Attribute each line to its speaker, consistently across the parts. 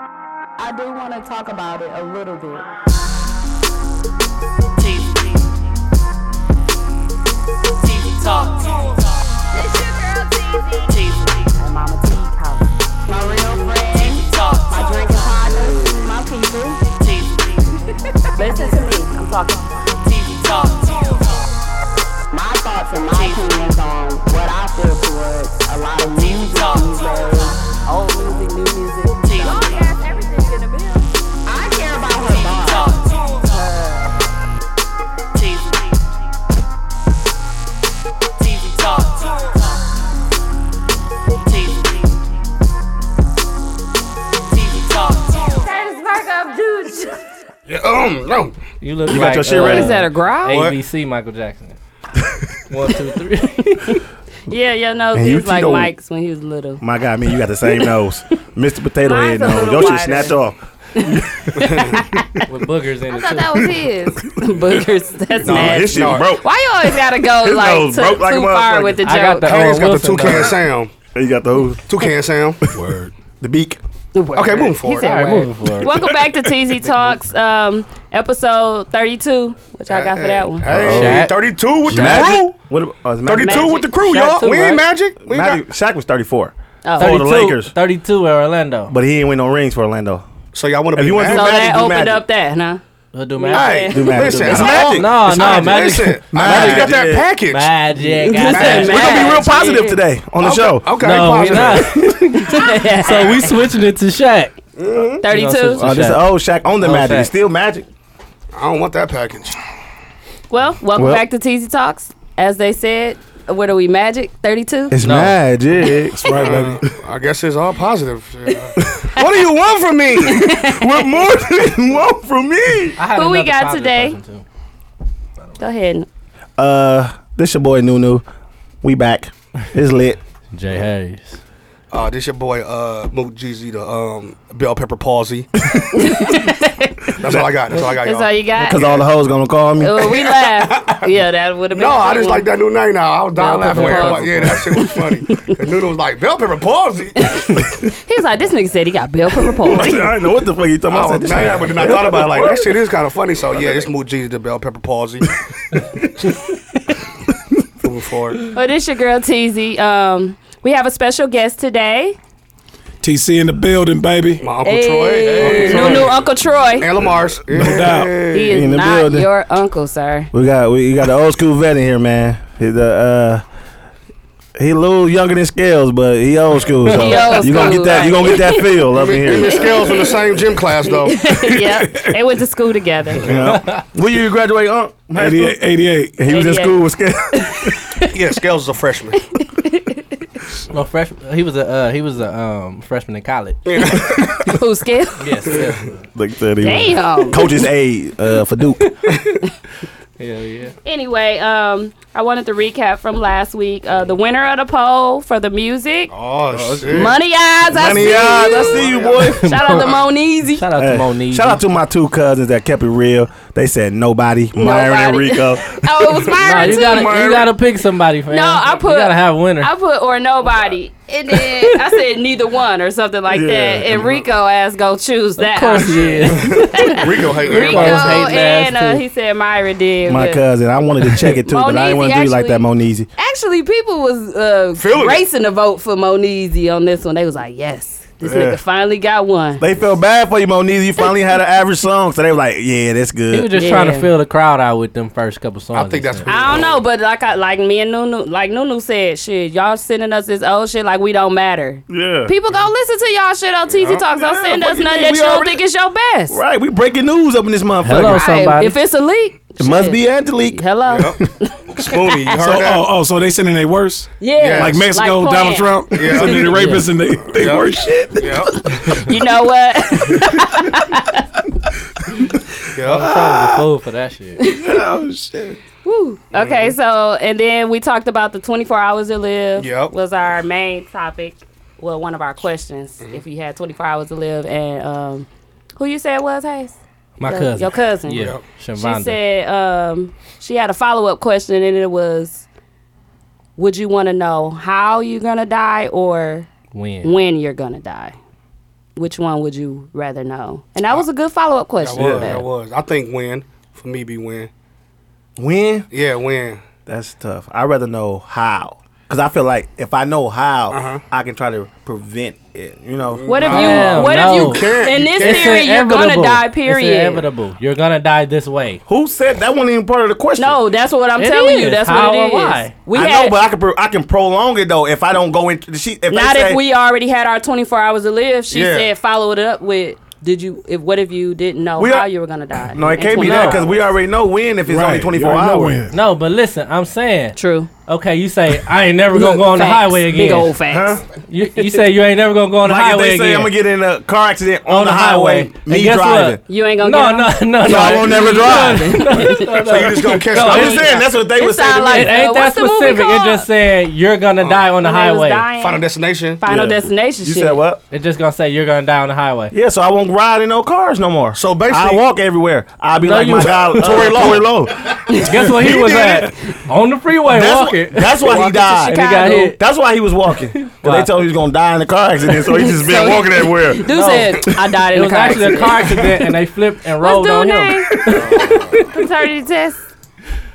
Speaker 1: I do want to talk about it a little bit.
Speaker 2: TV. TV talk. TV.
Speaker 1: My mama T Collins. My real friend,
Speaker 2: TV talk.
Speaker 1: my drinking partners, my people.
Speaker 2: TV.
Speaker 1: Listen to me. I'm talking
Speaker 2: TV talk.
Speaker 1: my thoughts and my opinions on what I feel towards a lot of music these days. Old music, new music.
Speaker 2: TV.
Speaker 1: I care about her
Speaker 2: TV
Speaker 1: thoughts.
Speaker 2: talk. TV. TV talk. TV. TV talk.
Speaker 3: Yeah, um, no.
Speaker 4: You look
Speaker 3: You got
Speaker 4: like
Speaker 3: your shit ready?
Speaker 4: uh,
Speaker 3: Is
Speaker 5: that a growl?
Speaker 3: What?
Speaker 4: ABC Michael Jackson. One, two, three.
Speaker 1: Yeah, your nose
Speaker 3: Man, you
Speaker 1: is like
Speaker 3: keto.
Speaker 1: Mike's when he was little.
Speaker 3: My God, man, you got the same nose. Mr. Potato
Speaker 5: Mine's
Speaker 3: Head
Speaker 5: a
Speaker 3: nose.
Speaker 5: little
Speaker 3: Your shit
Speaker 5: wider.
Speaker 3: snatched off.
Speaker 4: with boogers in it
Speaker 5: thought
Speaker 4: too.
Speaker 5: that was his.
Speaker 1: Boogers, that's
Speaker 3: Nah,
Speaker 1: nasty.
Speaker 3: his shit
Speaker 1: Why
Speaker 3: broke.
Speaker 1: you always gotta go
Speaker 3: His
Speaker 1: like,
Speaker 3: nose
Speaker 1: too,
Speaker 3: broke like a
Speaker 1: too far
Speaker 3: motherfucker.
Speaker 1: with the joke?
Speaker 4: I got the
Speaker 6: Hands
Speaker 4: Owen
Speaker 6: got the
Speaker 4: Wilson.
Speaker 6: two can
Speaker 4: dog.
Speaker 6: sound.
Speaker 3: You got the who?
Speaker 6: Two can sound.
Speaker 3: Word. The beak.
Speaker 6: Okay, moving forward.
Speaker 4: All right, moving forward.
Speaker 1: Welcome back to TZ Talks, um, episode 32. What y'all got for that one?
Speaker 6: Hey,
Speaker 4: Shaq.
Speaker 6: 32 with the crew.
Speaker 3: Magic. What about, oh, is Magic-
Speaker 6: 32 with the crew,
Speaker 4: Shaq
Speaker 6: y'all.
Speaker 4: too,
Speaker 6: we ain't
Speaker 4: right?
Speaker 6: magic. We ain't
Speaker 3: Magic,
Speaker 6: got-
Speaker 3: Shaq was 34,
Speaker 1: Oh.
Speaker 3: For
Speaker 4: 32,
Speaker 3: the Lakers.
Speaker 4: 32 in Orlando.
Speaker 3: but he ain't win no rings for Orlando.
Speaker 6: So y'all want to
Speaker 3: If
Speaker 6: be
Speaker 3: you wanna
Speaker 1: So
Speaker 6: magic?
Speaker 3: do Magic,
Speaker 1: that
Speaker 3: do
Speaker 1: opened
Speaker 3: Magic.
Speaker 1: up that, huh?
Speaker 4: We'll do
Speaker 6: Hey,
Speaker 4: magic. Oh,
Speaker 3: Do magic,
Speaker 6: listen,
Speaker 3: do
Speaker 6: it's
Speaker 3: magic.
Speaker 6: Oh, magic.
Speaker 4: No,
Speaker 6: It's
Speaker 4: no, magic.
Speaker 6: Listen,
Speaker 3: Magic.
Speaker 6: magic got that package.
Speaker 4: Magic. I
Speaker 1: said
Speaker 4: said-
Speaker 3: We're gonna be real
Speaker 1: Magic.
Speaker 3: positive today on the
Speaker 6: Okay,
Speaker 3: show.
Speaker 6: Okay,
Speaker 4: No, we
Speaker 6: positive.
Speaker 4: not. so we switching it to Shaq.
Speaker 1: 32.
Speaker 3: Uh, this is old Shaq on the
Speaker 4: Old
Speaker 3: Magic.
Speaker 4: Oh, Shaq.
Speaker 3: It's still Magic.
Speaker 6: I don't want that package.
Speaker 1: Well, welcome
Speaker 3: Well.
Speaker 1: back to TZ Talks. As they said, what are we, Magic 32?
Speaker 3: It's
Speaker 4: No.
Speaker 3: Magic. That's right,
Speaker 6: Uh, I guess it's all positive. Yeah. what do you want from me?
Speaker 3: what more do you want from me?
Speaker 4: I had
Speaker 1: Who we
Speaker 4: another
Speaker 1: got
Speaker 4: positive
Speaker 1: today?
Speaker 4: person, too.
Speaker 1: Go ahead.
Speaker 3: Uh, this your boy Nunu. We back. It's lit.
Speaker 4: Jay Hayes.
Speaker 6: Uh, this your boy uh Mook Jeezy the um Bell Pepper Palsy. That's all I got. That's all I got,
Speaker 1: That's
Speaker 6: y'all.
Speaker 1: all you got?
Speaker 3: Cause all the hoes gonna call me.
Speaker 1: Well, we laughed. Yeah, that would have been
Speaker 6: no,
Speaker 1: a
Speaker 6: I
Speaker 1: good
Speaker 6: just
Speaker 1: one.
Speaker 6: like that new name now. I was dying
Speaker 1: Bell
Speaker 6: laughing.
Speaker 1: Pepper
Speaker 6: when everybody-
Speaker 1: Palsy.
Speaker 6: Yeah, that shit was funny. and Noodle was like, Bell Pepper Palsy.
Speaker 1: He was like, this nigga said he got Bill Pepper palsy.
Speaker 3: I don't know what the fuck you talking
Speaker 6: I
Speaker 3: about.
Speaker 6: was mad, but then I thought about it like, that shit is kind of funny. So, yeah, this Mook Jeezy the Bell Pepper Palsy. Moving forward.
Speaker 1: well, this your girl, TZ. Um, we have a special guest today.
Speaker 7: TC in the building, baby.
Speaker 6: My Uncle Troy.
Speaker 1: Hey. New, new Uncle Troy.
Speaker 6: And Lamar's. No
Speaker 7: doubt.
Speaker 1: He is
Speaker 3: In the
Speaker 1: not
Speaker 3: building.
Speaker 1: your uncle, sir.
Speaker 3: We got we got the old school vet in here, man. He the uh he a little younger than Scales, but he old school. So
Speaker 1: He old
Speaker 3: you gonna
Speaker 1: school,
Speaker 3: get that you gonna get that feel up in
Speaker 6: Me and
Speaker 3: here.
Speaker 6: Scales from the same gym class, though.
Speaker 1: yep. They went to school together.
Speaker 3: You know? When you graduate, Unc? High school?
Speaker 7: 88, 88.
Speaker 3: He was in
Speaker 1: 88.
Speaker 3: school with Scales.
Speaker 6: Yeah, Scales is a freshman.
Speaker 4: No freshman. He was a uh, he was a um, freshman in college.
Speaker 1: Who scared?
Speaker 4: Yes. yes.
Speaker 3: Like that, he was-
Speaker 1: Damn.
Speaker 3: Coach's aide uh, for Duke.
Speaker 4: yeah. Yeah.
Speaker 1: Anyway, um, I wanted to recap from last week. Uh, the winner of the poll for the music,
Speaker 6: Oh, shit.
Speaker 1: Money Eyes. I
Speaker 3: Money
Speaker 1: see
Speaker 3: eyes,
Speaker 1: you.
Speaker 3: I see you, boy.
Speaker 1: Shout out to Monizy.
Speaker 4: Shout out to
Speaker 3: Hey,
Speaker 4: Monique.
Speaker 3: Shout out to my two cousins that kept it real. They said nobody, Myron and
Speaker 1: Nobody.
Speaker 3: Rico.
Speaker 1: Oh, it was
Speaker 4: Nah,
Speaker 1: Myron
Speaker 4: you
Speaker 1: too.
Speaker 4: gotta you gotta pick somebody. Fam.
Speaker 1: No, I put-
Speaker 4: You gotta have a winner.
Speaker 1: I put or nobody, and then I said neither one or something like
Speaker 3: Yeah.
Speaker 1: that. And Rico asked, "Go choose that."
Speaker 4: of course he is.
Speaker 6: Rico
Speaker 1: Rico
Speaker 6: hate
Speaker 4: Rico
Speaker 6: everybody.
Speaker 4: was hating
Speaker 1: and
Speaker 4: ass,
Speaker 1: uh,
Speaker 4: too.
Speaker 1: he said Myra did.
Speaker 3: My
Speaker 1: but-
Speaker 3: cousin. I wanted to check it too, but I didn't want to do you like that, Monizy.
Speaker 1: Actually, people was uh,
Speaker 6: Feeling it.
Speaker 1: racing to vote for Monizy on this one. They was like, "Yes, this
Speaker 3: Yeah.
Speaker 1: nigga finally got one."
Speaker 3: They felt bad for you, Monizy. You finally had an average song, so they were like, "Yeah, that's
Speaker 4: he was
Speaker 3: good."
Speaker 4: just
Speaker 1: Yeah.
Speaker 4: trying to fill the crowd out with them first couple songs.
Speaker 6: I think
Speaker 4: he
Speaker 6: that's
Speaker 4: said.
Speaker 1: I don't know, but like I like me and Nunu, like Nunu said, shit, y'all sending us this old shit like we don't matter.
Speaker 3: Yeah.
Speaker 1: People gonna listen to y'all shit on TZ Talks. Don't
Speaker 3: Yeah,
Speaker 1: send
Speaker 3: what
Speaker 1: us
Speaker 3: you
Speaker 1: nothing
Speaker 3: mean?
Speaker 1: that
Speaker 3: We
Speaker 1: you don't
Speaker 3: already-
Speaker 1: think is your best.
Speaker 3: Right, we breaking news up in this
Speaker 4: Hello,
Speaker 3: motherfucker.
Speaker 1: Hey,
Speaker 4: somebody.
Speaker 1: if it's a leak,
Speaker 3: It must
Speaker 1: shit.
Speaker 3: be Angelique.
Speaker 1: Hello.
Speaker 6: Spoonie, you heard
Speaker 7: So,
Speaker 6: that?
Speaker 7: oh, oh, so they sending their worst?
Speaker 1: Yeah.
Speaker 7: Like
Speaker 6: Yes.
Speaker 7: Mexico,
Speaker 1: Like Klan.
Speaker 7: Donald Trump?
Speaker 6: Yeah.
Speaker 7: Sending the rapists and they, they
Speaker 6: Yeah.
Speaker 7: worst shit?
Speaker 6: Yep.
Speaker 1: you know what?
Speaker 6: Yep.
Speaker 4: Probably the fool for that shit.
Speaker 7: Oh, shit.
Speaker 6: Mm-hmm.
Speaker 1: okay, so and then we talked about the 24 hours to live.
Speaker 6: Yep.
Speaker 1: Was our main topic. Well, one of our questions.
Speaker 6: Mm-hmm.
Speaker 1: If you had 24 hours to live, and um, who you said was Hayes?
Speaker 4: My
Speaker 1: Your-
Speaker 4: cousin.
Speaker 1: Your cousin.
Speaker 4: Yeah. Shavonda.
Speaker 1: She said um, she had a follow up question, and it was, "Would you want to know how you're gonna die or
Speaker 4: when.
Speaker 1: when you're gonna die?" which one would you rather know? And that was a good follow up
Speaker 6: That
Speaker 1: question.
Speaker 6: was.
Speaker 1: but-
Speaker 6: That was. I think win for me be win.
Speaker 3: When?
Speaker 6: Yeah, win.
Speaker 3: That's tough. I'd rather know how. Because I feel like if I know how,
Speaker 6: Uh-huh.
Speaker 3: I can try to prevent it, you know?
Speaker 1: What if
Speaker 4: Hell
Speaker 1: you? What
Speaker 4: no.
Speaker 1: if you? In this
Speaker 4: It's
Speaker 1: theory, you're gonna
Speaker 4: inevitable.
Speaker 1: die.
Speaker 4: It's
Speaker 1: Period.
Speaker 4: inevitable. You're gonna die this way.
Speaker 3: Who said that wasn't even part of the question?
Speaker 1: No, that's what I'm
Speaker 4: It
Speaker 1: telling you.
Speaker 4: is.
Speaker 1: That's
Speaker 4: How
Speaker 1: what it
Speaker 4: or
Speaker 1: is.
Speaker 4: why?
Speaker 1: We
Speaker 3: I
Speaker 1: had,
Speaker 3: know, but I can pro- I can prolong it though if I don't go into the she. If
Speaker 1: not
Speaker 3: they say,
Speaker 1: if we already had our 24 hours to live. She
Speaker 3: Yeah.
Speaker 1: said, follow it up with, did you? If what if you didn't know
Speaker 3: We
Speaker 1: how
Speaker 3: are-
Speaker 1: you were gonna die?
Speaker 3: No, it
Speaker 1: in
Speaker 3: can't be
Speaker 1: 24
Speaker 3: that
Speaker 1: hours?
Speaker 3: because we already know when if it's only
Speaker 7: Right.
Speaker 3: 24
Speaker 7: Y'all know
Speaker 3: hours.
Speaker 7: when.
Speaker 4: No, but listen, I'm saying.
Speaker 1: True.
Speaker 4: Okay, you say I ain't never gonna
Speaker 1: Look,
Speaker 4: go on the
Speaker 1: facts.
Speaker 4: highway again.
Speaker 1: Big old facts.
Speaker 4: You, you say you ain't never gonna go on the
Speaker 3: Like if
Speaker 4: highway
Speaker 3: they say
Speaker 4: again.
Speaker 3: I'm gonna get in a car accident on, the,
Speaker 4: the
Speaker 3: highway,
Speaker 4: highway. And
Speaker 3: me
Speaker 4: guess what?
Speaker 3: driving.
Speaker 1: You ain't gonna
Speaker 4: no,
Speaker 1: get on.
Speaker 4: no, no, no,
Speaker 3: So I won't never drive.
Speaker 6: So you just gonna catch
Speaker 4: No,
Speaker 3: I'm
Speaker 6: the
Speaker 3: just saying that's what they
Speaker 1: It
Speaker 3: would say.
Speaker 1: sound
Speaker 3: To me.
Speaker 1: like-
Speaker 4: It ain't
Speaker 1: Uh,
Speaker 4: that
Speaker 1: what's the movie
Speaker 4: specific. It
Speaker 1: called?
Speaker 4: just said you're gonna die on the
Speaker 1: When they was
Speaker 4: highway.
Speaker 1: dying.
Speaker 6: final destination.
Speaker 1: Final
Speaker 3: Yeah.
Speaker 1: destination.
Speaker 3: You
Speaker 1: shit.
Speaker 3: said what?
Speaker 4: It's just gonna say you're gonna die on the highway.
Speaker 3: Yeah, so I won't ride in no cars no more.
Speaker 6: So basically-
Speaker 3: I walk everywhere. I'll be
Speaker 4: No,
Speaker 3: like
Speaker 4: you-
Speaker 3: my guy, Tory Low. Tory Low.
Speaker 4: Guess what he was at? On the freeway
Speaker 3: That's,
Speaker 4: walking.
Speaker 3: wh- that's why he
Speaker 4: and
Speaker 3: died.
Speaker 4: he got
Speaker 1: Chicago.
Speaker 4: hit.
Speaker 3: That's why he was walking. 'Cause
Speaker 4: Why?
Speaker 3: they told him he was gonna die in a car accident, so he just been walking everywhere.
Speaker 1: Dude said, I died
Speaker 4: It
Speaker 1: in a
Speaker 4: was
Speaker 1: car
Speaker 4: actually a
Speaker 1: accident.
Speaker 4: car accident, and they flipped and
Speaker 1: Oh,
Speaker 5: What's
Speaker 4: rolled on
Speaker 5: dude's
Speaker 4: him.
Speaker 5: name? Paternity test.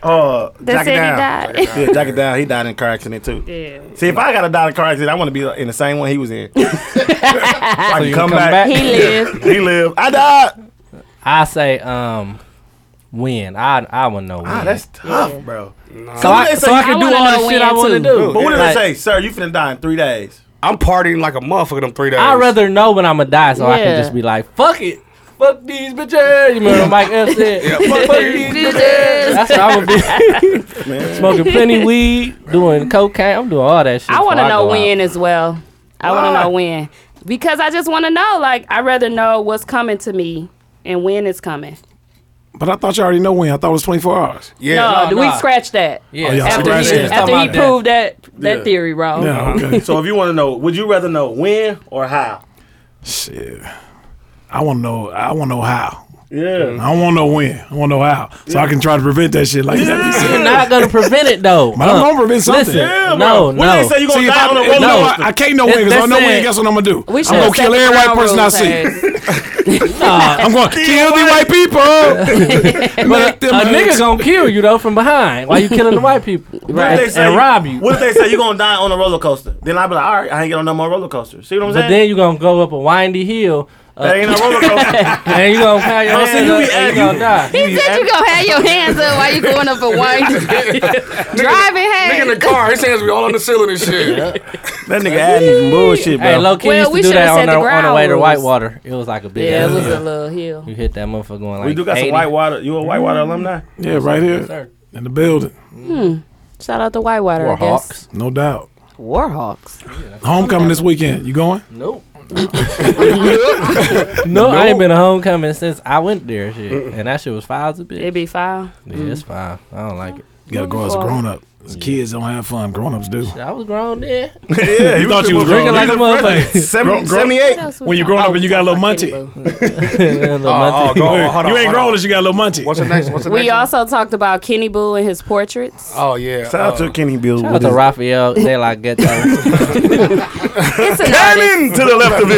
Speaker 3: Oh,
Speaker 5: That
Speaker 3: jack it
Speaker 5: said
Speaker 3: down.
Speaker 5: he died.
Speaker 3: Yeah, jack it down. He died in a car accident too.
Speaker 1: Yeah.
Speaker 3: See, if I got to die in a car accident, I want to be in the same one he was in. so I can
Speaker 4: you
Speaker 3: come,
Speaker 4: come
Speaker 3: back.
Speaker 4: back?
Speaker 1: He lived.
Speaker 3: He lived. I died.
Speaker 4: I say, um, when I I wouldn't know when.
Speaker 3: Ah, that's tough, bro.
Speaker 4: so I,
Speaker 3: they
Speaker 4: so
Speaker 3: say-
Speaker 4: I can
Speaker 1: I
Speaker 4: do
Speaker 1: wanna
Speaker 4: all
Speaker 1: know
Speaker 4: the shit
Speaker 1: when,
Speaker 4: I want to
Speaker 1: too.
Speaker 4: do.
Speaker 3: But what did
Speaker 4: Like,
Speaker 3: they say, sir? You finna die in three days.
Speaker 6: I'm partying like a motherfucker them three days.
Speaker 4: I'd rather know when I'm gonna die, so I
Speaker 1: Yeah.
Speaker 4: can just be like, fuck it. Fuck these bitches. You remember what Mike F said? fuck, these bitches. That's what I would be. Smoking plenty weed, doing cocaine. I'm doing all that shit.
Speaker 1: I want to
Speaker 4: before
Speaker 1: know
Speaker 4: go out.
Speaker 1: when as well. I want to
Speaker 3: Why?
Speaker 1: know when because I just want to know. Like I rather know what's coming to me and when it's coming.
Speaker 7: But I thought you already know when. I thought it was 24 hours.
Speaker 6: yeah.
Speaker 1: no,
Speaker 4: no,
Speaker 1: we
Speaker 4: no.
Speaker 1: scratched that.
Speaker 4: Yeah,
Speaker 7: Oh, yeah,
Speaker 4: so
Speaker 7: I'm
Speaker 1: After
Speaker 4: we're
Speaker 7: scratched
Speaker 1: he,
Speaker 4: just
Speaker 7: that.
Speaker 1: after
Speaker 4: talking
Speaker 1: he
Speaker 4: about
Speaker 1: proved that that
Speaker 3: Yeah.
Speaker 1: theory wrong.
Speaker 7: Yeah, okay.
Speaker 3: So if you want to know, would you rather know when or how?
Speaker 7: Shit. I want to know. I want to know how.
Speaker 3: Yeah.
Speaker 7: I don't want to know when. I want to know how, so I can try to prevent that shit. Like that.
Speaker 4: that. You're not gonna prevent it though.
Speaker 7: But I'm
Speaker 4: Uh,
Speaker 7: gonna prevent something.
Speaker 4: Listen,
Speaker 3: Yeah,
Speaker 4: no,
Speaker 3: bro.
Speaker 4: no.
Speaker 3: When they say you gonna
Speaker 7: See, if
Speaker 3: die
Speaker 7: I,
Speaker 3: on a
Speaker 7: no,
Speaker 3: roller
Speaker 7: I,
Speaker 3: coaster.
Speaker 7: I can't know when because I know when. Guess what I'm gonna do?
Speaker 1: We should
Speaker 7: I'm gonna
Speaker 1: have set
Speaker 7: kill
Speaker 1: the
Speaker 7: every white
Speaker 1: ground
Speaker 7: person I
Speaker 1: rules,
Speaker 7: see.
Speaker 1: Hayes.
Speaker 7: I'm gonna kill the white people. Let them
Speaker 4: a nigga
Speaker 7: hoods-
Speaker 4: gonna kill you though from behind while you killing the white people
Speaker 3: What if
Speaker 4: right.
Speaker 3: they
Speaker 4: and,
Speaker 3: say-
Speaker 4: rob you.
Speaker 3: What if they say you're gonna die on a roller coaster? Then I'd be like, all right, I ain't get on no more roller coaster. See what I'm
Speaker 4: But
Speaker 3: saying?
Speaker 4: then you gonna go up a windy hill
Speaker 3: that ain't no roller coaster.
Speaker 4: and you gonna have your
Speaker 3: Oh, see,
Speaker 4: hands
Speaker 3: you
Speaker 4: up and
Speaker 3: be
Speaker 4: you
Speaker 3: adding-
Speaker 4: gonna die.
Speaker 5: He said you gonna have your hands up while you going up a wine. Driving
Speaker 6: Nigga in the
Speaker 5: hands.
Speaker 6: car, his hands be all on the ceiling and shit.
Speaker 3: that nigga adding some bullshit, bro.
Speaker 4: Hey, low key
Speaker 1: Well,
Speaker 4: used
Speaker 1: we
Speaker 4: to do
Speaker 1: should've
Speaker 4: that on
Speaker 1: said
Speaker 4: the,
Speaker 1: the
Speaker 4: on the way to
Speaker 1: ground rules.
Speaker 4: Whitewater. It was like a big
Speaker 1: Yeah, it was
Speaker 4: hill.
Speaker 1: a little hill.
Speaker 4: You hit that motherfucker going like
Speaker 3: we do got
Speaker 4: 80.
Speaker 3: some Whitewater. You a Whitewater alumni?
Speaker 7: Yeah, right here
Speaker 4: Sir.
Speaker 7: in the building,
Speaker 1: Hmm. Shout out to Whitewater. I guess.
Speaker 4: Warhawks.
Speaker 7: no doubt.
Speaker 1: Warhawks.
Speaker 7: Homecoming this weekend. You going?
Speaker 4: Nope. no, I ain't been a homecoming since I went there, shit, and that shit was foul as a bitch.
Speaker 1: It be fine.
Speaker 4: Yeah, it's fine. I don't like it.
Speaker 7: You gotta go as a grown up. Kids don't have fun. Grown ups do.
Speaker 4: I was grown then.
Speaker 3: Yeah, you
Speaker 7: thought you was
Speaker 4: Drinking like a motherfucker.
Speaker 3: Seven- 78?
Speaker 7: When you growing up and you got a little munchie.
Speaker 4: Little
Speaker 6: Oh,
Speaker 4: monkey.
Speaker 6: go on, hold on,
Speaker 7: you ain't
Speaker 6: hold
Speaker 7: grown
Speaker 6: on.
Speaker 7: as you got a little munchie.
Speaker 6: What's the next? What's the next?
Speaker 1: We
Speaker 6: one?
Speaker 1: also talked about Kenny Boo and his portraits.
Speaker 6: Oh yeah.
Speaker 3: Shout out
Speaker 6: uh,
Speaker 3: to Kenny Bill.
Speaker 4: Shout out to Raphael De La Ghetto.
Speaker 1: It's an artist.
Speaker 3: Cannon to the left of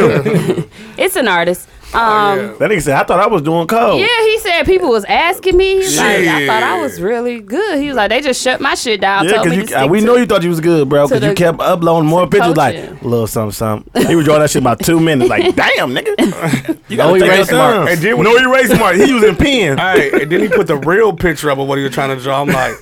Speaker 3: him.
Speaker 1: It's an artist.
Speaker 6: oh,
Speaker 1: Um,
Speaker 6: yeah.
Speaker 3: That nigga said, I thought I was doing cold.
Speaker 1: Yeah, he said people was asking me. He's like, I thought I was
Speaker 6: Shit.
Speaker 1: really good. He was like, they just shut my shit down.
Speaker 3: Yeah,
Speaker 1: told
Speaker 3: cause
Speaker 1: me
Speaker 3: you,
Speaker 1: to stick
Speaker 3: uh, we
Speaker 1: to
Speaker 3: know you thought you was good, bro,
Speaker 1: to
Speaker 3: cause you
Speaker 1: the-
Speaker 3: kept uploading more pictures,
Speaker 1: coaching.
Speaker 3: like little something, something. He was drawing that shit about two minutes, like damn, nigga. You
Speaker 4: No
Speaker 3: gotta take
Speaker 4: erase
Speaker 3: your
Speaker 4: mark.
Speaker 3: time.
Speaker 6: And then when-
Speaker 3: no erase mark. He was in pen.
Speaker 6: All right, and then he put the real picture up of what he was trying to draw. I'm like,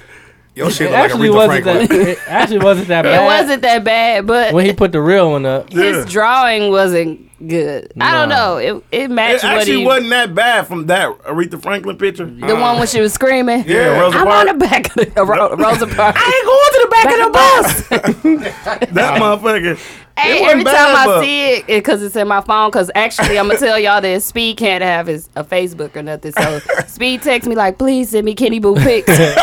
Speaker 6: yo, shit
Speaker 4: It
Speaker 6: look like
Speaker 4: actually
Speaker 6: Aretha
Speaker 4: wasn't
Speaker 6: Franklin.
Speaker 4: that. It actually wasn't that
Speaker 1: It
Speaker 4: bad.
Speaker 1: wasn't that bad, but
Speaker 4: When he put the real one up,
Speaker 1: his
Speaker 3: Yeah.
Speaker 1: drawing wasn't good. I don't know. It it
Speaker 3: It
Speaker 1: matched what
Speaker 3: actually
Speaker 1: he
Speaker 3: wasn't that bad from that Aretha Franklin picture. Uh-huh. Yeah,
Speaker 1: the one when she was screaming.
Speaker 3: Rosa
Speaker 1: I'm on
Speaker 3: Parks.
Speaker 1: the back of the uh, Ro- Rosa Parks.
Speaker 3: I ain't going to the back,
Speaker 1: bus.
Speaker 3: of the bus. That motherfucker. It
Speaker 1: Hey,
Speaker 3: wasn't
Speaker 1: every
Speaker 3: bad,
Speaker 1: time I
Speaker 3: but-
Speaker 1: see it, because it's in my phone. Because actually, I'm gonna tell y'all that Speed can't have his a Facebook or nothing. So Speed texts me like, "Please send me Kenny Boo pics." so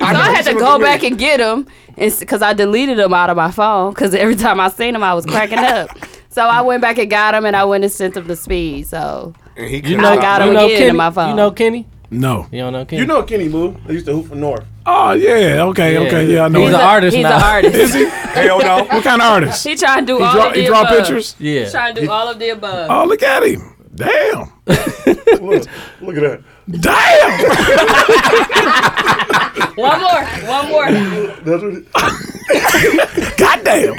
Speaker 1: I had to go back and get them, because I deleted them out of my phone. Because every time I seen them, I was cracking up. So I went back and got them, and I went and sent them to Speed. So
Speaker 6: And he
Speaker 4: you
Speaker 6: couldn't
Speaker 4: know,
Speaker 1: I got
Speaker 6: stop
Speaker 1: him
Speaker 4: you
Speaker 6: it.
Speaker 4: know
Speaker 1: again in
Speaker 4: Kenny.
Speaker 1: my phone.
Speaker 4: You know Kenny.
Speaker 7: No.
Speaker 4: You don't know Kenny.
Speaker 3: You know Kenny Boo. They used to hoop for North.
Speaker 7: Oh yeah, okay,
Speaker 4: Yeah.
Speaker 7: okay, yeah, I know.
Speaker 4: He's
Speaker 7: it.
Speaker 4: an artist
Speaker 1: He's
Speaker 4: now.
Speaker 1: an artist.
Speaker 6: Hell no.
Speaker 7: what kind of artist?
Speaker 1: he trying to do all
Speaker 7: draw,
Speaker 1: of the
Speaker 7: he draw
Speaker 1: above.
Speaker 7: pictures.
Speaker 1: He
Speaker 4: Yeah.
Speaker 1: trying to do all of the above.
Speaker 7: Oh, look at him! Damn,
Speaker 6: Look, look at that.
Speaker 7: damn!
Speaker 1: One more. One more.
Speaker 6: That's what it-
Speaker 7: Goddamn!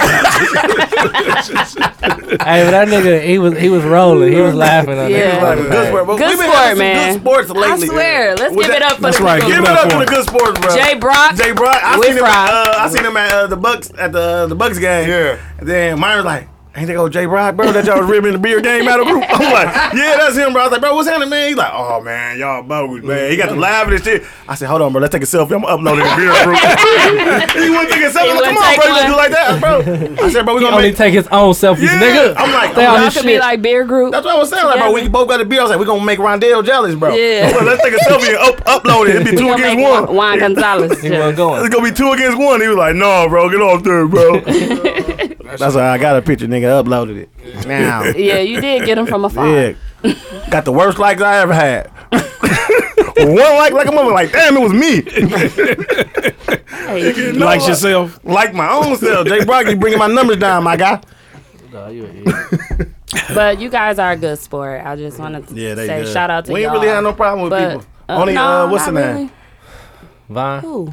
Speaker 4: Hey, but that nigga, he was he was rolling. He was laughing on
Speaker 1: Yeah.
Speaker 4: that.
Speaker 6: Good sport, bro.
Speaker 1: Good
Speaker 6: We've been
Speaker 1: sport,
Speaker 6: having some
Speaker 1: man.
Speaker 6: Good sports
Speaker 1: I
Speaker 6: lately.
Speaker 1: swear. Let's
Speaker 6: Was
Speaker 1: give it
Speaker 6: that-
Speaker 1: up for
Speaker 7: That's
Speaker 1: the
Speaker 7: right,
Speaker 1: people.
Speaker 7: give
Speaker 6: Give it up
Speaker 7: for
Speaker 6: for the
Speaker 7: him.
Speaker 6: good sports, bro.
Speaker 1: Jay Brock.
Speaker 3: Jay Brock, I
Speaker 1: With
Speaker 3: seen him.
Speaker 1: fries.
Speaker 3: At, uh, I seen him at uh, the Bucks at the the Bucks game.
Speaker 6: Yeah.
Speaker 3: And then mine was like, "Ain't that old Jay Brock, bro? That y'all was ribbing the beer game out of group." I'm like, "Yeah, that's him, bro." I was like, "Bro, what's happening, man?" He's like, "Oh man, y'all bogus, man. He got the live and shit." I said, "Hold on, bro. Let's take a selfie. I'm uploading the beer group." he wouldn't take a selfie. I'm like,
Speaker 1: wouldn't take
Speaker 3: Come on, bro. You
Speaker 1: one.
Speaker 3: gonna do like that, bro? I said, "Bro, we
Speaker 4: He
Speaker 3: gonna
Speaker 4: only
Speaker 3: make."
Speaker 4: take his own selfies,
Speaker 3: Yeah.
Speaker 4: nigga.
Speaker 3: I'm like, oh,
Speaker 4: Stay
Speaker 3: I'm
Speaker 4: on
Speaker 1: Y'all
Speaker 4: this
Speaker 1: could be
Speaker 4: shit.
Speaker 1: like beer group.
Speaker 3: That's what I was saying. Like, bro, we both got a beer. I was like, we gonna make Rondell jealous, bro.
Speaker 1: Yeah.
Speaker 3: Bro, let's take a selfie and up, upload it. It'd be two
Speaker 1: Gonna
Speaker 3: against
Speaker 1: make
Speaker 3: one.
Speaker 1: Juan- Juan Gonzalez.
Speaker 4: He wasn't going.
Speaker 3: It's gonna be two against one. He was like, "No, bro, get off there, bro." That's why I got a picture, nigga. Uploaded it now.
Speaker 1: Yeah, you did get him from afar.
Speaker 3: Yeah, got the worst likes I ever had. one like, like a mother, like damn, it was me.
Speaker 1: Hey,
Speaker 3: No,
Speaker 7: Likes
Speaker 3: like-
Speaker 7: yourself.
Speaker 3: like my own self. Jay Brock, you bringing my numbers down, my guy.
Speaker 4: Nah, you an idiot.
Speaker 1: but you guys are a good sport. I just wanted to say shout out to
Speaker 3: We
Speaker 1: you
Speaker 3: ain't really had no problem with
Speaker 1: But,
Speaker 3: people. Only uh, what's the name?
Speaker 4: Vine,
Speaker 1: Ooh.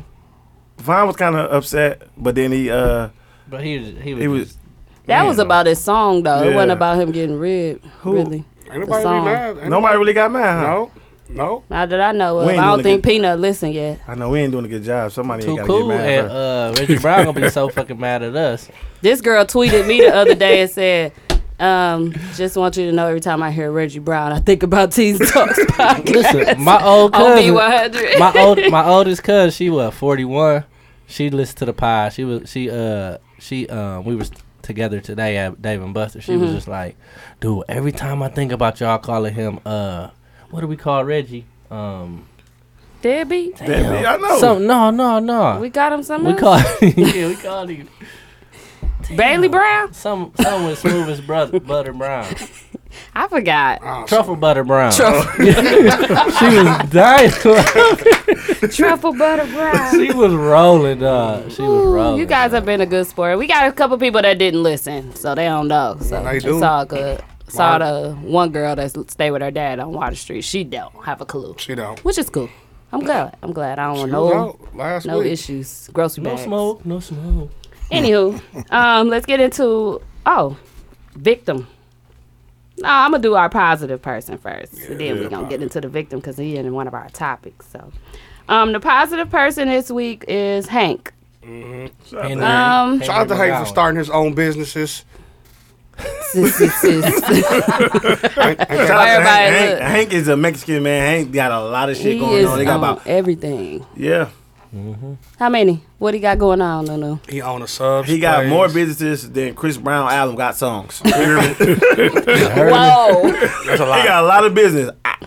Speaker 3: Vine was kind of upset, but then he uh
Speaker 4: but he was he was,
Speaker 3: he was
Speaker 1: That
Speaker 3: Man,
Speaker 1: was
Speaker 3: though.
Speaker 1: about his song though. It wasn't
Speaker 3: Yeah.
Speaker 1: about him getting rid. Really.
Speaker 6: Anybody
Speaker 1: song.
Speaker 6: mad? Ain't
Speaker 3: nobody really got mad. Huh?
Speaker 6: No. No.
Speaker 1: Now that I know of,
Speaker 3: We
Speaker 1: I
Speaker 3: ain't
Speaker 1: don't
Speaker 3: gonna
Speaker 1: think Peanut listened yet.
Speaker 3: I know we ain't doing a good job. Somebody
Speaker 4: too
Speaker 3: ain't gotta
Speaker 4: cool,
Speaker 3: get mad. at
Speaker 4: and
Speaker 3: her.
Speaker 4: uh, Reggie Brown gonna be so fucking mad at us.
Speaker 1: This girl tweeted me the other day and said, um, just want you to know every time I hear Reggie Brown, I think about T's Talks podcast.
Speaker 4: Listen, my old
Speaker 1: on
Speaker 4: cousin,
Speaker 1: B100.
Speaker 4: my old my oldest cousin, she was forty one. She listened to the pod. She was she uh she um we was together today at Dave and Buster. She was just like, dude, every time I think about y'all calling him uh what do we call Reggie? Um
Speaker 1: Debbie,
Speaker 3: That- I know.
Speaker 4: some no no no.
Speaker 1: we
Speaker 4: We,
Speaker 1: got him some. else?
Speaker 4: call yeah, we called him
Speaker 1: Bailey Brown.
Speaker 4: some some with smooth as brother butter brown.
Speaker 1: I forgot.
Speaker 4: Truffle butter brown. she was dying.
Speaker 1: Truffle butter brown.
Speaker 4: she was rolling, dog. She was rolling.
Speaker 1: you guys have been a good sport. We got a couple people that didn't listen, so they don't know. So
Speaker 6: they
Speaker 1: it's
Speaker 6: do.
Speaker 1: all good. Saw the one girl that stayed with her dad on Water Street. She don't have a clue,
Speaker 6: She don't.
Speaker 1: which is cool. I'm glad. I'm glad. I don't want
Speaker 6: She was
Speaker 1: no
Speaker 6: out last
Speaker 1: no
Speaker 6: week.
Speaker 1: issues. Grocery
Speaker 4: No
Speaker 1: bags.
Speaker 4: smoke, no smoke.
Speaker 1: Anywho, um, let's get into oh, victim. No, I'm gonna do our positive person first, and then we're gonna get into the victim because he in one of our topics. So, um, the positive person this week is Hank.
Speaker 4: Henry,
Speaker 1: Um,
Speaker 6: Shout out to Hank for starting his own businesses.
Speaker 1: Sis, sis, sis.
Speaker 3: Shout out
Speaker 1: Everybody
Speaker 3: to Hank. Hank,
Speaker 1: look.
Speaker 3: Hank is a Mexican man. Hank got a lot of shit
Speaker 1: he
Speaker 3: going
Speaker 1: is
Speaker 3: on. They got
Speaker 1: on
Speaker 3: about
Speaker 1: everything.
Speaker 3: yeah.
Speaker 4: Mm-hmm.
Speaker 1: How many? What he got going on? No, no.
Speaker 6: He owned a sub.
Speaker 3: He got more businesses than Chris Brown album got songs. he
Speaker 1: Whoa,
Speaker 6: That's a lot.
Speaker 3: got a lot of business. Ah.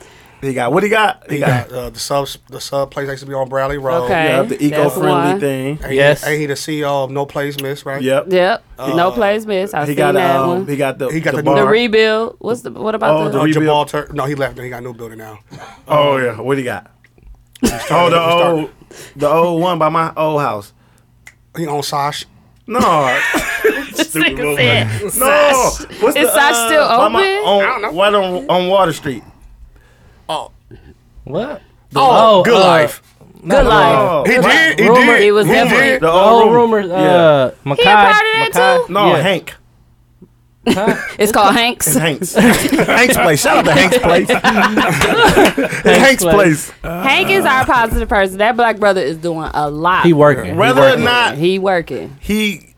Speaker 3: He got what he got. He,
Speaker 6: He
Speaker 3: got,
Speaker 6: got uh, the sub. The sub place that used to be on Bradley Road.
Speaker 1: Okay.
Speaker 3: yeah, the
Speaker 1: That's
Speaker 3: eco-friendly
Speaker 1: one.
Speaker 3: thing.
Speaker 6: Ain't he-
Speaker 4: Yes.
Speaker 6: Ain't he the CEO of No Place Miss? Right. Uh,
Speaker 3: Yep.
Speaker 1: yep. no plays missed. I
Speaker 3: He
Speaker 1: seen
Speaker 3: got
Speaker 1: that
Speaker 3: um,
Speaker 1: one.
Speaker 3: he got the
Speaker 6: He got the
Speaker 1: the
Speaker 3: bar.
Speaker 1: rebuild. What's the? What about
Speaker 3: Oh,
Speaker 1: the?
Speaker 6: No,
Speaker 3: Rebuild.
Speaker 6: Jamal Tur- No, he left. He got a new building now. Um,
Speaker 3: oh yeah, what he got? oh the old the old one by my old house.
Speaker 6: He owned Sash.
Speaker 3: No,
Speaker 1: Nigga said,
Speaker 3: no. What's uh,
Speaker 1: Is Sash still
Speaker 3: by my-
Speaker 1: open?
Speaker 3: on-
Speaker 6: I don't know.
Speaker 3: Right on on Water Street.
Speaker 4: What?
Speaker 6: Oh, Good Life.
Speaker 1: Oh. uh, Good life.
Speaker 3: Oh,
Speaker 6: He did. He
Speaker 4: Rumor-
Speaker 6: did.
Speaker 1: He was
Speaker 6: he
Speaker 1: definitely-
Speaker 6: did.
Speaker 3: the
Speaker 4: The old
Speaker 3: rumor.
Speaker 4: rumors. Uh, Makai.
Speaker 1: He a part of that
Speaker 4: Makai-
Speaker 1: too?
Speaker 3: No,
Speaker 4: yeah.
Speaker 3: Hank.
Speaker 4: Huh?
Speaker 1: It's called Hanks.
Speaker 3: It's Hank's. Hank's place. Shout out to Hank's place. Hank's place.
Speaker 1: Hank is our positive person. That black brother is doing a lot.
Speaker 4: He working.
Speaker 3: Whether or not
Speaker 1: He working.
Speaker 3: he,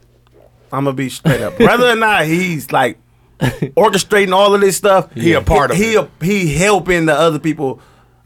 Speaker 3: I'm gonna be straight up. Whether or not he's like orchestrating all of this stuff,
Speaker 6: He a part of
Speaker 3: He
Speaker 6: it.
Speaker 3: he, he helping the other people.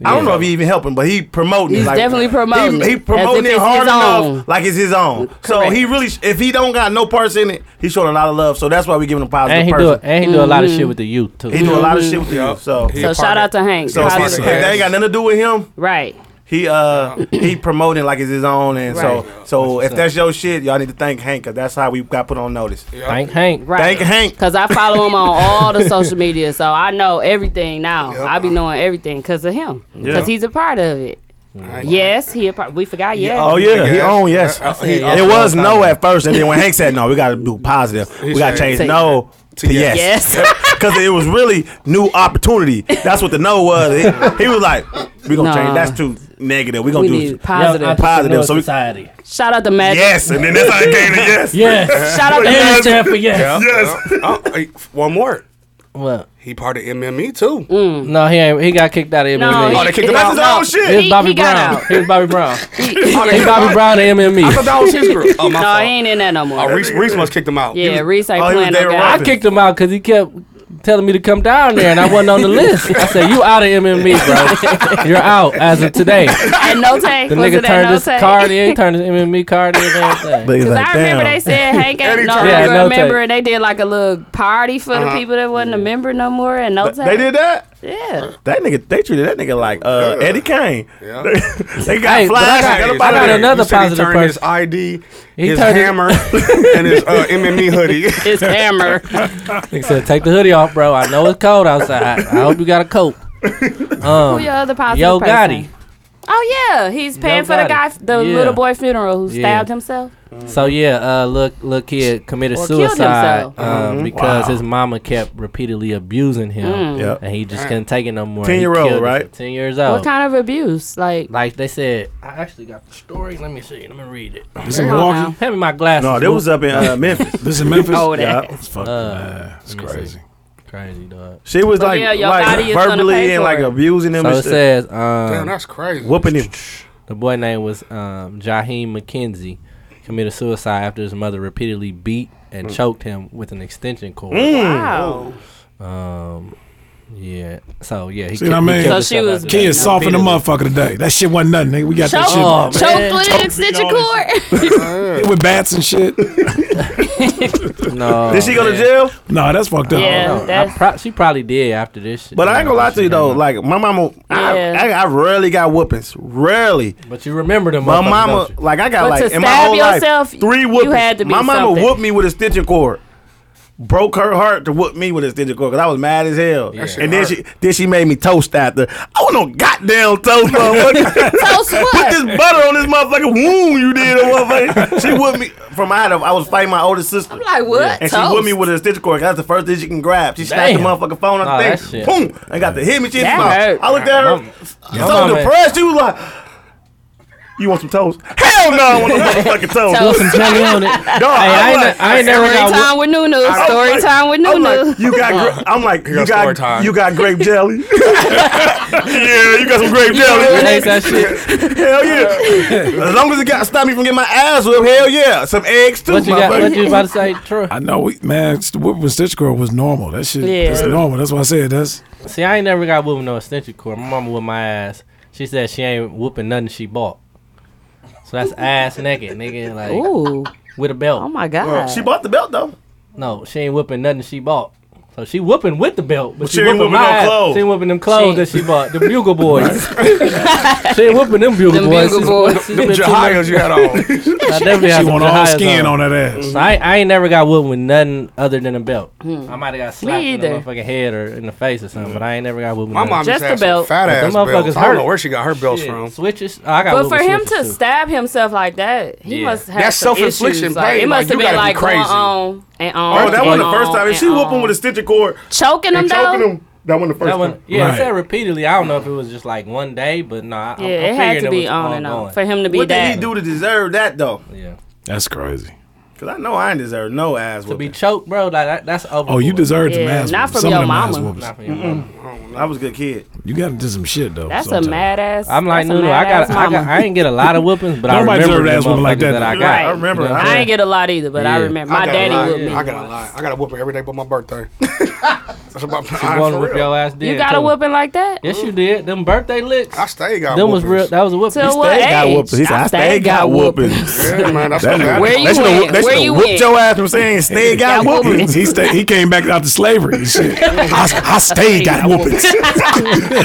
Speaker 3: I don't know if he even helping, but he promoting. it,
Speaker 1: He's
Speaker 3: like,
Speaker 1: definitely promoting
Speaker 3: He, he
Speaker 1: it, as if
Speaker 3: promoting it
Speaker 1: it's
Speaker 3: hard
Speaker 1: his
Speaker 3: enough,
Speaker 1: own.
Speaker 3: like it's his own. So
Speaker 1: Correct.
Speaker 3: he really, if he don't got no parts in it, he showing a lot of love. So that's why we giving him a positive
Speaker 4: And he do
Speaker 3: person.
Speaker 4: and he do a lot of
Speaker 1: Mm-hmm.
Speaker 4: shit with the youth too.
Speaker 3: He do a lot of shit with you.
Speaker 6: Yup.
Speaker 3: So
Speaker 6: He
Speaker 1: So
Speaker 6: a
Speaker 1: shout
Speaker 6: part
Speaker 1: out
Speaker 6: of
Speaker 1: to Hank.
Speaker 3: so if, he-
Speaker 1: positive
Speaker 3: if
Speaker 1: person.
Speaker 3: that ain't got nothing to do with him,
Speaker 1: Right.
Speaker 3: He uh he promoting like it's his own, and
Speaker 1: Right.
Speaker 3: so so if that's your shit, y'all need to thank Hank, cause that's how we got put on notice.
Speaker 4: Hank, Hank.
Speaker 1: Right.
Speaker 3: Thank Hank.
Speaker 1: Cause I follow him on all the social media, so I know everything now. I be knowing everything cause of him.
Speaker 3: Yeah.
Speaker 1: Cause he's a part of it.
Speaker 6: I ain't-
Speaker 1: Yes, he. a part- we forgot. Yes.
Speaker 3: Oh yeah, he
Speaker 6: Yes.
Speaker 3: owned yes.
Speaker 6: I- I- he- I-
Speaker 3: it was no at first, and then when Hank said no, we got to do positive. We got to
Speaker 6: said-
Speaker 3: change
Speaker 1: Say-
Speaker 3: no to yes.
Speaker 1: Yes.
Speaker 3: Because it was really new opportunity. That's what the no was. He, he was like, "We gonna
Speaker 1: Nah.
Speaker 3: change. That's too negative. We gonna
Speaker 1: we
Speaker 3: do
Speaker 1: need positive.
Speaker 4: Young
Speaker 3: Positive, so
Speaker 4: so
Speaker 3: we-
Speaker 4: society.
Speaker 1: Shout out to Magic.
Speaker 3: yes." And then that's how it came to yes.
Speaker 4: Yes.
Speaker 1: Shout out to
Speaker 4: And
Speaker 1: Magic.
Speaker 4: it stand for yes.
Speaker 6: Yeah. yeah. Oh, hey, one more.
Speaker 4: Well,
Speaker 6: He part of MME too.
Speaker 4: no, he ain't. He got kicked out of MMA.
Speaker 1: he-
Speaker 6: Oh, they kicked him
Speaker 1: no,
Speaker 6: out?
Speaker 3: That's his own
Speaker 1: no.
Speaker 3: shit.
Speaker 4: It was
Speaker 1: He,
Speaker 4: Bobby
Speaker 1: he got
Speaker 4: Brown.
Speaker 1: out.
Speaker 4: He was Bobby Brown. He
Speaker 6: Oh, they kicked him
Speaker 4: Bobby
Speaker 6: out?
Speaker 4: Brown and
Speaker 6: I thought
Speaker 4: MME.
Speaker 6: that was his group. Oh, my
Speaker 1: No,
Speaker 6: fault.
Speaker 1: he ain't in that no more.
Speaker 6: Oh, Reese, Reese must kicked him out.
Speaker 1: yeah, Reese ain't
Speaker 3: Oh, he was
Speaker 1: playing
Speaker 3: there
Speaker 1: no
Speaker 3: rapping.
Speaker 1: game.
Speaker 4: I kicked him out because he kept telling me to come down there, and I wasn't on the list. I said, "You out of MME, bro. You're out as of today."
Speaker 1: And no tank.
Speaker 4: The
Speaker 1: was
Speaker 4: nigga
Speaker 1: it at
Speaker 4: turned
Speaker 1: no
Speaker 4: his
Speaker 1: tank?
Speaker 4: card in, turned his MME card in, and everything.
Speaker 3: But he's
Speaker 1: Cause
Speaker 3: like,
Speaker 1: I remember
Speaker 3: "Damn."
Speaker 1: they said Hank ain't no
Speaker 6: Anytime.
Speaker 4: Yeah,
Speaker 1: longer
Speaker 4: no
Speaker 1: a member,
Speaker 4: tape.
Speaker 1: and they did like a little party for the people that wasn't a member no more, and no tape.
Speaker 3: Uh-huh. They did that.
Speaker 1: yeah.
Speaker 3: That nigga, they treated that nigga like uh, Eddie Kane.
Speaker 6: Yeah.
Speaker 3: they got
Speaker 4: Hey, but I
Speaker 3: flash.
Speaker 4: got-
Speaker 3: they
Speaker 4: I
Speaker 3: got up out
Speaker 6: Hey, so
Speaker 3: of
Speaker 4: got
Speaker 3: there.
Speaker 6: there.
Speaker 4: another
Speaker 6: You said
Speaker 4: positive
Speaker 6: He turned his
Speaker 4: person.
Speaker 6: ID,
Speaker 4: He
Speaker 6: his
Speaker 4: turned his-
Speaker 6: hammer, and his uh, MME hoodie.
Speaker 1: It's hammer.
Speaker 4: He said, "Take the hoodie off, bro. I know it's cold outside. I hope you got a coat."
Speaker 1: Who your other positive
Speaker 4: Um, Yo
Speaker 1: person?
Speaker 4: Gotti.
Speaker 1: Oh yeah, he's paying for
Speaker 4: Gotti.
Speaker 1: the guy, the
Speaker 4: Yeah.
Speaker 1: little boy funeral who
Speaker 4: Yeah.
Speaker 1: stabbed himself.
Speaker 4: So yeah, uh, look, little kid committed
Speaker 1: Or killed
Speaker 4: suicide
Speaker 1: himself.
Speaker 3: Mm-hmm.
Speaker 4: um, because his mama kept repeatedly abusing him,
Speaker 1: Mm.
Speaker 3: Yep.
Speaker 4: and he just couldn't take it no more.
Speaker 3: 10-year-old,
Speaker 4: He killed
Speaker 3: right?
Speaker 4: himself. Ten years old.
Speaker 1: What kind of abuse? Like,
Speaker 4: like they said, I actually got the story. Let me see. Let me read it.
Speaker 7: This in
Speaker 1: Come on
Speaker 7: Milwaukee.
Speaker 4: Hand me my glasses.
Speaker 3: No, they
Speaker 4: Luke.
Speaker 3: was up in uh, Memphis.
Speaker 7: This in Memphis.
Speaker 1: Oh, that.
Speaker 3: Yeah.
Speaker 7: It's fucking
Speaker 4: Uh,
Speaker 7: bad. It's
Speaker 4: let me see.
Speaker 7: crazy.
Speaker 4: crazy, dog.
Speaker 3: She was
Speaker 1: But
Speaker 3: like,
Speaker 1: yeah, your body
Speaker 3: like
Speaker 1: is gonna pay
Speaker 3: verbally and
Speaker 1: for
Speaker 3: like
Speaker 1: it.
Speaker 3: abusing him
Speaker 4: So
Speaker 3: and
Speaker 4: it
Speaker 3: shit.
Speaker 4: says,
Speaker 6: Damn,
Speaker 4: um,
Speaker 6: that's crazy.
Speaker 3: whooping him.
Speaker 4: the boy name was um, Jaheem McKenzie. Committed suicide after his mother repeatedly beat
Speaker 3: Hmm.
Speaker 4: and choked him with an extension cord.
Speaker 3: Mm.
Speaker 1: wow.
Speaker 4: Um, yeah. So yeah, he
Speaker 7: See what I mean?
Speaker 4: killed
Speaker 1: So she
Speaker 4: himself
Speaker 1: was
Speaker 4: after that.
Speaker 7: Kids soften the motherfucker today. That shit wasn't nothing. Nigga. We got that shit.
Speaker 4: Oh, man.
Speaker 1: Choke with an extension cord.
Speaker 7: Hit with bats and shit.
Speaker 4: No.
Speaker 3: Did she go to
Speaker 4: man.
Speaker 3: jail?
Speaker 7: Nah, that's fucked up.
Speaker 1: Yeah.
Speaker 4: No, I
Speaker 1: That's-
Speaker 4: pro- she probably did after this. Shit.
Speaker 3: But I ain't gonna lie to you though. Like my mama,
Speaker 1: Yeah.
Speaker 3: I, I, I rarely got whoopings. Rarely.
Speaker 4: but you remember them.
Speaker 3: My
Speaker 4: motherfuckers,
Speaker 3: mama,
Speaker 4: don't you?
Speaker 3: like I got
Speaker 1: But
Speaker 3: like
Speaker 1: to
Speaker 3: in my
Speaker 1: stab
Speaker 3: whole
Speaker 1: yourself,
Speaker 3: life three
Speaker 1: you
Speaker 3: whoopings.
Speaker 1: had to be
Speaker 3: my mama
Speaker 1: something.
Speaker 3: whooped me with a stitching cord. Broke her heart to whoop me with a stitching cord because I was mad as hell.
Speaker 4: shit
Speaker 3: And then
Speaker 6: hurt.
Speaker 3: she then she made me toast after. I was no goddamn toast, motherfucker.
Speaker 1: Toast
Speaker 3: Put
Speaker 1: what?
Speaker 3: this butter on this motherfucking wound you did, or motherfucker. she whipped me from out of. I was fighting my older sister.
Speaker 1: I'm like, what?
Speaker 3: And she
Speaker 1: Toast?
Speaker 3: whipped me with a stitch cord. 'cause That's the first thing she can grab. She snatched the
Speaker 4: Damn.
Speaker 3: motherfucking phone
Speaker 4: Nah,
Speaker 3: on the
Speaker 4: that
Speaker 3: thing.
Speaker 4: shit.
Speaker 3: Boom! And got the hit me. She in the
Speaker 1: That
Speaker 3: mouth.
Speaker 1: hurt.
Speaker 3: I looked at her.
Speaker 4: Your
Speaker 3: so
Speaker 4: mama-
Speaker 3: depressed. She was like, "You want some toast? Hell no! I want no motherfucking toast."
Speaker 4: Put some jelly on it. Hey,
Speaker 3: Dog,
Speaker 4: I
Speaker 3: I'm
Speaker 4: ain't,
Speaker 3: like-
Speaker 4: I ain't never
Speaker 1: Story
Speaker 4: got. whooped.
Speaker 1: time with Nunu.
Speaker 3: I'm
Speaker 1: Story
Speaker 3: like-
Speaker 1: time with
Speaker 3: I'm
Speaker 1: Nunu.
Speaker 3: like, you got. Gra- I'm like, you
Speaker 6: got
Speaker 3: got,
Speaker 6: story time.
Speaker 3: you got grape jelly. yeah, you got some grape
Speaker 4: I
Speaker 3: jelly.
Speaker 4: hate that shit.
Speaker 3: Hell yeah! as long as it got stop me from getting my ass whipped, hell yeah! Some eggs too,
Speaker 4: What you got? What
Speaker 3: motherfucker.
Speaker 4: you about to say, Troy?
Speaker 7: I know, we, man. st- Whipping with Stitch Girl was normal. That shit
Speaker 1: Yeah.
Speaker 7: is normal. That's why I said that's.
Speaker 4: See, I ain't never got whooping no extension cord. My mama whooped my ass. She said she ain't whooping nothing she bought. So that's ass naked, nigga, like
Speaker 1: Ooh.
Speaker 4: with a belt.
Speaker 1: Oh my God.
Speaker 3: She bought the belt though.
Speaker 4: No, she ain't whipping nothing she bought. So she whooping with the belt, but she,
Speaker 3: she ain't
Speaker 4: whipping,
Speaker 3: whipping
Speaker 4: my
Speaker 3: no
Speaker 4: ass.
Speaker 3: clothes.
Speaker 4: She ain't whipping them clothes that she bought, the bugle boys. she ain't whipping them bugle
Speaker 1: Them
Speaker 4: boys.
Speaker 1: Bugle
Speaker 4: She's-
Speaker 1: Boys.
Speaker 4: she's
Speaker 6: Them
Speaker 4: been too
Speaker 6: Jahias you had on.
Speaker 4: much- I definitely
Speaker 7: She
Speaker 4: have some
Speaker 7: want all
Speaker 4: Jahiyas
Speaker 7: skin
Speaker 4: on.
Speaker 7: on that ass.
Speaker 4: So I, I ain't never got whooped with nothing other than a belt. I might have got slapped
Speaker 1: Hmm. Me
Speaker 4: in the
Speaker 1: either.
Speaker 4: motherfucking head or in the face or something, but I ain't never got whooped. with
Speaker 6: Hmm.
Speaker 4: nothing.
Speaker 6: My mom
Speaker 1: Just
Speaker 6: just
Speaker 1: the
Speaker 6: had some
Speaker 1: belt.
Speaker 6: fat ass
Speaker 4: Them motherfuckers
Speaker 6: belts. I don't know
Speaker 4: hurt.
Speaker 6: where she got her belts
Speaker 4: Shit,
Speaker 6: from.
Speaker 4: Switches. Oh, I got
Speaker 1: But
Speaker 4: whooped
Speaker 1: for
Speaker 4: with
Speaker 1: him to
Speaker 4: switches, too.
Speaker 1: stab himself like that, he
Speaker 4: Yeah.
Speaker 1: must have
Speaker 6: That's
Speaker 1: some
Speaker 6: self-infliction
Speaker 1: issues. Like,
Speaker 6: pain.
Speaker 1: it must
Speaker 6: Like, you
Speaker 1: have been
Speaker 6: gotta be
Speaker 1: like
Speaker 6: crazy.
Speaker 1: going on and on.
Speaker 3: Oh, that
Speaker 1: was
Speaker 3: wasn't the first time. And she whooped him with a stitching cord
Speaker 1: choking him
Speaker 3: and choking
Speaker 1: though.
Speaker 3: him. That wasn't the first
Speaker 4: That one,
Speaker 3: time.
Speaker 4: yeah,
Speaker 7: Right.
Speaker 4: I said repeatedly. I don't know if it was just like one day, but no, I,
Speaker 1: Yeah,
Speaker 4: I'm,
Speaker 1: it
Speaker 4: I'm
Speaker 1: had
Speaker 4: figuring
Speaker 1: to
Speaker 4: it
Speaker 1: be
Speaker 4: was
Speaker 1: on and on
Speaker 4: ongoing.
Speaker 1: for him to be
Speaker 3: What
Speaker 1: that.
Speaker 3: did he do to deserve that though?
Speaker 4: Yeah,
Speaker 7: That's crazy.
Speaker 3: Because I know I ain't deserve no ass
Speaker 4: to be
Speaker 3: whooping.
Speaker 4: choked, bro. Like that, that's over.
Speaker 7: Oh, you deserve some
Speaker 1: Yeah,
Speaker 7: ass.
Speaker 1: not
Speaker 7: whoopings.
Speaker 1: from
Speaker 7: some
Speaker 1: your
Speaker 7: of them ass
Speaker 1: mama.
Speaker 7: whoopings.
Speaker 4: Not for your mama.
Speaker 3: I was a good kid.
Speaker 7: You got into some shit though.
Speaker 1: That's
Speaker 7: sometimes.
Speaker 1: a mad ass.
Speaker 4: I'm like,
Speaker 1: that's a
Speaker 4: no, no, I
Speaker 1: mad-ass
Speaker 4: got, I got,
Speaker 1: mama.
Speaker 4: I ain't get a lot of whoopings, but I
Speaker 7: Nobody
Speaker 4: remember
Speaker 7: deserve
Speaker 4: the
Speaker 7: ass whooping like
Speaker 4: motherfuckers
Speaker 7: that.
Speaker 4: that I got.
Speaker 1: Right.
Speaker 3: I remember.
Speaker 4: You know what I'm
Speaker 1: I
Speaker 4: saying?
Speaker 1: ain't get a lot either, but I
Speaker 4: Yeah.
Speaker 1: remember
Speaker 6: I
Speaker 1: my
Speaker 6: got
Speaker 1: daddy
Speaker 6: a lie.
Speaker 1: whooped me.
Speaker 6: I got a lie. I got a whooping every day but my birthday. That's about
Speaker 4: You wanna
Speaker 6: for
Speaker 4: whoop
Speaker 6: real.
Speaker 4: your ass dead.
Speaker 1: You got a
Speaker 4: too.
Speaker 1: whooping like that?
Speaker 4: Yes, you did. Them birthday licks.
Speaker 6: I stayed got
Speaker 4: Them was
Speaker 6: whoopings.
Speaker 4: real. That was a whooping.
Speaker 1: Till what
Speaker 3: They got
Speaker 1: age?
Speaker 3: whoopings. He said, I stayed got whoopings.
Speaker 6: Yeah, man. That's what
Speaker 3: That-
Speaker 6: I'm
Speaker 1: Where
Speaker 6: at.
Speaker 1: you
Speaker 3: they shoulda-
Speaker 1: went?
Speaker 3: They
Speaker 1: Where
Speaker 3: shoulda
Speaker 1: you
Speaker 3: whooped
Speaker 1: went?
Speaker 3: your ass from saying stay got
Speaker 1: Got
Speaker 3: whoopings.
Speaker 7: He stayed. He came back out to slavery. and Shit. I, I stayed. Got whoopings.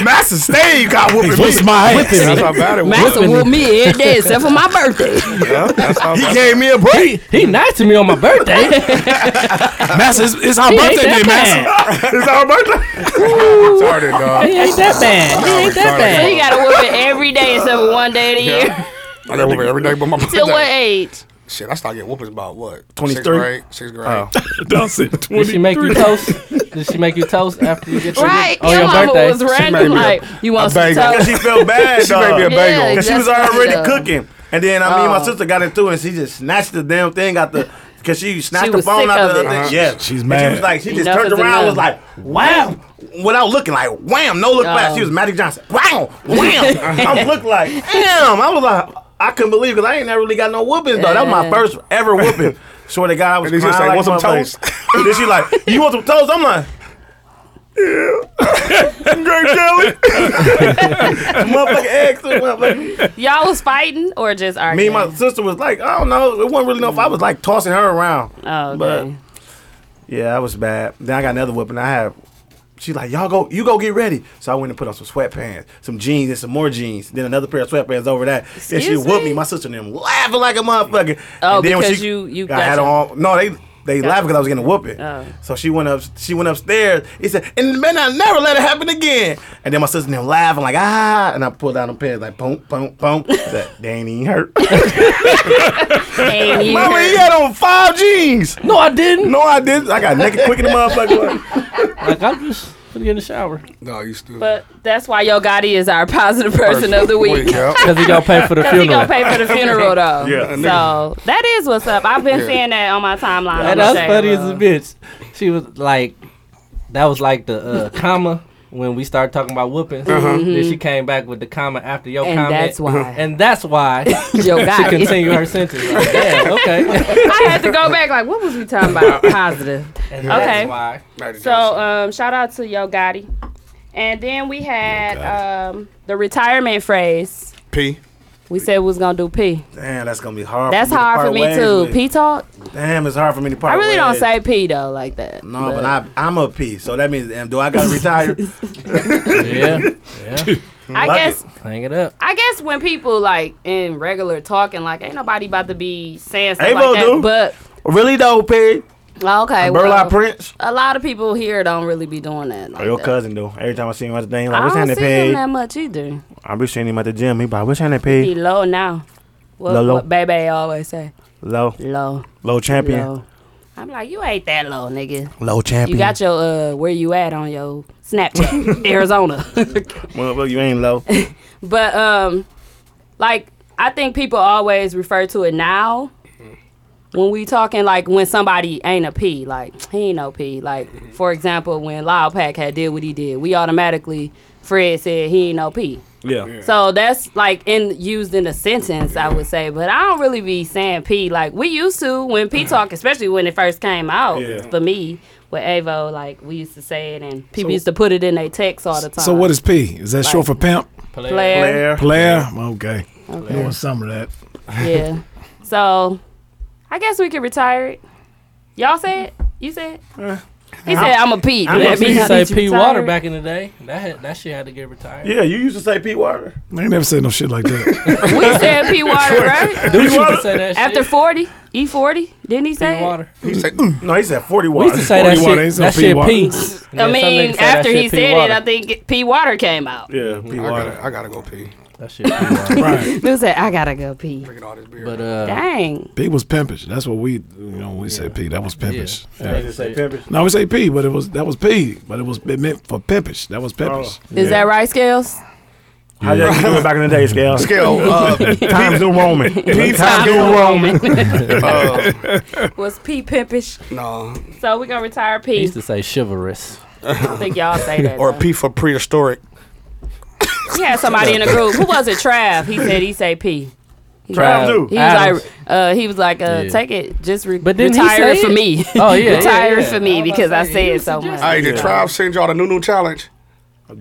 Speaker 3: Master Stave got whooping me.
Speaker 7: What's my
Speaker 6: Yeah,
Speaker 7: ass?
Speaker 6: That's how bad it was.
Speaker 5: Master whooped me every day except for my birthday.
Speaker 6: Yeah, that's how
Speaker 7: He
Speaker 6: bad.
Speaker 7: gave me a break.
Speaker 4: He nice to me on my birthday.
Speaker 7: Master, it's, it's our
Speaker 4: He ain't
Speaker 7: birthday day,
Speaker 4: that
Speaker 7: Master.
Speaker 4: bad.
Speaker 3: It's our birthday.
Speaker 6: Retarded, dog.
Speaker 4: He ain't that bad. He ain't that
Speaker 1: So
Speaker 4: bad.
Speaker 1: he got a whooping every day except for one day of the year.
Speaker 6: I got whooping every day but my
Speaker 1: Till what
Speaker 6: birthday.
Speaker 1: age?
Speaker 6: Shit, I started getting whoopings about what?
Speaker 3: 23?
Speaker 6: Sixth grade. Sixth
Speaker 3: Oh.
Speaker 6: grade.
Speaker 7: Dawson,
Speaker 4: Did she make you
Speaker 7: 23.
Speaker 4: toast? Did she make you toast after you get your
Speaker 1: Right.
Speaker 4: on
Speaker 1: your,
Speaker 4: your
Speaker 1: mama
Speaker 4: birthday?
Speaker 1: was
Speaker 6: made
Speaker 1: random
Speaker 6: me a-
Speaker 1: like, you want some
Speaker 6: bagel.
Speaker 1: toast?
Speaker 3: She felt bad.
Speaker 6: She made me a
Speaker 3: dog.
Speaker 6: bagel.
Speaker 1: Yeah,
Speaker 3: Cause she was
Speaker 1: that's
Speaker 3: already
Speaker 1: fucked up.
Speaker 3: cooking, and then I mean, my
Speaker 1: Oh.
Speaker 3: sister got into it, and she just snatched the damn thing out the. Cause she snatched
Speaker 1: She
Speaker 3: the
Speaker 1: was
Speaker 3: phone
Speaker 1: sick
Speaker 3: out
Speaker 1: of
Speaker 3: the
Speaker 1: it.
Speaker 3: thing.
Speaker 6: Uh-huh.
Speaker 3: Yeah,
Speaker 7: She's
Speaker 3: And
Speaker 7: mad.
Speaker 3: She was like, she just
Speaker 1: Enough
Speaker 3: turned
Speaker 1: is
Speaker 3: around, was like,
Speaker 1: enough.
Speaker 3: wham, without looking, like wham, no look back.
Speaker 1: Oh.
Speaker 3: She was Magic Johnson. Wham, wham. I looked like, damn. I was like, I couldn't believe because I ain't never really got no whoopings though. That was my
Speaker 1: Yeah.
Speaker 3: first ever whooping. Swear to God, I was
Speaker 6: And he just
Speaker 3: crying
Speaker 6: like,
Speaker 3: like
Speaker 6: "Want some
Speaker 3: motherfucker."
Speaker 6: toast?
Speaker 3: And then she like, you want some toast? I'm like. Yeah. Great Kelly. motherfucking eggs. Motherfucking
Speaker 1: Y'all was fighting or just
Speaker 3: me
Speaker 1: arguing?
Speaker 3: and my sister was like, I don't know. It wasn't really know if I was like tossing her around.
Speaker 1: Oh, okay.
Speaker 3: But yeah, that was bad. Then I got another whooping. I had. She like, y'all go, you go get ready. So I went and put on some sweatpants, some jeans, and some more jeans. Then another pair of sweatpants over that. and she
Speaker 1: Excuse
Speaker 3: whooped
Speaker 1: me?
Speaker 3: me. My sister and them laughing like a motherfucker.
Speaker 1: Oh,
Speaker 3: and then
Speaker 1: because you- you
Speaker 3: I
Speaker 1: got
Speaker 3: had
Speaker 1: your-
Speaker 3: on. No, they they laughing because I was getting a whooping.
Speaker 1: Oh.
Speaker 3: So she went up. She went upstairs. He said, and man, I never let it happen again. And then my sister and them laughing like ah, and I pulled down the pants like pump pump pump. That they ain't even hurt.
Speaker 1: And you
Speaker 3: Mama, he had on five jeans.
Speaker 4: No, I didn't.
Speaker 3: No, I didn't. I got naked quick in the motherfucker.
Speaker 4: Like I'm just putting in the shower
Speaker 6: No, you stupid.
Speaker 1: But that's why Yo Gotti is our positive person of the week.
Speaker 6: yeah.
Speaker 4: because he gonna pay for the
Speaker 1: Cause he gonna
Speaker 4: funeral.
Speaker 1: pay for the funeral though.
Speaker 3: Yeah.
Speaker 1: So that is what's up. I've been
Speaker 6: Yeah.
Speaker 1: seeing that on my timeline.
Speaker 4: And
Speaker 1: I'm
Speaker 4: that's funny as a
Speaker 1: ashamed.
Speaker 4: bitch. She was like, that was like the uh, comma when we started talking about whoopings. Then she came back with the comma after your
Speaker 1: Mm-hmm. And
Speaker 4: comment.
Speaker 1: that's why.
Speaker 4: And that's why
Speaker 1: Yo
Speaker 4: she
Speaker 1: Gotti.
Speaker 4: continued her sentence. Like, yeah, okay.
Speaker 1: I had to go back. Like, what was we talking about? Positive.
Speaker 4: And
Speaker 1: Okay.
Speaker 4: That's why.
Speaker 1: So um, shout out to Yo Gotti. And then we had um, the retirement phrase.
Speaker 6: P.
Speaker 1: We said we was gonna do P.
Speaker 3: Damn, that's gonna be hard.
Speaker 1: That's
Speaker 3: for me to
Speaker 1: hard
Speaker 3: Uh, part
Speaker 1: for me
Speaker 3: ways
Speaker 1: too.
Speaker 3: with.
Speaker 1: P talk.
Speaker 3: Damn, it's hard for me to part.
Speaker 1: I really don't
Speaker 3: ways.
Speaker 1: say P though like that.
Speaker 3: No, but, I, I'm a P, so that means um, do I gotta retire?
Speaker 4: Yeah.
Speaker 1: I
Speaker 3: like
Speaker 1: guess
Speaker 4: Hang it up.
Speaker 1: I guess when people like in regular talking, like ain't nobody about to be saying stuff
Speaker 3: Avo
Speaker 1: like that.
Speaker 3: do.
Speaker 1: But
Speaker 3: really though, P.
Speaker 1: well, okay, well,
Speaker 3: Burlap Prince.
Speaker 1: a lot of people here don't really be doing that. Like
Speaker 3: Or Oh, your
Speaker 1: that.
Speaker 3: cousin though. Every time I see him at the thing, like
Speaker 1: I
Speaker 3: what's
Speaker 1: don't
Speaker 3: happening,
Speaker 1: see him
Speaker 3: P?
Speaker 1: that much either.
Speaker 3: I be seeing him at the gym. He probably what's happening,
Speaker 1: He
Speaker 3: P?
Speaker 1: low now. What,
Speaker 3: Low, low.
Speaker 1: what baby always say?
Speaker 3: Low,
Speaker 1: Low,
Speaker 3: low champion,
Speaker 1: low. I'm like, you ain't that low, nigga.
Speaker 3: low champion.
Speaker 1: You got your uh, where you at on your Snapchat, Arizona.
Speaker 3: Motherfucker, you ain't low.
Speaker 1: But um, like I think people always refer to it now when we talking like when somebody ain't a P, like he ain't no P. Like for example, when Lyle Pack had did what he did, we automatically Fred said he ain't no P.
Speaker 3: Yeah.
Speaker 1: So that's like in used in a sentence, I would say. But I don't really be saying P. Like we used to when P talk, especially when it first came out
Speaker 3: Yeah.
Speaker 1: for me with Avo, like we used to say it and people used to put it in their text all the time.
Speaker 7: So what is P? Is that short for pimp?
Speaker 1: Player.
Speaker 3: Blair.
Speaker 7: Player? Okay. Doing some of that.
Speaker 1: Yeah. So I guess we could retire it. Y'all say it? You say it?
Speaker 4: Eh.
Speaker 1: He said I'm a Pete.
Speaker 3: I'm a
Speaker 1: That
Speaker 3: Pete.
Speaker 1: means
Speaker 4: You
Speaker 1: I
Speaker 4: say
Speaker 1: need to
Speaker 4: P
Speaker 1: retire.
Speaker 4: Water back in the day. That had, that shit had to get retired.
Speaker 3: Yeah, you used to say P water.
Speaker 7: I ain't never said no shit like that.
Speaker 1: We said P Water, right?
Speaker 4: Dude, you used to say that
Speaker 1: After
Speaker 4: shit.
Speaker 1: 40, E40, didn't he say
Speaker 4: P
Speaker 1: it?
Speaker 4: Water.
Speaker 6: He said, mm.
Speaker 3: No, he said 40
Speaker 4: We used
Speaker 3: water.
Speaker 4: to say that
Speaker 7: P Water,
Speaker 4: shit.
Speaker 7: it's no
Speaker 4: That
Speaker 7: P
Speaker 4: shit
Speaker 7: Water.
Speaker 4: P.
Speaker 1: I mean, after he said it, I think P Water came out.
Speaker 3: Yeah, P
Speaker 6: I
Speaker 3: water.
Speaker 6: gotta, I gotta go pee.
Speaker 4: That shit P Water.
Speaker 7: right.
Speaker 1: Dude said I gotta go pee.
Speaker 6: Drinking all this beer.
Speaker 4: But uh,
Speaker 1: Dang.
Speaker 7: P was pimpish. That's what we, you know, when we say P. That was
Speaker 4: yeah.
Speaker 7: pimpish. Yeah.
Speaker 4: They just say P.
Speaker 7: No, we say P, but it was that was P, but it was it meant for pimpish. That was pimpish.
Speaker 1: Is that right, Scales?
Speaker 3: How y'all do it back in the day, Scale?
Speaker 6: Scale, uh,
Speaker 3: Times New Roman. Times
Speaker 1: New
Speaker 3: Roman.
Speaker 6: uh,
Speaker 1: Was P pimpish?
Speaker 6: no.
Speaker 1: So we gonna retire
Speaker 4: He
Speaker 1: P.
Speaker 4: used to say chivalrous.
Speaker 1: I think y'all say that.
Speaker 6: Or
Speaker 1: though.
Speaker 6: P for prehistoric.
Speaker 1: We had somebody in the group. Who was it? Trav. He said he say P. He
Speaker 3: Trav do.
Speaker 1: He
Speaker 4: Adams.
Speaker 1: was like, uh, he was like, uh,
Speaker 4: Yeah.
Speaker 1: take it, just re-
Speaker 4: But didn't he
Speaker 1: retire it
Speaker 4: say
Speaker 1: for
Speaker 4: it?
Speaker 1: me.
Speaker 4: Oh, yeah, yeah,
Speaker 1: retire it
Speaker 4: yeah.
Speaker 1: for
Speaker 4: I
Speaker 1: me
Speaker 4: was about
Speaker 1: because
Speaker 4: to
Speaker 1: I
Speaker 4: say,
Speaker 1: said
Speaker 4: you
Speaker 1: so much.
Speaker 6: Hey, did Tribe send y'all the new new challenge?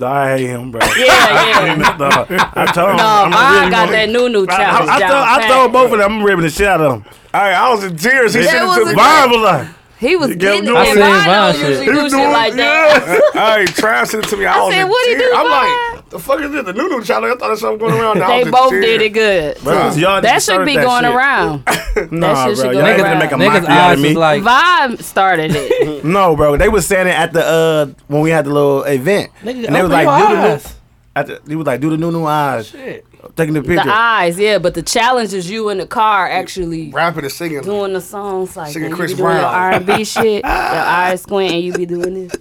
Speaker 3: I hate him, bro.
Speaker 1: yeah, yeah. no,
Speaker 3: Dog, I told him.
Speaker 1: I
Speaker 3: I'm a
Speaker 1: got
Speaker 3: really gonna-
Speaker 1: that new new
Speaker 3: I, I,
Speaker 1: challenge.
Speaker 3: I, told, I
Speaker 1: down
Speaker 3: told
Speaker 1: pat.
Speaker 3: both of them. I'm ripping the shit out of them.
Speaker 6: Hey, I was in tears. He
Speaker 1: That
Speaker 6: sent
Speaker 1: was
Speaker 6: it to
Speaker 1: a
Speaker 6: me.
Speaker 3: Vine was like,
Speaker 1: He was
Speaker 3: You kept
Speaker 1: getting it.
Speaker 3: doing
Speaker 1: I
Speaker 3: it.
Speaker 4: I
Speaker 1: don't
Speaker 4: seen Von
Speaker 1: usually
Speaker 4: shit.
Speaker 1: do shit like that.
Speaker 6: All right, Trav sent it to me. I, was
Speaker 1: said,
Speaker 6: in
Speaker 1: "What'd he do,
Speaker 6: tears." I'm
Speaker 1: Vaughn?
Speaker 6: like, the fuck is this? The Nunu challenge? I thought there's something going around. Now. I
Speaker 1: They
Speaker 6: was in
Speaker 1: both
Speaker 6: tears.
Speaker 1: did it good.
Speaker 3: Bro, y'all
Speaker 1: That
Speaker 3: just
Speaker 1: should
Speaker 3: started
Speaker 1: be
Speaker 3: that
Speaker 1: going
Speaker 3: shit.
Speaker 1: around.
Speaker 3: Nah,
Speaker 1: shit should
Speaker 3: bro.
Speaker 1: go
Speaker 3: Y'all
Speaker 1: around.
Speaker 3: niggas make a
Speaker 4: Niggas
Speaker 3: mockery out
Speaker 4: eyes
Speaker 3: of me.
Speaker 4: was like
Speaker 1: Vibe started it.
Speaker 3: No, bro. They was saying it at the uh when we had the little event.
Speaker 4: Nigga,
Speaker 3: and they was
Speaker 4: open
Speaker 3: like,
Speaker 4: your
Speaker 3: do the
Speaker 4: eyes.
Speaker 3: at the, he was like, do the new new eyes,
Speaker 4: Shit.
Speaker 3: taking the
Speaker 1: the
Speaker 3: picture.
Speaker 1: eyes, yeah, but the challenge is you in the car actually
Speaker 6: Rapping and singing.
Speaker 1: doing the songs like
Speaker 6: Singing
Speaker 1: when
Speaker 6: Chris
Speaker 1: you be doing your R
Speaker 6: Brown.
Speaker 1: and B shit, your eyes squint, and you be doing this.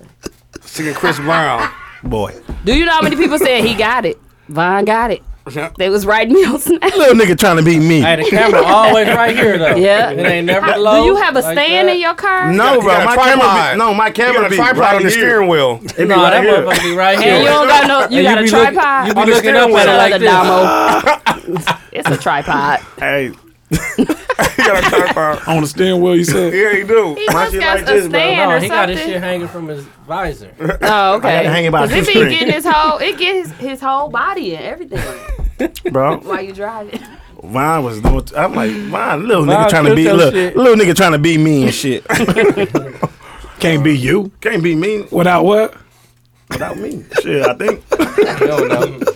Speaker 6: Singing Chris Brown.
Speaker 3: Boy,
Speaker 1: Do you know how many people said he got it? Von got it.
Speaker 6: Yeah.
Speaker 1: They was writing me on Snap.
Speaker 3: little nigga trying to beat me.
Speaker 4: Hey, the camera always right here though.
Speaker 1: Yeah.
Speaker 4: It ain't never low.
Speaker 1: Do you have a
Speaker 4: like
Speaker 1: stand
Speaker 4: that.
Speaker 1: in your car?
Speaker 3: No,
Speaker 6: You got
Speaker 3: bro.
Speaker 6: a
Speaker 3: My
Speaker 6: tripod.
Speaker 3: camera. Be, no, my
Speaker 6: You
Speaker 3: camera.
Speaker 6: got a
Speaker 3: be
Speaker 6: tripod
Speaker 3: right
Speaker 6: on
Speaker 3: here.
Speaker 6: the steering wheel.
Speaker 3: It be
Speaker 4: Nah,
Speaker 3: right
Speaker 4: that
Speaker 3: here.
Speaker 4: motherfucker be right here.
Speaker 1: And you don't got no. You
Speaker 4: And
Speaker 1: got
Speaker 4: you
Speaker 1: a
Speaker 4: be looking-
Speaker 1: tripod.
Speaker 4: you be looking up at it like
Speaker 1: Another
Speaker 4: this.
Speaker 1: Damo. it's a tripod.
Speaker 3: Hey,
Speaker 6: You got a tripod.
Speaker 7: On the steering wheel, you said.
Speaker 6: Yeah, you do.
Speaker 1: He must
Speaker 3: shit
Speaker 1: got
Speaker 3: like
Speaker 1: a
Speaker 3: this, bro.
Speaker 1: stand
Speaker 4: No,
Speaker 1: or
Speaker 4: he got his shit
Speaker 1: something.
Speaker 4: hanging from his visor.
Speaker 1: Oh, okay.
Speaker 3: hanging by a
Speaker 1: 'Cause if he
Speaker 3: shoestring.
Speaker 1: getting his whole, it gets his, his whole body and everything
Speaker 3: bro.
Speaker 1: while you driving.
Speaker 3: Vine was doing. i I'm like, Vine, little
Speaker 4: Vine
Speaker 3: nigga trying to
Speaker 4: killed
Speaker 3: be
Speaker 4: your
Speaker 3: look,
Speaker 4: shit.
Speaker 3: little nigga trying to be me and shit.
Speaker 7: Can't be you
Speaker 3: Can't be me
Speaker 7: without what?
Speaker 3: without me. Shit, I think.
Speaker 4: You don't know.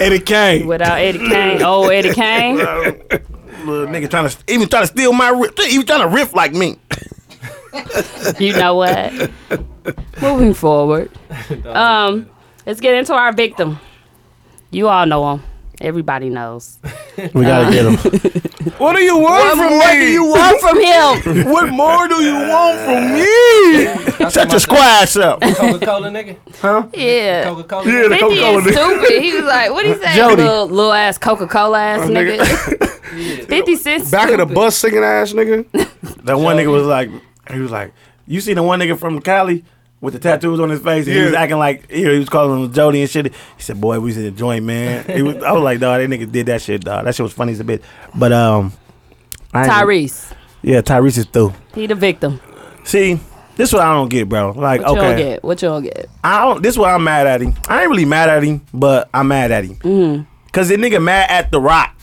Speaker 7: Eddie Kane.
Speaker 1: Without Eddie Kane, old Eddie Kane.
Speaker 3: Little nigga trying to even trying to steal my riff. Even trying to riff like me.
Speaker 1: You know what? Moving forward, um, let's get into our victim. You all know him. Everybody knows. Uh,
Speaker 3: We gotta get him.
Speaker 6: What do you want from me?
Speaker 1: You want from him?
Speaker 3: what more do you want from me? Shut your squash up.
Speaker 4: Coca Cola nigga.
Speaker 1: Yeah.
Speaker 4: Coca Cola.
Speaker 3: Yeah, the
Speaker 1: Fifty
Speaker 3: Coca-Cola
Speaker 1: is
Speaker 3: nigga.
Speaker 1: stupid. He was like, "What he say,
Speaker 3: Jody.
Speaker 1: little, little ass Coca Cola ass nigga?" Fifty cents.
Speaker 6: Back of the bus singing ass nigga.
Speaker 3: That one nigga was like, he was like, you see the one nigga from Cali with the tattoos on his face, and he was
Speaker 6: Yeah.
Speaker 3: acting like you know, he was calling him Jody and shit. He said, "Boy, we was in the joint, man." He was, I was like, "Dog, that nigga did that shit, dog. That shit was funny as a bitch." But um, I ain't-
Speaker 1: Tyrese.
Speaker 3: yeah, Tyrese is through.
Speaker 1: He the victim.
Speaker 3: See, this what I don't get, bro. Like,
Speaker 1: What you
Speaker 3: okay,
Speaker 1: don't get? What you don't get?
Speaker 3: I don't. This is why I'm mad at him. I ain't really mad at him, but I'm mad at him.
Speaker 1: Mm.
Speaker 3: Cause the nigga mad at The Rock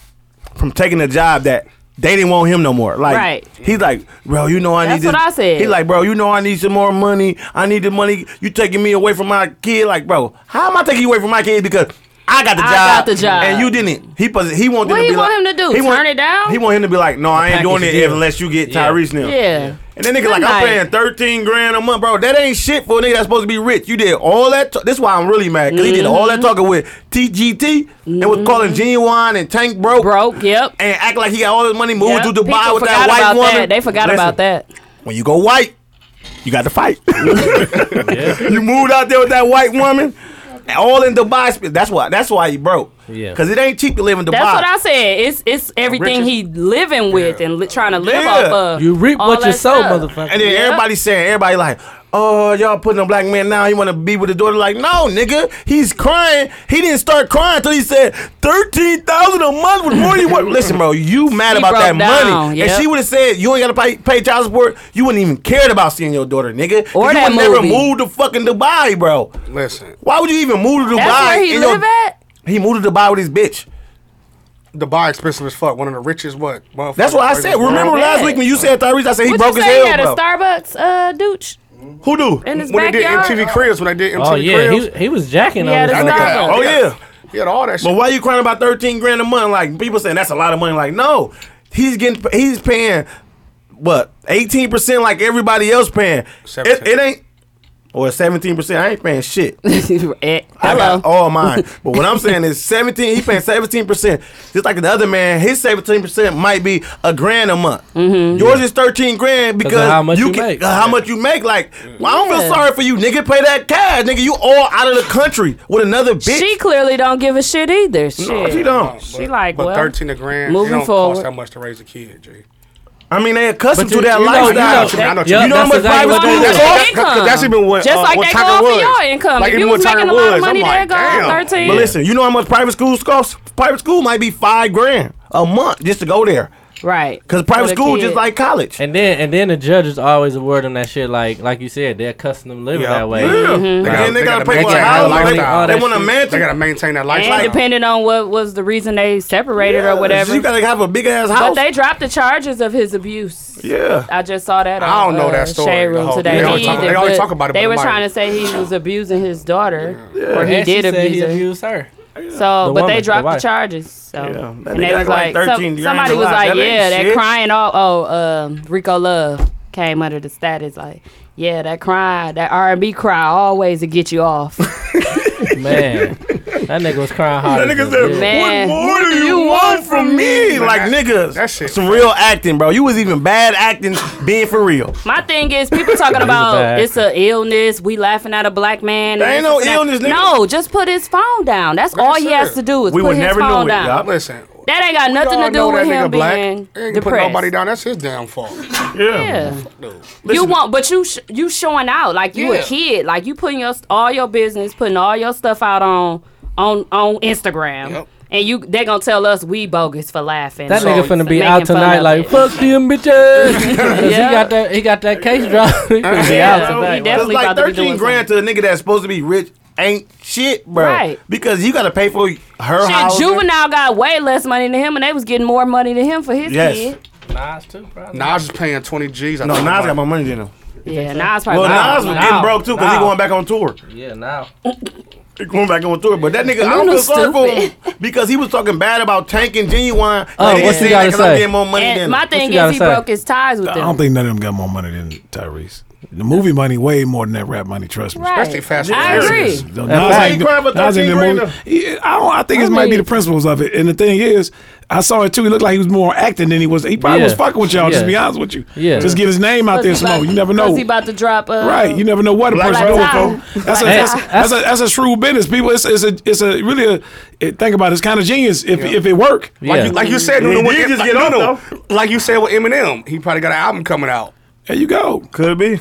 Speaker 3: from taking a job that they didn't want him no more. Like
Speaker 1: Right.
Speaker 3: he's like, bro, you know I
Speaker 1: That's
Speaker 3: need.
Speaker 1: what
Speaker 3: this-
Speaker 1: I said.
Speaker 3: He like, bro, you know I need some more money. I need the money. You taking me away from my kid? Like, bro, how am I taking you away from my kid? Because I got the
Speaker 1: I
Speaker 3: job.
Speaker 1: got the job.
Speaker 3: and you didn't. He pos- he wanted
Speaker 1: What
Speaker 3: to
Speaker 1: he
Speaker 3: be
Speaker 1: want
Speaker 3: like-
Speaker 1: him to do?
Speaker 3: He want-
Speaker 1: Turn it down?
Speaker 3: He want him to be like, no, I ain't
Speaker 4: package
Speaker 3: doing it
Speaker 4: deal.
Speaker 3: unless you get
Speaker 4: Yeah.
Speaker 3: Tyrese now.
Speaker 1: Yeah.
Speaker 3: And then nigga
Speaker 1: Good
Speaker 3: like
Speaker 1: night.
Speaker 3: I'm paying thirteen grand a month, bro. That ain't shit for a nigga that's supposed to be rich. You did all that. T- this why I'm really mad because he did all
Speaker 1: Mm-hmm.
Speaker 3: that talking with TGT and was calling Genuine and Tank broke,
Speaker 1: Broke. Yep.
Speaker 3: and act like he got all his money moving
Speaker 1: Yep.
Speaker 3: to
Speaker 1: People
Speaker 3: Dubai with
Speaker 1: forgot
Speaker 3: that white
Speaker 1: about
Speaker 3: woman.
Speaker 1: That. They forgot
Speaker 3: Listen,
Speaker 1: about that.
Speaker 3: When you go white, you got to fight. You moved out there with that white woman, and all in Dubai. sp- That's why. That's why he broke.
Speaker 4: Yeah.
Speaker 3: Because it ain't cheap to live in Dubai.
Speaker 1: That's what I said. It's it's everything he living with and li- trying to live
Speaker 3: Yeah.
Speaker 1: off of.
Speaker 4: You reap
Speaker 1: All
Speaker 4: what you
Speaker 1: that
Speaker 4: sow,
Speaker 1: stuff.
Speaker 4: motherfucker.
Speaker 3: And then
Speaker 1: Yeah.
Speaker 3: everybody saying, everybody like, oh, y'all putting a black man now. He want to be with his daughter. Like, no, nigga, he's crying. He didn't start crying until he said thirteen thousand a month was more than you want. Listen, bro, you mad
Speaker 1: He
Speaker 3: about that
Speaker 1: broke down,
Speaker 3: money?
Speaker 1: yep.
Speaker 3: And she would have said, you ain't gotta pay, pay child support. You wouldn't even cared about seeing your daughter, nigga. 'Cause
Speaker 1: Or
Speaker 3: you
Speaker 1: that
Speaker 3: would never
Speaker 1: movie.
Speaker 3: moved to fucking Dubai, bro.
Speaker 6: Listen,
Speaker 3: Why would you even move to Dubai?
Speaker 1: That's where he
Speaker 3: and your-
Speaker 1: live at.
Speaker 3: He moved to Dubai with his bitch.
Speaker 6: Dubai expensive as fuck. One of the richest what? motherfuckers-
Speaker 3: That's what I said. Remember
Speaker 1: Yeah.
Speaker 3: last week when you said Tyrese, I said he
Speaker 1: What you
Speaker 3: broke his
Speaker 1: say he
Speaker 3: hell,
Speaker 1: had
Speaker 3: bro.
Speaker 1: a Starbucks uh, douche
Speaker 3: Who do?
Speaker 1: in his
Speaker 6: When they did
Speaker 1: backyard?
Speaker 6: MTV Cribs, when they did MTV
Speaker 4: Oh yeah,
Speaker 6: Cribs,
Speaker 4: he, he was jacking
Speaker 1: Yeah,
Speaker 4: on
Speaker 1: the
Speaker 4: this
Speaker 6: that
Speaker 4: nigga.
Speaker 6: nigga had-
Speaker 1: Starbucks.
Speaker 3: Oh,
Speaker 6: he had-
Speaker 3: yeah.
Speaker 6: he had all that shit.
Speaker 3: But why you crying about thirteen grand a month? Like people saying that's a lot of money. Like no, he's getting he's paying what eighteen percent like everybody else paying. It,
Speaker 6: 17.
Speaker 3: it ain't or seventeen percent. I ain't paying shit.
Speaker 1: Eh,
Speaker 3: I
Speaker 1: Hello.
Speaker 3: got all mine. But what I'm saying is seventeen. He paying seventeen percent. Just like the other man, his seventeen percent might be a grand a month.
Speaker 1: Mm-hmm.
Speaker 3: Yours is thirteen grand because
Speaker 4: how much you
Speaker 3: can,
Speaker 4: make.
Speaker 3: How much you make? Like well, I don't
Speaker 1: Yeah.
Speaker 3: feel sorry for you, nigga. Pay that cash, nigga. You all out of the country with another bitch.
Speaker 1: She clearly don't give a shit either. Shit.
Speaker 3: No, she don't.
Speaker 1: She like
Speaker 6: but
Speaker 1: well.
Speaker 6: thirteen a Uh, grand.
Speaker 1: moving
Speaker 6: it don't
Speaker 1: forward.
Speaker 6: cost that much to raise a kid, G.
Speaker 3: I mean, they accustomed to that
Speaker 4: you know- you
Speaker 3: lifestyle.
Speaker 4: know-
Speaker 6: I know what you
Speaker 4: Yup,
Speaker 6: mean.
Speaker 3: You know how
Speaker 4: that's
Speaker 3: much
Speaker 4: exactly
Speaker 3: private
Speaker 4: what
Speaker 1: school
Speaker 4: they
Speaker 1: is?
Speaker 4: do.
Speaker 1: Your
Speaker 6: That's-
Speaker 1: income.
Speaker 6: That's even what
Speaker 1: Just
Speaker 6: uh,
Speaker 1: like
Speaker 6: what
Speaker 1: they go
Speaker 6: Tiger
Speaker 1: off
Speaker 6: Woods.
Speaker 1: of your income.
Speaker 6: Like
Speaker 1: if
Speaker 6: even
Speaker 1: you
Speaker 6: what
Speaker 1: was making
Speaker 6: Tiger
Speaker 1: a lot
Speaker 6: Woods,
Speaker 1: of money,
Speaker 6: I'm
Speaker 1: there
Speaker 6: like,
Speaker 1: go
Speaker 6: damn.
Speaker 1: thirteen.
Speaker 3: But listen, you know how much private schools cost? Private school might be five grand a month just to go there.
Speaker 1: right?
Speaker 3: Cause private
Speaker 1: For the
Speaker 3: school
Speaker 1: kid.
Speaker 3: just like college.
Speaker 4: And then and then the judges always award them that shit like like you said they're accustomed to living
Speaker 6: Yeah.
Speaker 4: that way.
Speaker 3: Yeah.
Speaker 1: Mm-hmm.
Speaker 3: And then
Speaker 6: They
Speaker 3: they,
Speaker 6: gotta-
Speaker 3: gotta,
Speaker 6: they gotta
Speaker 3: pay for a
Speaker 6: maintain
Speaker 3: house.
Speaker 6: that
Speaker 3: They-
Speaker 6: lifestyle.
Speaker 3: They, want a
Speaker 6: They
Speaker 3: mansion.
Speaker 6: gotta maintain that
Speaker 1: and
Speaker 6: lifestyle.
Speaker 1: depending on what was the reason they separated or
Speaker 3: Yeah,
Speaker 1: whatever.
Speaker 3: You gotta have a big ass
Speaker 1: but
Speaker 3: house.
Speaker 1: they dropped the charges of his abuse.
Speaker 3: Yeah.
Speaker 1: I just saw that. On,
Speaker 6: I don't know
Speaker 1: uh,
Speaker 6: that story,
Speaker 1: Shade room
Speaker 6: the whole-
Speaker 1: today. Me
Speaker 6: they always talk-
Speaker 1: either,
Speaker 6: they always
Speaker 1: but
Speaker 6: talk about it,
Speaker 1: They
Speaker 6: but
Speaker 1: were
Speaker 6: like-
Speaker 1: trying to say he was abusing his daughter, or he
Speaker 4: And she
Speaker 1: did
Speaker 4: said
Speaker 1: abuse
Speaker 4: he
Speaker 1: her.
Speaker 4: abused her.
Speaker 1: So, but
Speaker 4: The
Speaker 1: they
Speaker 4: woman,
Speaker 1: dropped
Speaker 4: the
Speaker 1: the,
Speaker 4: wife.
Speaker 1: charges. So,
Speaker 3: Yeah. That
Speaker 1: and
Speaker 3: nigga
Speaker 1: they was
Speaker 3: act
Speaker 1: like,
Speaker 3: like
Speaker 1: so-
Speaker 3: 13 grand
Speaker 1: somebody
Speaker 3: a
Speaker 1: was
Speaker 3: lot.
Speaker 1: like,
Speaker 3: That ain't
Speaker 1: yeah, that
Speaker 3: shit.
Speaker 1: crying. Oh, oh, um, Rico Love came under the status like, yeah, that crying, that R and B cry always to get you off.
Speaker 4: Man, that nigga was crying hard.
Speaker 3: That nigga said,
Speaker 1: Man.
Speaker 3: "What more do you want from me?" Like niggas,
Speaker 6: that shit-
Speaker 3: some real acting, bro. You was even bad acting, being for real.
Speaker 1: My thing is, people talking about
Speaker 4: bad
Speaker 1: it's a illness. We laughing at a black man. and
Speaker 3: There ain't
Speaker 1: this
Speaker 3: no
Speaker 1: and that.
Speaker 3: illness, nigga.
Speaker 1: No, just put his phone down. That's all he
Speaker 6: it.
Speaker 1: has to do is
Speaker 3: We
Speaker 1: put
Speaker 3: would
Speaker 1: his
Speaker 3: never
Speaker 1: phone
Speaker 3: know it,
Speaker 1: down.
Speaker 3: y'all.
Speaker 6: Listen,
Speaker 1: That ain't got nothing to
Speaker 6: y'all
Speaker 1: do
Speaker 6: know
Speaker 1: with
Speaker 6: that
Speaker 1: him
Speaker 6: nigga black.
Speaker 1: being
Speaker 6: He ain't put
Speaker 1: depressed.
Speaker 6: nobody down. That's his downfall.
Speaker 1: Yeah. You want, but you sh- you showing out like you
Speaker 6: Yeah.
Speaker 1: a kid, like you putting your all your business, putting all your stuff out on on on Instagram,
Speaker 6: Yep.
Speaker 1: and you they gonna tell us we bogus for laughing.
Speaker 4: That nigga
Speaker 1: and
Speaker 4: finna be
Speaker 1: making
Speaker 4: out
Speaker 1: fun
Speaker 4: tonight,
Speaker 1: of
Speaker 4: like
Speaker 1: it.
Speaker 4: fuck them bitches. 'Cause He
Speaker 1: Yeah.
Speaker 4: got that. He got that case dropped. he finna be
Speaker 1: Yeah.
Speaker 4: out tonight.
Speaker 1: He definitely
Speaker 3: like
Speaker 1: about to be
Speaker 3: thirteen
Speaker 1: doing
Speaker 3: grand to a nigga that's supposed to be rich ain't shit, bro.
Speaker 1: Right.
Speaker 3: Because you gotta pay for her
Speaker 1: Shit,
Speaker 3: house.
Speaker 1: juvenile got way less money than him, and they was getting more money than him for his
Speaker 3: Yes.
Speaker 1: kid.
Speaker 4: Nas too, probably.
Speaker 6: Nas is paying 20 G's. I
Speaker 3: No,
Speaker 6: think.
Speaker 3: Nas got more money than him.
Speaker 1: Yeah, Nas probably.
Speaker 3: Well,
Speaker 1: not.
Speaker 3: Nas was
Speaker 4: no,
Speaker 3: getting broke too because he
Speaker 4: no.
Speaker 3: going back on tour.
Speaker 4: Yeah, now.
Speaker 3: He going back on tour, but that nigga, I don't feel
Speaker 1: Luna's
Speaker 3: sorry for him because he was talking bad about Tank and Genuine.
Speaker 1: Oh,
Speaker 3: Like, nigga
Speaker 4: what's he
Speaker 3: said,
Speaker 4: gotta
Speaker 3: like, 'cause I'm
Speaker 4: say?
Speaker 3: getting more money
Speaker 1: And
Speaker 3: than
Speaker 1: my
Speaker 3: him.
Speaker 1: thing
Speaker 4: you gotta
Speaker 1: is, he
Speaker 4: say?
Speaker 1: broke his ties with
Speaker 7: I don't
Speaker 1: them.
Speaker 7: think none of them got more money than Tyrese. The movie money way more than that rap money. Trust me.
Speaker 1: Right.
Speaker 6: Especially Fast
Speaker 1: I
Speaker 6: and
Speaker 1: agree.
Speaker 6: Furious.
Speaker 7: So
Speaker 3: why
Speaker 7: Nas
Speaker 3: you
Speaker 7: ain't,
Speaker 3: crying for
Speaker 7: Nas ain't
Speaker 3: 13
Speaker 7: the
Speaker 3: grand
Speaker 7: movie. He- I don't. I think it
Speaker 1: I
Speaker 7: might be
Speaker 1: mean-
Speaker 7: the principles of it. And the thing is, I saw it too. He looked like he was more acting than he was. He probably
Speaker 4: Yeah.
Speaker 7: was fucking with y'all. Just
Speaker 4: Yeah.
Speaker 7: to be honest with you.
Speaker 4: Yeah.
Speaker 7: Just get his name out there some more. You never know.
Speaker 1: Cause he about to drop. Uh,
Speaker 7: Right, you never know what a
Speaker 3: Black
Speaker 7: person
Speaker 1: Black
Speaker 7: doing. For. That's, a, that's,
Speaker 4: Hey,
Speaker 7: that's, a that's a shrewd business, people. It's, it's a it's a really a it, think about it, it's kind of genius if if it work.
Speaker 6: Like,
Speaker 4: Yeah.
Speaker 6: you, like you said,
Speaker 3: He
Speaker 6: Nunu,
Speaker 3: did
Speaker 6: with,
Speaker 3: just
Speaker 6: like,
Speaker 3: get off,
Speaker 6: Nunu, like you said with Eminem, he probably got an album coming out.
Speaker 7: There you go.
Speaker 3: Could be.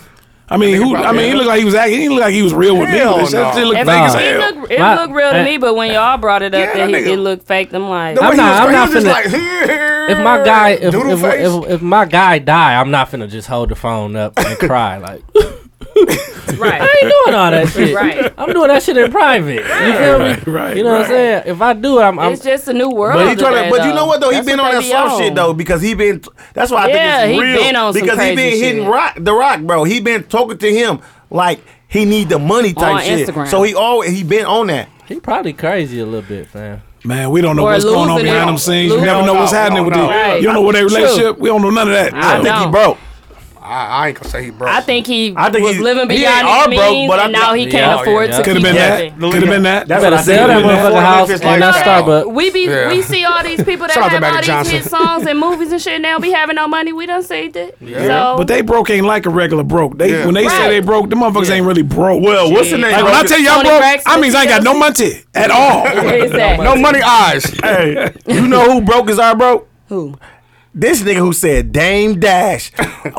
Speaker 7: I mean, who? I mean, he looked like he was acting. He didn't look like he was real with
Speaker 6: Hell
Speaker 7: people. It
Speaker 6: no.
Speaker 7: just- it looked
Speaker 1: If
Speaker 7: fake as
Speaker 1: it,
Speaker 7: hell.
Speaker 1: look, it
Speaker 4: My-
Speaker 1: look real to
Speaker 4: eh.
Speaker 1: me, but when y'all brought it up that
Speaker 6: Yeah,
Speaker 1: he,
Speaker 6: that nigga-
Speaker 1: it looked fake, I'm like,
Speaker 6: The way
Speaker 4: I'm
Speaker 6: he
Speaker 4: not-
Speaker 6: was-
Speaker 4: I'm
Speaker 6: he
Speaker 4: not
Speaker 6: was just
Speaker 4: finna-
Speaker 6: like,
Speaker 4: If my guy, if,
Speaker 6: Doodle
Speaker 4: if,
Speaker 6: face.
Speaker 4: if, if my guy die, I'm not finna just hold the phone up and cry. Like
Speaker 1: right.
Speaker 4: I ain't doing all that shit.
Speaker 1: Right.
Speaker 4: I'm doing that shit in private. You feel me?
Speaker 7: Right,
Speaker 4: You know what I'm
Speaker 7: right.
Speaker 4: saying? If I do it, I'm. I'm
Speaker 1: It's just a new world.
Speaker 3: But he trying
Speaker 1: today,
Speaker 3: to, but you
Speaker 1: though.
Speaker 3: know what though? He
Speaker 1: That's
Speaker 3: been
Speaker 1: what
Speaker 3: on
Speaker 1: they
Speaker 3: that
Speaker 1: be
Speaker 3: soft
Speaker 1: on.
Speaker 3: shit though because he been. That's why I
Speaker 1: Yeah,
Speaker 3: think
Speaker 1: he
Speaker 3: it's real
Speaker 1: been on some
Speaker 3: because he been
Speaker 1: crazy
Speaker 3: hitting
Speaker 1: shit.
Speaker 3: rock the rock, bro. He been talking to him like he need the money type
Speaker 1: On
Speaker 3: shit.
Speaker 1: Instagram.
Speaker 3: So he always he been on that.
Speaker 4: he probably crazy a little bit, fam.
Speaker 7: Man, we don't know
Speaker 1: Or
Speaker 7: what's going on
Speaker 1: losing
Speaker 7: behind
Speaker 1: it.
Speaker 7: them scenes. You
Speaker 1: Losing
Speaker 7: never
Speaker 6: it.
Speaker 7: know what's
Speaker 6: No,
Speaker 7: happening with
Speaker 6: no,
Speaker 7: them.
Speaker 1: no.
Speaker 7: You don't know what their
Speaker 1: True.
Speaker 7: relationship. We don't know none of that.
Speaker 1: I
Speaker 7: So,
Speaker 3: I think he
Speaker 1: No.
Speaker 3: broke.
Speaker 6: I, I ain't gonna say he broke.
Speaker 1: I think he
Speaker 3: I think
Speaker 1: was
Speaker 3: he-
Speaker 1: living
Speaker 3: he ain't
Speaker 1: beyond
Speaker 3: all
Speaker 1: his
Speaker 3: broke,
Speaker 1: means,
Speaker 3: but
Speaker 1: and
Speaker 3: I-
Speaker 1: now he
Speaker 3: yeah,
Speaker 1: can't
Speaker 4: yeah,
Speaker 1: afford
Speaker 4: yeah.
Speaker 1: to
Speaker 7: Could have
Speaker 1: keep
Speaker 7: been
Speaker 1: living.
Speaker 7: that. Could have been that.
Speaker 3: That's
Speaker 4: Better
Speaker 3: what I
Speaker 4: sell
Speaker 3: think.
Speaker 4: that
Speaker 3: he did.
Speaker 4: motherfucking house
Speaker 6: Memphis
Speaker 4: and not
Speaker 6: lifestyle.
Speaker 4: Starbucks.
Speaker 1: We be
Speaker 6: Yeah.
Speaker 1: we see all these people that
Speaker 6: Shout out to
Speaker 1: have all
Speaker 6: Magic
Speaker 1: these
Speaker 6: Johnson.
Speaker 1: hit songs and movies and shit and they don't be having no money. We done seen it. So
Speaker 7: But they broke ain't like a regular broke. They
Speaker 6: Yeah.
Speaker 7: when they say
Speaker 1: Right.
Speaker 7: they broke, the motherfuckers ain't really broke.
Speaker 3: Well, what's the name?
Speaker 7: Like when I tell you I'm
Speaker 1: Tony
Speaker 7: broke,
Speaker 1: Braxton,
Speaker 7: I means I ain't got no money at all.
Speaker 1: exactly.
Speaker 6: no money eyes.
Speaker 3: Hey, you know who broke is our broke?
Speaker 1: Who?
Speaker 3: This nigga who said Dame Dash.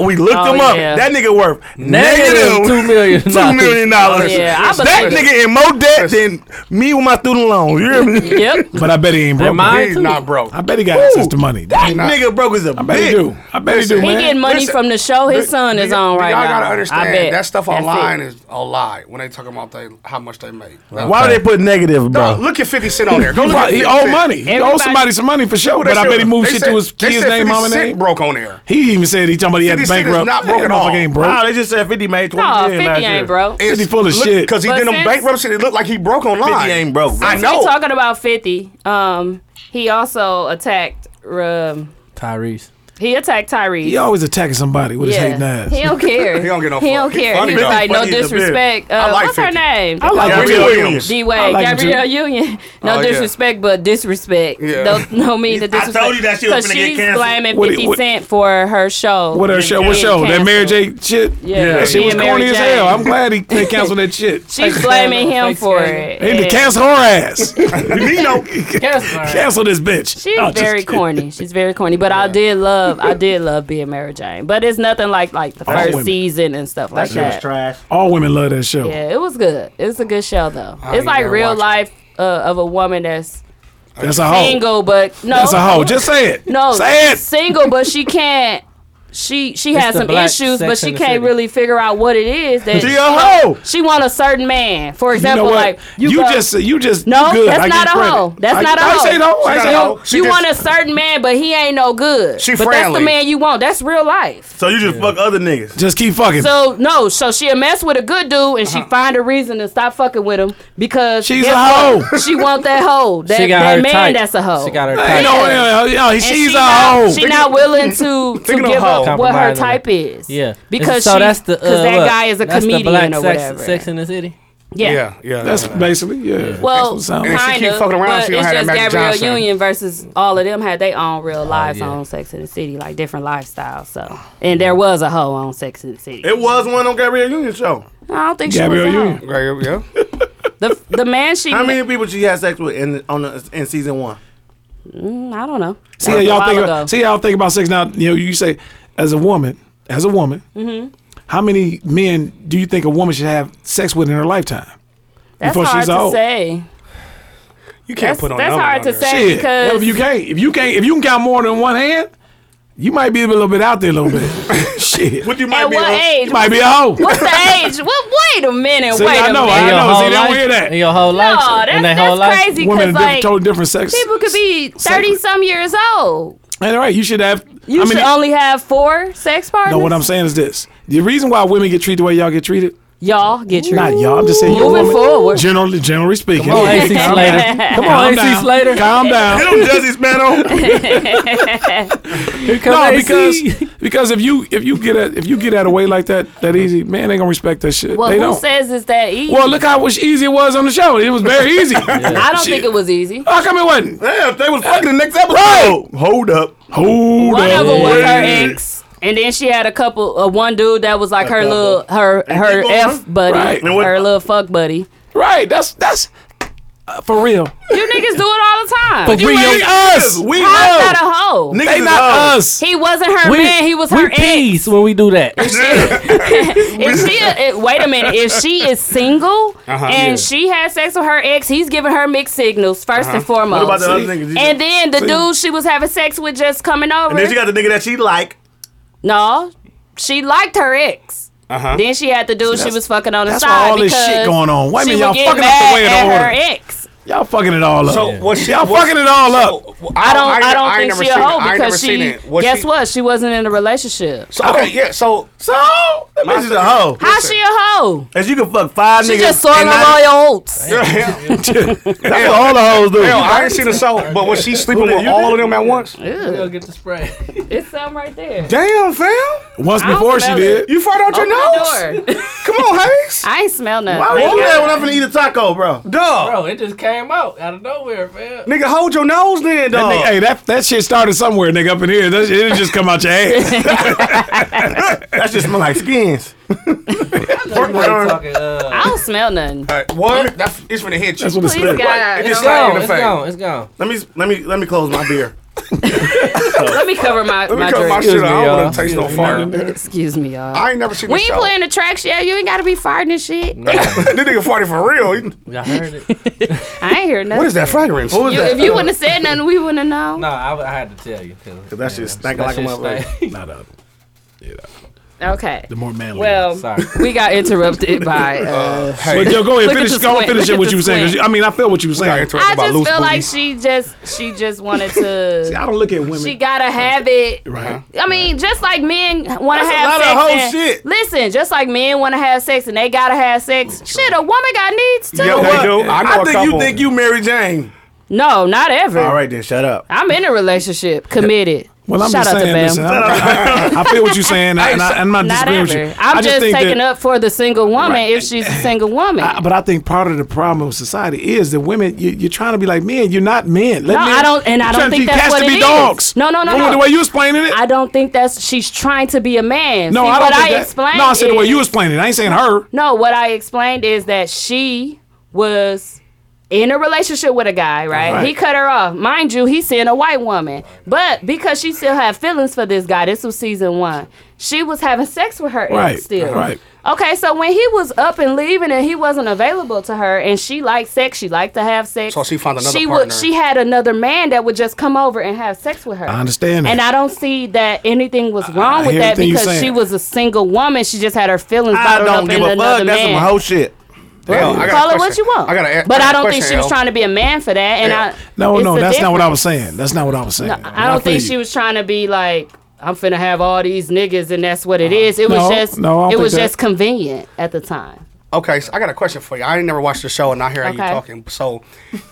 Speaker 3: We looked
Speaker 1: Oh,
Speaker 3: him up.
Speaker 1: yeah.
Speaker 3: That nigga worth
Speaker 4: Negative
Speaker 3: negative
Speaker 4: two million
Speaker 3: two million dollars.
Speaker 1: Oh, Yeah, I
Speaker 3: that
Speaker 1: believe
Speaker 3: nigga in more debt than me with my student loans. You hear me?
Speaker 1: Yep.
Speaker 7: But I bet he ain't broke.
Speaker 4: mine
Speaker 6: He's
Speaker 4: too.
Speaker 6: not broke.
Speaker 7: I bet he got access to money.
Speaker 3: That nigga broke is a
Speaker 7: I bet he
Speaker 3: bitch.
Speaker 7: do. I bet he do,
Speaker 6: Listen,
Speaker 1: He
Speaker 7: man.
Speaker 1: getting money
Speaker 6: listen,
Speaker 1: from the show his
Speaker 6: Do-
Speaker 1: son
Speaker 6: do
Speaker 1: is
Speaker 6: y-
Speaker 1: on
Speaker 6: do
Speaker 1: right
Speaker 6: y'all
Speaker 1: now.
Speaker 6: gotta
Speaker 1: I
Speaker 6: understand
Speaker 1: bet.
Speaker 6: that stuff
Speaker 1: That's
Speaker 6: online
Speaker 1: it.
Speaker 6: is a lie when they talking about they how much they make.
Speaker 3: Why would they put negative,
Speaker 6: Dog,
Speaker 3: bro?
Speaker 6: look at Fifty Cent on there. Go
Speaker 7: He,
Speaker 6: look
Speaker 7: probably,
Speaker 6: at
Speaker 7: he
Speaker 6: 50
Speaker 7: owe
Speaker 6: Cent.
Speaker 7: money. He owe
Speaker 1: Everybody-
Speaker 7: somebody some money for sure. But I bet he moved
Speaker 6: They
Speaker 7: shit
Speaker 6: said-
Speaker 7: to his
Speaker 6: they
Speaker 7: kid's
Speaker 6: said
Speaker 7: name,
Speaker 6: 50
Speaker 7: mama
Speaker 6: Cent
Speaker 7: name.
Speaker 6: broke on there.
Speaker 7: He even said he talking about he had
Speaker 6: 50 Cent is
Speaker 7: bankrupt.
Speaker 6: not broke
Speaker 7: That
Speaker 6: at all.
Speaker 7: motherfucker ain't
Speaker 3: Nah,
Speaker 7: broke.
Speaker 3: they just said 50 made 20
Speaker 1: No,
Speaker 3: million last
Speaker 1: Fifty
Speaker 3: year.
Speaker 1: ain't bro.
Speaker 7: Fifty full of shit.
Speaker 6: because he
Speaker 1: But
Speaker 6: did them
Speaker 1: since-
Speaker 6: bankruptcy. It looked like he broke online.
Speaker 3: 50 ain't broke.
Speaker 6: I
Speaker 1: Since
Speaker 3: Since
Speaker 1: we
Speaker 6: know.
Speaker 1: talking about 50, um, he also attacked, um,
Speaker 4: Tyrese.
Speaker 1: he attacked Tyrese.
Speaker 7: He always attacking somebody with his hating ass.
Speaker 1: He don't care.
Speaker 6: He don't get no
Speaker 1: He
Speaker 6: fuck.
Speaker 1: don't
Speaker 6: He
Speaker 1: care.
Speaker 6: funny
Speaker 1: He was
Speaker 6: though.
Speaker 1: like, no
Speaker 3: Funny as a bitch.
Speaker 1: disrespect.
Speaker 6: I
Speaker 1: Uh,
Speaker 6: like
Speaker 1: what's
Speaker 6: 50.
Speaker 1: her name?
Speaker 7: I like
Speaker 3: Gabrielle
Speaker 7: Gabrielle
Speaker 3: Williams.
Speaker 1: D
Speaker 7: I
Speaker 1: Wade,
Speaker 7: like him too.
Speaker 1: Gabrielle Union. No
Speaker 6: Oh, yeah.
Speaker 1: disrespect, but disrespect.
Speaker 6: Yeah.
Speaker 1: Don't, don't mean the
Speaker 3: I told
Speaker 1: disrespect.
Speaker 3: you that shit was
Speaker 1: 'Cause
Speaker 3: finna get
Speaker 1: she's
Speaker 3: canceled.
Speaker 1: blaming
Speaker 7: What it-
Speaker 1: 50
Speaker 7: what-
Speaker 1: Cent for her show.
Speaker 7: What her
Speaker 1: being
Speaker 7: show? What show? That Mary
Speaker 1: canceled.
Speaker 7: J shit?
Speaker 1: Yeah.
Speaker 7: That shit
Speaker 1: She
Speaker 7: was
Speaker 1: and Mary
Speaker 7: corny as
Speaker 1: J.
Speaker 7: hell. I'm glad he, they canceled that shit.
Speaker 1: She's blaming him
Speaker 4: Thanks,
Speaker 1: for
Speaker 4: Gabrielle.
Speaker 1: it.
Speaker 7: They need to
Speaker 1: Yeah.
Speaker 7: cancel her ass.
Speaker 6: you know,
Speaker 7: cancel this bitch.
Speaker 1: She's
Speaker 7: No, just
Speaker 1: very
Speaker 7: kidding.
Speaker 1: corny. She's very corny. But I did love, I did love being Mary Jane. But it's nothing like like the first
Speaker 7: women.
Speaker 1: season and stuff like that.
Speaker 3: trash.
Speaker 7: All women love that show.
Speaker 1: Yeah, it was good. It was a good show though.
Speaker 6: need
Speaker 1: it's like
Speaker 6: to
Speaker 1: real
Speaker 6: Oh, watch it.
Speaker 1: life uh, of a woman that's
Speaker 7: That's a hoe.
Speaker 1: single, but no,
Speaker 7: That's a hoe. Just say it.
Speaker 1: no
Speaker 7: Say it.
Speaker 1: single, but she can't she she had
Speaker 4: the
Speaker 1: some
Speaker 4: black
Speaker 1: issues, but
Speaker 4: Sex
Speaker 1: she
Speaker 4: and the
Speaker 1: can't
Speaker 4: City.
Speaker 1: really figure out what it is that
Speaker 3: She a hoe.
Speaker 1: she want a certain man. For
Speaker 7: You know
Speaker 1: example,
Speaker 7: what?
Speaker 1: like
Speaker 7: you,
Speaker 1: go-
Speaker 7: just you just
Speaker 1: no,
Speaker 7: good.
Speaker 1: that's
Speaker 7: I
Speaker 1: not
Speaker 7: give
Speaker 1: a
Speaker 7: credit.
Speaker 1: hoe. That's
Speaker 7: I,
Speaker 1: not a
Speaker 7: I
Speaker 1: hoe.
Speaker 7: say no. I
Speaker 6: She's
Speaker 7: say
Speaker 6: not a
Speaker 7: no.
Speaker 6: hoe. She
Speaker 1: you
Speaker 6: just-
Speaker 1: want a certain man, but he ain't no good.
Speaker 6: She
Speaker 1: but that's the
Speaker 6: friendly.
Speaker 1: man you want. That's real life.
Speaker 3: So you just fuck other niggas.
Speaker 7: Just keep fucking.
Speaker 1: So no, so she a mess with a good dude, and she find a reason to stop fucking with him because
Speaker 7: Uh-huh. She's
Speaker 1: guess
Speaker 7: a
Speaker 1: what?
Speaker 7: hoe.
Speaker 1: She want that hoe. That,
Speaker 4: She got
Speaker 1: that
Speaker 4: her
Speaker 1: man
Speaker 4: type.
Speaker 1: that's a hoe.
Speaker 4: She got her type.
Speaker 7: Hey, no, no, no, no,
Speaker 1: And she
Speaker 7: she's a
Speaker 1: not-
Speaker 7: hoe.
Speaker 1: She not willing to, to
Speaker 6: Speaking of
Speaker 1: give
Speaker 6: hoe.
Speaker 1: up what her
Speaker 4: Compromising.
Speaker 1: type is.
Speaker 4: Yeah,
Speaker 1: because
Speaker 4: so
Speaker 1: she,
Speaker 4: that's the uh,
Speaker 1: 'cause that
Speaker 4: what?
Speaker 1: guy is a
Speaker 4: That's the
Speaker 1: comedian
Speaker 4: black
Speaker 1: or
Speaker 4: sex,
Speaker 1: whatever.
Speaker 4: Sex in the City.
Speaker 1: yeah.
Speaker 6: Yeah, yeah.
Speaker 7: That's basically yeah.
Speaker 1: Well,
Speaker 7: That's what it sounds
Speaker 1: kind
Speaker 7: like.
Speaker 6: And she keep fucking around,
Speaker 1: but
Speaker 6: she gonna
Speaker 1: it's
Speaker 6: have that
Speaker 1: just
Speaker 6: Magic
Speaker 1: Gabrielle
Speaker 6: Johnson.
Speaker 1: Union versus all of them had their own real lives
Speaker 4: Oh, yeah.
Speaker 1: on Sex in the City, like different lifestyles. So, and there was a hoe on Sex in the City.
Speaker 3: It was one on Gabrielle Union show.
Speaker 1: I don't think
Speaker 7: Gabrielle
Speaker 1: she was. a hoe.
Speaker 7: Union.
Speaker 6: Right, yeah.
Speaker 1: The the man she
Speaker 3: How many people she had sex with in on the, in season one?
Speaker 1: Mm, I don't know. That
Speaker 7: See how
Speaker 1: was a
Speaker 7: y'all
Speaker 1: while
Speaker 7: think
Speaker 1: ago.
Speaker 7: about see how y'all think about sex now. You know, you say as a woman, as a woman,
Speaker 1: Mm-hmm.
Speaker 7: how many men do you think a woman should have sex with in her lifetime?
Speaker 1: That's
Speaker 7: before
Speaker 1: hard
Speaker 7: she's
Speaker 1: to
Speaker 7: old.
Speaker 1: say.
Speaker 6: You can't
Speaker 1: That's,
Speaker 6: put on
Speaker 1: that's
Speaker 6: number
Speaker 1: hard
Speaker 6: on
Speaker 1: to
Speaker 6: there.
Speaker 1: say
Speaker 7: Shit,
Speaker 1: because
Speaker 7: Well, if you can't, if you can't, if you can count more than one hand, you might be a little bit out there a little bit. Shit,
Speaker 3: What you might
Speaker 1: at
Speaker 3: be
Speaker 1: what
Speaker 3: on-
Speaker 1: age?
Speaker 7: you might be a hoe.
Speaker 1: What's the age? What? Wait a minute.
Speaker 7: See,
Speaker 1: wait
Speaker 7: I
Speaker 1: a
Speaker 7: know, I
Speaker 1: minute.
Speaker 7: know.
Speaker 4: your whole
Speaker 7: see, they don't
Speaker 4: life-
Speaker 7: hear that.
Speaker 4: In your whole
Speaker 1: No,
Speaker 4: life.
Speaker 1: that's,
Speaker 4: in their whole
Speaker 1: that's
Speaker 4: life.
Speaker 1: crazy
Speaker 7: Women are
Speaker 1: because
Speaker 7: different,
Speaker 1: like
Speaker 7: totally different sex.
Speaker 1: people could be thirty some years old.
Speaker 7: And all right, you should have.
Speaker 1: You
Speaker 7: I mean,
Speaker 1: should only have four sex partners.
Speaker 7: no. What I'm saying is this: the reason why women get treated the way y'all get treated,
Speaker 1: y'all get your
Speaker 7: not y'all. I'm just saying, you're a
Speaker 1: Moving
Speaker 7: woman.
Speaker 1: forward.
Speaker 7: Generally, generally speaking.
Speaker 4: Come on, AC
Speaker 7: Calm
Speaker 4: Slater.
Speaker 7: down.
Speaker 4: Come
Speaker 7: Calm
Speaker 4: on, AC
Speaker 7: down.
Speaker 4: Slater.
Speaker 7: Calm down.
Speaker 3: Get him Jesse Spano.
Speaker 6: oh.
Speaker 4: Here comes
Speaker 7: No,
Speaker 4: AC.
Speaker 7: because because if you if you get at if you get at away like that that easy, man, they gonna respect that shit.
Speaker 1: Well,
Speaker 7: they
Speaker 1: who
Speaker 7: don't.
Speaker 1: says it's that easy?
Speaker 7: well, look how much easy it was on the show. It was very easy.
Speaker 1: I don't think it was easy.
Speaker 7: How come it wasn't?
Speaker 3: Damn, they was fucking the next episode. Hold up.
Speaker 7: Oh, Hold
Speaker 1: One
Speaker 7: up.
Speaker 1: of them was her
Speaker 3: Yeah.
Speaker 1: ex, and then she had a couple. Uh, one dude that was like her little her her
Speaker 3: keep going, huh?
Speaker 1: f buddy,
Speaker 7: Right.
Speaker 3: And what-
Speaker 1: her little fuck buddy.
Speaker 7: Right. That's that's uh, for real.
Speaker 1: You niggas do it all the time.
Speaker 4: But
Speaker 7: We
Speaker 4: we
Speaker 7: ain't us.
Speaker 1: How's
Speaker 7: We know.
Speaker 1: that a hoe?
Speaker 3: Niggas
Speaker 7: They
Speaker 3: is
Speaker 7: not
Speaker 3: hoes.
Speaker 7: us.
Speaker 1: He wasn't her man. He was
Speaker 4: we
Speaker 1: her ex.
Speaker 4: peas when we do that.
Speaker 1: If she, if, wait a minute. If she is single
Speaker 3: Uh-huh,
Speaker 1: and she had sex with her ex, he's giving her mixed signals 1st and foremost.
Speaker 3: Uh-huh. What about the other niggas? you-
Speaker 1: and then the dude she was having sex with just coming over.
Speaker 3: And then she got the nigga that she like.
Speaker 1: no, she liked her ex. Then she had the dude she was fucking on the
Speaker 7: That's
Speaker 1: side.
Speaker 7: why all this
Speaker 1: because
Speaker 7: shit going on. Wait a
Speaker 1: she
Speaker 7: minute,
Speaker 1: would
Speaker 7: y'all
Speaker 1: get
Speaker 7: fucking up
Speaker 1: mad
Speaker 7: the way of
Speaker 1: at
Speaker 7: the
Speaker 1: her
Speaker 7: order.
Speaker 1: ex.
Speaker 7: Y'all fucking it all up.
Speaker 6: So what's
Speaker 7: y'all fucking it all up.
Speaker 1: I don't. I,
Speaker 6: ain't-
Speaker 1: don't
Speaker 6: ain't
Speaker 1: think she a
Speaker 6: never seen it. I
Speaker 1: hoe
Speaker 6: ain't never
Speaker 1: because
Speaker 6: seen
Speaker 1: she.
Speaker 6: it. Was
Speaker 1: guess
Speaker 6: she-
Speaker 1: what? She wasn't in a relationship.
Speaker 6: So, okay, yeah. So
Speaker 3: So that bitch is a hoe.
Speaker 1: How she a hoe?
Speaker 3: And you can fuck five
Speaker 1: She
Speaker 3: niggas.
Speaker 1: just soiled
Speaker 3: and
Speaker 1: her
Speaker 3: not-
Speaker 1: royal oats.
Speaker 3: That's what all the hoes do.
Speaker 6: hell, I ain't seen the show, but was she sleeping with all of them at once?
Speaker 4: We gonna get the spray.
Speaker 1: It's something right there.
Speaker 6: Damn, fam.
Speaker 7: Once before she
Speaker 1: smell
Speaker 7: did.
Speaker 6: You fart out your
Speaker 1: Open
Speaker 6: nose.
Speaker 1: the door.
Speaker 6: Come on, Hayes.
Speaker 1: I ain't smell nothing.
Speaker 3: I was mad when I'm finna eat a taco, bro.
Speaker 6: Duh.
Speaker 4: Bro, it just came out out of nowhere, man.
Speaker 6: Nigga, hold your nose
Speaker 7: That
Speaker 6: then, dog.
Speaker 7: nigga- hey, that that shit started somewhere, nigga, up in here. That shit, it didn't just come out your ass.
Speaker 3: That shit smell like skins.
Speaker 4: Talking, uh,
Speaker 1: I don't smell nothing.
Speaker 6: All right, what? That's, it's gonna hit you.
Speaker 7: That's what it
Speaker 1: Please
Speaker 7: said.
Speaker 1: God,
Speaker 6: It's
Speaker 1: no.
Speaker 6: like-
Speaker 4: gone,
Speaker 6: in the
Speaker 4: it's
Speaker 6: face.
Speaker 4: gone. It's gone.
Speaker 3: Let me let me let me close my beer.
Speaker 1: let me cover my,
Speaker 6: Let
Speaker 1: my
Speaker 6: me cover my
Speaker 1: drink.
Speaker 6: shit. I
Speaker 4: me,
Speaker 6: don't
Speaker 4: y'all.
Speaker 6: want to taste no fart.
Speaker 1: Excuse me, y'all.
Speaker 6: I ain't never seen
Speaker 1: We
Speaker 6: the
Speaker 1: ain't
Speaker 6: show.
Speaker 1: playing the tracks yet. You ain't gotta be farting and shit.
Speaker 6: this nigga farted for real. He-
Speaker 4: Y'all heard it?
Speaker 1: I ain't hear nothing.
Speaker 6: What is that fragrance?
Speaker 3: What was
Speaker 1: You,
Speaker 3: that?
Speaker 1: if you wouldn't have said nothing, we wouldn't have known.
Speaker 4: no, I, w- I had to tell you. Cause,
Speaker 3: that shit stank like a motherfucker.
Speaker 7: Not up.
Speaker 1: Okay.
Speaker 7: The more manly.
Speaker 1: Well,
Speaker 4: Sorry.
Speaker 1: we got interrupted by. Uh,
Speaker 6: Hey,
Speaker 7: But yo, go ahead
Speaker 1: Look at
Speaker 7: finish.
Speaker 1: the
Speaker 7: Go and
Speaker 1: squint.
Speaker 7: finish
Speaker 1: Look
Speaker 7: it.
Speaker 1: at
Speaker 7: What
Speaker 1: the
Speaker 7: you were saying? 'cause you- I mean, I feel what you were
Speaker 6: I
Speaker 7: saying.
Speaker 6: ain't talking
Speaker 1: I
Speaker 6: about
Speaker 1: just
Speaker 6: loose
Speaker 1: feel like
Speaker 6: booty.
Speaker 1: she just she just wanted to.
Speaker 7: I don't look at women.
Speaker 1: She gotta have it.
Speaker 7: right.
Speaker 1: I mean, just like men want to
Speaker 3: That's a
Speaker 1: have
Speaker 3: lot of
Speaker 1: sex.
Speaker 3: whole
Speaker 1: and-
Speaker 3: shit.
Speaker 1: Listen, just like men want to have sex and they gotta have sex. Shit, a woman got needs too.
Speaker 6: Yeah,
Speaker 3: You know
Speaker 6: they
Speaker 3: what?
Speaker 6: do. I know
Speaker 3: I
Speaker 6: a
Speaker 3: think you
Speaker 6: couple.
Speaker 3: think you Mary Jane.
Speaker 1: No, not ever.
Speaker 3: All right then, shut up.
Speaker 1: I'm in a relationship, committed.
Speaker 7: Well, I'm
Speaker 1: Shout
Speaker 7: just
Speaker 1: out
Speaker 7: saying.
Speaker 1: to Bam.
Speaker 7: Listen, I, I, I feel what you're saying, and, I, and I, am not
Speaker 1: not
Speaker 7: disagreeing with
Speaker 1: ever.
Speaker 7: you.
Speaker 1: I'm
Speaker 7: I
Speaker 1: just,
Speaker 7: think
Speaker 1: taking
Speaker 7: that,
Speaker 1: up for the single woman if she's a single woman.
Speaker 7: I- but I think part of the problem with society is that women, you, you're trying to be like men. You're not men. Let
Speaker 1: No,
Speaker 7: men
Speaker 1: I don't- and I
Speaker 7: you're
Speaker 1: don't
Speaker 7: trying to
Speaker 1: think
Speaker 7: teach
Speaker 1: that's
Speaker 7: cats
Speaker 1: what
Speaker 7: to be
Speaker 1: it is.
Speaker 7: dogs.
Speaker 1: No, no, no,
Speaker 7: Well,
Speaker 1: no.
Speaker 7: The way you explaining it.
Speaker 1: I don't think that's she's trying to be a man.
Speaker 7: no,
Speaker 1: See,
Speaker 7: I don't
Speaker 1: what
Speaker 7: think
Speaker 1: I
Speaker 7: that.
Speaker 1: explained.
Speaker 7: No, I said the way
Speaker 1: is-
Speaker 7: you explained it. I ain't saying her.
Speaker 1: No, what I explained is that she was in a relationship with a guy, right?
Speaker 7: Right.
Speaker 1: He cut her off. Mind you, he's seeing a white woman. But because she still had feelings for this guy, this was season one. she was having sex with her
Speaker 7: Right,
Speaker 1: ex still.
Speaker 7: right.
Speaker 1: Okay, so when he was up and leaving and he wasn't available to her and she liked sex, she liked to have sex.
Speaker 6: So she found another
Speaker 1: she
Speaker 6: partner.
Speaker 1: she had another man that would just come over and have sex with her.
Speaker 7: I understand that.
Speaker 1: And I don't see that anything was wrong
Speaker 7: I
Speaker 1: with
Speaker 7: hear
Speaker 1: that
Speaker 7: everything you're
Speaker 1: because she
Speaker 7: saying.
Speaker 1: was a single woman. She just had her feelings
Speaker 3: I
Speaker 1: bottled
Speaker 3: don't
Speaker 1: up
Speaker 3: give
Speaker 1: in
Speaker 3: a
Speaker 1: another
Speaker 3: fuck. That's
Speaker 1: man.
Speaker 3: some whole shit.
Speaker 6: Hell, I got a
Speaker 1: Call it what
Speaker 6: question.
Speaker 1: you want.
Speaker 6: I got a,
Speaker 1: but
Speaker 6: I,
Speaker 1: I
Speaker 6: got a
Speaker 1: don't think
Speaker 6: question,
Speaker 1: she was
Speaker 6: L.
Speaker 1: trying to be a man for that. And I
Speaker 7: No,
Speaker 1: it's
Speaker 7: no,
Speaker 1: the
Speaker 7: that's not what I
Speaker 1: difference.
Speaker 7: was saying. That's not what I was saying.
Speaker 1: I don't think she was trying to be like I'm finna have all these niggas and that's what it is. It was
Speaker 7: Uh, No,
Speaker 1: just
Speaker 7: no, I don't
Speaker 1: it
Speaker 7: think
Speaker 1: was
Speaker 7: that-
Speaker 1: just convenient at the time.
Speaker 6: Okay, so I got a question for you. I ain't never watched the show, and I hear how you
Speaker 1: Okay.
Speaker 6: talking. So,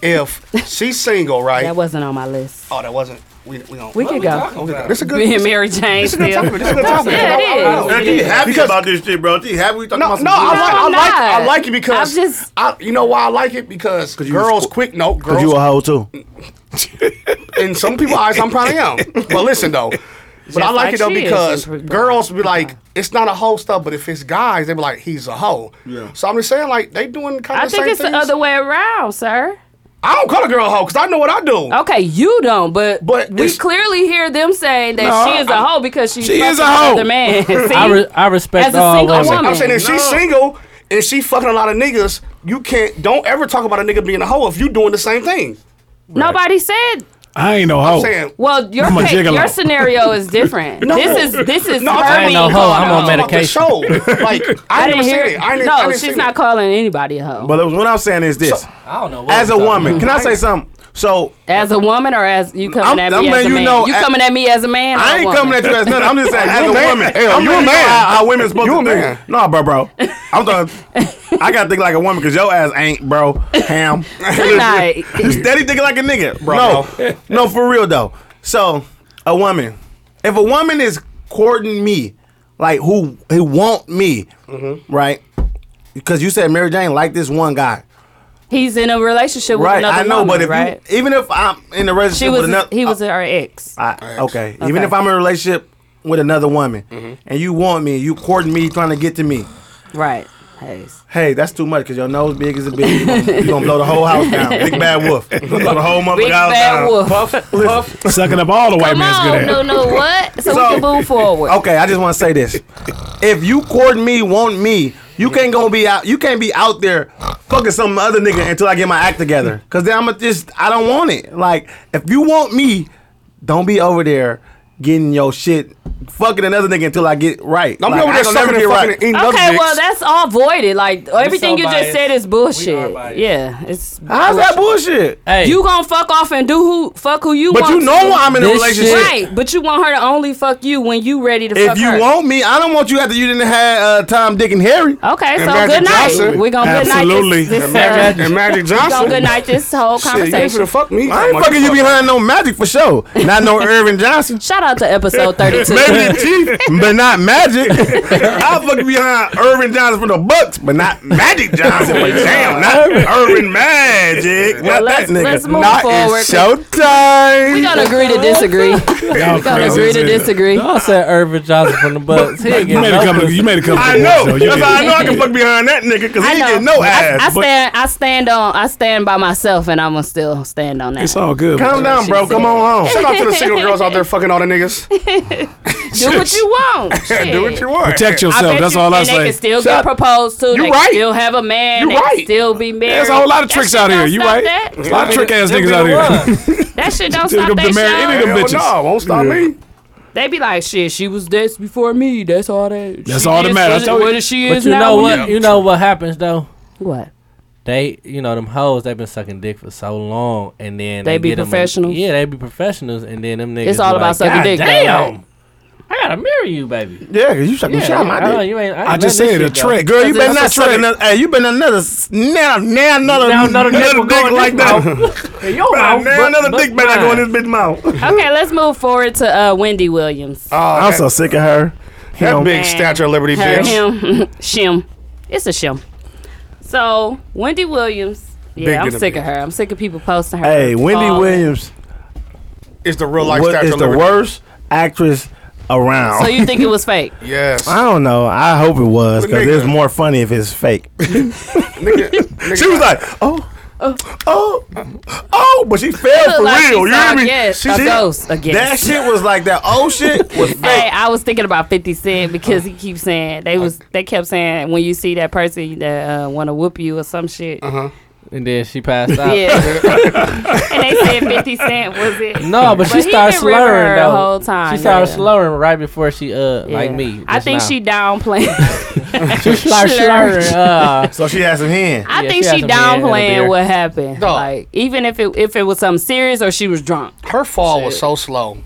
Speaker 6: if she's single, right?
Speaker 1: That wasn't on my list.
Speaker 6: oh, that wasn't. We, we don't.
Speaker 1: We could go.
Speaker 6: This is a good.
Speaker 1: Me and Mary Jane
Speaker 6: This is a good
Speaker 1: still.
Speaker 6: topic. This is a good topic.
Speaker 1: Yeah, it
Speaker 6: I-
Speaker 1: is.
Speaker 6: I- I-
Speaker 3: Man, she happy about this shit, bro. She happy we talking
Speaker 6: No,
Speaker 3: about some
Speaker 6: no, I
Speaker 3: bullshit.
Speaker 6: like, I
Speaker 1: I'm
Speaker 6: like,
Speaker 1: not.
Speaker 6: I like it because
Speaker 1: I'm just-
Speaker 6: I, you know why I like it because
Speaker 3: you
Speaker 6: girls
Speaker 3: was-
Speaker 6: quick no girls
Speaker 3: Cause you a hoe too.
Speaker 6: in some people's eyes I'm probably am. But listen though, but I like,
Speaker 1: like
Speaker 6: it though
Speaker 1: she is
Speaker 6: because
Speaker 1: in people
Speaker 6: girls be like it's not a hoe stuff, but if it's guys they be like he's a hoe.
Speaker 3: Yeah.
Speaker 6: So I'm just saying like they doing kind
Speaker 1: I
Speaker 6: of the same
Speaker 1: think it's the
Speaker 6: things.
Speaker 1: other way around, sir.
Speaker 6: I don't call a girl a hoe because I know what I do.
Speaker 1: Okay, you don't, but
Speaker 6: But
Speaker 1: we
Speaker 6: it's-
Speaker 1: clearly hear them saying that
Speaker 7: No,
Speaker 1: she is a hoe because she's
Speaker 7: She is
Speaker 1: fucking
Speaker 7: a hoe.
Speaker 1: another man. See?
Speaker 4: I, re- I respect
Speaker 1: As a
Speaker 4: all
Speaker 1: single
Speaker 4: women.
Speaker 1: woman.
Speaker 6: I'm saying if she's
Speaker 3: No.
Speaker 6: single and she fucking a lot of niggas, you can't. Don't ever talk about a nigga being a hoe if you doing the same thing.
Speaker 1: Nobody said.
Speaker 7: I ain't no
Speaker 6: I'm
Speaker 7: hoe.
Speaker 6: saying.
Speaker 1: Well, your
Speaker 7: I'm a
Speaker 1: ca- your
Speaker 7: gigolo.
Speaker 1: scenario is different.
Speaker 6: No.
Speaker 1: This is this is
Speaker 6: No,
Speaker 1: her
Speaker 6: I'm saying-
Speaker 1: being
Speaker 4: I ain't no hoe.
Speaker 1: called
Speaker 4: I'm
Speaker 1: a
Speaker 4: on
Speaker 1: hoe.
Speaker 6: Talking about the
Speaker 4: medication.
Speaker 6: show. Like I,
Speaker 1: I
Speaker 6: never
Speaker 1: didn't
Speaker 6: seen
Speaker 1: hear.
Speaker 6: it. I didn't,
Speaker 1: no,
Speaker 6: I didn't see
Speaker 1: she's not
Speaker 6: it.
Speaker 1: calling anybody a hoe.
Speaker 3: But what I'm saying is this:
Speaker 4: I don't know. what
Speaker 3: as
Speaker 4: we're
Speaker 3: a
Speaker 4: talking
Speaker 3: woman,
Speaker 4: about.
Speaker 3: can I say something? So
Speaker 1: as a woman or as you coming
Speaker 3: I'm-
Speaker 1: at
Speaker 3: I'm
Speaker 1: me as
Speaker 3: letting
Speaker 1: a
Speaker 3: you
Speaker 1: man?
Speaker 3: know,
Speaker 1: you
Speaker 3: I-
Speaker 1: coming at me as a man?
Speaker 3: I ain't coming at you as nothing. I'm just saying, as a
Speaker 6: a man.
Speaker 3: woman,
Speaker 6: Hell,
Speaker 3: I'm
Speaker 6: you a
Speaker 3: letting know
Speaker 6: man.
Speaker 3: How, how women supposed
Speaker 6: You
Speaker 3: to
Speaker 6: a
Speaker 3: think.
Speaker 6: man.
Speaker 3: No, bro, bro. I'm talking. I gotta think like a woman because your ass ain't, bro. Ham.
Speaker 1: Tonight.
Speaker 3: you steady thinking like a nigga, bro. No, no, for real though. So, a woman, if a woman is courting me, like who who want me,
Speaker 8: Mm-hmm.
Speaker 3: right? Because you said Mary Jane like this one guy,
Speaker 1: He's in a relationship with
Speaker 3: right?
Speaker 1: another
Speaker 3: I know,
Speaker 1: woman,
Speaker 3: but if
Speaker 1: right?
Speaker 3: you, even if I'm in a relationship
Speaker 1: she was
Speaker 3: with another,
Speaker 1: he was her ex.
Speaker 3: I, okay. Even
Speaker 1: Okay.
Speaker 3: if I'm in a relationship with another woman and you want me, you courting me, trying to get to me.
Speaker 1: right. Hayes.
Speaker 3: Hey, that's too much because your nose big as a bitch. You're gonna, you gonna blow the whole house down. Big bad wolf. You're gonna blow the whole motherfucking
Speaker 1: Big
Speaker 3: house
Speaker 1: bad
Speaker 3: down.
Speaker 1: wolf.
Speaker 7: Sucking up all the white
Speaker 5: Come
Speaker 7: man's
Speaker 5: on,
Speaker 7: good
Speaker 5: no,
Speaker 7: ass.
Speaker 5: no, what? So,
Speaker 3: So-
Speaker 5: we can move forward.
Speaker 3: Okay, I just want to say this. If you court me, want me, you can't gonna be out. You can't be out there fucking some other nigga until I get my act together. Cause then I'ma just I don't want it. Like if you want me, don't be over there getting your shit fucking another nigga until I get right.
Speaker 6: I'm
Speaker 3: Like,
Speaker 6: over
Speaker 3: I
Speaker 6: there
Speaker 3: ain't gonna
Speaker 6: sucking
Speaker 3: never
Speaker 6: and
Speaker 3: get
Speaker 6: fucking and eating other
Speaker 1: Okay,
Speaker 6: dicks.
Speaker 1: well that's all voided. Like everything
Speaker 4: so
Speaker 1: you just
Speaker 4: biased.
Speaker 1: said is bullshit.
Speaker 4: biased.
Speaker 1: Yeah, it's
Speaker 3: How's that bullshit?
Speaker 4: Hey,
Speaker 1: you gonna fuck off and do who fuck who you
Speaker 3: But
Speaker 1: want.
Speaker 3: you know
Speaker 1: to.
Speaker 3: I'm in a
Speaker 4: This
Speaker 3: relationship.
Speaker 4: shit-
Speaker 1: right. But you want her to only fuck you when you ready to fuck
Speaker 3: If you
Speaker 1: her.
Speaker 3: want me, I don't want you after you didn't have uh, Tom, Dick, and Harry.
Speaker 1: okay, so
Speaker 6: Magic
Speaker 1: good night.
Speaker 6: Johnson.
Speaker 1: We're gonna
Speaker 7: Absolutely.
Speaker 1: good night. This, this, uh,
Speaker 6: and Magic
Speaker 1: we're gonna
Speaker 6: Johnson.
Speaker 1: good night this whole
Speaker 6: Shit, you ain't
Speaker 1: conversation.
Speaker 6: finna fuck me.
Speaker 3: I ain't fucking you behind no magic for sure. Not no Irvin Johnson.
Speaker 1: Shout out to episode 32.
Speaker 3: Maybe the Chief, but not Magic. I fucking behind Irvin Johnson from the Bucks, but not Magic Johnson. But damn, not Irvin Magic. Not that
Speaker 1: let's-
Speaker 3: nigga.
Speaker 1: let's move
Speaker 3: not
Speaker 1: forward.
Speaker 3: It's showtime.
Speaker 1: We gotta agree to disagree. we
Speaker 7: Y'all
Speaker 1: gotta
Speaker 7: crazy
Speaker 1: agree
Speaker 7: as
Speaker 1: to
Speaker 7: hell.
Speaker 1: disagree.
Speaker 4: I said Irvin Johnson from the Bucks. He ain't
Speaker 7: You made
Speaker 4: getting
Speaker 7: a
Speaker 4: no
Speaker 7: couple.
Speaker 4: pussy.
Speaker 7: You made a couple.
Speaker 3: I
Speaker 7: points,
Speaker 3: know.
Speaker 7: though. You
Speaker 3: That's
Speaker 7: did.
Speaker 3: how I know I can fuck behind that nigga because he
Speaker 1: I
Speaker 3: ain't
Speaker 1: know.
Speaker 3: getting no
Speaker 1: I, I
Speaker 3: ass.
Speaker 1: stand. I stand on. I stand by myself, and I'm gonna still stand on that.
Speaker 7: It's all good.
Speaker 3: Calm down, bro. Come on home.
Speaker 6: Shout out to the single girls out there fucking all the niggas.
Speaker 1: Do what you want. Shit.
Speaker 6: Do what you want.
Speaker 7: Protect
Speaker 1: I
Speaker 7: yourself.
Speaker 1: bet
Speaker 7: That's
Speaker 1: you-
Speaker 7: all I
Speaker 1: and They
Speaker 7: say.
Speaker 1: can still
Speaker 6: Shut-
Speaker 1: get proposed to.
Speaker 6: You
Speaker 1: they
Speaker 6: right.
Speaker 1: can still have a man.
Speaker 6: You
Speaker 1: they can
Speaker 6: right.
Speaker 1: still be married.
Speaker 7: There's a whole lot of
Speaker 1: That
Speaker 7: tricks
Speaker 1: shit
Speaker 7: out
Speaker 1: don't
Speaker 7: here. You
Speaker 1: stop
Speaker 7: right?
Speaker 1: That.
Speaker 7: A lot of trick ass
Speaker 4: Just be
Speaker 7: niggas
Speaker 4: the
Speaker 7: out here.
Speaker 4: one.
Speaker 1: that shit don't
Speaker 7: Just
Speaker 1: stop
Speaker 7: go to marry
Speaker 1: that
Speaker 7: any
Speaker 1: show.
Speaker 7: of them
Speaker 6: Hell
Speaker 7: bitches.
Speaker 6: no, won't stop me.
Speaker 1: They be like, shit, she was this before me. That's all that.
Speaker 7: That's
Speaker 1: she
Speaker 7: all that
Speaker 1: is,
Speaker 7: matters. I
Speaker 1: what-
Speaker 7: told you.
Speaker 1: What is she
Speaker 4: But
Speaker 1: is
Speaker 4: you
Speaker 1: now
Speaker 4: know
Speaker 1: with
Speaker 4: what? You know what happens though.
Speaker 1: you. What?
Speaker 4: They, you know, them hoes. They've been sucking dick for so long, and then
Speaker 1: They be
Speaker 4: get 'em a-
Speaker 1: professionals?
Speaker 4: yeah, they be professionals, and then them niggas.
Speaker 1: It's all
Speaker 4: be
Speaker 1: about
Speaker 4: like,
Speaker 1: sucking
Speaker 4: "God
Speaker 1: dick, though,
Speaker 4: Damn,
Speaker 1: right?"
Speaker 4: I gotta marry you, baby.
Speaker 3: Yeah, because you sucking
Speaker 4: Yeah,
Speaker 3: shot my
Speaker 4: I know,
Speaker 3: dick.
Speaker 4: you ain't, I, ain't
Speaker 7: I
Speaker 4: letting
Speaker 7: just
Speaker 4: this
Speaker 7: said a
Speaker 4: shit go.
Speaker 7: trick.
Speaker 3: Girl, you
Speaker 7: That's
Speaker 3: better not
Speaker 7: a trick.
Speaker 3: suck another. Hey, you been another s- now now another
Speaker 4: Now another nipple
Speaker 3: dick
Speaker 4: going
Speaker 3: like
Speaker 4: in this
Speaker 3: that.
Speaker 4: mouth. Hey, yo,
Speaker 3: Now
Speaker 4: mouth, but-
Speaker 3: another
Speaker 4: but
Speaker 3: dick better not go in
Speaker 4: mine.
Speaker 3: this bitch mouth.
Speaker 1: Okay, let's move forward to uh, Wendy Williams.
Speaker 3: I'm so sick of her.
Speaker 6: Oh, That
Speaker 3: Him.
Speaker 6: big Statue of Liberty
Speaker 1: her,
Speaker 6: bitch.
Speaker 1: him, shim. It's a shim. So Wendy Williams. Yeah,
Speaker 6: Big
Speaker 1: I'm
Speaker 6: than a
Speaker 1: sick
Speaker 6: bitch.
Speaker 1: of her. I'm sick of people posting her.
Speaker 3: Hey, Wendy
Speaker 1: Oh.
Speaker 3: Williams
Speaker 6: Is the real life
Speaker 3: what
Speaker 6: Statue
Speaker 3: is
Speaker 6: of
Speaker 3: the
Speaker 6: Liberty.
Speaker 3: worst actress around.
Speaker 1: So you think it was fake?
Speaker 6: Yes.
Speaker 3: I don't know. I hope it was because
Speaker 6: Nigga.
Speaker 3: it's more funny if it's fake.
Speaker 6: nigga, nigga,
Speaker 3: she was like, "Oh, oh, oh, but she fell for
Speaker 1: Like she
Speaker 3: real. You
Speaker 1: saw
Speaker 3: hear me?
Speaker 1: yes,
Speaker 3: she,
Speaker 1: a ghost, a guess.
Speaker 3: That shit was like that old shit was
Speaker 1: Hey,
Speaker 3: fake.
Speaker 1: I was thinking about Fifty Cent because he keeps saying they was they kept saying when you see that person that uh, want to whoop you or some shit.
Speaker 6: Uh-huh.
Speaker 4: And then she passed out.
Speaker 1: Yeah, and they said Fifty Cent was it?
Speaker 4: No, but, she
Speaker 1: he
Speaker 4: started
Speaker 1: been ripping her
Speaker 4: slurring
Speaker 1: the
Speaker 4: though.
Speaker 1: whole time,
Speaker 4: She started
Speaker 1: yeah.
Speaker 4: slurring right before she uh
Speaker 1: Yeah.
Speaker 4: like me.
Speaker 1: I
Speaker 4: just
Speaker 1: think
Speaker 4: now.
Speaker 1: she downplaying.
Speaker 4: she started
Speaker 1: slurred.
Speaker 4: slurring. Uh,
Speaker 3: So she had some hand.
Speaker 1: I
Speaker 4: Yeah,
Speaker 1: think
Speaker 4: she
Speaker 1: she,
Speaker 4: had some beer and a
Speaker 1: downplaying
Speaker 4: beer.
Speaker 1: what happened.
Speaker 6: Dog.
Speaker 1: Like even if it if it was something serious or she was drunk.
Speaker 6: Her fall was so slow.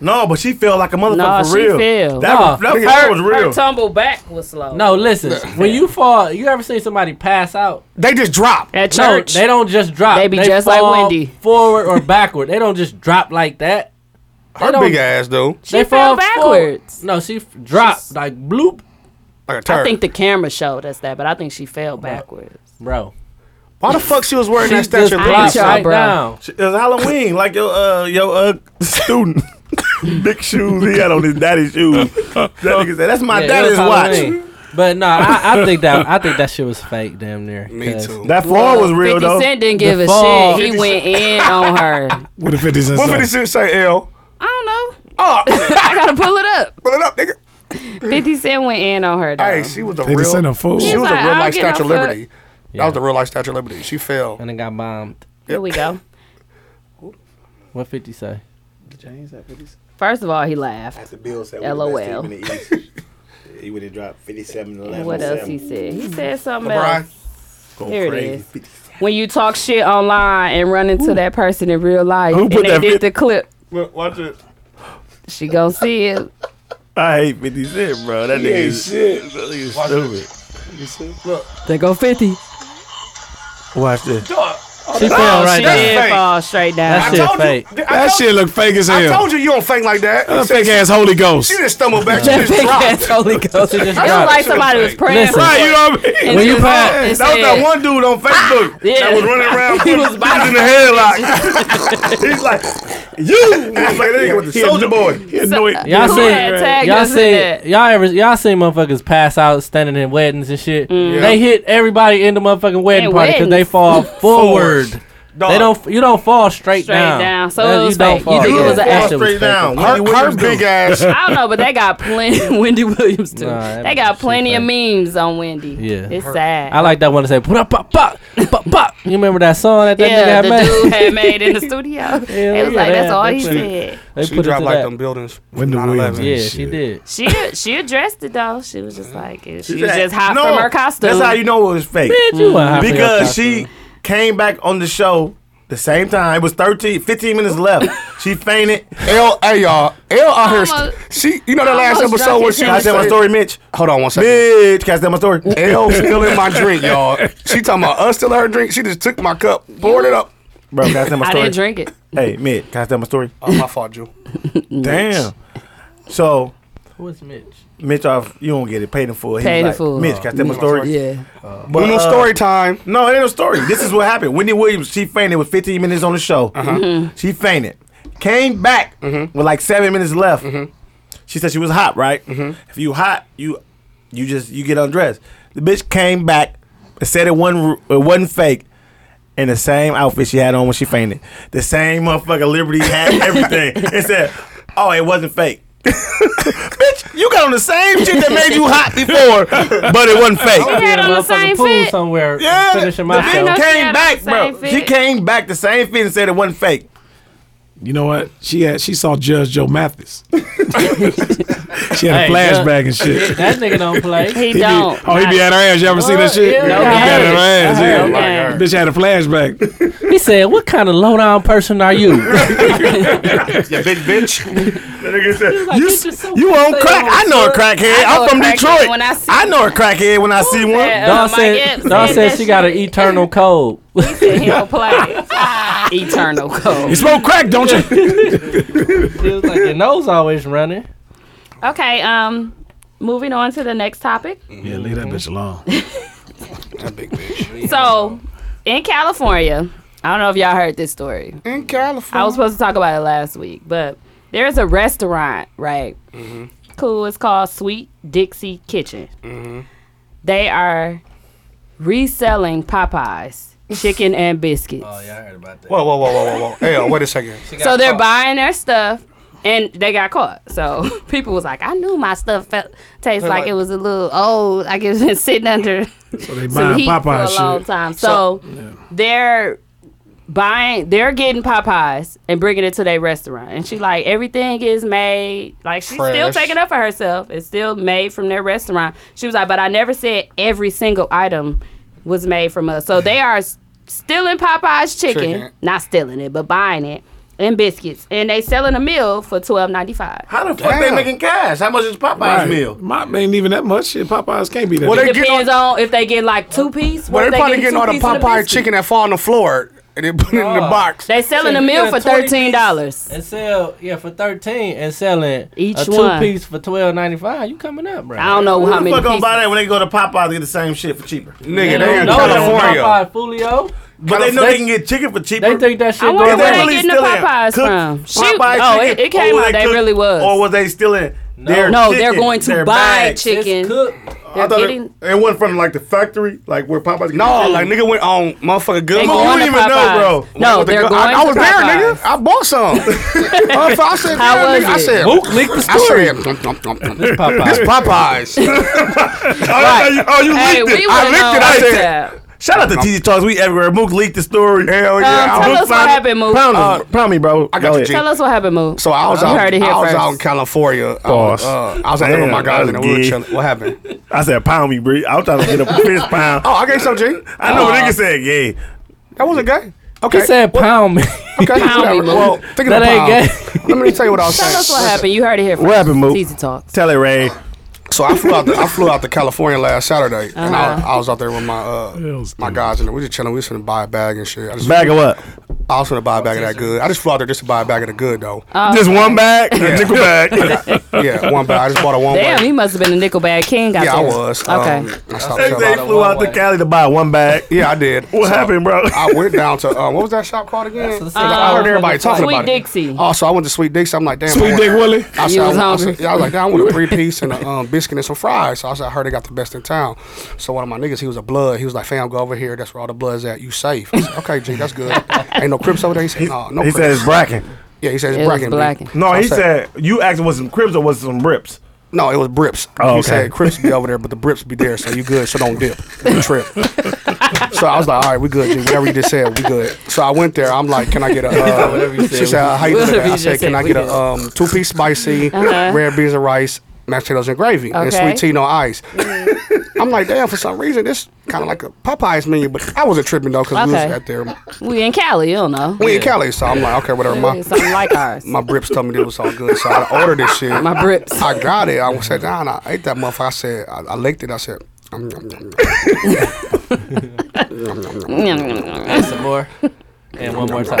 Speaker 3: No, but she fell like a motherfucker
Speaker 1: No,
Speaker 3: for
Speaker 1: she
Speaker 3: real.
Speaker 1: fell.
Speaker 3: That, was,
Speaker 4: No.
Speaker 3: that,
Speaker 1: Her,
Speaker 3: fall was real.
Speaker 1: her tumble back was slow.
Speaker 4: no, listen. when you fall, you ever seen somebody pass out?
Speaker 6: They just dropped.
Speaker 1: at
Speaker 4: No,
Speaker 1: church.
Speaker 4: they don't just drop.
Speaker 1: They be just like
Speaker 4: fall
Speaker 1: Wendy.
Speaker 4: forward or backward. they don't just drop like that. They
Speaker 6: Her
Speaker 4: don't-
Speaker 6: big ass though,
Speaker 1: she fell backwards.
Speaker 4: Forward. No, she f- dropped like bloop,
Speaker 6: like a turd.
Speaker 1: I think the camera showed us that, but I think she fell backwards.
Speaker 4: bro.
Speaker 6: Why the fuck she was wearing that
Speaker 4: She just
Speaker 6: statue? of
Speaker 4: dropped
Speaker 1: ain't
Speaker 6: Liberty?
Speaker 1: y'all,
Speaker 4: right
Speaker 1: bro.
Speaker 4: down.
Speaker 3: It was Halloween, like your uh your uh student. Big shoes he had on his daddy shoes. That nigga said, "That's my
Speaker 4: Yeah, it was
Speaker 3: daddy's watch."
Speaker 4: Halloween. But no, I, I think that I think that shit was fake, damn near.
Speaker 6: Me
Speaker 4: 'cause
Speaker 6: too.
Speaker 3: That fall was real
Speaker 1: 50
Speaker 3: though.
Speaker 1: Cent didn't give a
Speaker 4: fall.
Speaker 1: shit. He went in on her.
Speaker 7: What the 50 cent
Speaker 6: What
Speaker 7: song?
Speaker 6: fifty six say L?
Speaker 1: I don't know.
Speaker 6: Oh,
Speaker 1: I gotta pull it up.
Speaker 6: put it up, nigga.
Speaker 1: 50 Cent went in on her. Though.
Speaker 6: Hey, she was the
Speaker 7: 50
Speaker 6: real.
Speaker 7: cent a fool.
Speaker 6: She was
Speaker 1: like,
Speaker 6: a real
Speaker 1: I
Speaker 6: life
Speaker 1: don't get
Speaker 6: Statue of
Speaker 1: no fuck.
Speaker 6: Liberty. That was the real life Statue of Liberty. She fell.
Speaker 4: And it got bombed.
Speaker 1: Here we go.
Speaker 4: What fifty say?
Speaker 1: First of all, he laughed.
Speaker 9: The bill said
Speaker 1: LOL.
Speaker 9: He would have dropped 57 11.
Speaker 1: What else he said? He said something
Speaker 6: LeBron,
Speaker 1: else. Here it is. When you talk shit online and run into that person in real life,
Speaker 3: Who
Speaker 1: and
Speaker 3: put
Speaker 1: they
Speaker 3: that
Speaker 1: did
Speaker 3: fit-
Speaker 1: the clip,
Speaker 3: Watch it.
Speaker 1: she gonna see it.
Speaker 3: I hate 50 Cent, bro. That nigga is
Speaker 9: Shit.
Speaker 3: stupid.
Speaker 1: They go 50.
Speaker 3: Watch this.
Speaker 4: She
Speaker 6: Oh,
Speaker 4: fell
Speaker 1: she
Speaker 4: right down.
Speaker 1: did
Speaker 6: fake.
Speaker 1: fall straight down.
Speaker 4: That shit fake.
Speaker 6: you. I
Speaker 7: That
Speaker 6: told-
Speaker 7: shit look fake as
Speaker 6: I
Speaker 7: hell.
Speaker 6: told you you don't think like that.
Speaker 7: That fake ass Holy Ghost.
Speaker 6: She just stumbled back. She just dropped.
Speaker 4: Holy Ghost. She just
Speaker 1: It was
Speaker 4: dropped.
Speaker 1: like somebody was praying
Speaker 4: Listen.
Speaker 1: for
Speaker 4: Right,
Speaker 1: her.
Speaker 3: know what I mean?
Speaker 1: And
Speaker 4: When you
Speaker 1: she
Speaker 4: pass-
Speaker 1: was-
Speaker 3: That was that
Speaker 1: said-
Speaker 3: one dude on Facebook
Speaker 1: Yeah.
Speaker 3: that was running around
Speaker 1: He was
Speaker 3: putting
Speaker 1: by-
Speaker 3: dudes in the headlock. He's like, you! He's like, that nigga with the soldier boy. He annoyed.
Speaker 4: Y'all
Speaker 1: Who
Speaker 4: seen
Speaker 1: had tagged
Speaker 4: y'all
Speaker 1: us in
Speaker 4: seen
Speaker 1: that?
Speaker 4: y'all ever y'all seen motherfuckers pass out standing in weddings and shit. They hit everybody in the motherfucking
Speaker 1: Mm.
Speaker 4: wedding
Speaker 1: In
Speaker 4: party because they
Speaker 1: weddings.
Speaker 4: fall forward.
Speaker 3: Dog.
Speaker 4: They don't. You don't fall straight,
Speaker 1: Straight
Speaker 4: down.
Speaker 1: down. So
Speaker 4: That-
Speaker 1: it was fake. You think it
Speaker 4: yeah,
Speaker 1: was an
Speaker 4: that
Speaker 1: act?
Speaker 4: shit
Speaker 3: straight
Speaker 4: fake as
Speaker 3: down.
Speaker 6: Her,
Speaker 3: Wendy
Speaker 6: her
Speaker 3: Williams
Speaker 6: big
Speaker 3: do.
Speaker 6: ass.
Speaker 1: I don't know, but they got plenty. Wendy Williams too.
Speaker 4: Nah, that
Speaker 1: they
Speaker 4: was-
Speaker 1: got
Speaker 4: she
Speaker 1: plenty of
Speaker 4: fake.
Speaker 1: memes on Wendy.
Speaker 4: Yeah.
Speaker 1: it's sad.
Speaker 4: I like that one to say pop pop pop pop pop. You remember that song that that
Speaker 1: yeah, the
Speaker 4: nigga had made?
Speaker 1: dude had made in the studio. it was
Speaker 4: yeah,
Speaker 1: like
Speaker 4: they
Speaker 1: that's
Speaker 4: had
Speaker 1: all
Speaker 4: that
Speaker 1: he
Speaker 4: shit.
Speaker 1: said.
Speaker 4: They
Speaker 6: She
Speaker 4: put it
Speaker 6: dropped
Speaker 4: to
Speaker 6: like
Speaker 4: that.
Speaker 6: them buildings.
Speaker 7: When the
Speaker 6: 9/11.
Speaker 4: Yeah, she did.
Speaker 1: She she addressed it though. She was just like she,
Speaker 3: She
Speaker 1: was
Speaker 3: said-
Speaker 1: just hot
Speaker 3: No,
Speaker 1: from her costume.
Speaker 3: That's how you know it was fake.
Speaker 4: Bitch, you a
Speaker 3: because she came back on the show the same time. It was 13, 15 minutes left. She fainted.
Speaker 6: L A y'all. L out here.
Speaker 1: Almost-
Speaker 6: She. You know that last
Speaker 1: almost
Speaker 6: episode
Speaker 1: drunk
Speaker 6: where
Speaker 1: as
Speaker 6: she
Speaker 3: Can I
Speaker 6: was
Speaker 3: tell my
Speaker 6: saying-
Speaker 3: story, Mitch?
Speaker 6: Hold on one second.
Speaker 3: Bitch, can I tell my story?
Speaker 6: L still in my drink, y'all. She talking about us still in her drink. She just took my cup, poured it up.
Speaker 3: Bro, can I tell my
Speaker 1: I didn't
Speaker 3: story?
Speaker 1: drink it.
Speaker 3: Hey, Mitch, can I tell my story?
Speaker 6: Oh, my fault, Jew.
Speaker 3: Damn. So,
Speaker 4: Who's Mitch?
Speaker 3: Mitch, off, you don't get it. Paid in full. He
Speaker 1: Paid
Speaker 3: was
Speaker 1: in
Speaker 3: like,
Speaker 1: full.
Speaker 3: Mitch, can I tell my story?
Speaker 1: Yeah,
Speaker 6: But,
Speaker 3: uh,
Speaker 6: story time.
Speaker 3: No, it ain't no story. This is what happened. Wendy Williams, she fainted with 15 minutes on the show.
Speaker 6: Uh-huh.
Speaker 1: Mm-hmm.
Speaker 3: She fainted. Came back
Speaker 6: Mm-hmm.
Speaker 3: with like seven minutes left. She said she was hot, right?
Speaker 6: Mm-hmm.
Speaker 3: If you hot, you you just you get undressed. The bitch came back and said it wasn't it wasn't fake. In the same outfit she had on when she fainted, the same motherfucker Liberty had everything. It said, "Oh, it wasn't fake." Bitch, you got on the same shit that made you hot before, but it wasn't fake.
Speaker 1: She had on the Oh, same
Speaker 4: pool
Speaker 1: fit.
Speaker 4: somewhere.
Speaker 3: Yeah,
Speaker 4: finishing
Speaker 3: the bitch
Speaker 1: I know
Speaker 4: myself.
Speaker 1: she
Speaker 3: came
Speaker 1: had
Speaker 3: back,
Speaker 1: the same
Speaker 3: bro.
Speaker 1: fit.
Speaker 3: She came back the same fit and said it wasn't fake.
Speaker 7: You know what? She had she saw Judge Joe Mathis. she had a
Speaker 4: Hey,
Speaker 7: flashback and shit.
Speaker 4: That nigga don't play.
Speaker 1: he don't.
Speaker 7: Oh, he be at her ass. You ever seen that shit?
Speaker 4: yeah,
Speaker 7: he
Speaker 4: I
Speaker 7: be
Speaker 4: heard
Speaker 7: at her
Speaker 4: it.
Speaker 7: ass.
Speaker 4: I
Speaker 1: Oh,
Speaker 7: Yeah.
Speaker 4: heard
Speaker 1: it.
Speaker 7: Bitch had a flashback.
Speaker 4: He said, "What kind of low down person are you?"
Speaker 6: Yeah, big bitch.
Speaker 4: Like, you just so
Speaker 3: You on
Speaker 4: fixated
Speaker 3: crack? I know
Speaker 4: Snoop.
Speaker 3: a crackhead.
Speaker 1: Oh, I know
Speaker 3: I'm
Speaker 1: a
Speaker 3: from
Speaker 1: crackhead
Speaker 3: Detroit.
Speaker 1: when I see
Speaker 3: I know a crackhead when I see one.
Speaker 1: that? Mike
Speaker 4: Dawn said,
Speaker 1: Epps
Speaker 4: Dawn
Speaker 1: "Oh, said
Speaker 4: said
Speaker 1: that
Speaker 4: she got an
Speaker 1: shit.
Speaker 4: eternal cold.
Speaker 1: He don't play. Eternal code.
Speaker 7: You smoke crack, don't you?
Speaker 4: It was like your nose always running.
Speaker 1: Okay, um, moving on to the next topic.
Speaker 7: yeah, leave that bitch alone.
Speaker 6: That big bitch.
Speaker 1: So, in California, I don't know if y'all heard this story.
Speaker 6: In California.
Speaker 1: I was supposed to talk about it last week, but there's a restaurant, right?
Speaker 6: Mm-hmm.
Speaker 1: Cool. It's called Sweet
Speaker 6: Mm-hmm.
Speaker 1: Dixie Kitchen. They are reselling Popeyes chicken and biscuits.
Speaker 4: Oh yeah, I heard about that.
Speaker 6: Whoa, whoa, whoa, whoa, whoa, whoa. Hey, yo, wait a second.
Speaker 1: So they're buying their stuff and they got caught. So people was like, I knew my stuff felt tastes
Speaker 6: They're
Speaker 1: like,
Speaker 6: like-
Speaker 1: it was a little old, like it's been sitting under
Speaker 7: So they
Speaker 1: some
Speaker 7: buying
Speaker 1: heat for a
Speaker 7: Popeye
Speaker 1: long
Speaker 7: shit.
Speaker 1: time. So, they're buying they're getting Popeyes and bringing it to their restaurant. And she like everything is made like she's still
Speaker 6: Fresh.
Speaker 1: taking up for herself. It's still made from their restaurant. She was like, But I never said every single item was made from us. So they are s- stealing Popeye's chicken,
Speaker 6: Chicken.
Speaker 1: not stealing it, but buying it. And biscuits. And they selling a meal for twelve ninety five.
Speaker 3: How the fuck they
Speaker 6: Damn.
Speaker 3: making cash? How much is Popeye's
Speaker 7: Right.
Speaker 3: meal?
Speaker 7: Mine ain't even that much. Shit, Popeyes can't be that.
Speaker 6: Well,
Speaker 7: Well,
Speaker 6: they-
Speaker 1: It
Speaker 6: getting
Speaker 1: depends on if they get like two piece.
Speaker 6: Well,
Speaker 1: what
Speaker 6: they
Speaker 1: if
Speaker 6: probably
Speaker 1: get
Speaker 6: getting
Speaker 1: two
Speaker 6: all the
Speaker 1: pieces of
Speaker 6: Popeye
Speaker 1: biscuit?
Speaker 6: chicken that fall on the floor and they put it in the
Speaker 4: Oh.
Speaker 6: box.
Speaker 1: They selling
Speaker 4: So
Speaker 1: a
Speaker 4: you
Speaker 1: meal
Speaker 4: get
Speaker 1: for
Speaker 4: a 20 piece.
Speaker 1: thirteen dollars.
Speaker 4: And sell yeah for thirteen and selling
Speaker 1: Each
Speaker 4: a two
Speaker 1: one.
Speaker 4: piece for twelve ninety five. You coming up, bro?
Speaker 1: I don't know how
Speaker 3: Who the
Speaker 1: many.
Speaker 3: fuck gonna
Speaker 1: Pieces.
Speaker 3: buy that when they go to Popeye's to get the same shit for cheaper?
Speaker 6: Nigga, they in
Speaker 4: No, that's
Speaker 6: California.
Speaker 4: Popeye Fulio.
Speaker 3: But they know they can get chicken for cheaper.
Speaker 4: They think that
Speaker 1: I
Speaker 4: shit
Speaker 1: wonder
Speaker 4: going
Speaker 1: where
Speaker 3: Is that
Speaker 1: they
Speaker 4: right.
Speaker 3: really
Speaker 1: getting the
Speaker 3: still in
Speaker 1: Popeyes
Speaker 3: cooked
Speaker 1: from. She,
Speaker 3: Popeye
Speaker 1: oh, it,
Speaker 3: chicken,
Speaker 1: it came
Speaker 3: or
Speaker 1: out. They
Speaker 3: cooked-
Speaker 1: really was.
Speaker 3: Or was they stealing their
Speaker 1: no,
Speaker 3: chicken,
Speaker 1: they're going to
Speaker 3: their
Speaker 1: buy
Speaker 3: bags?
Speaker 1: chicken.
Speaker 4: It's cooked.
Speaker 1: They're
Speaker 3: I thought
Speaker 1: getting.
Speaker 3: it, it went from like the factory, like where Popeye's.
Speaker 6: No, like nigga went on motherfucking good.
Speaker 1: They
Speaker 6: Food.
Speaker 1: going
Speaker 3: you
Speaker 1: to
Speaker 3: even know,
Speaker 1: Popeyes.
Speaker 3: bro.
Speaker 1: No,
Speaker 6: With the
Speaker 1: they're
Speaker 6: gu-
Speaker 1: going
Speaker 6: I, I was
Speaker 1: to
Speaker 6: there,
Speaker 1: Popeyes.
Speaker 6: nigga. I bought some. I, I said,
Speaker 1: How
Speaker 6: "Yeah,
Speaker 1: was
Speaker 6: nigga." I
Speaker 1: it?
Speaker 6: said,
Speaker 4: Mook leaked the
Speaker 6: I
Speaker 4: story.
Speaker 6: said, "Nom, nom, nom, nom."
Speaker 4: Popeye.
Speaker 6: this Popeyes.
Speaker 3: Oh, you, oh, you
Speaker 1: Hey,
Speaker 3: leaked
Speaker 1: we
Speaker 3: it.
Speaker 1: would
Speaker 3: I
Speaker 1: know.
Speaker 3: leaked it. I
Speaker 1: about
Speaker 3: said.
Speaker 1: that.
Speaker 3: Shout out to TG Talks. We everywhere. Mook leaked the story. Hell
Speaker 1: yeah. Um, tell us what happened, Mook.
Speaker 3: Pound, uh, pound me, bro.
Speaker 6: I got you, G.
Speaker 1: Tell us what happened, Moo.
Speaker 6: So I was
Speaker 1: You
Speaker 6: out.
Speaker 1: heard it here
Speaker 6: I was
Speaker 1: first.
Speaker 6: out in California. I
Speaker 3: Boss.
Speaker 6: was, uh, I was out there with my
Speaker 3: Damn,
Speaker 6: guys in
Speaker 3: that
Speaker 6: the
Speaker 3: was
Speaker 6: wood
Speaker 3: gay.
Speaker 6: chilling. What happened?
Speaker 3: I said, pound me, bro. I was trying to get a fist pound.
Speaker 6: Oh, I gave some G. Uh,
Speaker 3: I know what nigga said gay.
Speaker 6: That wasn't gay. Okay.
Speaker 4: He said pound me.
Speaker 6: okay.
Speaker 1: me,
Speaker 6: whatever.
Speaker 1: Lou.
Speaker 6: Well, think of
Speaker 4: That
Speaker 6: the
Speaker 4: ain't
Speaker 6: pound. Let me tell you what I was saying.
Speaker 1: Tell us what happened. You heard it here first.
Speaker 3: What happened, Moo?
Speaker 1: Easy talks.
Speaker 3: Tell it, Ray.
Speaker 6: So I flew out. The, I flew out to California last Saturday, and
Speaker 1: Uh-huh.
Speaker 6: I, I was out there with my uh, my guys, and we just chilling. We just gonna buy a bag and shit. I just,
Speaker 3: Bag of what?
Speaker 6: I was gonna buy a bag of that good. I just flew out there just to buy a bag of the good though.
Speaker 1: Uh,
Speaker 3: Just one bag? A nickel bag.
Speaker 6: yeah, one bag. I just bought a one
Speaker 1: Damn,
Speaker 6: way.
Speaker 1: he must have been a nickel bag king out
Speaker 6: Yeah, I
Speaker 1: there.
Speaker 6: was.
Speaker 1: Okay.
Speaker 6: Um, I stopped
Speaker 3: They
Speaker 6: chilling.
Speaker 3: they flew out to Cali to buy one bag.
Speaker 6: yeah, I did.
Speaker 3: What
Speaker 6: So
Speaker 3: happened, bro?
Speaker 6: I went down to um, what was that shop called again?
Speaker 4: That's the
Speaker 6: 'Cause I heard everybody talking
Speaker 1: Oh. Sweet
Speaker 6: about
Speaker 1: Dixie.
Speaker 6: it. Oh, so I went to Sweet Dixie. I'm like, damn. I
Speaker 7: Sweet
Speaker 6: want-
Speaker 7: Dick Willie.
Speaker 6: I
Speaker 1: You was
Speaker 6: said, I, want- I
Speaker 1: hungry.
Speaker 6: said, yeah, I was like, "Damn, I want a three piece and a um, biscuit and some fries. So I said, I heard they got the best in town. So one of my niggas, he was a blood. He was like, fam, go over here. That's where all the blood's at. You safe. I said, okay, G, that's good. Ain't no Crips over there. He said, no, no
Speaker 3: He
Speaker 6: Crips.
Speaker 3: said it's bracken.
Speaker 6: yeah, he said
Speaker 1: It was
Speaker 6: it's Bracken.
Speaker 1: blacking.
Speaker 3: No, he
Speaker 6: said-
Speaker 3: said, you asked him was some cribs or was it some rips?
Speaker 6: No, it was Brips.
Speaker 3: Oh, okay.
Speaker 6: He said Crips be over there, but the Brips be there, so you good. So don't dip. You trip. so I was like, all right, we good, G. Whatever you just said, we good. So I went there. I'm like, can I get a? Uh,
Speaker 4: Whatever you
Speaker 6: she
Speaker 4: said,
Speaker 6: said, how you doing?
Speaker 1: Whatever
Speaker 6: today? I
Speaker 1: you
Speaker 6: said,
Speaker 1: just
Speaker 6: can
Speaker 1: said,
Speaker 6: I
Speaker 1: we
Speaker 6: get a
Speaker 1: good.
Speaker 6: um, two piece spicy,
Speaker 1: Uh-huh.
Speaker 6: red beans and rice, mashed potatoes and gravy, and
Speaker 1: Okay. Mm-hmm.
Speaker 6: sweet tea no ice. I'm like, damn. For some reason, this kind of like a Popeyes menu, but I wasn't tripping though because we
Speaker 1: Okay.
Speaker 6: was at there.
Speaker 1: We in Cali, you don't know.
Speaker 6: We in Cali, so I'm like, okay, whatever. My
Speaker 1: It's something like ours.
Speaker 6: my Brips told me this was all good, so I ordered this shit.
Speaker 1: My brips.
Speaker 6: I got it. I sat down. I ate that motherfucker. I said, I, I licked it. I said, um, yum, yum, yum.
Speaker 4: And some more. And one more time.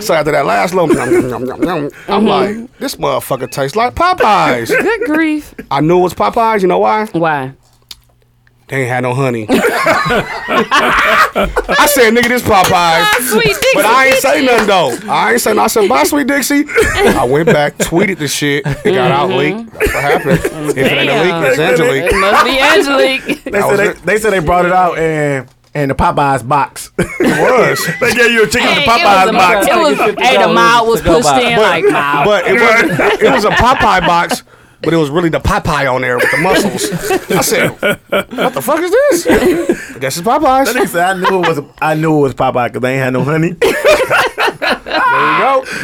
Speaker 6: so after that last little, yum, yum, yum, yum, yum, I'm
Speaker 1: Uh-huh.
Speaker 6: like, this motherfucker tastes like Popeyes.
Speaker 1: Good grief.
Speaker 6: I knew it was Popeyes. You know why?
Speaker 1: Why?
Speaker 6: They ain't had no honey. I said, nigga, this Popeyes.
Speaker 1: Sweet Dixie.
Speaker 6: But I ain't say nothing though. I ain't say nothing. I said, bye, sweet Dixie. I went back, tweeted the shit. It got out leaked. That's what happened. If it ain't a
Speaker 1: Damn.
Speaker 6: leak, it's Angelique.
Speaker 1: Mm-hmm. Oh, It must be Angelique.
Speaker 3: Uh, They
Speaker 6: That
Speaker 3: said
Speaker 6: was
Speaker 3: they,
Speaker 6: it.
Speaker 3: they said they brought it out and and the Popeyes box.
Speaker 6: It was.
Speaker 3: they gave you a chicken
Speaker 1: Hey,
Speaker 3: in
Speaker 1: it
Speaker 3: the Popeyes
Speaker 1: was,
Speaker 3: box.
Speaker 1: a, it was,
Speaker 4: $50
Speaker 1: hey, the mile was
Speaker 4: to go
Speaker 1: pushed
Speaker 4: by.
Speaker 1: in like mile.
Speaker 6: But it was it was a Popeye box, but it was really the Popeye on there with the muscles. I said, "What the fuck is this?" I guess it's Popeyes. There
Speaker 3: They said, I knew it was I knew it was Popeye because they ain't had no honey.
Speaker 6: you go.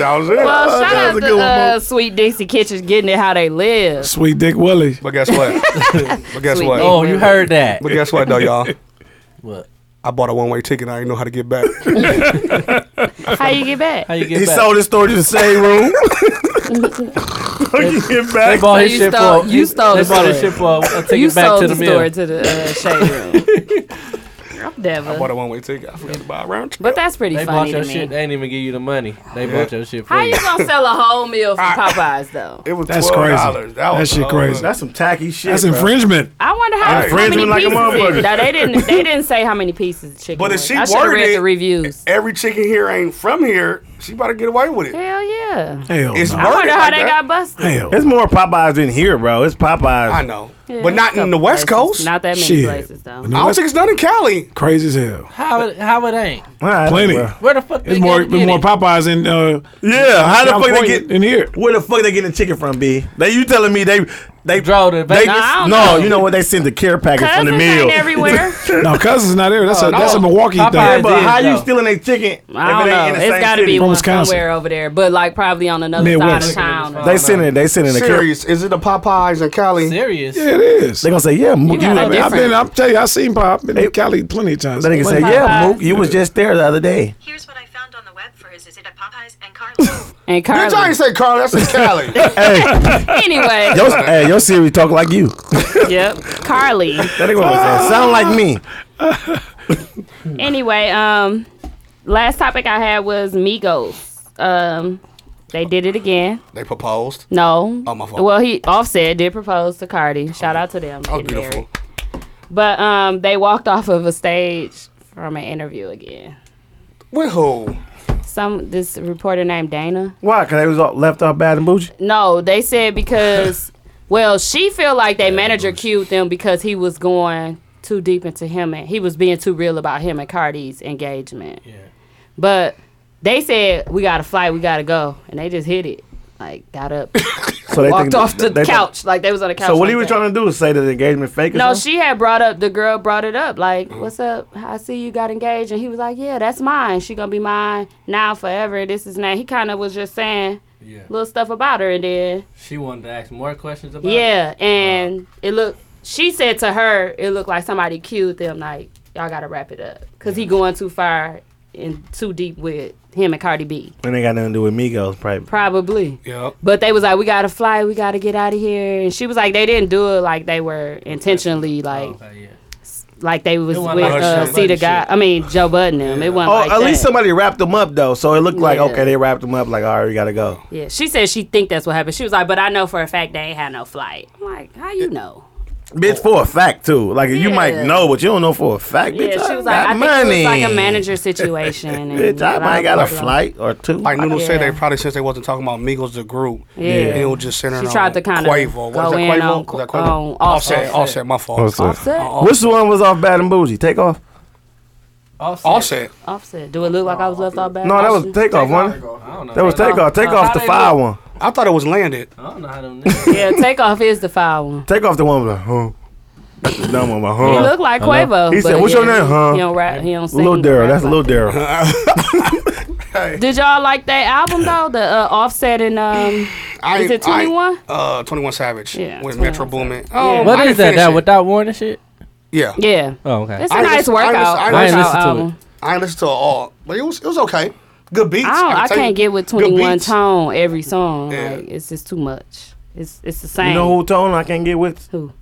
Speaker 6: That was it.
Speaker 1: Well,
Speaker 3: Oh, that
Speaker 1: shout
Speaker 3: was
Speaker 1: out
Speaker 3: a good
Speaker 1: to
Speaker 3: one,
Speaker 1: uh,
Speaker 3: Mo.
Speaker 1: Sweet Dixie Kitchen getting it how they live.
Speaker 7: Sweet Dick Willie.
Speaker 6: but guess what? But guess
Speaker 1: Sweet.
Speaker 6: what?
Speaker 4: Oh, you heard that?
Speaker 6: But guess what though, y'all?
Speaker 4: What?
Speaker 6: I bought a one way ticket. I didn't know how to get back.
Speaker 1: How you get back?
Speaker 4: How you get
Speaker 3: he
Speaker 4: back?
Speaker 3: sold his story to the same room. Fucking get
Speaker 4: They
Speaker 3: back.
Speaker 4: bought
Speaker 1: So
Speaker 4: his
Speaker 1: you
Speaker 4: shit
Speaker 1: stole-
Speaker 4: for
Speaker 1: you stole
Speaker 4: They
Speaker 1: the
Speaker 4: bought his
Speaker 1: story.
Speaker 4: shit for a
Speaker 1: you
Speaker 4: ticket back
Speaker 1: sold
Speaker 4: to the
Speaker 1: the store
Speaker 4: mill.
Speaker 1: to the uh, shade room. I'm
Speaker 6: I bought
Speaker 1: Devil.
Speaker 6: a one way ticket. I forgot to buy a round trip.
Speaker 1: But that's pretty
Speaker 4: They bought
Speaker 1: funny to
Speaker 4: your
Speaker 1: me.
Speaker 4: shit. They ain't even give you the money. They bought your shit for
Speaker 1: How
Speaker 4: you.
Speaker 1: you gonna sell a whole meal from Popeyes though?
Speaker 6: It was
Speaker 7: That's
Speaker 6: twelve
Speaker 7: crazy.
Speaker 6: dollars. That,
Speaker 7: That
Speaker 6: was
Speaker 7: shit
Speaker 6: a-
Speaker 7: crazy.
Speaker 3: That's some tacky shit.
Speaker 7: That's
Speaker 3: bro.
Speaker 7: infringement.
Speaker 1: I wonder how, how
Speaker 3: friends
Speaker 1: many
Speaker 3: went like a
Speaker 1: pieces. it-
Speaker 3: motherfucker.
Speaker 1: no, they didn't. They didn't say how many pieces of chicken.
Speaker 6: But if
Speaker 1: was.
Speaker 6: she
Speaker 1: I should have
Speaker 6: worded
Speaker 1: read
Speaker 6: it-
Speaker 1: the reviews.
Speaker 6: Every chicken here ain't from here. She about to get away with it.
Speaker 1: Hell yeah.
Speaker 7: Hell,
Speaker 6: It's
Speaker 7: no.
Speaker 1: I
Speaker 6: working
Speaker 1: wonder how
Speaker 6: like
Speaker 1: they
Speaker 6: that.
Speaker 1: got busted.
Speaker 7: hell.
Speaker 3: It's more Popeyes in here, bro. It's Popeyes.
Speaker 6: I know,
Speaker 1: Yeah,
Speaker 6: but not
Speaker 1: it's a
Speaker 6: in the
Speaker 1: couple
Speaker 6: West
Speaker 1: places.
Speaker 6: Coast.
Speaker 1: Not that many
Speaker 7: Shit.
Speaker 1: places though.
Speaker 7: In the
Speaker 6: I don't
Speaker 7: West-
Speaker 6: think it's done in Cali.
Speaker 7: crazy as hell.
Speaker 4: How it, how it ain't?
Speaker 3: All right,
Speaker 7: Plenty.
Speaker 3: bro.
Speaker 4: Where the fuck
Speaker 7: It's
Speaker 4: they
Speaker 7: more,
Speaker 4: gotta get
Speaker 7: more
Speaker 4: it?
Speaker 7: Popeyes in uh,
Speaker 3: Yeah, how the fuck they
Speaker 7: California
Speaker 3: get
Speaker 7: in here.
Speaker 3: Where the fuck they getting the chicken from, B? They you telling me they they
Speaker 4: Drove to
Speaker 3: they,
Speaker 4: Vegas? Nah,
Speaker 1: I don't
Speaker 3: No,
Speaker 1: know.
Speaker 3: you know what? They send the care package from
Speaker 1: Cousins
Speaker 3: the
Speaker 1: ain't
Speaker 3: meal.
Speaker 1: everywhere.
Speaker 7: No, cousins not there. That's
Speaker 3: Oh,
Speaker 7: a that's a Milwaukee
Speaker 4: Popeyes
Speaker 7: thing.
Speaker 3: Yeah, but
Speaker 4: is,
Speaker 3: how
Speaker 4: though.
Speaker 3: you stealing their
Speaker 1: I
Speaker 3: chicken? if
Speaker 1: don't
Speaker 3: it
Speaker 1: know.
Speaker 3: ain't in the
Speaker 1: It's
Speaker 3: same
Speaker 1: got to
Speaker 3: city?
Speaker 1: be
Speaker 7: From
Speaker 1: one
Speaker 7: Wisconsin.
Speaker 1: somewhere over there, but like probably on another side
Speaker 7: Midwest.
Speaker 1: of town. or
Speaker 3: They sending it. They sending the care.
Speaker 6: Serious? Is it the Popeyes in Cali?
Speaker 4: Serious.
Speaker 7: Yeah, it is.
Speaker 3: They gonna say yeah. Mook,
Speaker 1: gotta
Speaker 3: you-
Speaker 1: be
Speaker 7: I've been. I'm tell you, I seen Pop been in Cali plenty of times.
Speaker 3: They nigga say
Speaker 7: Plenty.
Speaker 3: yeah.
Speaker 1: Popeyes.
Speaker 3: Mook, you was just there the other day.
Speaker 10: Here's what I found on the web for his Is It a Popeyes and Carlos.
Speaker 1: And
Speaker 6: Bitch, I ain't
Speaker 1: Carly.
Speaker 6: say Cali. That's in Cali.
Speaker 1: Anyway,
Speaker 3: Your, hey, your Siri talk like you.
Speaker 1: yep, Carly.
Speaker 3: That nigga was saying, sound like me.
Speaker 1: Anyway, um, last topic I had was Migos. Um, they did it again.
Speaker 6: they proposed.
Speaker 1: No.
Speaker 6: Oh, my fault.
Speaker 1: Well, he Offset did propose to Cardi. Shout out to them.
Speaker 6: Oh,
Speaker 1: getting married.
Speaker 6: beautiful.
Speaker 1: But um, they walked off of a stage from an interview again.
Speaker 6: With who?
Speaker 1: Some this reporter named Dana.
Speaker 3: Why? Cause they was all left off bad and bougie.
Speaker 1: No, they said because well, she feel like they manager cued them because he was going too deep into him and he was being too real about him and Cardi's engagement. Yeah. But they said we got to fly, we got to go, and they just hit it. Like got up,
Speaker 3: So they
Speaker 1: walked
Speaker 3: think-
Speaker 1: off the
Speaker 3: they-
Speaker 1: couch, like they was on the couch.
Speaker 3: So what
Speaker 1: like
Speaker 3: he was
Speaker 1: that.
Speaker 3: trying to do is say that the engagement fake. or
Speaker 1: No,
Speaker 3: something?
Speaker 1: she had brought up the girl brought it up like, "What's up? I see you got engaged," and he was like, "Yeah, that's mine. She gonna be mine now forever. This is now." He kind of was just saying
Speaker 4: Yeah.
Speaker 1: little stuff about her, and then
Speaker 4: She wanted to ask more questions about it.
Speaker 1: yeah, and it looked. She said to her, "It looked like somebody cued them. Like y'all gotta wrap it up because he going too far and too deep with him and Cardi B,
Speaker 3: And they got nothing to do with Migos, probably.
Speaker 1: probably."
Speaker 6: Yep.
Speaker 1: But they was like, we gotta fly, we gotta get out of here, and she was like, they didn't do it like they were intentionally like
Speaker 4: Okay, yeah.
Speaker 1: like they was
Speaker 4: It
Speaker 1: with
Speaker 4: wasn't like
Speaker 1: uh, see
Speaker 4: Joe
Speaker 1: the
Speaker 4: Budden
Speaker 1: guy.
Speaker 4: shit.
Speaker 1: I mean Joe Budden them. It wasn't
Speaker 3: Oh,
Speaker 1: like
Speaker 3: at least
Speaker 1: that.
Speaker 3: somebody wrapped them up though, so it looked like
Speaker 1: Yeah.
Speaker 3: okay, they wrapped them up. Like all right, we gotta go.
Speaker 1: Yeah, she said she think that's what happened. She was like, but I know for a fact they ain't had no flight. I'm like, how you know?
Speaker 3: Bitch,
Speaker 6: Oh.
Speaker 3: for a fact too. Like you might
Speaker 1: Yeah.
Speaker 3: know, but you don't know for a fact.
Speaker 1: Yeah,
Speaker 3: bitch,
Speaker 1: she
Speaker 3: I
Speaker 1: was like, I think
Speaker 3: got money.
Speaker 1: it was like a manager situation. And
Speaker 3: Bitch, I
Speaker 1: blah,
Speaker 3: might got
Speaker 1: blah,
Speaker 3: a
Speaker 1: blah.
Speaker 3: flight or two.
Speaker 6: Like Noodle said,
Speaker 1: Yeah.
Speaker 6: they probably since they wasn't talking about Migos the group,
Speaker 1: Yeah.
Speaker 6: and it was just centered
Speaker 1: She
Speaker 6: on
Speaker 1: tried to kinda
Speaker 6: Quavo.
Speaker 1: go
Speaker 6: What is
Speaker 1: in
Speaker 6: that, Quavo?
Speaker 1: on-
Speaker 6: Was that Quavo?
Speaker 1: on
Speaker 6: offset,
Speaker 1: Offset.
Speaker 6: offset, my fault.
Speaker 3: What's
Speaker 6: Offset.
Speaker 3: that?
Speaker 1: Offset.
Speaker 3: Which one was off bad and bougie? Take off.
Speaker 4: Offset.
Speaker 6: offset.
Speaker 1: Offset. Do it look like I was left off back?
Speaker 3: No, that was takeoff,
Speaker 9: There you
Speaker 3: one.
Speaker 9: go.
Speaker 4: I don't know.
Speaker 3: That was takeoff. Take
Speaker 4: How
Speaker 3: off the
Speaker 4: they
Speaker 3: fire
Speaker 4: look?
Speaker 3: one.
Speaker 6: I thought it was landed.
Speaker 4: I don't know how them niggas.
Speaker 1: yeah. Takeoff is the foul one.
Speaker 3: Take off the one with the huh. That's the dumb one, my
Speaker 1: He
Speaker 3: huh.
Speaker 1: looked like Quavo.
Speaker 3: He said,
Speaker 1: but
Speaker 3: "What's your name, huh?"
Speaker 1: He don't rap. He don't sing.
Speaker 3: Little
Speaker 1: or
Speaker 3: Daryl.
Speaker 1: rap
Speaker 3: That's
Speaker 1: like
Speaker 3: Little Daryl.
Speaker 1: that. Did y'all like that album though? The uh, Offset and um,
Speaker 6: I,
Speaker 1: Is it
Speaker 6: I-
Speaker 1: 21?
Speaker 6: Uh, Twenty One Savage.
Speaker 1: Yeah,
Speaker 6: With
Speaker 1: 21
Speaker 6: Metro Boomin.
Speaker 1: Yeah.
Speaker 6: Oh,
Speaker 1: What
Speaker 6: I
Speaker 4: What is that?
Speaker 6: didn't finish
Speaker 4: That
Speaker 6: it.
Speaker 4: without warning shit?
Speaker 6: Yeah.
Speaker 1: yeah.
Speaker 4: Oh, okay.
Speaker 1: It's a
Speaker 6: I
Speaker 1: nice
Speaker 6: listen- I
Speaker 1: workout.
Speaker 6: listen- I
Speaker 1: workout
Speaker 4: listen to it.
Speaker 1: album.
Speaker 6: I ain't listened to it all, but it was it was okay. Good beats.
Speaker 1: I, don't, I
Speaker 6: can tell you-
Speaker 1: can't get with
Speaker 6: good
Speaker 1: 21
Speaker 6: beats.
Speaker 1: Tone every song.
Speaker 6: Yeah.
Speaker 1: Like, it's just too much. It's it's the
Speaker 3: You
Speaker 1: same.
Speaker 3: know who tone I can't get with?
Speaker 1: Who?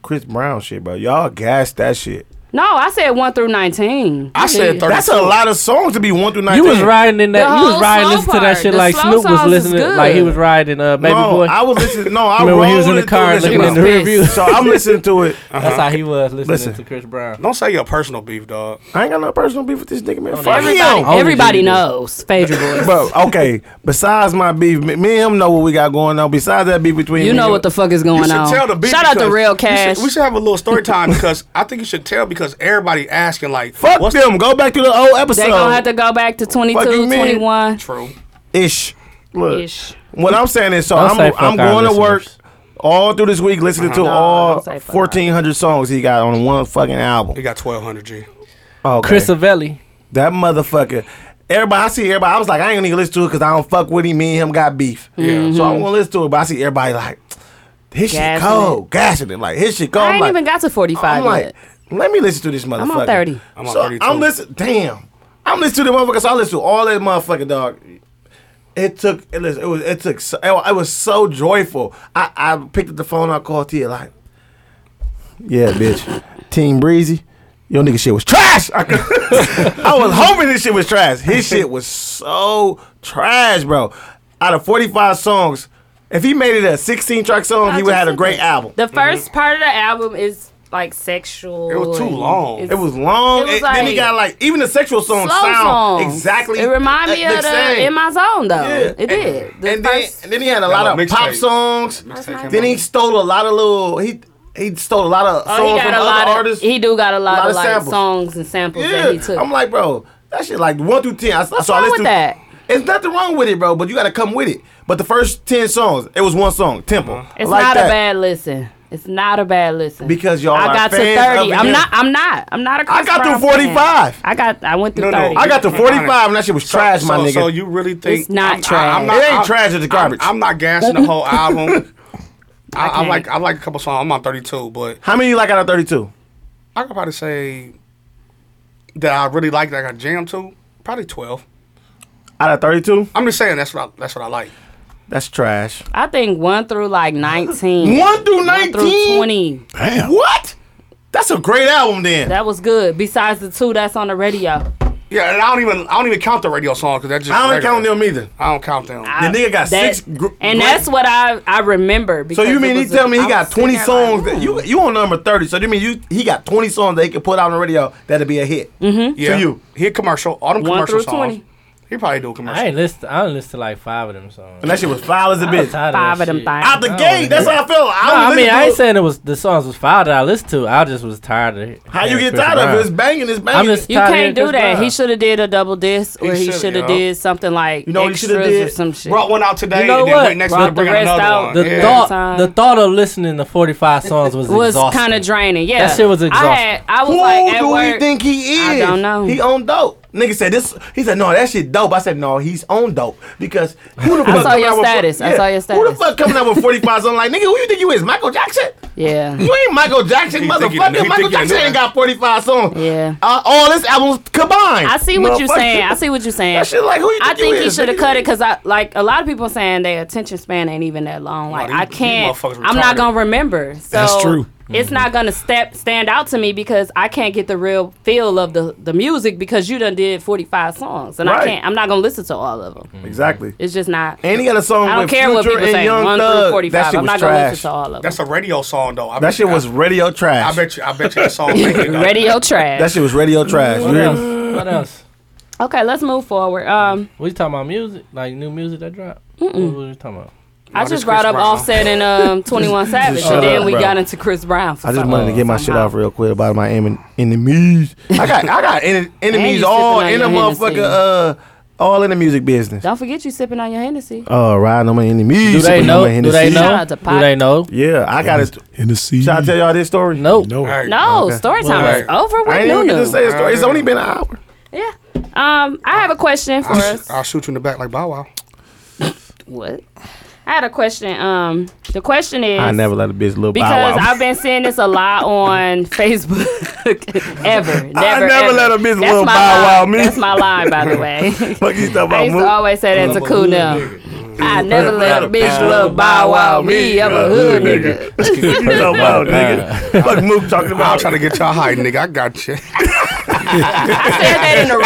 Speaker 3: Chris Brown shit, bro. Y'all gas that shit.
Speaker 1: No, I said 1 through 19.
Speaker 6: I said thirty.
Speaker 3: That's a lot of songs to be one through nineteen.
Speaker 4: You was riding in that.
Speaker 1: The
Speaker 4: You was
Speaker 1: whole
Speaker 4: riding
Speaker 1: slow
Speaker 4: listening to that
Speaker 1: part.
Speaker 4: shit
Speaker 1: The
Speaker 4: like
Speaker 1: slow
Speaker 4: Snoop was
Speaker 1: songs is
Speaker 4: listening. Like he
Speaker 1: good.
Speaker 4: was riding uh, Baby
Speaker 3: no,
Speaker 4: Boy.
Speaker 3: I was listening. No, I
Speaker 4: Remember when he was in
Speaker 3: rolled
Speaker 4: the
Speaker 3: it
Speaker 4: car
Speaker 3: through this
Speaker 4: looking in the
Speaker 3: shit.
Speaker 4: rearview?
Speaker 3: So I'm listening to it. Uh-huh.
Speaker 4: That's how he was listening
Speaker 3: Listen.
Speaker 4: to Chris Brown.
Speaker 6: Uh-huh.
Speaker 4: Oh,
Speaker 6: Don't say your personal beef, dog.
Speaker 3: I ain't got no personal beef with this nigga, man. Fuck
Speaker 1: Everybody,
Speaker 3: him.
Speaker 4: Only
Speaker 1: everybody
Speaker 4: Jesus.
Speaker 1: knows Phaedra Boy.
Speaker 3: Bro, okay. Besides my beef, me me and him know what we got going on. Besides that beef between
Speaker 1: You
Speaker 3: me
Speaker 1: know
Speaker 3: and
Speaker 1: what the fuck is
Speaker 6: You
Speaker 1: going
Speaker 6: should
Speaker 1: on.
Speaker 6: tell the beat
Speaker 1: Shout out to
Speaker 6: because
Speaker 1: Real
Speaker 6: you should-
Speaker 1: Cash.
Speaker 6: we should have a little story time because I think you should tell because everybody asking like,
Speaker 3: fuck
Speaker 6: what's
Speaker 3: them. Go back to the old episode.
Speaker 1: They're going to have to go back to 22,
Speaker 3: Fuck you mean?
Speaker 1: 21.
Speaker 6: True.
Speaker 3: ish. Look,
Speaker 1: Ish.
Speaker 3: what I'm saying is, so
Speaker 4: Don't
Speaker 3: I'm
Speaker 4: say fuck
Speaker 3: I'm
Speaker 4: our
Speaker 3: going to work
Speaker 4: listeners.
Speaker 3: all through this week listening to
Speaker 1: No,
Speaker 3: all
Speaker 1: don't say fuck our-
Speaker 3: 1,400 songs he got on one fucking
Speaker 6: You
Speaker 3: album.
Speaker 6: got twelve hundred G.
Speaker 3: Oh, Okay.
Speaker 4: Chris Avelli.
Speaker 3: That motherfucker. Everybody, I see everybody. I was like, I ain't gonna even listen to it because I don't fuck with him. Me and him got beef.
Speaker 6: Yeah.
Speaker 3: So I'm gonna listen to it, but I see everybody like, his shit
Speaker 1: Gassing
Speaker 3: cold, gassing it. Like, his shit cold.
Speaker 1: I
Speaker 3: I'm
Speaker 1: ain't
Speaker 3: like,
Speaker 1: even got to 45
Speaker 3: I'm like,
Speaker 1: yet.
Speaker 3: let me listen to this motherfucker.
Speaker 1: on 30.
Speaker 6: I'm on
Speaker 3: so
Speaker 6: 32.
Speaker 3: I'm listening. Damn. I'm listening to the motherfucker. So I listen to all that motherfucker, dog. It took. It was. It, was, it took. So, it wa- I was so joyful. I, I picked up the phone. I called Tia like, yeah, bitch. Team Breezy. Your nigga shit was trash. I, could- I was hoping this shit was trash. His shit was so trash, bro. Out of 45 songs, if he made it a 16 track song,
Speaker 1: I
Speaker 3: he would
Speaker 1: just
Speaker 3: have had a
Speaker 1: said
Speaker 3: great
Speaker 1: that.
Speaker 3: album.
Speaker 1: The 1st part of the album is like sexual.
Speaker 6: It was too
Speaker 1: and
Speaker 6: long.
Speaker 1: it's-
Speaker 3: It was long.
Speaker 1: It was
Speaker 3: and then
Speaker 1: like-
Speaker 3: he got like even the sexual songs
Speaker 1: slow
Speaker 3: sound
Speaker 1: songs.
Speaker 3: exactly.
Speaker 1: It reminded me
Speaker 3: the
Speaker 1: of the
Speaker 3: same.
Speaker 1: in my zone though.
Speaker 3: Yeah.
Speaker 1: It did. The
Speaker 3: and then,
Speaker 1: first-
Speaker 3: and then he had a lot of
Speaker 6: mixtape.
Speaker 3: pop songs. Then he stole a lot of little. He he stole a lot of
Speaker 1: oh,
Speaker 3: songs
Speaker 1: he
Speaker 3: from
Speaker 1: got a
Speaker 3: other
Speaker 1: lot of
Speaker 3: artists.
Speaker 1: he do got a lot,
Speaker 3: lot
Speaker 1: of,
Speaker 3: of
Speaker 1: like
Speaker 3: samples.
Speaker 1: songs and samples that he
Speaker 3: yeah,
Speaker 1: took.
Speaker 3: I'm like, bro, that shit like one through ten. I, What's so I
Speaker 1: wrong
Speaker 3: listened
Speaker 1: with
Speaker 3: to-
Speaker 1: that?
Speaker 3: It's nothing wrong with it, bro. But you got to come with it. But the first ten songs, it was one song, Temple.
Speaker 6: Uh-huh.
Speaker 1: it's
Speaker 3: like
Speaker 1: not
Speaker 3: that.
Speaker 1: a bad listen. It's not a bad listen.
Speaker 3: Because y'all
Speaker 1: I
Speaker 3: are
Speaker 1: got to
Speaker 3: fans of
Speaker 1: thirty. I'm
Speaker 3: him.
Speaker 1: not. I'm not. I'm not a Chris
Speaker 3: I got
Speaker 1: Brown
Speaker 3: through
Speaker 1: fan.
Speaker 3: 45.
Speaker 1: I got. I went through
Speaker 6: No, no,
Speaker 1: thirty.
Speaker 3: I got to 45 and that shit was trash, my
Speaker 6: so,
Speaker 3: nigga.
Speaker 6: So you really think
Speaker 1: It's not
Speaker 6: I'm- I-
Speaker 1: trash.
Speaker 6: I'm not-
Speaker 3: It ain't
Speaker 6: I'm-
Speaker 3: trash, it's garbage.
Speaker 6: I'm, I'm not gassing the whole album. I, I
Speaker 1: can't.
Speaker 6: like I like a couple songs. I'm on 32, but
Speaker 3: How many you like out of 32?
Speaker 6: I could probably say that I really like that I got jammed to probably 12.
Speaker 3: Out of 32?
Speaker 6: I'm just saying that's what I, that's what I like.
Speaker 3: That's trash.
Speaker 1: I think one through like nineteen.
Speaker 3: One through 19?
Speaker 1: through twenty.
Speaker 7: Damn.
Speaker 3: What? That's a great album then.
Speaker 1: That was good. Besides the two that's on the radio.
Speaker 6: Yeah, and I don't even I don't even count the radio song because that's just
Speaker 3: I don't
Speaker 6: regular.
Speaker 3: count them either.
Speaker 6: I don't count them.
Speaker 1: I-
Speaker 3: nigga got six gr-
Speaker 1: and
Speaker 3: great-
Speaker 1: that's what I I remember.
Speaker 3: So
Speaker 1: because
Speaker 3: you
Speaker 1: it
Speaker 3: mean he
Speaker 1: was a-
Speaker 3: tell me
Speaker 1: I
Speaker 3: he got
Speaker 1: was sitting
Speaker 3: 20
Speaker 1: there
Speaker 3: songs
Speaker 1: like,
Speaker 3: that you you on number 30. So you mean you he got 20 songs that he could put out on the radio that'd be a hit. Mm-hmm.
Speaker 6: yeah,
Speaker 3: To you.
Speaker 6: he a commercial all them
Speaker 1: One
Speaker 6: commercial
Speaker 1: through
Speaker 6: songs.
Speaker 1: 20.
Speaker 6: He probably do a
Speaker 4: I
Speaker 6: commercial.
Speaker 4: ain't listen. I don't listen to like five of them songs.
Speaker 3: And that shit was foul as a
Speaker 4: I'm
Speaker 3: bitch.
Speaker 4: tired
Speaker 1: Five of
Speaker 4: that
Speaker 1: them
Speaker 4: shit.
Speaker 1: things.
Speaker 3: Out the
Speaker 4: I don't
Speaker 3: gate, that's how I felt.
Speaker 4: No, I
Speaker 3: was
Speaker 4: mean, I ain't
Speaker 3: listening to it.
Speaker 4: saying it was the songs was foul that I listened to. I just was tired of it.
Speaker 3: How you
Speaker 4: Yeah,
Speaker 3: get
Speaker 4: Chris
Speaker 3: tired of it?
Speaker 4: Brown.
Speaker 3: It's banging, it's
Speaker 4: I'm
Speaker 3: banging.
Speaker 4: just
Speaker 1: You
Speaker 4: tired of
Speaker 1: can't
Speaker 4: hearing
Speaker 1: do
Speaker 4: Chris
Speaker 1: that.
Speaker 4: Brown.
Speaker 1: He should have did a double disc, or he
Speaker 6: shoulda,
Speaker 1: should have
Speaker 6: yo.
Speaker 1: did something like
Speaker 3: You know what he shoulda
Speaker 1: extras
Speaker 3: did?
Speaker 1: or some shit.
Speaker 6: Brought one out today.
Speaker 4: You know
Speaker 6: and then
Speaker 4: what?
Speaker 6: wait, next
Speaker 1: Brought
Speaker 6: week bring
Speaker 1: the
Speaker 6: out
Speaker 1: rest
Speaker 6: another
Speaker 1: out.
Speaker 6: one.
Speaker 4: The
Speaker 6: yeah.
Speaker 4: thought,
Speaker 1: Time.
Speaker 4: the thought of listening to 45 songs was,
Speaker 1: was
Speaker 4: exhausting.
Speaker 1: kind of draining. Yeah,
Speaker 4: That shit was
Speaker 1: I
Speaker 4: exhausting.
Speaker 1: had. I was
Speaker 3: Who
Speaker 1: like at
Speaker 3: do
Speaker 1: work.
Speaker 3: he think he is?
Speaker 1: I don't know.
Speaker 3: He on dope. Nigga said this. He said no, that shit dope. I said no, he's on dope because who the
Speaker 1: saw
Speaker 3: fuck? coming
Speaker 1: your
Speaker 3: out with
Speaker 1: status. I saw your
Speaker 3: Who the
Speaker 1: status.
Speaker 3: fuck coming out with forty five? I'm like, nigga, who you think you is? Michael Jackson?
Speaker 1: yeah,
Speaker 3: You ain't Michael Jackson,
Speaker 6: He think he- he
Speaker 3: motherfucker.
Speaker 6: think
Speaker 3: Michael
Speaker 6: he
Speaker 3: Jackson
Speaker 6: knew
Speaker 3: ain't
Speaker 6: that.
Speaker 3: got forty five songs.
Speaker 1: Yeah.
Speaker 3: Uh, all his albums combined.
Speaker 1: I see what you're
Speaker 3: Motherfucker.
Speaker 1: saying. I see what you're saying.
Speaker 3: That shit like who you think
Speaker 1: I think
Speaker 3: you
Speaker 1: he
Speaker 3: is,
Speaker 1: should have
Speaker 3: nigga?
Speaker 1: cut it because I like a lot of people saying their attention span ain't even that long. Like
Speaker 6: these-
Speaker 1: I
Speaker 6: these
Speaker 1: can't.
Speaker 6: motherfuckers
Speaker 1: I'm not
Speaker 6: retarded.
Speaker 1: gonna remember. So
Speaker 7: That's true.
Speaker 1: It's not gonna step stand out to me because I can't get the real feel of the the music because you done did 45 songs and I
Speaker 3: Right.
Speaker 1: can't. I'm not gonna listen to all of them.
Speaker 3: Exactly.
Speaker 1: It's just not.
Speaker 3: And he got a song
Speaker 1: I don't
Speaker 3: with
Speaker 1: care
Speaker 3: Future
Speaker 1: what people
Speaker 3: and
Speaker 1: say.
Speaker 3: Young
Speaker 1: One
Speaker 3: Thug.
Speaker 1: through 45.
Speaker 3: That shit
Speaker 1: I'm
Speaker 3: was
Speaker 1: not gonna
Speaker 3: trash.
Speaker 1: listen to all of them.
Speaker 6: That's a radio song though. I
Speaker 3: That shit
Speaker 6: I-
Speaker 3: was radio
Speaker 6: I,
Speaker 3: trash.
Speaker 6: bet you. I bet you that song. made it, though.
Speaker 1: Radio trash.
Speaker 3: that shit was radio trash.
Speaker 4: What
Speaker 3: You hear me?
Speaker 4: else? What else?
Speaker 1: Okay, let's move forward. Um,
Speaker 4: We talking about music, like new music that dropped. What were we talking about?
Speaker 1: I
Speaker 6: this
Speaker 1: just brought
Speaker 6: Chris
Speaker 1: up
Speaker 6: Brown.
Speaker 1: Offset and um, Twenty One Savage,
Speaker 3: shut
Speaker 1: and then
Speaker 3: up,
Speaker 1: we
Speaker 3: bro.
Speaker 1: got into Chris Brown. For
Speaker 3: I just
Speaker 1: some-
Speaker 3: wanted to get my shit
Speaker 1: somehow.
Speaker 3: off real quick about my en- enemies. I got I got en- enemies
Speaker 1: you
Speaker 3: all in
Speaker 1: sipping
Speaker 3: the
Speaker 1: on your Hennessy.
Speaker 3: Oh, motherfucker uh all in the music business.
Speaker 1: Don't forget you sipping on your Hennessy.
Speaker 3: Oh, riding on my enemies.
Speaker 4: Do they
Speaker 3: sipping on
Speaker 4: know?
Speaker 3: my
Speaker 4: Do they
Speaker 3: Hennessy.
Speaker 1: Shout
Speaker 4: know?
Speaker 1: out to
Speaker 4: Do they know?
Speaker 3: Yeah, I got it.
Speaker 7: In the sea.
Speaker 3: Should I tell y'all this story?
Speaker 4: Nope.
Speaker 7: No.
Speaker 6: Hey,
Speaker 1: No,
Speaker 3: Okay.
Speaker 1: story time
Speaker 6: Well,
Speaker 1: is over
Speaker 3: I
Speaker 1: with
Speaker 3: ain't even get
Speaker 1: Nunu.
Speaker 3: to say a story. It's only been an hour.
Speaker 1: yeah. Um, I have a question for
Speaker 6: I'll,
Speaker 1: us.
Speaker 6: sh- I'll shoot you in the back like Bow Wow.
Speaker 1: What? I had a question. Um, the question is
Speaker 3: I never let a bitch look
Speaker 1: because
Speaker 3: bow wow.
Speaker 1: I've been seeing this a lot on Facebook. ever, never,
Speaker 3: never
Speaker 1: ever.
Speaker 3: let a
Speaker 1: That's
Speaker 3: bitch little
Speaker 1: my
Speaker 3: Bow Wow
Speaker 1: line.
Speaker 3: me.
Speaker 1: That's my line, by the way.
Speaker 3: Fuck you talking
Speaker 1: I
Speaker 3: about?
Speaker 1: used to
Speaker 3: Mook?
Speaker 1: always say that to cool down. I never let a bitch love bow wow me. I'm a hood nigga.
Speaker 3: What you talking about, nigga? Fuck Mook talking
Speaker 6: I'll
Speaker 3: about.
Speaker 6: try to get y'all high, nigga. I got you.
Speaker 1: I said that in a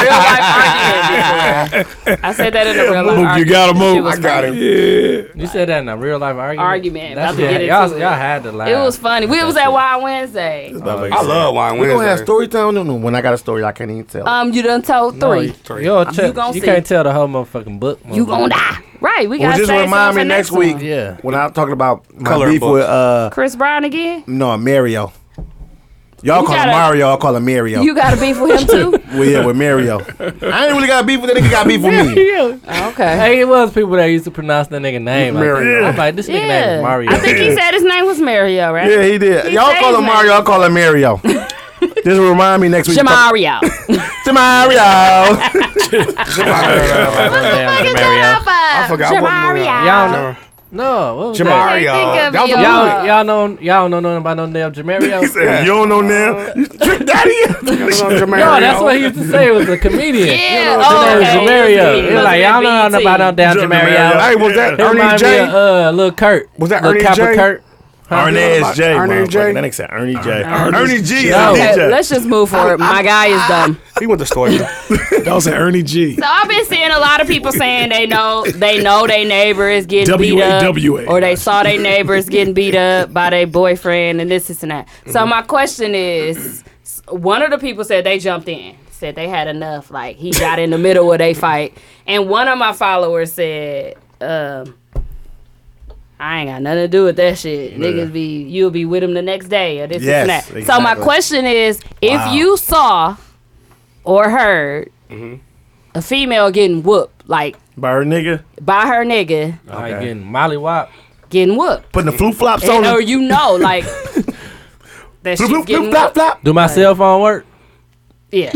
Speaker 1: real life argument. I said that in a real life argument.
Speaker 7: got him,
Speaker 1: That shit
Speaker 7: Mook.
Speaker 1: was
Speaker 6: I got
Speaker 1: funny.
Speaker 6: him.
Speaker 4: You said that in a real life argument.
Speaker 1: Argument. About
Speaker 4: That's
Speaker 1: to get
Speaker 4: it. Y'all,
Speaker 1: into it.
Speaker 4: y'all had to laugh.
Speaker 1: It was funny. We was at Wild Wednesday.
Speaker 3: Oh.
Speaker 6: I love Wine
Speaker 3: We gonna have
Speaker 6: Wednesday.
Speaker 3: story time. No, no. When I got a story, I can't even tell.
Speaker 1: Um, you done told
Speaker 4: No,
Speaker 1: three.
Speaker 4: you- You're a
Speaker 1: You
Speaker 4: trip.
Speaker 1: gonna
Speaker 4: You
Speaker 1: see.
Speaker 4: can't tell the whole motherfucking book.
Speaker 1: You gonna
Speaker 4: motherfucker.
Speaker 1: die. Right. We
Speaker 3: well,
Speaker 1: gotta
Speaker 3: just
Speaker 1: say
Speaker 3: remind me
Speaker 1: something
Speaker 3: next
Speaker 1: next
Speaker 3: week
Speaker 1: one.
Speaker 4: Yeah.
Speaker 3: when I'm talking about my
Speaker 6: Coloring
Speaker 3: beef
Speaker 6: books.
Speaker 3: with uh
Speaker 1: Chris Brown again.
Speaker 3: No, Mario. Y'all
Speaker 1: You
Speaker 3: call
Speaker 1: gotta-
Speaker 3: him Mario. I call him Mario.
Speaker 1: You got a beef with him too.
Speaker 3: well, yeah, with Mario. I ain't really got beef with that nigga. Got beef with me.
Speaker 4: Yeah.
Speaker 1: Okay.
Speaker 4: Hey, it was people that used to pronounce that nigga name. like-
Speaker 6: Mario.
Speaker 4: I'm like, this nigga name
Speaker 1: Yeah.
Speaker 4: is Mario.
Speaker 1: I think he said his name was Mario, right?
Speaker 3: Yeah, he did.
Speaker 1: He
Speaker 3: Y'all call
Speaker 1: changed
Speaker 3: him
Speaker 1: it.
Speaker 3: Mario. I call him Mario. This will remind me next week.
Speaker 1: Jamario.
Speaker 3: To Mario.
Speaker 4: Damn,
Speaker 1: Fucking
Speaker 4: Mario.
Speaker 1: Jamario.
Speaker 6: I forgot what movie that
Speaker 4: Y'all know.
Speaker 6: was.
Speaker 4: No, what was that?
Speaker 1: I can't think
Speaker 6: Jamario.
Speaker 1: of
Speaker 6: That was a
Speaker 1: it, y'all.
Speaker 6: movie.
Speaker 4: Y'all, y'all know, y'all don't know nothing about no damn Jamario.
Speaker 3: You don't know now. You Trick daddy.
Speaker 6: That was on Jamario.
Speaker 4: No, that's what he used to say. It was a comedian.
Speaker 1: Yeah,
Speaker 4: His name was
Speaker 1: okay.
Speaker 4: Jamario. Oh, He was like, y'all know
Speaker 1: E
Speaker 4: nothing about no damn
Speaker 3: Jamario.
Speaker 4: Jamario.
Speaker 6: Hey, was that
Speaker 4: It
Speaker 6: Ernie
Speaker 4: reminded me
Speaker 6: J?
Speaker 4: of uh, Lil Kurt.
Speaker 6: Was that
Speaker 4: Lil
Speaker 6: Ernie
Speaker 4: Kappa
Speaker 6: J?
Speaker 4: Kurt.
Speaker 3: Ernest J.
Speaker 6: Ernie J.
Speaker 3: motherfucker. That nigga said Ernie J. Ernie G. is
Speaker 7: Yo.
Speaker 3: a
Speaker 1: Okay,
Speaker 3: DJ.
Speaker 1: let's just move forward. My guy is dumb.
Speaker 6: He went to story.
Speaker 7: That was an Ernie G.
Speaker 1: So I've been seeing a lot of people saying they know they know their neighbor is getting beat up,
Speaker 7: WAWA.
Speaker 1: or they saw their neighbors getting beat up by their boyfriend, and this, this, and that. So
Speaker 3: Mm-hmm.
Speaker 1: my question is, s- one of the people said they jumped in, said they had enough, like he got in the middle of they fight, and one of my followers said. Um, I ain't got nothing to do with that shit. Niggas be you'll be with him the next day or this,
Speaker 3: Yes,
Speaker 1: this and that. So my
Speaker 3: exactly.
Speaker 1: question is, if you saw or heard
Speaker 3: Mm-hmm.
Speaker 1: a female getting whooped, like
Speaker 3: Bird nigga.
Speaker 1: by her nigga
Speaker 4: I ain't getting molly wop.
Speaker 1: getting whooped,
Speaker 3: Putting the flute flops on
Speaker 1: and, or
Speaker 3: him.
Speaker 1: you know, like that she's
Speaker 3: Flute, flute,
Speaker 1: getting
Speaker 3: flute, flop,
Speaker 1: whooped.
Speaker 3: flop.
Speaker 4: Do my cell phone work?
Speaker 1: Yeah,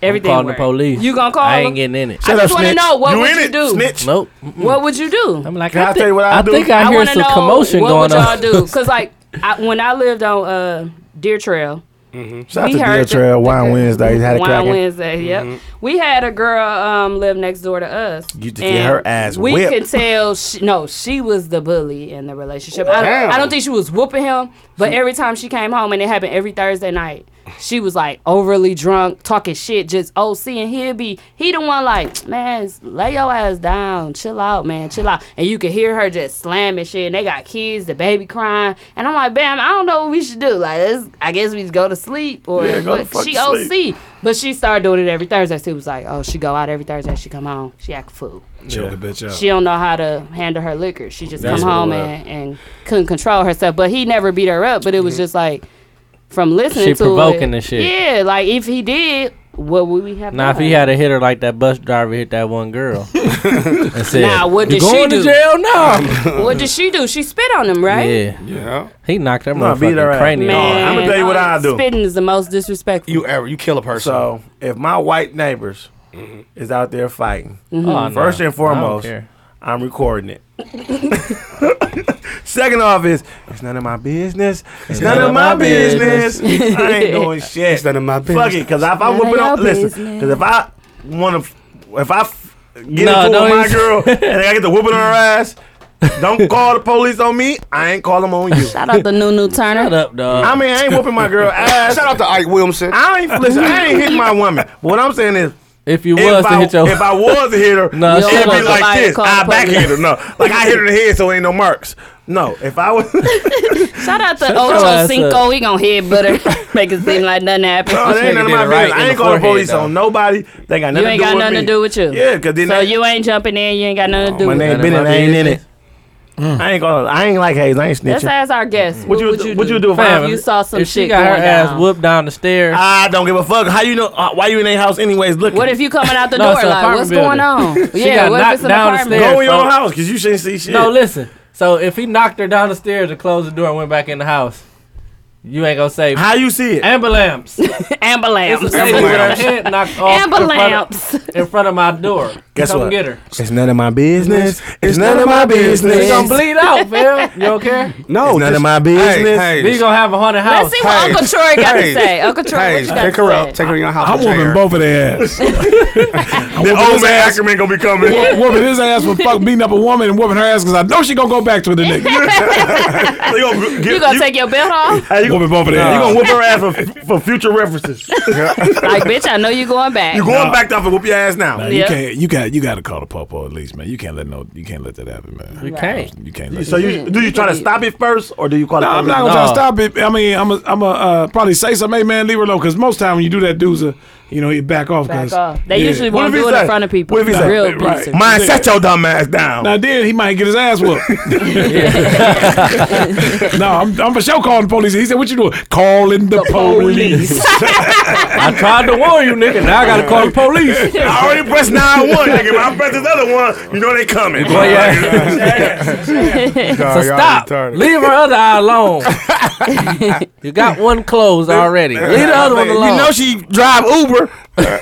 Speaker 1: everything.
Speaker 4: Calling the
Speaker 1: work.
Speaker 4: police.
Speaker 1: You gonna call?
Speaker 4: I ain't
Speaker 1: them?
Speaker 4: getting in it.
Speaker 1: I just want to
Speaker 3: snitch.
Speaker 1: know what
Speaker 3: You
Speaker 1: would
Speaker 3: in
Speaker 1: you
Speaker 3: it,
Speaker 1: do?
Speaker 3: snitch?
Speaker 4: Nope.
Speaker 1: What would you do?
Speaker 4: I'm like,
Speaker 3: Can Mm. I
Speaker 4: I,
Speaker 3: tell you
Speaker 4: think,
Speaker 3: what I
Speaker 4: I,
Speaker 3: do?
Speaker 4: think I, hear
Speaker 1: wanna
Speaker 4: some commotion
Speaker 1: what
Speaker 4: going
Speaker 1: would y'all
Speaker 4: on.
Speaker 1: do? Cause like I, when I lived on uh, Deer Trail,
Speaker 3: Mm-hmm. Shout out
Speaker 1: We
Speaker 3: to Deer
Speaker 1: heard the-
Speaker 3: Trail Wine Wednesday. Had a
Speaker 1: Wine
Speaker 3: cracking. Mm-hmm.
Speaker 1: Wednesday. Yep. We had a girl um, live next door to us.
Speaker 3: You to get her
Speaker 1: and
Speaker 3: ass
Speaker 1: We
Speaker 3: whipped.
Speaker 1: could tell. She, no, she was the bully in the relationship. I don't, I don't think she was whooping him, but every time she came home, and it happened every Thursday night. She was like overly drunk, talking shit, just OC, and he'd be he the one like, man, s- lay your ass down, chill out, man, chill out, and you could hear her just slamming shit. And they got kids, the baby crying, and I'm like, bam, I don't know what we should do. Like, let's, I guess we just go to sleep, or
Speaker 3: Yeah, go to
Speaker 1: but she
Speaker 3: fucking
Speaker 1: OC,
Speaker 3: sleep.
Speaker 1: but she started doing it every Thursday. She was like, "Oh, she go out every Thursday. She come home. She act a fool.
Speaker 7: Choke the bitch
Speaker 1: She don't know how to handle her liquor. She just
Speaker 4: That's
Speaker 1: come home
Speaker 4: what it
Speaker 1: and, and couldn't control herself. But he never beat her up. But it was just like from listening
Speaker 4: She
Speaker 1: to
Speaker 4: provoking
Speaker 1: it,
Speaker 4: the shit.
Speaker 1: Yeah, like if he did, what would we have?
Speaker 4: Now, if
Speaker 1: done?
Speaker 4: he had a hitter like that bus driver hit that one girl and said,
Speaker 1: Nah, what
Speaker 4: you
Speaker 1: did she
Speaker 4: going to
Speaker 1: do?"
Speaker 4: jail now?
Speaker 1: what did she do? She spit on him, right?
Speaker 4: Yeah.
Speaker 6: yeah.
Speaker 4: He knocked that
Speaker 3: Nah, beat her
Speaker 4: motherfucking
Speaker 3: ass.
Speaker 4: cranium
Speaker 3: Man.
Speaker 4: off.
Speaker 3: I'ma tell you what I do.
Speaker 1: Spitting is the most disrespectful.
Speaker 6: You ever you kill a person? Mm-hmm.
Speaker 3: So if my white neighbors is out there fighting,
Speaker 1: Mm-hmm.
Speaker 4: Oh, no.
Speaker 3: First and foremost,
Speaker 4: care.
Speaker 3: I'm recording it. Second off is it's none of my business. It's none, of my, business. I ain't doing shit.
Speaker 6: It's none of my
Speaker 3: Fuck it, cause if I
Speaker 1: None of
Speaker 3: whip it
Speaker 1: your
Speaker 3: on, listen,
Speaker 1: business.
Speaker 3: cause if I want to, if I f- get
Speaker 4: No,
Speaker 3: into it
Speaker 4: don't
Speaker 3: with my
Speaker 4: even-
Speaker 3: girl and I get to whipping her ass, don't call the police on me. I ain't call them on you.
Speaker 1: Shout out the new new Turner.
Speaker 4: Shut up, dog.
Speaker 3: I mean, I ain't whooping my girl ass.
Speaker 6: Shout out to Ike Williamson.
Speaker 3: I ain't listen. I ain't hitting my woman. What I'm saying is,
Speaker 4: if you
Speaker 3: if
Speaker 4: was to
Speaker 3: I,
Speaker 4: hit your
Speaker 3: if I was a hitter,
Speaker 4: No,
Speaker 3: it'd
Speaker 4: she
Speaker 3: be
Speaker 4: was.
Speaker 3: like
Speaker 1: Somebody
Speaker 3: this.
Speaker 1: called
Speaker 3: I
Speaker 1: the
Speaker 3: back
Speaker 1: police.
Speaker 3: hit her. No, like I hit her in the head, so ain't no marks. No, if I was, no,
Speaker 1: Shout out to
Speaker 4: your ass
Speaker 1: Ocho
Speaker 4: up.
Speaker 1: Cinco. He gonna head butter, make it seem like nothing happened.
Speaker 3: that Oh, ain't none of
Speaker 4: did
Speaker 3: my
Speaker 4: it right
Speaker 3: business.
Speaker 4: in
Speaker 3: I
Speaker 4: the
Speaker 3: ain't calling the
Speaker 4: forehead,
Speaker 3: police on nobody. They got nothing
Speaker 1: You ain't
Speaker 3: to do
Speaker 1: got
Speaker 3: with
Speaker 1: nothing
Speaker 3: me.
Speaker 1: to do with you.
Speaker 3: Yeah, cause then
Speaker 1: So
Speaker 3: they-
Speaker 1: you ain't jumping in. You ain't got nothing to do
Speaker 3: my
Speaker 1: with it.
Speaker 3: name
Speaker 4: None
Speaker 3: been in,
Speaker 4: of
Speaker 3: it,
Speaker 4: my
Speaker 3: I ain't in it.
Speaker 4: business.
Speaker 3: I ain't calling. I ain't like Hayes. I ain't
Speaker 1: Let's
Speaker 3: snitching.
Speaker 1: ask our guests.
Speaker 3: What you
Speaker 1: would
Speaker 3: do-
Speaker 1: you
Speaker 3: what you do if
Speaker 4: Fam,
Speaker 1: if you saw some
Speaker 4: if she
Speaker 1: shit
Speaker 4: got her
Speaker 1: going
Speaker 4: ass
Speaker 1: down?
Speaker 4: whooped down the stairs.
Speaker 3: I don't give a fuck. How you know? Uh, why you in their house anyways? Look,
Speaker 1: What if you coming out the
Speaker 4: No,
Speaker 1: door
Speaker 4: it's an
Speaker 1: like what's going on?
Speaker 4: apartment building. She
Speaker 1: yeah,
Speaker 4: got
Speaker 1: what if it's
Speaker 4: knocked
Speaker 1: an
Speaker 4: down the
Speaker 1: apartment?
Speaker 4: stairs.
Speaker 3: go in your own
Speaker 4: so-
Speaker 3: house? Cause you shouldn't see shit.
Speaker 4: No, listen. So if he knocked her down the stairs and closed the door and went back in the house, you ain't gonna say
Speaker 3: how you see it?
Speaker 4: ambulance.
Speaker 1: Amber lamps.
Speaker 4: Ambulance. Her head knocked off
Speaker 1: Amber
Speaker 4: in front,
Speaker 1: lamps.
Speaker 4: of, in front of my door.
Speaker 3: Guess
Speaker 4: Come
Speaker 3: what?
Speaker 4: get her.
Speaker 3: It's none of my business. It's none of my
Speaker 4: She gonna
Speaker 3: business.
Speaker 4: bleed out, fam. You don't care.
Speaker 6: no,
Speaker 3: It's none
Speaker 6: just-
Speaker 3: of my business.
Speaker 6: Hey,
Speaker 4: We
Speaker 6: hey,
Speaker 4: gonna have a haunted house.
Speaker 1: Let's see what
Speaker 6: Hey.
Speaker 1: Uncle Troy got to
Speaker 6: Hey.
Speaker 1: say. Uncle Troy,
Speaker 6: hey,
Speaker 1: what you got
Speaker 6: pick
Speaker 1: to
Speaker 6: her
Speaker 1: say?
Speaker 6: up. Take her in your house.
Speaker 7: I'm
Speaker 6: and tear
Speaker 7: whooping
Speaker 6: her.
Speaker 7: both of their ass.
Speaker 3: The old man Ackerman gonna be coming.
Speaker 7: whooping his ass for fuck beating up a woman and whooping her ass because I know she gonna go back to the nigga.
Speaker 3: you gonna, get,
Speaker 1: You gonna take your belt off?
Speaker 3: Hey, you gonna
Speaker 7: Whooping both of their
Speaker 3: You
Speaker 7: ass.
Speaker 3: gonna whoop her ass for, for future references.
Speaker 1: like, bitch, I know you going back.
Speaker 3: You going back down and whoop your ass now.
Speaker 7: You
Speaker 1: Yeah.
Speaker 7: can't. You got. You got to call the popo at least, man. You can't let no. You can't let that happen, man.
Speaker 4: You can't.
Speaker 7: You can't. Let
Speaker 3: So
Speaker 7: that-
Speaker 3: you do you try to stop it first or do you call
Speaker 7: No,
Speaker 3: it?
Speaker 7: I'm not gonna try to stop it. I mean, I'm. A, I'm. A, uh, probably say something. Hey, man, leave her alone. Because most time when you do that, dudes are. You know, you back off.
Speaker 1: Back
Speaker 7: 'cause-
Speaker 1: off. They
Speaker 7: yeah.
Speaker 1: usually
Speaker 3: What
Speaker 1: won't
Speaker 3: if he
Speaker 1: do it
Speaker 3: say-
Speaker 1: in front of people.
Speaker 3: what if he say-
Speaker 1: Real
Speaker 7: Right.
Speaker 1: pieces.
Speaker 3: Mind set your dumb ass
Speaker 7: Now
Speaker 3: down.
Speaker 7: then, he might get his ass whooped. no, I'm, I'm for sure calling the police. He said, "What you doing? Calling the, police."
Speaker 4: I tried to warn you, nigga. Now I gotta call the police.
Speaker 3: I already pressed nine one, nigga. If I press this other one, you know they coming.
Speaker 4: So stop.
Speaker 6: retarded.
Speaker 4: Leave her other eye alone. you got one closed already. Leave the other one alone.
Speaker 3: You know she drive Uber.
Speaker 1: Hayes,
Speaker 3: always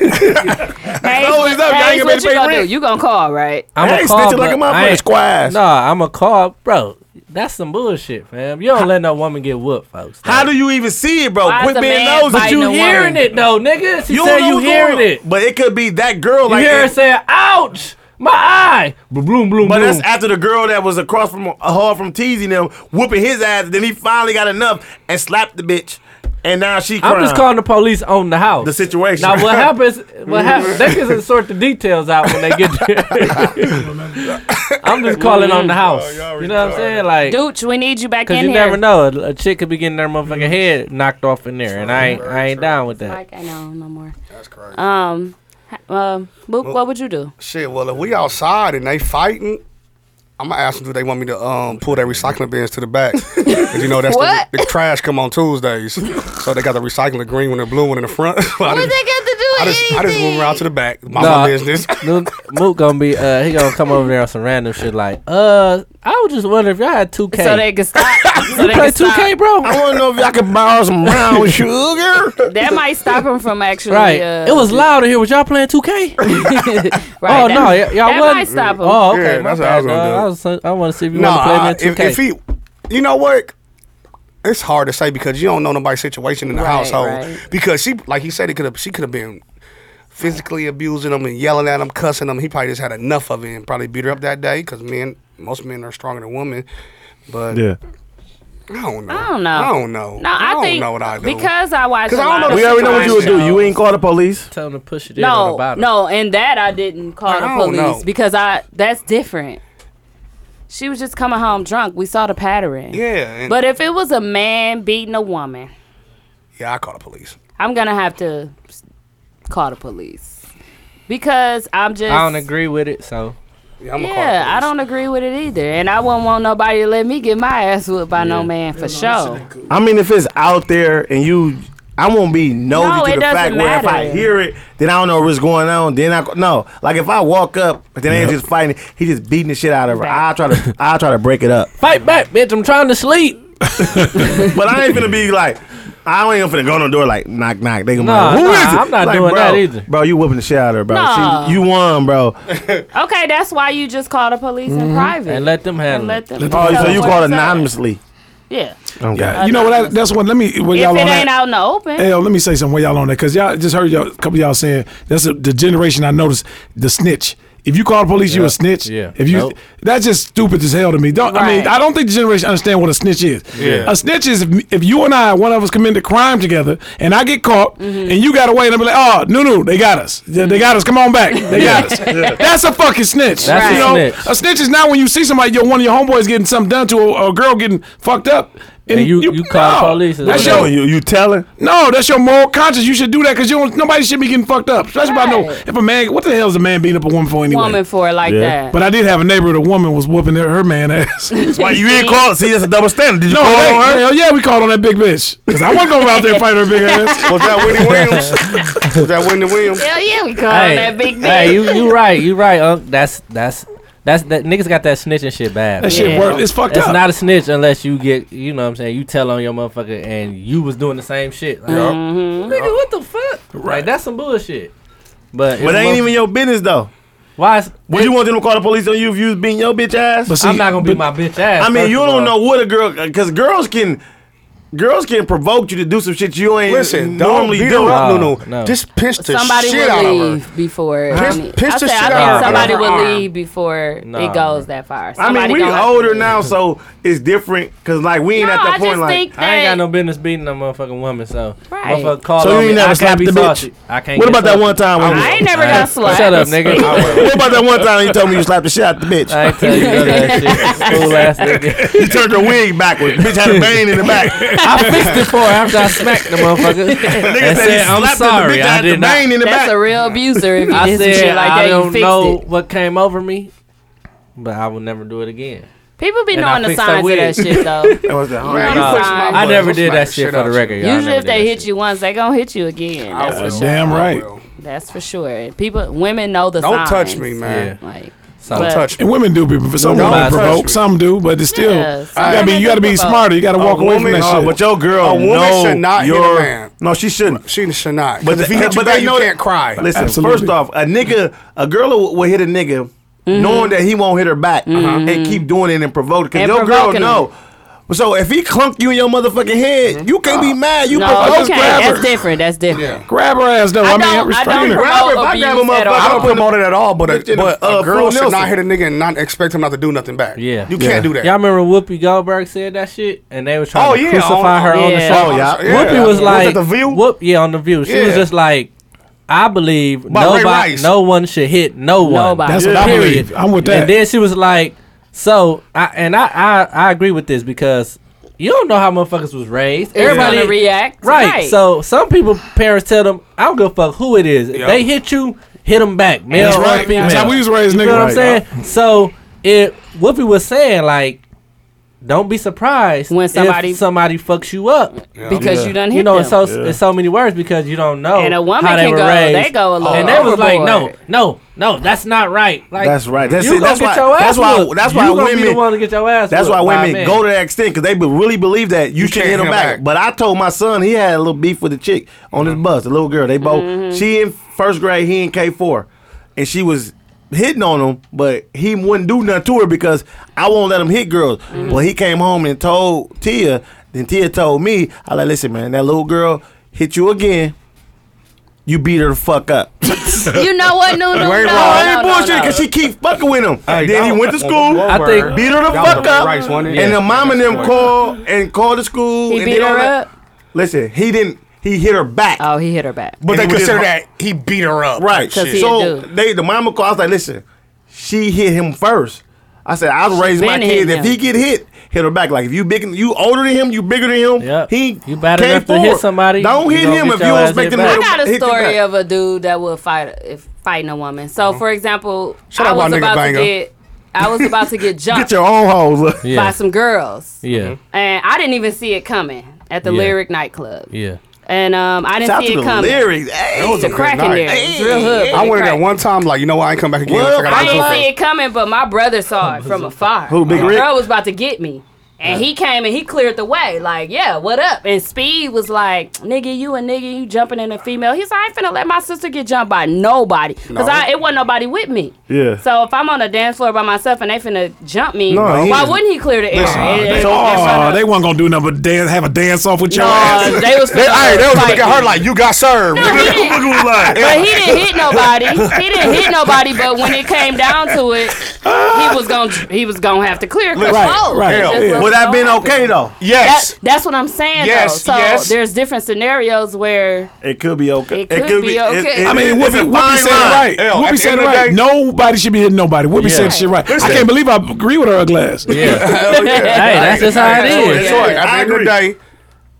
Speaker 3: up. Y'all ain't
Speaker 1: Hayes, what
Speaker 3: gonna pay
Speaker 1: you gonna
Speaker 3: rent.
Speaker 1: do? You gonna call, right?
Speaker 4: I'm
Speaker 3: I
Speaker 4: a
Speaker 3: ain't
Speaker 4: call,
Speaker 3: snitching like a
Speaker 4: but I
Speaker 3: motherfucker.
Speaker 4: ain't-
Speaker 3: Squash.
Speaker 4: Nah, I'm a call, bro. That's some bullshit, fam. You don't let no woman get whooped, folks.
Speaker 3: How do you even see it, bro?
Speaker 1: Why is
Speaker 3: Quit
Speaker 1: a
Speaker 3: being
Speaker 1: man
Speaker 3: nosy.
Speaker 1: biting
Speaker 4: you
Speaker 1: a
Speaker 4: hearing
Speaker 1: woman?
Speaker 4: it though, nigga? She
Speaker 3: You
Speaker 4: said
Speaker 3: don't know
Speaker 4: you
Speaker 3: what's
Speaker 4: hearing
Speaker 3: going on.
Speaker 4: it.
Speaker 3: But it could be that girl
Speaker 4: You
Speaker 3: like
Speaker 4: hear her saying, "Ouch." My eye. Bloom, bloom, bloom.
Speaker 3: But that's after the girl that was across from hard from teasing them, whooping his ass. Then he finally got enough and slapped the bitch, and now she. Crying.
Speaker 4: I'm just calling the police on the house.
Speaker 3: the situation.
Speaker 4: Now what happens? What happens? They can sort the details out when they get there. I'm just calling on the house. You know what I'm saying? Like,
Speaker 1: Dooch, we need you back
Speaker 4: cause
Speaker 1: in
Speaker 4: you
Speaker 1: here.
Speaker 4: never know. A, a chick could be getting their motherfucking head knocked off in there, and I ain't, I ain't down with that.
Speaker 1: Like I know no more.
Speaker 6: That's crazy.
Speaker 1: Um, h-
Speaker 5: Uh,
Speaker 1: um, Boop, what would you do?
Speaker 6: Shit, well, if we outside and they fighting, I'm gonna ask them do they want me to um pull their recycling bins to the back? 'Cause you know that's the,
Speaker 1: What?
Speaker 6: the trash come on Tuesdays, so they got the recycling the green one and the blue one in the front. I
Speaker 5: What does
Speaker 6: just,
Speaker 5: that got to do
Speaker 6: I
Speaker 5: with
Speaker 6: just, I
Speaker 5: anything?
Speaker 6: just move around to the back, my
Speaker 4: Nah.
Speaker 6: business.
Speaker 4: Mook, Mook gonna be uh he gonna come over there on some random shit like uh I was just wondering if y'all had 2K.
Speaker 1: So they can stop. so
Speaker 4: you
Speaker 1: they can
Speaker 4: play
Speaker 1: stop.
Speaker 4: 2K, bro?
Speaker 3: I want to know if y'all can borrow some
Speaker 6: Oh,
Speaker 3: brown sugar.
Speaker 1: That might stop him from actually.
Speaker 4: Right.
Speaker 1: Uh,
Speaker 4: it was loud in here. Was y'all playing 2K?
Speaker 1: Right,
Speaker 4: oh
Speaker 1: that-
Speaker 4: no, y- y'all
Speaker 1: that
Speaker 4: wasn't.
Speaker 1: might stop him.
Speaker 4: Oh okay,
Speaker 6: Yeah,
Speaker 4: my
Speaker 6: that's what
Speaker 4: bad,
Speaker 6: I was gonna
Speaker 4: dog. I
Speaker 6: do.
Speaker 4: was I want to see if you
Speaker 6: No, I-
Speaker 4: want to play
Speaker 6: if,
Speaker 4: me in 2K.
Speaker 6: if he, you know what? It's hard to say because you don't know nobody's situation in the
Speaker 1: Right,
Speaker 6: household.
Speaker 1: right.
Speaker 6: Because she, like he said, it could have she could have been physically abusing him and yelling at him, cussing him. He probably just had enough of it and probably beat her up that day because men, most men are stronger than women. But
Speaker 3: Yeah,
Speaker 6: I don't know.
Speaker 1: I don't know.
Speaker 6: I don't know.
Speaker 1: No, I,
Speaker 6: don't
Speaker 1: think
Speaker 6: know what I do.
Speaker 1: because I watch.
Speaker 6: 'Cause
Speaker 1: a
Speaker 6: I
Speaker 1: lot
Speaker 6: don't know
Speaker 1: of
Speaker 3: we already know what you would do.
Speaker 1: shows.
Speaker 3: You ain't call the police.
Speaker 4: Tell him to push it in on the
Speaker 1: No,
Speaker 4: bottom.
Speaker 1: no, and that I didn't call the
Speaker 6: I don't
Speaker 1: police
Speaker 6: know.
Speaker 1: because I that's different. She was just coming home drunk. We saw the pattern.
Speaker 6: yeah, and-
Speaker 1: But if it was a man beating a woman,
Speaker 6: yeah, I call the police.
Speaker 1: I'm gonna have to s- call the police because I'm just.
Speaker 4: I don't agree with it. So
Speaker 6: Yeah, I'm gonna call the
Speaker 1: Yeah, I
Speaker 6: police.
Speaker 1: don't agree with it either, and I wouldn't want nobody to let me get my ass whipped by no man for sure.
Speaker 3: I mean, if it's out there and you, I won't be
Speaker 1: No,
Speaker 3: nosy
Speaker 1: it
Speaker 3: to the
Speaker 1: doesn't
Speaker 3: fact where if I
Speaker 1: matter.
Speaker 3: hear it, then I don't know what's going on. Then I no, like if I walk up, but then ain't just fighting. He just beating the shit out of her. I try to, I try to break it up.
Speaker 4: fight back, bitch. I'm trying to sleep.
Speaker 3: But I ain't finna be like, I ain't finna go on the door like knock knock. They gonna
Speaker 4: Nah,
Speaker 3: be like, who
Speaker 4: nah,
Speaker 3: is it?
Speaker 4: I'm not
Speaker 3: Like,
Speaker 4: doing
Speaker 3: bro,
Speaker 4: that either.
Speaker 3: Bro, you whooping the shit out of her, bro.
Speaker 1: Nah.
Speaker 3: She, you won, bro.
Speaker 1: Okay, that's why you just call the police in private
Speaker 4: Mm-hmm. And let them handle
Speaker 1: And
Speaker 4: it.
Speaker 1: let them.
Speaker 3: Oh,
Speaker 1: tell
Speaker 3: so
Speaker 1: them
Speaker 3: you
Speaker 1: what
Speaker 3: called
Speaker 1: it's at.
Speaker 3: anonymously.
Speaker 1: Yeah,
Speaker 3: Okay.
Speaker 7: You know what? I, that's what. Let me. When
Speaker 1: if it
Speaker 7: y'all on
Speaker 1: ain't
Speaker 7: that,
Speaker 1: out in the open.
Speaker 7: Hey, yo, let me say something while y'all on that, cause y'all just heard y'all, a couple of y'all saying that's a, the generation I noticed the snitch. If you call the police, you a snitch.
Speaker 4: Yeah.
Speaker 7: If you,
Speaker 4: Nope.
Speaker 7: that's just stupid as hell to me. Don't, I mean,
Speaker 1: Right.
Speaker 7: I don't think the generation understand what a snitch is. A snitch is if, if you and I, one of us, committed a crime together, and I get caught,
Speaker 1: Mm-hmm.
Speaker 7: and you got away, and I be like, oh, no, no, they got us, they, they got us. Come on back, they got us. That's a fucking snitch.
Speaker 4: That's a
Speaker 7: you know?
Speaker 4: snitch.
Speaker 7: A snitch is not when you see somebody, your one of your homeboys getting something done to, or or a girl getting fucked up. And,
Speaker 4: you- you call the police and
Speaker 7: That's
Speaker 4: whatever.
Speaker 7: your,
Speaker 3: you, you telling?
Speaker 7: no, that's your moral conscience. You should do that because you don't. Nobody should be getting fucked up. Especially by no.
Speaker 1: Right.
Speaker 7: If a man, what the hell is a man beating up a woman for anyway?
Speaker 1: woman for it like
Speaker 3: Yeah.
Speaker 1: that.
Speaker 7: But I did have a neighbor. The woman was whooping her, her man ass. no,
Speaker 3: Why you ain't call? See, that's a double standard. Did you call
Speaker 7: they-
Speaker 3: on her?
Speaker 7: hell yeah, we called on that big bitch because I wasn't gonna go out there and fight her big ass.
Speaker 6: Was that Wendy Williams? Was that Wendy Williams?
Speaker 1: Hell yeah, we call
Speaker 4: Hey,
Speaker 1: that big
Speaker 4: hey,
Speaker 1: bitch.
Speaker 4: you you right, you right, Unc. That's that's that's that niggas got that snitching shit bad.
Speaker 7: That
Speaker 4: man.
Speaker 7: shit
Speaker 1: Yeah.
Speaker 7: worked. It's fucked
Speaker 4: It's
Speaker 7: up.
Speaker 4: not a snitch unless you get, you know what I'm saying, you tell on your motherfucker and you was doing the same shit. Like,
Speaker 1: Mm-hmm.
Speaker 4: Nigga, what the fuck? Right. that's some bullshit. But,
Speaker 3: But
Speaker 4: it's
Speaker 3: that ain't
Speaker 4: motherf-
Speaker 3: even your business though.
Speaker 4: Why is,
Speaker 3: Would you want them to call the police on you if you was beating your bitch ass?
Speaker 7: But see,
Speaker 4: I'm not going to be my bitch ass.
Speaker 3: I mean,
Speaker 4: first
Speaker 3: you
Speaker 4: of all.
Speaker 3: don't know what a girl because girls can girls can provoke you to do some shit you ain't
Speaker 6: Listen, don't
Speaker 3: normally
Speaker 6: beat
Speaker 3: do.
Speaker 6: her up,
Speaker 4: No,
Speaker 6: no, no,
Speaker 4: no.
Speaker 6: Just piss the
Speaker 1: somebody
Speaker 6: shit
Speaker 1: would
Speaker 6: out of
Speaker 1: leave
Speaker 6: her.
Speaker 1: before.
Speaker 6: Piss-
Speaker 1: I mean,
Speaker 6: piss
Speaker 1: I,
Speaker 6: the
Speaker 1: said,
Speaker 6: shit
Speaker 1: I
Speaker 6: out
Speaker 1: think
Speaker 6: of
Speaker 1: somebody
Speaker 6: her.
Speaker 1: would leave before
Speaker 4: Nah,
Speaker 1: it goes that far.
Speaker 3: I mean,
Speaker 1: Somebody
Speaker 3: we
Speaker 1: gonna have to
Speaker 3: older
Speaker 1: leave.
Speaker 3: now, so it's different. Cause like we ain't
Speaker 1: No,
Speaker 3: at that
Speaker 1: I
Speaker 3: point.
Speaker 1: just
Speaker 3: Like
Speaker 1: think that
Speaker 4: I ain't got no business beating no motherfucking woman, so.
Speaker 1: Right.
Speaker 4: Motherfucker call
Speaker 3: So you
Speaker 4: on
Speaker 3: ain't
Speaker 4: me.
Speaker 3: never
Speaker 4: I
Speaker 3: slapped
Speaker 4: can't be
Speaker 3: the bitch?
Speaker 4: saucy. I can't
Speaker 3: what
Speaker 4: get
Speaker 3: about that
Speaker 4: saucy.
Speaker 3: one time? When
Speaker 1: I
Speaker 3: you,
Speaker 1: ain't never
Speaker 4: All right.
Speaker 1: got slapped.
Speaker 4: Shut up, nigga. I will.
Speaker 3: what about that one time you told me you slapped the shit out the bitch?
Speaker 4: I ain't tell you none of that shit. Fool ass nigga.
Speaker 3: You turned her wig backwards. bitch had a bane in the back.
Speaker 4: I fixed it for her after I smacked the motherfucker.
Speaker 3: Nigga
Speaker 4: Nigga
Speaker 3: said he slapped
Speaker 4: I'm
Speaker 3: her, the
Speaker 4: sorry.
Speaker 3: bitch
Speaker 4: I
Speaker 3: had the
Speaker 4: did not.
Speaker 3: bane in the
Speaker 1: That's
Speaker 3: back.
Speaker 1: a real abuser if you
Speaker 4: I
Speaker 1: did some
Speaker 4: said
Speaker 1: shit like
Speaker 4: I
Speaker 1: that. You
Speaker 4: don't
Speaker 1: fixed
Speaker 4: know
Speaker 1: it.
Speaker 4: what came over me, but I will never do it again.
Speaker 1: People be
Speaker 4: And I
Speaker 1: knowing the
Speaker 4: fixed her
Speaker 1: signs of
Speaker 4: wig.
Speaker 1: that shit though.
Speaker 3: That was the hard-
Speaker 6: Man,
Speaker 1: No,
Speaker 6: you pushing
Speaker 1: I
Speaker 6: my
Speaker 4: I
Speaker 6: buttons.
Speaker 4: never
Speaker 6: I'll
Speaker 4: did
Speaker 6: smack
Speaker 4: that shit for
Speaker 6: out
Speaker 4: the
Speaker 6: you.
Speaker 4: record. y'all. I
Speaker 1: Usually,
Speaker 4: never
Speaker 1: if
Speaker 4: did
Speaker 1: they
Speaker 4: that
Speaker 1: hit
Speaker 4: shit.
Speaker 1: you once, they gonna hit you again. That's for
Speaker 6: will.
Speaker 1: sure.
Speaker 7: Damn right.
Speaker 6: Well,
Speaker 1: That's for sure. And People, women know the
Speaker 6: Don't
Speaker 1: signs.
Speaker 6: touch me, man.
Speaker 1: Like,
Speaker 4: So
Speaker 1: But-
Speaker 6: Touch me.
Speaker 7: And women do be some
Speaker 6: Don't
Speaker 7: women
Speaker 4: touch
Speaker 7: provoke,
Speaker 6: me.
Speaker 7: some do, but it's still.
Speaker 1: Yeah,
Speaker 7: you
Speaker 1: some
Speaker 7: gotta be,
Speaker 1: women
Speaker 7: you gotta
Speaker 1: do
Speaker 7: be
Speaker 1: provoke.
Speaker 7: smarter. You gotta walk away from
Speaker 6: woman-
Speaker 7: that
Speaker 6: oh,
Speaker 7: shit.
Speaker 3: uh, But your girl,
Speaker 6: A woman
Speaker 3: know
Speaker 6: should not hit a
Speaker 3: your-
Speaker 6: man.
Speaker 3: No, she shouldn't.
Speaker 6: She should not.
Speaker 3: But
Speaker 6: But if
Speaker 3: the-
Speaker 6: he hit
Speaker 3: but
Speaker 6: you
Speaker 3: they
Speaker 6: back, you
Speaker 3: know that-
Speaker 6: can't cry.
Speaker 3: Listen,
Speaker 7: Absolutely.
Speaker 3: first off, a nigga, a girl will, will hit a
Speaker 1: Mm-hmm.
Speaker 3: nigga knowing that he won't hit her back and keep doing it and provoke. Because
Speaker 1: And
Speaker 3: your girl
Speaker 1: provoking him.
Speaker 3: know So if he clunk you in your motherfucking head, you can't be mad. You
Speaker 1: No,
Speaker 3: provoke
Speaker 1: you
Speaker 3: his
Speaker 1: can't.
Speaker 3: grabber.
Speaker 1: That's different. That's different.
Speaker 7: Grab her ass though. I,
Speaker 1: I
Speaker 7: mean,
Speaker 1: don't- I
Speaker 7: restrain
Speaker 1: don't
Speaker 7: her.
Speaker 1: promote
Speaker 3: Grabber, if I grab
Speaker 1: abuse
Speaker 3: him up,
Speaker 1: at
Speaker 3: I
Speaker 6: I
Speaker 1: all.
Speaker 6: don't promote it at all, but a,
Speaker 3: Lifting
Speaker 6: but
Speaker 3: a-
Speaker 6: a,
Speaker 3: a
Speaker 6: girl
Speaker 3: Phil
Speaker 6: should
Speaker 3: Nelson.
Speaker 6: not hit a nigga and not expect him not to do nothing back.
Speaker 4: Yeah.
Speaker 6: you can't do that.
Speaker 4: Y'all remember Whoopi Goldberg said that shit, and they was trying
Speaker 6: Oh,
Speaker 4: to
Speaker 6: yeah,
Speaker 4: crucify
Speaker 6: on-
Speaker 4: her on the
Speaker 1: yeah.
Speaker 4: show.
Speaker 1: Oh,
Speaker 3: yeah.
Speaker 4: Whoopi was like,
Speaker 6: at the View?
Speaker 4: Whoop, yeah, on the View. She was
Speaker 6: Yeah.
Speaker 4: just like, I believe
Speaker 6: About Ray
Speaker 4: nobody,
Speaker 6: Rice.
Speaker 4: no one should hit no one.
Speaker 1: Nobody.
Speaker 7: That's what I believe. I'm with that.
Speaker 4: And then she was like, so, I, and I, I, I agree with this because you don't know how motherfuckers was raised.
Speaker 1: Everybody
Speaker 4: Everybody
Speaker 1: react.
Speaker 4: Right. So some people parents tell them, I don't give a fuck who it is. If
Speaker 6: Yeah.
Speaker 4: they hit you, hit them back, male
Speaker 7: That's
Speaker 4: or
Speaker 7: right.
Speaker 4: female.
Speaker 7: That's how we was raised,
Speaker 4: You
Speaker 7: nigga.
Speaker 4: know what I'm
Speaker 7: Right.
Speaker 4: saying? So it Whoopi was saying like, don't be surprised
Speaker 1: When
Speaker 4: if
Speaker 1: somebody-
Speaker 4: somebody fucks you up.
Speaker 1: because you done hit
Speaker 4: You know,
Speaker 1: them.
Speaker 4: it's so it's so many words because you don't know.
Speaker 1: And a woman
Speaker 4: Oh, how they
Speaker 1: can
Speaker 4: were
Speaker 1: go-
Speaker 4: raised.
Speaker 1: they go a little
Speaker 4: And they was like, no,
Speaker 1: overboard.
Speaker 4: no, no, that's not right. Like
Speaker 3: That's right. That's
Speaker 4: you
Speaker 3: it.
Speaker 4: gonna
Speaker 3: That's
Speaker 4: get
Speaker 3: why-
Speaker 4: your ass
Speaker 3: that's why-
Speaker 4: whooped.
Speaker 3: that's
Speaker 4: You
Speaker 3: why
Speaker 4: gonna be the
Speaker 3: women-
Speaker 4: one to get your ass.
Speaker 3: That's why
Speaker 4: whooped by a
Speaker 3: women
Speaker 4: man.
Speaker 3: go to that extent because they be- really believe that you, should
Speaker 6: can't
Speaker 3: hit them
Speaker 6: hit 'em
Speaker 3: back.
Speaker 6: back.
Speaker 3: But I told my son he had a little beef with a chick on
Speaker 4: Mm-hmm.
Speaker 3: his bus, a little girl. They both she in first grade, he in K four, and she was hitting on him, but he wouldn't do nothing to her because I won't let him hit girls.
Speaker 4: Mm-hmm.
Speaker 3: Well, he came home and told Tia, then Tia told me, I like listen, man, that little girl hit you again. You beat her the fuck up.
Speaker 5: You know what, Nunu? No,
Speaker 6: ain't
Speaker 5: no,
Speaker 6: wrong.
Speaker 3: I
Speaker 5: no,
Speaker 3: ain't
Speaker 5: no,
Speaker 3: bullshit
Speaker 5: no.
Speaker 3: because she keep fucking with him.
Speaker 9: Hey,
Speaker 3: then he
Speaker 9: y'all-
Speaker 3: went to school.
Speaker 4: I think
Speaker 3: Beat her the
Speaker 6: Y'all
Speaker 3: fuck
Speaker 6: was
Speaker 3: up,
Speaker 6: right, wasn't it?
Speaker 3: and
Speaker 6: Yeah.
Speaker 3: the mom and them
Speaker 6: Right.
Speaker 3: called and called the school.
Speaker 1: he
Speaker 3: and
Speaker 1: beat
Speaker 3: did all
Speaker 1: her
Speaker 3: that.
Speaker 1: up.
Speaker 3: Listen, he didn't. He hit her back.
Speaker 1: Oh, he hit her back.
Speaker 3: but
Speaker 6: But they
Speaker 3: he was
Speaker 6: consider
Speaker 3: just-
Speaker 6: that he beat her up.
Speaker 3: right.
Speaker 1: Cause he a
Speaker 3: So
Speaker 1: dude.
Speaker 3: they the mama called. I was like, listen, she hit him first. I said, I'll raise my
Speaker 1: been hitting
Speaker 3: kids. If he
Speaker 1: him.
Speaker 3: get hit, hit her back. Like if you big, you older than him, you bigger than him.
Speaker 4: Yep.
Speaker 3: He
Speaker 4: You bad
Speaker 3: came
Speaker 4: enough to hit
Speaker 3: forward.
Speaker 4: somebody,
Speaker 3: Don't
Speaker 4: you
Speaker 3: hit
Speaker 4: gonna
Speaker 3: him
Speaker 4: get
Speaker 3: if
Speaker 4: your
Speaker 3: you don't
Speaker 4: ass
Speaker 3: expect
Speaker 4: hit
Speaker 3: him. to
Speaker 4: back.
Speaker 3: hit
Speaker 1: I got
Speaker 3: him
Speaker 1: a story
Speaker 3: back. Uh-huh.
Speaker 1: of a dude that would fight if fighting a woman. So, for example,
Speaker 6: Shout
Speaker 1: I
Speaker 6: out
Speaker 1: was
Speaker 6: my nigga
Speaker 1: about
Speaker 6: Banger.
Speaker 1: to get I was about to get
Speaker 3: Get
Speaker 1: jumped
Speaker 3: your own hoes. up.
Speaker 4: Yeah.
Speaker 1: by some girls,
Speaker 4: Yeah.
Speaker 1: and I didn't even see it coming at the
Speaker 4: Yeah.
Speaker 1: Lyric nightclub,
Speaker 4: Yeah.
Speaker 1: and um, I didn't
Speaker 3: Shout out
Speaker 1: see
Speaker 3: to
Speaker 1: it
Speaker 3: the
Speaker 1: coming.
Speaker 3: lyrics. Hey.
Speaker 1: It's a crack in
Speaker 6: night.
Speaker 1: there. It's real hood.
Speaker 6: I
Speaker 1: but
Speaker 6: went in
Speaker 1: crack.
Speaker 6: that one time, like you know what, I ain't come back again.
Speaker 3: Well,
Speaker 6: I forgot
Speaker 1: I
Speaker 6: to do
Speaker 1: didn't see
Speaker 6: something.
Speaker 1: it coming, but my brother saw it from afar.
Speaker 3: Who, Big
Speaker 1: the
Speaker 3: Rick?
Speaker 1: girl was about to get me. And he came and he cleared the way. Like, yeah, what up? And Speed was like, nigga, you a nigga, you jumping in a female. He's like, I ain't finna let my sister get jumped by nobody. Because
Speaker 6: No.
Speaker 1: it wasn't nobody with me.
Speaker 3: Yeah.
Speaker 1: So if I'm on a dance floor by myself and they finna jump me,
Speaker 3: No, he
Speaker 1: why
Speaker 3: isn't.
Speaker 1: wouldn't he clear the air? And- and-
Speaker 7: Oh, they weren't gonna do nothing but dance, have a dance off with your ass.
Speaker 1: no, they was
Speaker 6: They, hey, they was
Speaker 1: fight
Speaker 6: looking at her like you got served.
Speaker 1: No, he didn't.
Speaker 3: Who was like,
Speaker 1: But he didn't hit nobody. He didn't hit nobody. But when it came down to it, he was gonna he was gonna have to clear. Right,
Speaker 7: right, yeah.
Speaker 3: Would that been okay though?
Speaker 6: yes.
Speaker 1: That, that's what I'm saying.
Speaker 6: Yes,
Speaker 1: though. So
Speaker 6: yes.
Speaker 1: there's different scenarios where
Speaker 3: It could be okay.
Speaker 1: It could be okay.
Speaker 7: I mean,
Speaker 3: it's a
Speaker 7: Whoopi, Whoopi
Speaker 3: fine
Speaker 7: said
Speaker 3: line.
Speaker 7: it right.
Speaker 6: Hell, at
Speaker 7: Whoopi
Speaker 6: the
Speaker 7: said
Speaker 6: end
Speaker 7: it
Speaker 6: of the
Speaker 7: right.
Speaker 6: day-
Speaker 7: Nobody should be hitting nobody. Whoopi said the shit right. I can't believe I agree with her glass.
Speaker 4: Yeah. Hey, that's just how it
Speaker 6: That's
Speaker 4: is.
Speaker 6: what- that's what-
Speaker 3: I
Speaker 6: At the end of the
Speaker 3: agree.
Speaker 6: day,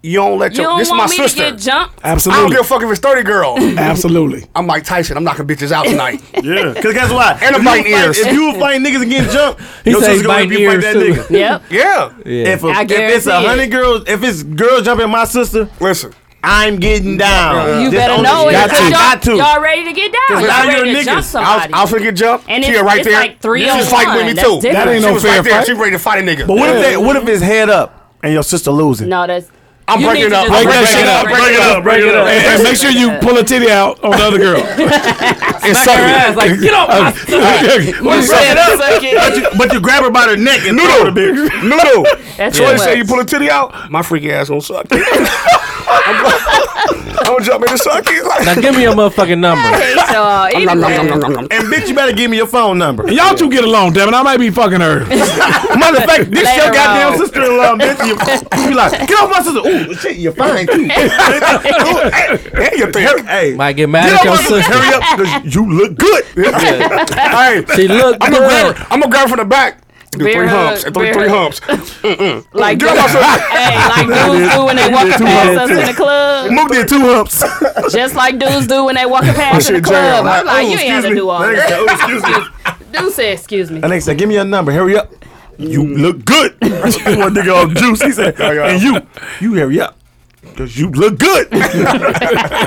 Speaker 6: you don't let
Speaker 1: you
Speaker 6: your.
Speaker 1: don't
Speaker 6: This is my
Speaker 1: want me
Speaker 6: sister.
Speaker 1: to get jumped.
Speaker 6: I don't
Speaker 7: Absolutely.
Speaker 6: give a fuck if it's thirty girls.
Speaker 7: Absolutely.
Speaker 6: I'm Mike Tyson. I'm knocking bitches out tonight.
Speaker 3: Yeah, because guess what? if
Speaker 6: And I'm
Speaker 3: you
Speaker 6: biting
Speaker 3: fight,
Speaker 6: ears.
Speaker 3: If you fight niggas and get jumped,
Speaker 4: He
Speaker 3: your
Speaker 4: say
Speaker 3: sister's gonna
Speaker 4: biting
Speaker 3: be fight
Speaker 4: ears
Speaker 3: that
Speaker 4: too.
Speaker 3: nigga.
Speaker 1: Yep.
Speaker 6: yeah.
Speaker 3: If, a,
Speaker 1: I
Speaker 3: if it's a
Speaker 1: guarantee
Speaker 3: hundred
Speaker 1: it.
Speaker 3: girls, if it's girls jumping my sister,
Speaker 6: Listen,
Speaker 3: I'm getting down.
Speaker 1: You
Speaker 3: Just
Speaker 1: better
Speaker 3: on
Speaker 1: know
Speaker 3: the-
Speaker 1: it.
Speaker 3: Got
Speaker 1: because
Speaker 3: to.
Speaker 1: y'all,
Speaker 3: Got to.
Speaker 1: y'all ready to get down.
Speaker 3: now
Speaker 1: Y'all
Speaker 3: you're
Speaker 1: ready to
Speaker 3: niggas.
Speaker 1: jump
Speaker 6: I was,
Speaker 1: somebody.
Speaker 6: I was gonna get jumped.
Speaker 1: And
Speaker 6: Kia
Speaker 1: it's-
Speaker 6: right
Speaker 1: it's
Speaker 6: there.
Speaker 1: like three
Speaker 6: She
Speaker 1: on
Speaker 6: was fighting
Speaker 1: one.
Speaker 6: with me
Speaker 1: That's
Speaker 6: too.
Speaker 1: different.
Speaker 7: That ain't
Speaker 6: She
Speaker 7: no
Speaker 6: was
Speaker 7: fair
Speaker 6: right there.
Speaker 7: fight.
Speaker 6: She ready to fight a nigga.
Speaker 3: But what if they? What if his head up and your sister losing?
Speaker 1: no, that's.
Speaker 6: I'm
Speaker 1: you
Speaker 6: breaking
Speaker 1: need to
Speaker 6: up.
Speaker 1: just
Speaker 6: I'm
Speaker 7: breaking it up.
Speaker 1: break it
Speaker 3: up. Break it up.
Speaker 7: And, and make sure you pull a titty out on the other girl.
Speaker 6: it's
Speaker 4: Her ass like, get off my
Speaker 7: What is that?
Speaker 1: Suck it.
Speaker 3: But you grab her by the neck and throw her to bitch.
Speaker 6: Noodle.
Speaker 1: That's
Speaker 6: Troy
Speaker 1: too
Speaker 6: say you
Speaker 1: much.
Speaker 6: pull a titty out. My freaky ass gonna suck. it. I'm gonna jump in the suck. it. Like,
Speaker 4: Now give me your motherfucking number.
Speaker 1: Hate y'all.
Speaker 6: nom, nom,
Speaker 1: Anyway.
Speaker 6: nom, nom, nom, nom.
Speaker 3: And bitch, you better give me your phone number.
Speaker 7: Y'all two get along, damn it. I might be fucking her.
Speaker 3: Matter of fact, this your
Speaker 1: Later
Speaker 3: goddamn
Speaker 1: on.
Speaker 3: sister in law, bitch. You, you be like, get off my sister. Ooh, shit, you're fine too.
Speaker 6: Hey, you think-
Speaker 3: hey,
Speaker 4: Might get mad at
Speaker 3: get off
Speaker 4: your
Speaker 3: my sister.
Speaker 4: sister.
Speaker 3: Hurry up, cause you look good.
Speaker 6: Hey,
Speaker 4: She look
Speaker 6: I'm gonna grab
Speaker 4: good.
Speaker 6: her. I'm gonna grab her from the back. Do
Speaker 1: Bear
Speaker 6: three
Speaker 1: hug,
Speaker 6: humps and three,
Speaker 1: bear
Speaker 6: three
Speaker 1: hug.
Speaker 6: humps.
Speaker 1: Like,
Speaker 6: Get off my sister.
Speaker 1: hey, like dudes do when they walk past us in the club.
Speaker 3: Mook did two humps.
Speaker 1: Just like dudes do when they walk past in the
Speaker 6: Shit, jail.
Speaker 1: club. I'm like,
Speaker 3: Ooh,
Speaker 1: you ain't
Speaker 3: Oh, excuse
Speaker 1: have to
Speaker 3: me.
Speaker 1: do all
Speaker 3: That
Speaker 1: that.
Speaker 3: nigga said, ooh, Oh, excuse me.
Speaker 1: Dude said, excuse me.
Speaker 3: That nigga said, give me your number. Hurry up. You look good. One nigga on juice. He said, and you, you hurry up. Cause you look good.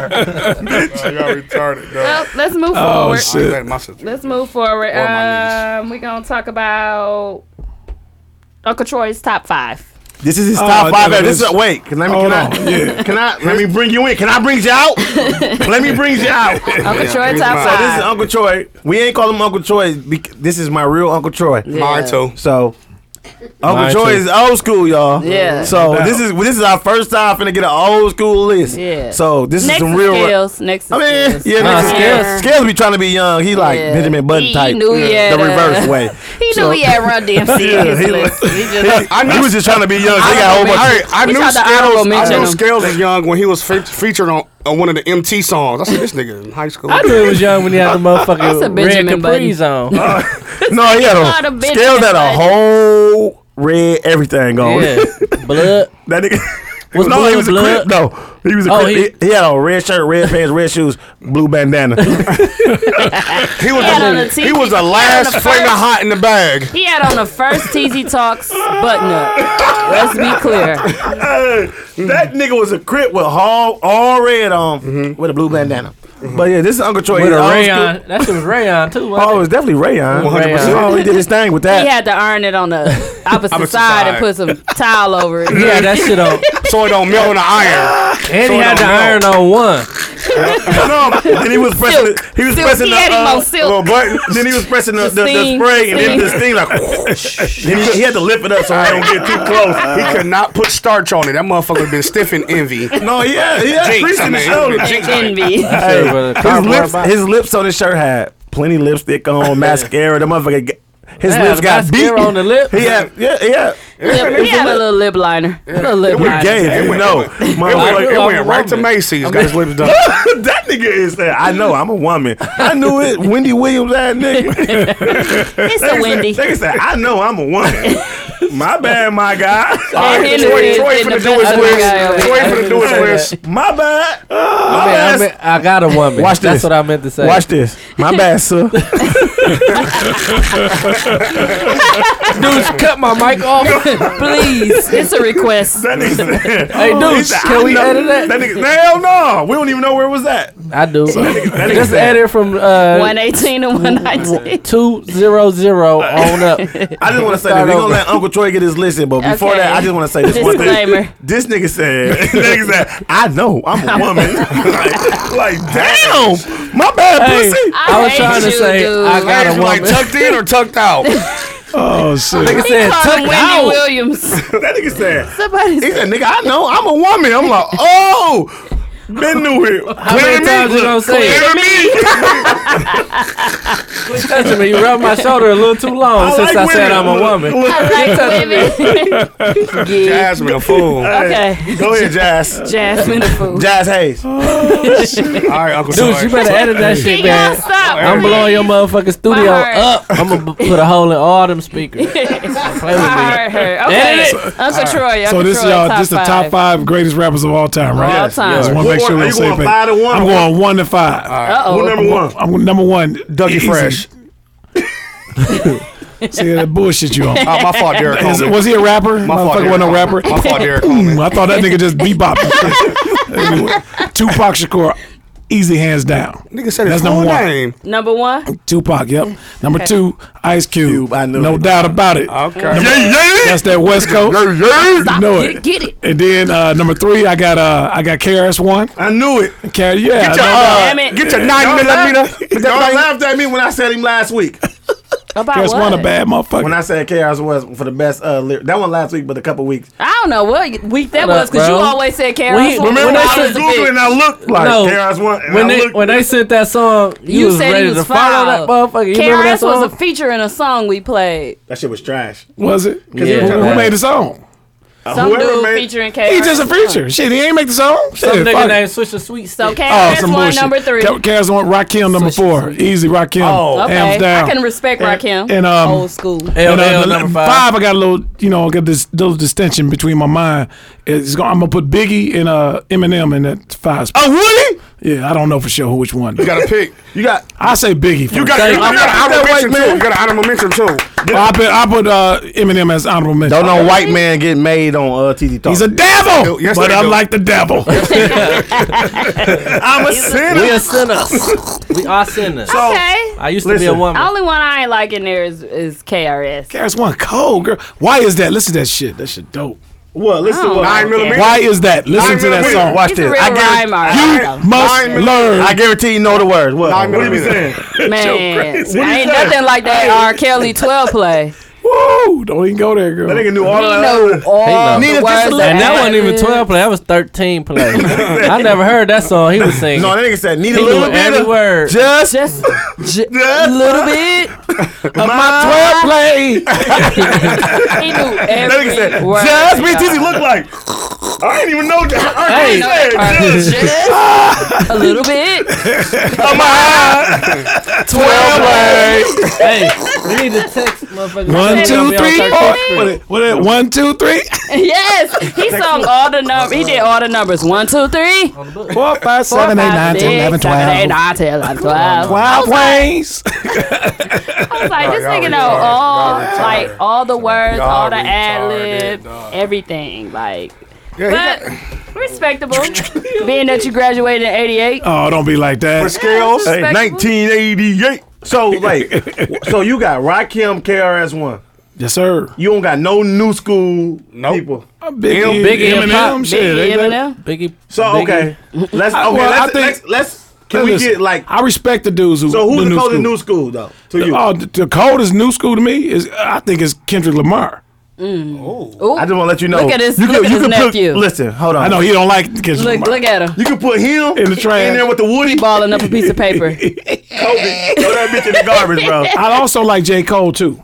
Speaker 6: Y'all retarded,
Speaker 1: Well, let's move
Speaker 7: Oh,
Speaker 1: forward.
Speaker 7: shit.
Speaker 6: my sister.
Speaker 1: Let's move forward.
Speaker 6: Or my
Speaker 1: Um, we're gonna talk about Uncle Troy's top five.
Speaker 3: This is his
Speaker 7: Oh,
Speaker 3: top five.
Speaker 7: damn,
Speaker 3: This is
Speaker 7: it's-
Speaker 3: wait. Can let me
Speaker 7: Hold
Speaker 3: can
Speaker 7: on,
Speaker 3: I, can I let me bring you in? Can I bring you out? let me bring you out.
Speaker 1: Uncle Troy
Speaker 6: here's
Speaker 1: top
Speaker 6: mine.
Speaker 3: So this
Speaker 1: five.
Speaker 3: is Uncle Troy. We ain't call him Uncle Troy. bec- This is my real Uncle Troy.
Speaker 6: Mine too.
Speaker 3: So Uncle
Speaker 4: Mine
Speaker 3: Troy
Speaker 4: too.
Speaker 3: is old school, y'all.
Speaker 1: Yeah.
Speaker 3: So this is this is our first time finna get an old school list.
Speaker 1: Yeah.
Speaker 3: So this
Speaker 1: Next
Speaker 3: is some
Speaker 1: to
Speaker 3: real.
Speaker 1: skills. Next to
Speaker 3: I mean,
Speaker 1: skills.
Speaker 3: yeah,
Speaker 4: Nah,
Speaker 3: niggas-
Speaker 4: Scales-
Speaker 3: Scales be trying to be young. He like
Speaker 1: Yeah.
Speaker 3: Benjamin Button
Speaker 1: He
Speaker 3: type,
Speaker 1: knew he
Speaker 3: the
Speaker 1: had, uh,
Speaker 3: reverse way.
Speaker 1: He
Speaker 3: So-
Speaker 1: knew he had Run DMC
Speaker 3: Yeah,
Speaker 1: in his
Speaker 3: he
Speaker 1: list.
Speaker 3: like-
Speaker 1: He just
Speaker 3: he was just trying to be young. They got a whole bunch.
Speaker 6: I, I
Speaker 1: We
Speaker 6: knew
Speaker 1: tried to honorable
Speaker 6: Scales. I
Speaker 1: mention
Speaker 6: knew
Speaker 1: him.
Speaker 6: Scales was young when he was fe- featured on, on one of the MT songs. I said, "This nigga in high school."
Speaker 4: I knew it was young when he had the
Speaker 1: That's a
Speaker 4: motherfucking red
Speaker 1: Benjamin
Speaker 4: capris on.
Speaker 3: no, he had
Speaker 1: lot of
Speaker 3: a
Speaker 1: bitches
Speaker 3: Scales had a
Speaker 1: inside.
Speaker 3: whole red everything on.
Speaker 4: yeah, blood.
Speaker 3: That nigga.
Speaker 4: Was
Speaker 3: no, he
Speaker 4: blue
Speaker 3: was a
Speaker 4: blood?
Speaker 3: crip. No, he was a
Speaker 4: Oh,
Speaker 3: crip.
Speaker 4: he-
Speaker 3: He, he had a red shirt, red pants, red shoes, blue bandana.
Speaker 6: He was
Speaker 1: had on a
Speaker 6: the,
Speaker 1: TV
Speaker 6: he was the last
Speaker 1: the
Speaker 6: flavor
Speaker 1: first-
Speaker 6: hot in the bag.
Speaker 1: He had on the first TZ Talks button up. Let's be clear.
Speaker 3: Hey, that nigga was a crip with all all red on with a blue bandana. But yeah, this is Uncle Troy.
Speaker 4: With a
Speaker 3: He's old
Speaker 4: rayon.
Speaker 3: school.
Speaker 4: That shit was rayon too.
Speaker 3: Oh, it
Speaker 4: wasn't
Speaker 3: was definitely rayon.
Speaker 4: Rayon.
Speaker 3: Oh, he did his thing with that.
Speaker 1: He had to iron it on the opposite,
Speaker 6: Opposite
Speaker 1: side, and
Speaker 6: side.
Speaker 1: put some towel over it.
Speaker 4: it? Yeah, that shit on.
Speaker 6: So it don't melt in the iron.
Speaker 4: And he had the iron on one.
Speaker 3: no, no. And he was pressing.
Speaker 1: Silk.
Speaker 3: The, he was
Speaker 1: Silk.
Speaker 3: pressing
Speaker 1: He
Speaker 3: the
Speaker 1: had him
Speaker 3: uh,
Speaker 1: on silk.
Speaker 3: little button. Then he was pressing the, the, the,
Speaker 1: Steam.
Speaker 3: spray, and then
Speaker 1: Steam.
Speaker 3: this thing like. then he, he had to lift it up so it don't get too close.
Speaker 6: He could not put starch on it. That motherfucker been stiff in envy.
Speaker 3: No, he had he had
Speaker 6: Jinx,
Speaker 3: grease in
Speaker 6: I
Speaker 3: his
Speaker 6: mean,
Speaker 3: shoulder.
Speaker 6: jinx.
Speaker 1: Envy.
Speaker 4: Shit
Speaker 3: Hey,
Speaker 4: was a
Speaker 3: his
Speaker 4: cardboard
Speaker 3: lips,
Speaker 4: box.
Speaker 3: his lips on his shirt had plenty lipstick on, mascara. The motherfucker, g- his
Speaker 4: Yeah,
Speaker 3: lips
Speaker 4: the
Speaker 3: got beat.
Speaker 4: mascara on the lip.
Speaker 3: He had, yeah, yeah.
Speaker 1: He had a little lip liner.
Speaker 4: A lip
Speaker 3: We
Speaker 4: liner.
Speaker 3: gay, if you
Speaker 6: went-
Speaker 3: know.
Speaker 6: it went-
Speaker 3: Motherfucker,
Speaker 6: It
Speaker 4: I
Speaker 6: went
Speaker 4: was
Speaker 6: right to
Speaker 4: wondering.
Speaker 6: Macy's. Got his lips done.
Speaker 3: that nigga is that. I know. I'm a woman. I knew it. Wendy Williams, that nigga.
Speaker 1: It's a Wendy.
Speaker 3: Nigga said, I know I'm a woman. my bad, my guy.
Speaker 1: And
Speaker 6: Troy,
Speaker 1: Henry is
Speaker 6: Troy
Speaker 1: in
Speaker 6: finna
Speaker 1: the
Speaker 6: do his
Speaker 1: best
Speaker 6: list.
Speaker 1: guy over
Speaker 6: Troy
Speaker 1: there.
Speaker 6: finna do his
Speaker 4: Yeah.
Speaker 6: list.
Speaker 3: my bad.
Speaker 4: I, mean, I,
Speaker 3: my
Speaker 4: mean,
Speaker 3: bad.
Speaker 4: I got a woman.
Speaker 3: Watch
Speaker 4: That's
Speaker 3: this.
Speaker 4: what I meant to say.
Speaker 3: Watch this. My bad, sir.
Speaker 4: Dudes, cut my mic off.
Speaker 1: Please. It's a request.
Speaker 3: That nigga said, oh,
Speaker 4: Hey, dude,
Speaker 3: he said,
Speaker 4: can
Speaker 3: I
Speaker 4: we
Speaker 3: know-
Speaker 4: edit that?
Speaker 3: That nigga, hell no. We don't even know where it was at.
Speaker 4: I do.
Speaker 3: That nigga
Speaker 4: Just
Speaker 3: said-
Speaker 4: add it from uh,
Speaker 1: 118 to 119.
Speaker 4: two zero zero on up.
Speaker 3: I just want to say that
Speaker 4: Start
Speaker 3: we're gonna
Speaker 4: over.
Speaker 3: let Uncle Troy get his listen, but before
Speaker 1: Okay.
Speaker 3: that, I just want to say this one
Speaker 1: Disclaimer.
Speaker 3: thing. This nigga said, nigga said, I know I'm a woman. like, like, damn, my bad,
Speaker 4: Hey,
Speaker 3: pussy.
Speaker 4: I was
Speaker 1: hate
Speaker 4: trying to
Speaker 1: you,
Speaker 4: say
Speaker 1: dude.
Speaker 4: I got a woman.
Speaker 6: Ladies, you like tucked in or tucked out?
Speaker 7: Oh shit.
Speaker 4: Nigga said
Speaker 1: Call him
Speaker 4: tucked
Speaker 1: Wendy
Speaker 4: out.
Speaker 1: Williams.
Speaker 3: that nigga said,
Speaker 1: Somebody
Speaker 3: he
Speaker 1: said,
Speaker 3: said, nigga, I know I'm a woman. I'm like, oh, been knew it.
Speaker 4: How many times you gonna
Speaker 3: Look,
Speaker 4: say it?
Speaker 3: Clear me.
Speaker 4: Quit touching me. You rubbed my shoulder a little too long
Speaker 3: I
Speaker 4: since
Speaker 3: like
Speaker 4: I said I'm
Speaker 3: women.
Speaker 4: a woman.
Speaker 3: Look,
Speaker 1: like women. Gee.
Speaker 6: Jasmine, a fool. All
Speaker 1: Okay.
Speaker 3: Go ahead, Jazz.
Speaker 1: Jasmine the fool.
Speaker 3: Jazz Hayes.
Speaker 6: right, Uncle
Speaker 4: Oh, Dude,
Speaker 6: Troy.
Speaker 4: you better edit that shit,
Speaker 1: Y'all
Speaker 4: man.
Speaker 1: stop.
Speaker 4: I'm blowing your motherfucking studio
Speaker 1: My heart.
Speaker 4: up. I'm gonna put a hole in all them speakers.
Speaker 1: I
Speaker 4: Play with me.
Speaker 1: heard her. Okay.
Speaker 4: Edit
Speaker 1: Uncle Troy. Uncle
Speaker 7: So this is
Speaker 1: Troy,
Speaker 7: y'all
Speaker 1: top
Speaker 7: just the top five greatest rappers of all time, right?
Speaker 1: All
Speaker 7: I just
Speaker 1: time.
Speaker 7: want to make sure
Speaker 3: Are
Speaker 7: we're
Speaker 3: you
Speaker 7: on the same
Speaker 3: going
Speaker 7: page.
Speaker 3: five to one
Speaker 7: I'm
Speaker 3: or
Speaker 7: going one to five.
Speaker 1: Uh
Speaker 3: Who
Speaker 1: oh.
Speaker 3: number one?
Speaker 7: I'm number one, Dougie
Speaker 6: Dougie Fresh.
Speaker 7: See that bullshit you on?
Speaker 6: Oh, my fault, Derek
Speaker 7: Is-
Speaker 6: Coleman.
Speaker 7: was he a rapper?
Speaker 6: My fault,
Speaker 7: Motherfucker wasn't no
Speaker 6: Derek
Speaker 7: rapper.
Speaker 6: Coleman. My fault, Derek Coleman.
Speaker 7: Mm, I thought that nigga just bebopped. Anyway, Tupac Shakur, easy hands down.
Speaker 6: Nigga said his
Speaker 7: That's number
Speaker 6: full
Speaker 7: one.
Speaker 6: name.
Speaker 1: Number one.
Speaker 7: Tupac, yep. Number two, Ice Cube.
Speaker 3: Cube, I knew
Speaker 7: no
Speaker 3: it.
Speaker 7: doubt about it.
Speaker 6: Okay.
Speaker 3: yeah,
Speaker 7: That's that West Coast.
Speaker 3: yeah.
Speaker 7: You know
Speaker 1: Get
Speaker 7: it.
Speaker 1: it. Get it.
Speaker 7: And then uh, number three, I got uh, I got KRS One.
Speaker 3: I knew it. uh,
Speaker 7: Car- yeah,
Speaker 6: your-
Speaker 7: no,
Speaker 1: Damn it.
Speaker 6: Get your nine
Speaker 3: Y'all
Speaker 6: millimeter.
Speaker 3: laugh- Y'all laughed at me when I said him last week.
Speaker 1: About
Speaker 7: KRS One a
Speaker 1: what?
Speaker 7: bad motherfucker.
Speaker 3: When I said KRS was for the best uh, lyric, that one last week, but a couple weeks.
Speaker 1: I don't know what week that
Speaker 4: Shut
Speaker 1: was
Speaker 4: up,
Speaker 1: because you
Speaker 4: bro.
Speaker 1: always said
Speaker 4: When-
Speaker 1: Karen.
Speaker 4: remember
Speaker 1: when
Speaker 4: when
Speaker 1: I
Speaker 4: I
Speaker 1: was
Speaker 4: said
Speaker 1: a
Speaker 3: Googling,
Speaker 1: bitch.
Speaker 3: and I looked like
Speaker 4: No.
Speaker 3: KRS one.
Speaker 4: Oh,
Speaker 3: And
Speaker 4: When
Speaker 3: I
Speaker 4: they
Speaker 3: looked,
Speaker 4: when they sent that song, you,
Speaker 1: You
Speaker 4: was
Speaker 1: said he
Speaker 4: ready
Speaker 1: was
Speaker 4: to follow that
Speaker 1: foul.
Speaker 4: motherfucker. You remember that
Speaker 1: KRS
Speaker 4: song?
Speaker 1: was a feature in a song we played.
Speaker 3: that shit was trash.
Speaker 7: was it?
Speaker 4: Yeah.
Speaker 7: Who, who made the song?
Speaker 6: Uh,
Speaker 1: Some
Speaker 3: Uh, whoever
Speaker 1: dude
Speaker 3: made-
Speaker 1: featuring KRS.
Speaker 7: He just a feature. Shit, he ain't make the song. Shit,
Speaker 4: Some nigga
Speaker 7: fuck it.
Speaker 4: named Swisher Sweet.
Speaker 1: So
Speaker 4: So
Speaker 7: Oh,
Speaker 1: KRS
Speaker 7: some
Speaker 1: One,
Speaker 7: bullshit.
Speaker 1: number three.
Speaker 7: Ka- Kaz on Rakim number four. Easy Rakim.
Speaker 6: Oh.
Speaker 1: okay,
Speaker 7: hands down.
Speaker 1: I can respect Rakim.
Speaker 7: and, um,
Speaker 1: old school.
Speaker 4: LL
Speaker 7: And, uh, the-
Speaker 4: number five.
Speaker 7: five, I got a little, you know, got this little distinction between my mind. It's going I'm gonna put Biggie and uh, Eminem in that five. Spot.
Speaker 3: Oh, really?
Speaker 7: Yeah, I don't know for sure which one.
Speaker 6: You got to pick.
Speaker 3: You got
Speaker 7: I say Biggie.
Speaker 6: You
Speaker 7: first.
Speaker 6: got to
Speaker 4: Thank
Speaker 6: got
Speaker 4: you.
Speaker 6: an honorable
Speaker 3: That
Speaker 6: mention,
Speaker 3: white
Speaker 6: too.
Speaker 3: man.
Speaker 6: You got an honorable mention, too.
Speaker 7: I put I put uh, Eminem as honorable mention.
Speaker 3: don't know white man getting made on uh, TD Talk.
Speaker 7: He's a devil,
Speaker 6: Yes,
Speaker 7: but
Speaker 6: they
Speaker 7: I'm
Speaker 6: do.
Speaker 7: like the devil.
Speaker 3: I'm a sinner.
Speaker 4: we are sinners. we are sinners.
Speaker 1: Okay.
Speaker 4: I used to be a
Speaker 3: Listen,
Speaker 4: woman.
Speaker 1: Only one I ain't liking there is, is KRS.
Speaker 7: There's one cold girl. Why is that? Listen to that shit. That shit dope.
Speaker 3: What? Listen to
Speaker 1: Oh,
Speaker 3: what?
Speaker 1: Nine okay. millimeter.
Speaker 7: Why is that? Listen to that
Speaker 3: Wait,
Speaker 7: song.
Speaker 3: Watch
Speaker 1: He's
Speaker 3: this.
Speaker 1: a real
Speaker 3: I guarantee.
Speaker 1: rhymer.
Speaker 7: You must learn.
Speaker 3: I guarantee you know the words. What?
Speaker 6: Nine
Speaker 3: What are you
Speaker 6: millimeter.
Speaker 3: saying?
Speaker 1: Man,
Speaker 3: crazy. What you
Speaker 1: ain't
Speaker 3: say?
Speaker 1: nothing like that R. Kelly 12 play.
Speaker 7: Woo! Don't even go there, girl.
Speaker 3: That nigga knew all
Speaker 1: He
Speaker 3: of
Speaker 1: know all
Speaker 4: know.
Speaker 1: the
Speaker 4: Nina,
Speaker 1: words that
Speaker 4: And that wasn't even
Speaker 1: happened.
Speaker 4: 12 play. That was 13 play. I never heard that song he was singing.
Speaker 3: No, that nigga said
Speaker 4: he
Speaker 3: need a
Speaker 4: knew
Speaker 3: little bit
Speaker 4: every
Speaker 3: of
Speaker 4: word.
Speaker 7: Just
Speaker 1: Just a
Speaker 3: Just
Speaker 1: little bit.
Speaker 3: my.
Speaker 7: well played.
Speaker 1: He knew
Speaker 3: That nigga
Speaker 1: every
Speaker 3: said
Speaker 1: word.
Speaker 3: just me Tizzy look like. I didn't even know that. I
Speaker 4: Hey.
Speaker 3: ain't even know that. Just
Speaker 1: Just a little bit.
Speaker 7: Well played.
Speaker 4: hey, we need to text motherfuckers.
Speaker 7: One, two,
Speaker 4: Gonna be on
Speaker 7: three,
Speaker 4: 13th
Speaker 7: four.
Speaker 4: Street.
Speaker 7: What it- What? it- One, two, three,
Speaker 1: Yes, he sung all the numbers. He did all the numbers. One, two, three.
Speaker 7: four, five,
Speaker 1: Four,
Speaker 7: seven, eight,
Speaker 1: five,
Speaker 7: nine, ten,
Speaker 1: six,
Speaker 7: eleven,
Speaker 1: seven, eight,
Speaker 7: twelve.
Speaker 1: nine, ten, eleven, twelve.
Speaker 7: Twelve ways.
Speaker 1: I was like, this
Speaker 6: Y'all
Speaker 1: nigga
Speaker 6: retarded.
Speaker 1: know
Speaker 6: Y'all
Speaker 1: all,
Speaker 6: retarded.
Speaker 1: like, all the words,
Speaker 6: Y'all
Speaker 1: all the
Speaker 6: retarded,
Speaker 1: ad lib,
Speaker 6: dog.
Speaker 1: everything. Like,
Speaker 6: Yeah, he
Speaker 1: but
Speaker 6: got-
Speaker 1: respectable. Being that you graduated in '88.
Speaker 7: Oh, don't be like that.
Speaker 3: scales. Hey,
Speaker 1: Respectable.
Speaker 3: 1988. So like, so you got Rakim KRS One.
Speaker 7: Yes, sir.
Speaker 3: You don't got no new school people.
Speaker 7: Big
Speaker 3: M-
Speaker 4: Big M Pop,
Speaker 7: Eminem. Shit,
Speaker 1: Biggie,
Speaker 7: they- they-
Speaker 1: Eminem.
Speaker 4: Biggie.
Speaker 3: So
Speaker 4: Biggie.
Speaker 3: okay, let's okay.
Speaker 7: I- well, I
Speaker 3: let's,
Speaker 7: think-
Speaker 3: let's let's can we
Speaker 7: Listen,
Speaker 3: get like.
Speaker 7: I respect the dudes who.
Speaker 3: So
Speaker 7: the
Speaker 3: who's the
Speaker 7: new
Speaker 3: coach
Speaker 7: school.
Speaker 3: in new school though? To you,
Speaker 7: Oh, the, the coldest new school to me is I think is Kendrick Lamar.
Speaker 1: Mm.
Speaker 3: I just want to let you know.
Speaker 1: Look at his-
Speaker 3: you
Speaker 1: look at his
Speaker 3: could
Speaker 1: nephew.
Speaker 3: Put, listen, hold on.
Speaker 7: I know he don't like Kendrick
Speaker 1: Look,
Speaker 7: Lamar.
Speaker 1: look at him.
Speaker 3: You can put him
Speaker 7: In the trash.
Speaker 3: in there with the Woody
Speaker 1: Balling up a piece of paper.
Speaker 3: Kobe. Throw that bitch in the garbage, bro.
Speaker 7: I also like J Cole too.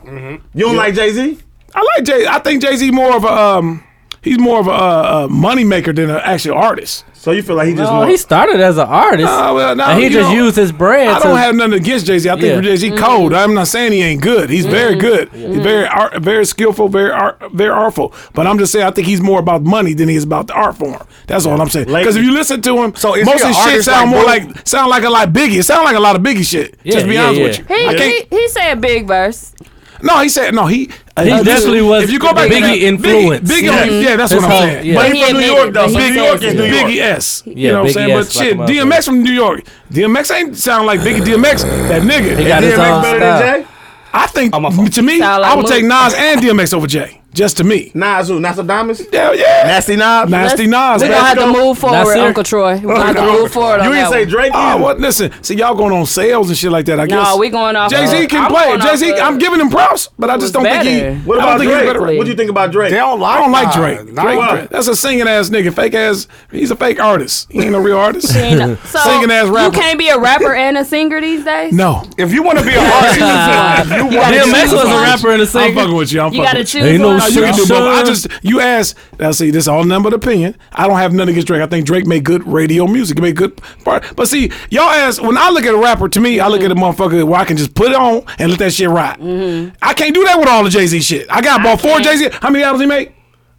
Speaker 3: You don't like Jay Z?
Speaker 7: I like Jay. I think Jay Z more of a um, he's more of a, uh uh money maker than an actual artist.
Speaker 3: So you feel like he just
Speaker 4: Oh,
Speaker 3: won.
Speaker 4: he started as an artist.
Speaker 7: Uh, well, no,
Speaker 4: and he
Speaker 7: you
Speaker 4: just
Speaker 7: know,
Speaker 4: used his brand.
Speaker 7: I don't
Speaker 4: to,
Speaker 7: have nothing against Jay Z. I think
Speaker 4: Yeah.
Speaker 7: Jay Z
Speaker 6: Mm.
Speaker 7: cold. I'm not saying he ain't good. He's very good. He's very art, very skillful, very art, very artful. But I'm just saying I think he's more about money than he is about the art form. That's all I'm saying.
Speaker 3: Like-
Speaker 7: Because if you listen to him,
Speaker 6: So is
Speaker 7: most of
Speaker 6: he a
Speaker 7: his shit
Speaker 6: artist
Speaker 7: sound
Speaker 6: like
Speaker 7: more
Speaker 6: Biggie?
Speaker 7: like sound like a lot of Biggie. It sound like a lot of Biggie shit.
Speaker 4: Yeah,
Speaker 7: just to be
Speaker 4: yeah,
Speaker 7: honest
Speaker 4: yeah.
Speaker 7: with you.
Speaker 1: He,
Speaker 7: I can't-
Speaker 1: he, he said big verse.
Speaker 7: No, he said no. He
Speaker 4: He
Speaker 7: uh,
Speaker 4: definitely was
Speaker 7: to
Speaker 4: Biggie
Speaker 7: that-
Speaker 4: influence.
Speaker 7: Biggie, Biggie-
Speaker 4: Yeah.
Speaker 7: yeah. that's
Speaker 4: His
Speaker 7: what I'm
Speaker 4: whole-
Speaker 7: saying.
Speaker 4: yeah.
Speaker 3: But
Speaker 1: But
Speaker 3: he
Speaker 1: he
Speaker 3: from New
Speaker 1: admitted
Speaker 3: York
Speaker 1: it,
Speaker 3: though.
Speaker 1: but
Speaker 3: So
Speaker 1: he
Speaker 3: New
Speaker 1: said
Speaker 3: York is
Speaker 1: it's
Speaker 3: New York.
Speaker 7: Biggie S.
Speaker 4: Yeah,
Speaker 7: you know what
Speaker 4: Biggie
Speaker 7: I'm saying?
Speaker 4: S,
Speaker 7: but
Speaker 4: like
Speaker 7: shit,
Speaker 4: a
Speaker 7: DMX from New York. DMX ain't sound like Biggie. DMX, that nigga.
Speaker 4: got
Speaker 7: And
Speaker 4: his
Speaker 7: DMX
Speaker 4: own
Speaker 3: better
Speaker 4: style.
Speaker 3: than Jay?
Speaker 7: I think
Speaker 6: fuck.
Speaker 7: to me,
Speaker 1: Sound like
Speaker 7: I would
Speaker 1: Luke.
Speaker 7: take Nas and DMX over Jay. Just to me.
Speaker 3: Nas who? Nas Adamas?
Speaker 7: Hell yeah.
Speaker 3: Nasty Nas?
Speaker 7: Nasty Nas.
Speaker 1: We're
Speaker 7: man.
Speaker 1: gonna have to
Speaker 3: go.
Speaker 1: move
Speaker 4: That's
Speaker 1: forward,
Speaker 4: it.
Speaker 1: Uncle Troy. We're gonna have to move forward on
Speaker 3: You
Speaker 1: that
Speaker 3: didn't say
Speaker 1: one.
Speaker 3: Drake
Speaker 7: Oh,
Speaker 3: either.
Speaker 7: what? Listen, see, y'all going on sales and shit like that. I guess.
Speaker 1: No, we going off.
Speaker 7: Jay Z
Speaker 1: of-
Speaker 7: can
Speaker 1: I'm
Speaker 7: play.
Speaker 1: going
Speaker 7: Jay Z,
Speaker 1: off of-
Speaker 7: I'm giving him props, but I just don't
Speaker 1: better.
Speaker 7: think he.
Speaker 3: What
Speaker 7: I don't
Speaker 3: about
Speaker 7: think he's better.
Speaker 3: Drake? What do you think about Drake?
Speaker 6: they don't like.
Speaker 7: I don't like
Speaker 6: Nas.
Speaker 7: Drake.
Speaker 6: Not
Speaker 7: Drake-
Speaker 3: why?
Speaker 7: that's a singing ass nigga, fake ass. He's a fake artist. He ain't no real artist.
Speaker 1: Singing- so
Speaker 7: Singing ass
Speaker 1: You
Speaker 7: rapper.
Speaker 1: can't be a rapper and a singer these days.
Speaker 7: no,
Speaker 6: If you want to be an artist, you want
Speaker 1: gotta
Speaker 4: DMX was a
Speaker 1: one.
Speaker 4: rapper and a
Speaker 7: I'm
Speaker 4: singer.
Speaker 7: fucking with you. I'm
Speaker 1: You
Speaker 7: fucking
Speaker 1: gotta
Speaker 7: with
Speaker 1: choose Ain't no one.
Speaker 7: No, you can do both. I
Speaker 4: son.
Speaker 7: just you asked. Now see, this is all numbered opinion. I don't have nothing against Drake. I think Drake made good radio music. He made good part. But see, y'all ask when I look at a rapper. To me, I look at a motherfucker where I can just put it on and let that shit ride.
Speaker 1: Mm-hmm.
Speaker 7: I can't do that with all the Jay Z shit. I got about four
Speaker 1: can't.
Speaker 7: Jay Z. How many albums he make?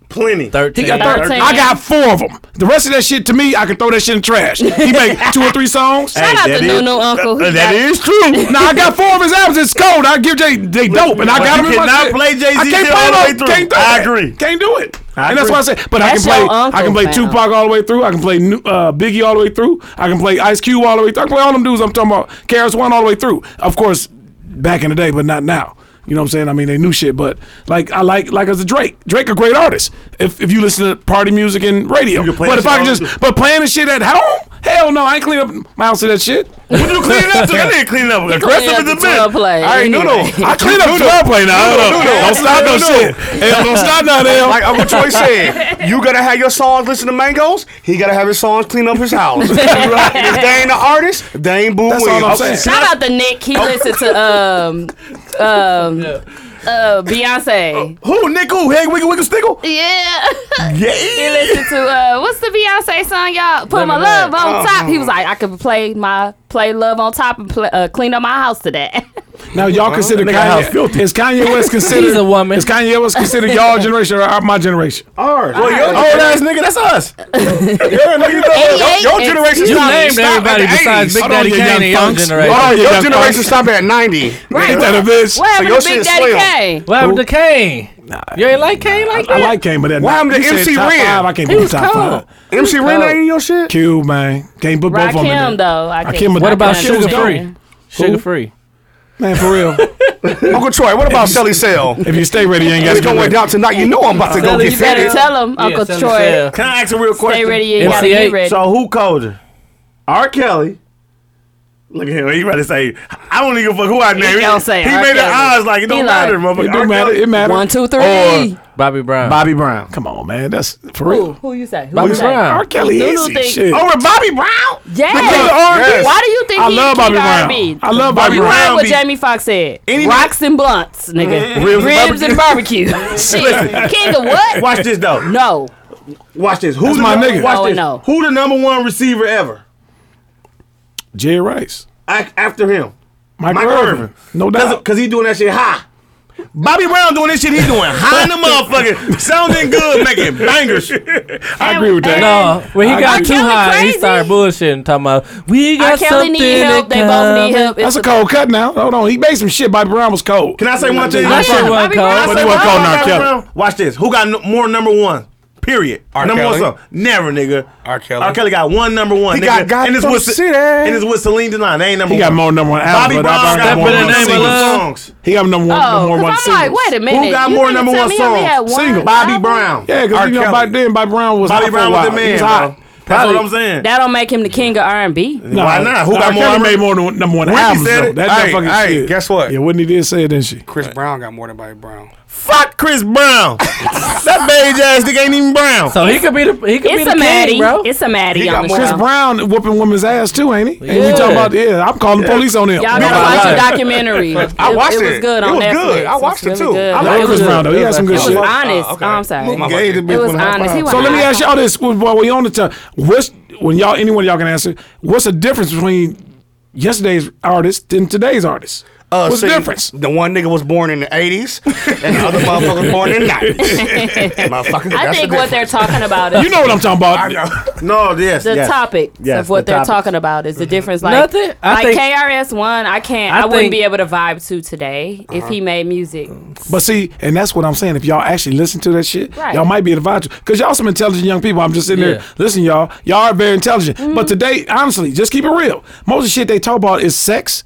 Speaker 3: Plenty.
Speaker 4: Thirteen.
Speaker 7: He got thir-
Speaker 1: Thirteen.
Speaker 7: I got four of them. The rest of that shit to me, I can throw that shit in the trash. He make two or three songs.
Speaker 1: Shout out
Speaker 3: that
Speaker 1: to
Speaker 3: is-
Speaker 1: Nunu Uncle. He
Speaker 3: that
Speaker 1: got-
Speaker 3: is true.
Speaker 7: Now I got four of his albums. It's cold. I give Jay they dope, and I
Speaker 3: But
Speaker 7: got
Speaker 3: you
Speaker 7: him in my
Speaker 3: cannot
Speaker 7: shit.
Speaker 3: play Jay-Z
Speaker 7: I can't
Speaker 3: shit all the
Speaker 7: no-
Speaker 3: way through.
Speaker 7: Can't do
Speaker 3: I
Speaker 7: it.
Speaker 3: agree.
Speaker 7: Can't do it.
Speaker 3: I
Speaker 7: and that's
Speaker 3: agree.
Speaker 7: why I say, but
Speaker 1: That's
Speaker 7: I can
Speaker 1: your
Speaker 7: play. I
Speaker 1: uncle,
Speaker 7: can play
Speaker 1: fam.
Speaker 7: Tupac all the way through. I can play Nu- uh, Biggie all the way through. I can play Ice Cube all the way through. I can play all them dudes I'm talking about. KRS One all the way through. Of course, back in the day, but not now. You know what I'm saying? I mean, they knew shit, but like I like like as a Drake. Drake a great artist. If if you listen to party music and radio,
Speaker 3: You can play
Speaker 7: but
Speaker 3: that
Speaker 7: if I can
Speaker 3: shit all
Speaker 7: just
Speaker 3: the-
Speaker 7: but playing the shit at home, hell no, I ain't clean up my house to that shit.
Speaker 3: What you cleaning up to? That nigga cleaning up.
Speaker 1: cleaning up
Speaker 3: Aggressive
Speaker 1: the
Speaker 3: as a
Speaker 1: club
Speaker 3: bitch.
Speaker 1: play.
Speaker 3: I ain't no no.
Speaker 7: I clean up club play now. Don't, don't stop no shit. Hell, don't stop nothing. hell.
Speaker 6: Like Uncle Troy said, you gotta have your songs listen to Mangoes. He gotta have his songs clean up his house. if they ain't an artist, they ain't Boo
Speaker 7: That's all
Speaker 6: Williams.
Speaker 7: I'm saying. Oh.
Speaker 1: Shout out to Nick. He listened to um um uh Beyonce.
Speaker 7: Oh,
Speaker 3: Who? Nick who? Hey, Wiggle Wiggle Stickle?
Speaker 1: Yeah. he
Speaker 3: Yeah.
Speaker 1: listened to uh what's the Beyonce song, y'all? Put my love on top.
Speaker 7: Oh.
Speaker 1: He was like, I could play my play love on top and play, uh, clean up my house today.
Speaker 7: Now y'all consider
Speaker 3: Nigga, how
Speaker 7: Kanye. Is Kanye West considered?
Speaker 4: He's a woman.
Speaker 7: Is Kanye West considered y'all generation or our- my generation? Oh,
Speaker 3: Ours. Well, your old ass nigga, that's us. Yeah, nigga,
Speaker 1: Eighty-eight
Speaker 6: Your
Speaker 1: and
Speaker 6: generation
Speaker 4: You
Speaker 6: stop-
Speaker 4: named
Speaker 6: stop at
Speaker 4: everybody
Speaker 6: the
Speaker 4: besides
Speaker 6: 80s.
Speaker 4: Big
Speaker 7: Hold on,
Speaker 4: Daddy
Speaker 7: you
Speaker 4: Kane
Speaker 7: young
Speaker 4: and Young
Speaker 7: punks.
Speaker 4: Generation.
Speaker 7: Hold
Speaker 6: Oh,
Speaker 7: on, you
Speaker 6: your
Speaker 7: young
Speaker 6: generation
Speaker 7: punks.
Speaker 6: stop at 90.
Speaker 7: Ain't that a bitch?
Speaker 1: What happened
Speaker 6: your
Speaker 1: to
Speaker 6: shit
Speaker 1: Big
Speaker 6: is
Speaker 1: Daddy
Speaker 6: slim.
Speaker 1: Kane?
Speaker 4: What happened to Kane? You ain't like Kane like
Speaker 7: I
Speaker 4: that?
Speaker 7: like Kane, but that
Speaker 6: Why I'm the
Speaker 7: you said
Speaker 6: MC
Speaker 7: top
Speaker 6: Ren?
Speaker 7: Five, I can't
Speaker 4: He
Speaker 7: put
Speaker 4: was
Speaker 7: top
Speaker 4: cold.
Speaker 7: five.
Speaker 6: MC Ren ain't in your shit?
Speaker 7: Q man, can't put both of them in
Speaker 1: Rakim
Speaker 7: there.
Speaker 1: though. I
Speaker 7: Rakim
Speaker 1: think.
Speaker 7: was-
Speaker 4: What about
Speaker 7: Rakim was
Speaker 4: Sugar
Speaker 7: dope.
Speaker 4: Free? Sugar Free.
Speaker 7: Man, for real.
Speaker 6: Uncle Troy, what about Shelly Sale?
Speaker 7: If you stay ready, you ain't got
Speaker 6: It's
Speaker 7: to go
Speaker 6: going down tonight. You know I'm about to go
Speaker 4: Sally,
Speaker 6: get
Speaker 4: you better
Speaker 6: fitted.
Speaker 1: Better tell him, Uncle
Speaker 4: Sally
Speaker 1: Troy.
Speaker 4: Sale.
Speaker 3: Can I ask a real question?
Speaker 1: Stay ready, you gotta
Speaker 4: MC8.
Speaker 1: get ready.
Speaker 3: So who colder? R. Kelly Look at him. He rather say, I don't even fuck who I name.
Speaker 1: don't say
Speaker 3: he
Speaker 1: R.
Speaker 3: made the
Speaker 1: Kelly.
Speaker 3: eyes like it don't
Speaker 1: He like,
Speaker 3: matter, motherfucker.
Speaker 7: It do
Speaker 3: R.
Speaker 7: matter.
Speaker 3: Kelly.
Speaker 7: It matter.
Speaker 1: One, two, three.
Speaker 3: Or-
Speaker 4: Bobby Brown.
Speaker 3: Bobby Brown.
Speaker 7: Come on, man. That's for real.
Speaker 1: Who, who you say? Who
Speaker 4: Bobby
Speaker 1: you say?
Speaker 4: Brown.
Speaker 7: R. Kelly
Speaker 1: Doodle
Speaker 7: easy
Speaker 1: think-
Speaker 7: shit.
Speaker 3: Over Bobby Brown?
Speaker 1: Yes.
Speaker 3: Yes.
Speaker 1: Why do you think
Speaker 7: I
Speaker 1: he
Speaker 7: love
Speaker 1: keep
Speaker 7: Bobby
Speaker 1: R&B?
Speaker 7: Brown. I love Bobby
Speaker 1: You heard
Speaker 7: Brown.
Speaker 1: what
Speaker 3: be-
Speaker 1: Jamie Foxx said.
Speaker 3: Any-
Speaker 1: Rocks and blunts, nigga.
Speaker 3: Ribs
Speaker 1: Ribs,
Speaker 3: and
Speaker 1: and barbecue. Shit. King of what?
Speaker 3: Watch this though.
Speaker 1: No.
Speaker 3: Watch this. Who's
Speaker 7: That's
Speaker 3: the
Speaker 7: my
Speaker 3: number-
Speaker 7: nigga.
Speaker 3: Watch
Speaker 1: Oh,
Speaker 3: this.
Speaker 1: no.
Speaker 3: Who the number one receiver ever?
Speaker 7: Jerry Rice.
Speaker 3: Ac- after him.
Speaker 7: Mike,
Speaker 3: Mike
Speaker 7: Irvin.
Speaker 3: Irvin.
Speaker 7: No
Speaker 3: Cause,
Speaker 7: doubt.
Speaker 3: 'cause he doing that shit high. Bobby Brown doing this shit he doing high in the motherfucker, sounding good, making bangers.
Speaker 7: I agree with that.
Speaker 4: No, when he
Speaker 7: I
Speaker 4: got
Speaker 7: got
Speaker 4: too
Speaker 1: Kelly
Speaker 4: high, he
Speaker 1: crazy.
Speaker 4: started bullshitting, talking about we
Speaker 1: R.
Speaker 4: got
Speaker 1: Kelly
Speaker 4: something
Speaker 1: need help.
Speaker 4: in
Speaker 1: They both need
Speaker 4: common."
Speaker 1: help.
Speaker 7: That's a
Speaker 1: It's
Speaker 7: cold cut now. Hold on. He made some shit. Bobby Brown was cold.
Speaker 3: Can I say one thing?
Speaker 4: That
Speaker 3: Watch
Speaker 4: shit
Speaker 3: this.
Speaker 1: Bobby
Speaker 4: wasn't
Speaker 1: Brown.
Speaker 4: cold.
Speaker 3: Can I
Speaker 7: But
Speaker 3: say
Speaker 7: he
Speaker 3: one
Speaker 7: wasn't
Speaker 3: thing
Speaker 7: called
Speaker 3: about
Speaker 7: R.
Speaker 3: Bobby
Speaker 7: Kelly.
Speaker 3: Brown? Watch this. Who got n- more number one? Period.
Speaker 6: R.
Speaker 3: Number one
Speaker 6: Kelly.
Speaker 3: song. Never, nigga.
Speaker 6: R. Kelly.
Speaker 3: R. Kelly got one number one.
Speaker 6: He
Speaker 3: nigga.
Speaker 6: got God
Speaker 3: and it's
Speaker 6: from
Speaker 3: with
Speaker 6: the
Speaker 3: Ce-
Speaker 6: city.
Speaker 3: And it's with Celine Dion. They ain't number
Speaker 7: He
Speaker 3: one.
Speaker 7: got more number one albums.
Speaker 3: Bobby
Speaker 7: but
Speaker 3: Brown
Speaker 7: Bobby
Speaker 3: got
Speaker 7: Brown
Speaker 3: more
Speaker 4: Step in the
Speaker 7: got more
Speaker 3: number
Speaker 4: name of
Speaker 7: singles.
Speaker 4: love.
Speaker 3: songs.
Speaker 7: He got number one,
Speaker 1: Oh,
Speaker 7: number one,
Speaker 1: because
Speaker 7: one
Speaker 1: I'm
Speaker 7: singles.
Speaker 1: like, wait a minute.
Speaker 3: Who got
Speaker 1: You
Speaker 3: more
Speaker 1: mean to
Speaker 3: number
Speaker 1: tell
Speaker 3: one
Speaker 1: me he only had
Speaker 3: songs?
Speaker 1: one
Speaker 7: Single.
Speaker 3: Bobby
Speaker 1: album?
Speaker 3: Brown.
Speaker 7: Yeah,
Speaker 6: R.
Speaker 7: because you know by
Speaker 6: Kelly.
Speaker 7: then Bobby Brown was
Speaker 3: Bobby
Speaker 7: hot for
Speaker 3: Brown
Speaker 7: a
Speaker 3: was
Speaker 7: while.
Speaker 3: the
Speaker 7: He
Speaker 3: man.
Speaker 7: was
Speaker 3: Bro.
Speaker 7: hot.
Speaker 3: That's what I'm saying.
Speaker 1: That don't make him the king of R&B.
Speaker 7: No,
Speaker 3: Why not? Who got
Speaker 7: R.
Speaker 3: more
Speaker 7: Kelly
Speaker 3: number-
Speaker 7: made more than number one
Speaker 3: Whitney
Speaker 7: albums.
Speaker 3: said
Speaker 7: though.
Speaker 3: it.
Speaker 7: That
Speaker 6: Hey,
Speaker 7: motherfucking
Speaker 6: hey,
Speaker 7: shit.
Speaker 6: guess what?
Speaker 7: Yeah, Whitney did say it, didn't she?
Speaker 6: Chris Brown got more than Bobby Brown.
Speaker 3: Fuck Chris Brown. that beige ass nigga ain't even brown.
Speaker 4: So he could be the he could be
Speaker 1: It's
Speaker 4: the
Speaker 1: a Maddie.
Speaker 4: king, bro.
Speaker 1: It's a Maddie
Speaker 6: He
Speaker 1: on
Speaker 6: got
Speaker 1: the
Speaker 6: more-
Speaker 7: Chris
Speaker 1: show.
Speaker 7: Brown whooping women's ass too, ain't he? And we
Speaker 4: Yeah.
Speaker 7: talking about yeah, I'm calling the police on him.
Speaker 1: Y'all
Speaker 7: Big
Speaker 1: gotta
Speaker 7: Brother.
Speaker 1: watch the
Speaker 4: Liar.
Speaker 1: documentary.
Speaker 6: I watched it.
Speaker 1: It was good
Speaker 6: It
Speaker 1: on
Speaker 6: was
Speaker 1: Netflix.
Speaker 6: good. I
Speaker 1: was
Speaker 6: watched it,
Speaker 1: really
Speaker 6: too.
Speaker 1: good.
Speaker 6: I
Speaker 7: I
Speaker 6: liked
Speaker 7: like Chris Brown though. He had some good
Speaker 1: It was
Speaker 7: shit.
Speaker 1: honest. I'm
Speaker 6: Mama
Speaker 1: sorry.
Speaker 6: gave the
Speaker 1: It
Speaker 6: bitch
Speaker 1: was
Speaker 6: one high
Speaker 1: honest. He
Speaker 6: five.
Speaker 1: was
Speaker 7: So let me ask y'all this while we on the time. What's when y'all anyone y'all can answer? What's the difference between yesterday's artist and today's artist?
Speaker 6: Uh,
Speaker 7: what's the
Speaker 6: see,
Speaker 7: difference?
Speaker 6: The one nigga was born in the 80s, and the other motherfucker was born in the 90s. Motherfucker,
Speaker 1: I
Speaker 6: that's
Speaker 1: think
Speaker 6: the
Speaker 1: what they're talking about is
Speaker 7: You know what I'm talking about.
Speaker 3: No, yes.
Speaker 1: the
Speaker 3: yes.
Speaker 1: topics
Speaker 3: Yes,
Speaker 1: of what
Speaker 3: the
Speaker 1: they're
Speaker 3: topics.
Speaker 1: talking about is the difference. Like,
Speaker 4: Nothing. I
Speaker 1: like
Speaker 4: think-
Speaker 1: KRS One, I can't. I,
Speaker 4: I
Speaker 1: wouldn't
Speaker 4: think-
Speaker 1: be able to vibe to today if he made music.
Speaker 7: But see, and that's what I'm saying. If y'all actually listen to that shit,
Speaker 1: Right.
Speaker 7: y'all might be advised because y'all some intelligent young people. I'm just sitting
Speaker 4: Yeah.
Speaker 7: there listen, y'all. Y'all are very intelligent.
Speaker 1: Mm-hmm.
Speaker 7: But today, honestly, just keep it real. Most of the shit they talk about is sex,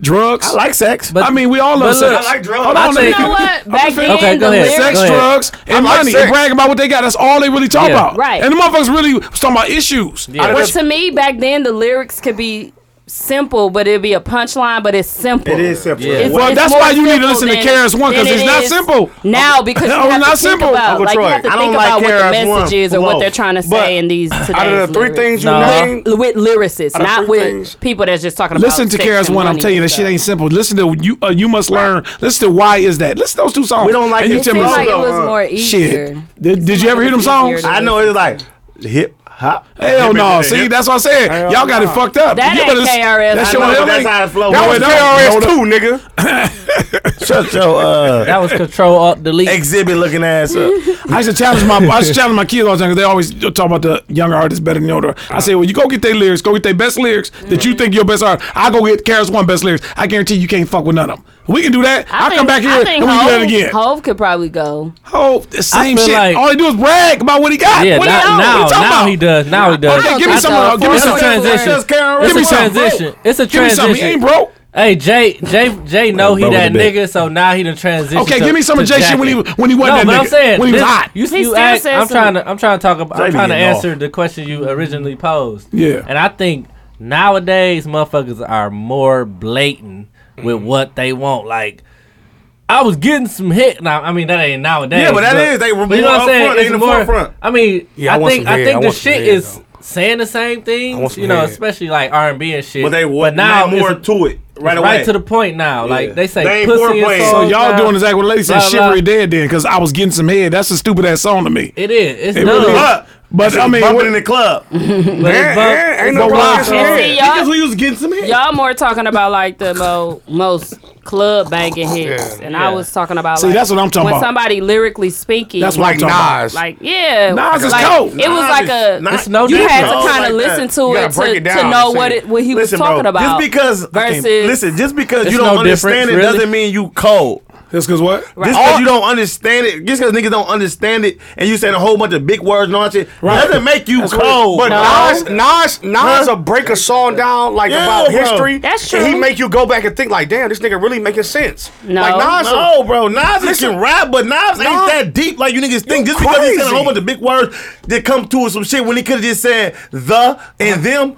Speaker 7: drugs.
Speaker 3: I like sex.
Speaker 7: I mean, we all love
Speaker 4: but look,
Speaker 7: sex.
Speaker 4: I like
Speaker 7: drugs. Hold
Speaker 4: I
Speaker 7: on,
Speaker 4: think-
Speaker 1: You know what? Back then,
Speaker 4: Okay, go
Speaker 1: the
Speaker 4: ahead.
Speaker 1: lyrics.
Speaker 7: Sex,
Speaker 4: Go ahead.
Speaker 7: drugs, and
Speaker 6: like
Speaker 7: money,
Speaker 6: sex.
Speaker 7: and brag about what they got. That's all they really talk
Speaker 4: Yeah.
Speaker 7: about.
Speaker 1: Right.
Speaker 7: And the motherfuckers really was talking about issues.
Speaker 4: Yeah.
Speaker 1: But to me, back then, the lyrics could be simple, but it'd be a punchline. But it's simple.
Speaker 3: It is separate.
Speaker 4: Yeah.
Speaker 1: It's-
Speaker 7: Well,
Speaker 1: it's
Speaker 7: that's
Speaker 1: more
Speaker 7: why you need to
Speaker 1: simple
Speaker 7: listen to
Speaker 1: than-
Speaker 7: KRS One, 'cause
Speaker 1: than
Speaker 7: it's
Speaker 1: it
Speaker 7: not
Speaker 1: is
Speaker 7: simple.
Speaker 1: now because you
Speaker 7: It was
Speaker 1: have
Speaker 7: not
Speaker 1: to think
Speaker 7: simple.
Speaker 1: about
Speaker 7: Uncle
Speaker 1: like you have
Speaker 3: Troy,
Speaker 1: to
Speaker 3: I
Speaker 1: think
Speaker 3: don't like
Speaker 1: about what
Speaker 3: KRS
Speaker 1: the
Speaker 3: One
Speaker 1: message is or
Speaker 3: flow.
Speaker 1: what they're trying to say
Speaker 3: But
Speaker 1: in these today's
Speaker 6: Out of the three
Speaker 1: lyrics.
Speaker 6: things you
Speaker 4: No.
Speaker 6: named,
Speaker 1: With, with lyricists,
Speaker 6: Out of
Speaker 1: not
Speaker 6: three
Speaker 1: with
Speaker 6: things-
Speaker 1: people that's just talking
Speaker 7: Listen
Speaker 1: about.
Speaker 7: to
Speaker 1: sex
Speaker 7: KRS
Speaker 1: and
Speaker 7: One. I'm
Speaker 1: money
Speaker 7: telling you,
Speaker 1: and
Speaker 7: that
Speaker 1: stuff.
Speaker 7: shit ain't simple. Listen to you. Uh, you must learn. Listen to why is that? Listen to those two songs.
Speaker 3: We don't like
Speaker 7: and
Speaker 3: it
Speaker 7: you
Speaker 1: It
Speaker 7: tell
Speaker 1: seemed
Speaker 7: me
Speaker 3: Timberlake,
Speaker 1: like it was
Speaker 3: uh,
Speaker 1: more
Speaker 7: shit.
Speaker 1: easier.
Speaker 7: Did, did
Speaker 1: seemed
Speaker 7: you
Speaker 1: like
Speaker 7: ever
Speaker 1: it
Speaker 7: hear them
Speaker 1: was
Speaker 7: songs?
Speaker 1: easier
Speaker 3: I know it's like hip hop.
Speaker 7: Hell
Speaker 3: Hip,
Speaker 7: no.
Speaker 3: hip,
Speaker 7: See,
Speaker 3: hip.
Speaker 7: that's what I'm saying. y'all got it fucked up.
Speaker 1: That
Speaker 7: You
Speaker 1: ain't
Speaker 7: better-
Speaker 1: KRS.
Speaker 7: That's
Speaker 1: I
Speaker 7: your
Speaker 1: know,
Speaker 7: hell
Speaker 3: but that's
Speaker 7: ain't-
Speaker 3: how it flow.
Speaker 7: No,
Speaker 3: That was
Speaker 7: it don't.
Speaker 6: KRS
Speaker 7: No,
Speaker 6: two, nigga.
Speaker 3: Shut your uh,
Speaker 4: that was control up delete.
Speaker 3: exhibit looking ass up.
Speaker 7: I used to challenge my I used to challenge my kids all the time because they always talk about the younger artists better than the older. I say, well, you go get their lyrics, go get their best lyrics that you think your best art. I go get Karis one best lyrics. I guarantee you can't fuck with none of them. We can do that. I will
Speaker 1: think-
Speaker 7: come back here
Speaker 1: I
Speaker 7: and we
Speaker 1: think
Speaker 7: do that again.
Speaker 1: Hove could probably go.
Speaker 7: Oh, the same
Speaker 4: feel
Speaker 7: shit.
Speaker 4: like-
Speaker 7: all they do is brag about what he got.
Speaker 4: Yeah,
Speaker 7: Ah, what he
Speaker 4: now
Speaker 7: own.
Speaker 4: now,
Speaker 7: What you talking
Speaker 4: now
Speaker 7: about?
Speaker 4: he does. Now he does.
Speaker 7: Okay, give me
Speaker 1: I
Speaker 7: some.
Speaker 1: thought
Speaker 7: uh, Give me
Speaker 1: for
Speaker 7: some
Speaker 1: sure.
Speaker 4: transition.
Speaker 3: Just Karen
Speaker 7: Give me
Speaker 4: It's a
Speaker 7: some.
Speaker 4: transition. It's a
Speaker 7: Give me some. He
Speaker 4: transition.
Speaker 7: ain't broke.
Speaker 4: Hey, Jay, Jay, Jay, know he
Speaker 3: broke
Speaker 4: that
Speaker 3: a bit.
Speaker 4: nigga, so now he done transition.
Speaker 7: Okay,
Speaker 4: to-
Speaker 7: give me some
Speaker 4: to
Speaker 7: of Jay shit when he
Speaker 4: jacket.
Speaker 7: when he
Speaker 4: No,
Speaker 7: wasn't
Speaker 4: but
Speaker 7: that
Speaker 4: I'm
Speaker 7: nigga.
Speaker 4: saying
Speaker 7: when he was
Speaker 4: this-
Speaker 7: hot.
Speaker 4: You,
Speaker 1: He
Speaker 4: you
Speaker 1: still
Speaker 4: act,
Speaker 1: says
Speaker 4: I'm trying to I'm trying to talk about I'm
Speaker 3: Jay be
Speaker 4: trying to
Speaker 3: getting
Speaker 4: answer
Speaker 3: off.
Speaker 4: the question you originally posed.
Speaker 7: Yeah.
Speaker 4: and I think nowadays motherfuckers are more blatant
Speaker 3: Mm-hmm.
Speaker 4: with what they want. Like I was getting some hit. Now I mean that ain't nowadays.
Speaker 3: Yeah, but that is, they were
Speaker 4: but you know
Speaker 3: more
Speaker 4: what I'm saying?
Speaker 3: upfront, they
Speaker 4: It's
Speaker 3: in the
Speaker 4: more-
Speaker 3: forefront.
Speaker 4: I mean,
Speaker 6: Yeah, I
Speaker 4: I,
Speaker 6: want
Speaker 4: think
Speaker 6: some
Speaker 4: I
Speaker 6: head. I
Speaker 4: think the
Speaker 6: want some
Speaker 4: shit
Speaker 6: head,
Speaker 4: is
Speaker 6: though.
Speaker 4: saying the same things.
Speaker 6: want
Speaker 4: You
Speaker 6: some
Speaker 4: know,
Speaker 6: head.
Speaker 4: especially like R and B and shit.
Speaker 3: But they
Speaker 4: but
Speaker 3: what
Speaker 4: now
Speaker 3: now more
Speaker 4: it's-
Speaker 3: to it right away.
Speaker 4: right to the point now. Like they say,
Speaker 3: They ain't
Speaker 4: pussy
Speaker 3: foreplay.
Speaker 4: and
Speaker 7: So
Speaker 4: songs
Speaker 7: y'all
Speaker 4: now.
Speaker 7: doing exactly what the lady said.
Speaker 4: Blah, blah.
Speaker 7: Shivery dead then because I was getting some head. That's a stupid ass song to me.
Speaker 4: It is. It's
Speaker 7: It
Speaker 4: dumb.
Speaker 7: really is.
Speaker 3: But,
Speaker 7: But I mean,
Speaker 3: bumping
Speaker 7: what-
Speaker 3: in the club.
Speaker 4: But it's
Speaker 6: Eh,
Speaker 4: bump-
Speaker 6: eh, ain't
Speaker 4: it's
Speaker 6: no
Speaker 4: bump
Speaker 6: wrong
Speaker 4: songs.
Speaker 6: with
Speaker 1: And see, y'all,
Speaker 3: Because we was getting some hit.
Speaker 1: y'all more talking about like the mo, most club banging hits, and I
Speaker 4: yeah.
Speaker 1: was talking about.
Speaker 7: See,
Speaker 1: like,
Speaker 7: that's what I'm talking
Speaker 1: when
Speaker 7: about.
Speaker 1: somebody lyrically speaking,
Speaker 7: That's what
Speaker 6: Like
Speaker 7: I'm talking about.
Speaker 6: Nas.
Speaker 1: like yeah,
Speaker 7: Nas is
Speaker 1: like,
Speaker 7: cold.
Speaker 1: It was
Speaker 3: Nas
Speaker 1: like
Speaker 3: is
Speaker 1: a.
Speaker 3: not-
Speaker 4: It's no
Speaker 1: you had
Speaker 4: different.
Speaker 1: to kind of
Speaker 3: like that.
Speaker 1: listen to
Speaker 6: You gotta
Speaker 1: it
Speaker 6: break
Speaker 1: to,
Speaker 6: it down
Speaker 1: to know
Speaker 6: and
Speaker 1: what
Speaker 6: see.
Speaker 1: it what he
Speaker 3: Listen,
Speaker 1: was talking
Speaker 3: bro.
Speaker 1: about.
Speaker 3: Just because
Speaker 1: versus-
Speaker 3: listen, just because
Speaker 4: It's
Speaker 3: you don't
Speaker 4: no
Speaker 3: understand it
Speaker 4: difference, really.
Speaker 3: doesn't mean you cold.
Speaker 7: That's because what?
Speaker 3: Just because you don't understand it, just because niggas don't understand it, and you saying a whole bunch of big words and all that shit,
Speaker 7: Right.
Speaker 3: doesn't make you cold.
Speaker 6: But
Speaker 3: bro.
Speaker 6: Nas, Nas, Nas, will break a song down like
Speaker 3: Yeah,
Speaker 6: about
Speaker 3: bro.
Speaker 6: history.
Speaker 1: That's
Speaker 6: And he
Speaker 1: true.
Speaker 6: make you go back and think like, damn, this nigga really making sense.
Speaker 1: No.
Speaker 6: like Nas, will-
Speaker 3: No, bro, Nas is
Speaker 6: Listen.
Speaker 3: can rap, but Nas ain't
Speaker 6: Nas-
Speaker 3: that deep like you niggas think.
Speaker 6: You
Speaker 3: Just because he's saying a
Speaker 6: crazy.
Speaker 3: whole bunch of big words that come to us some shit when he could have just said the and them.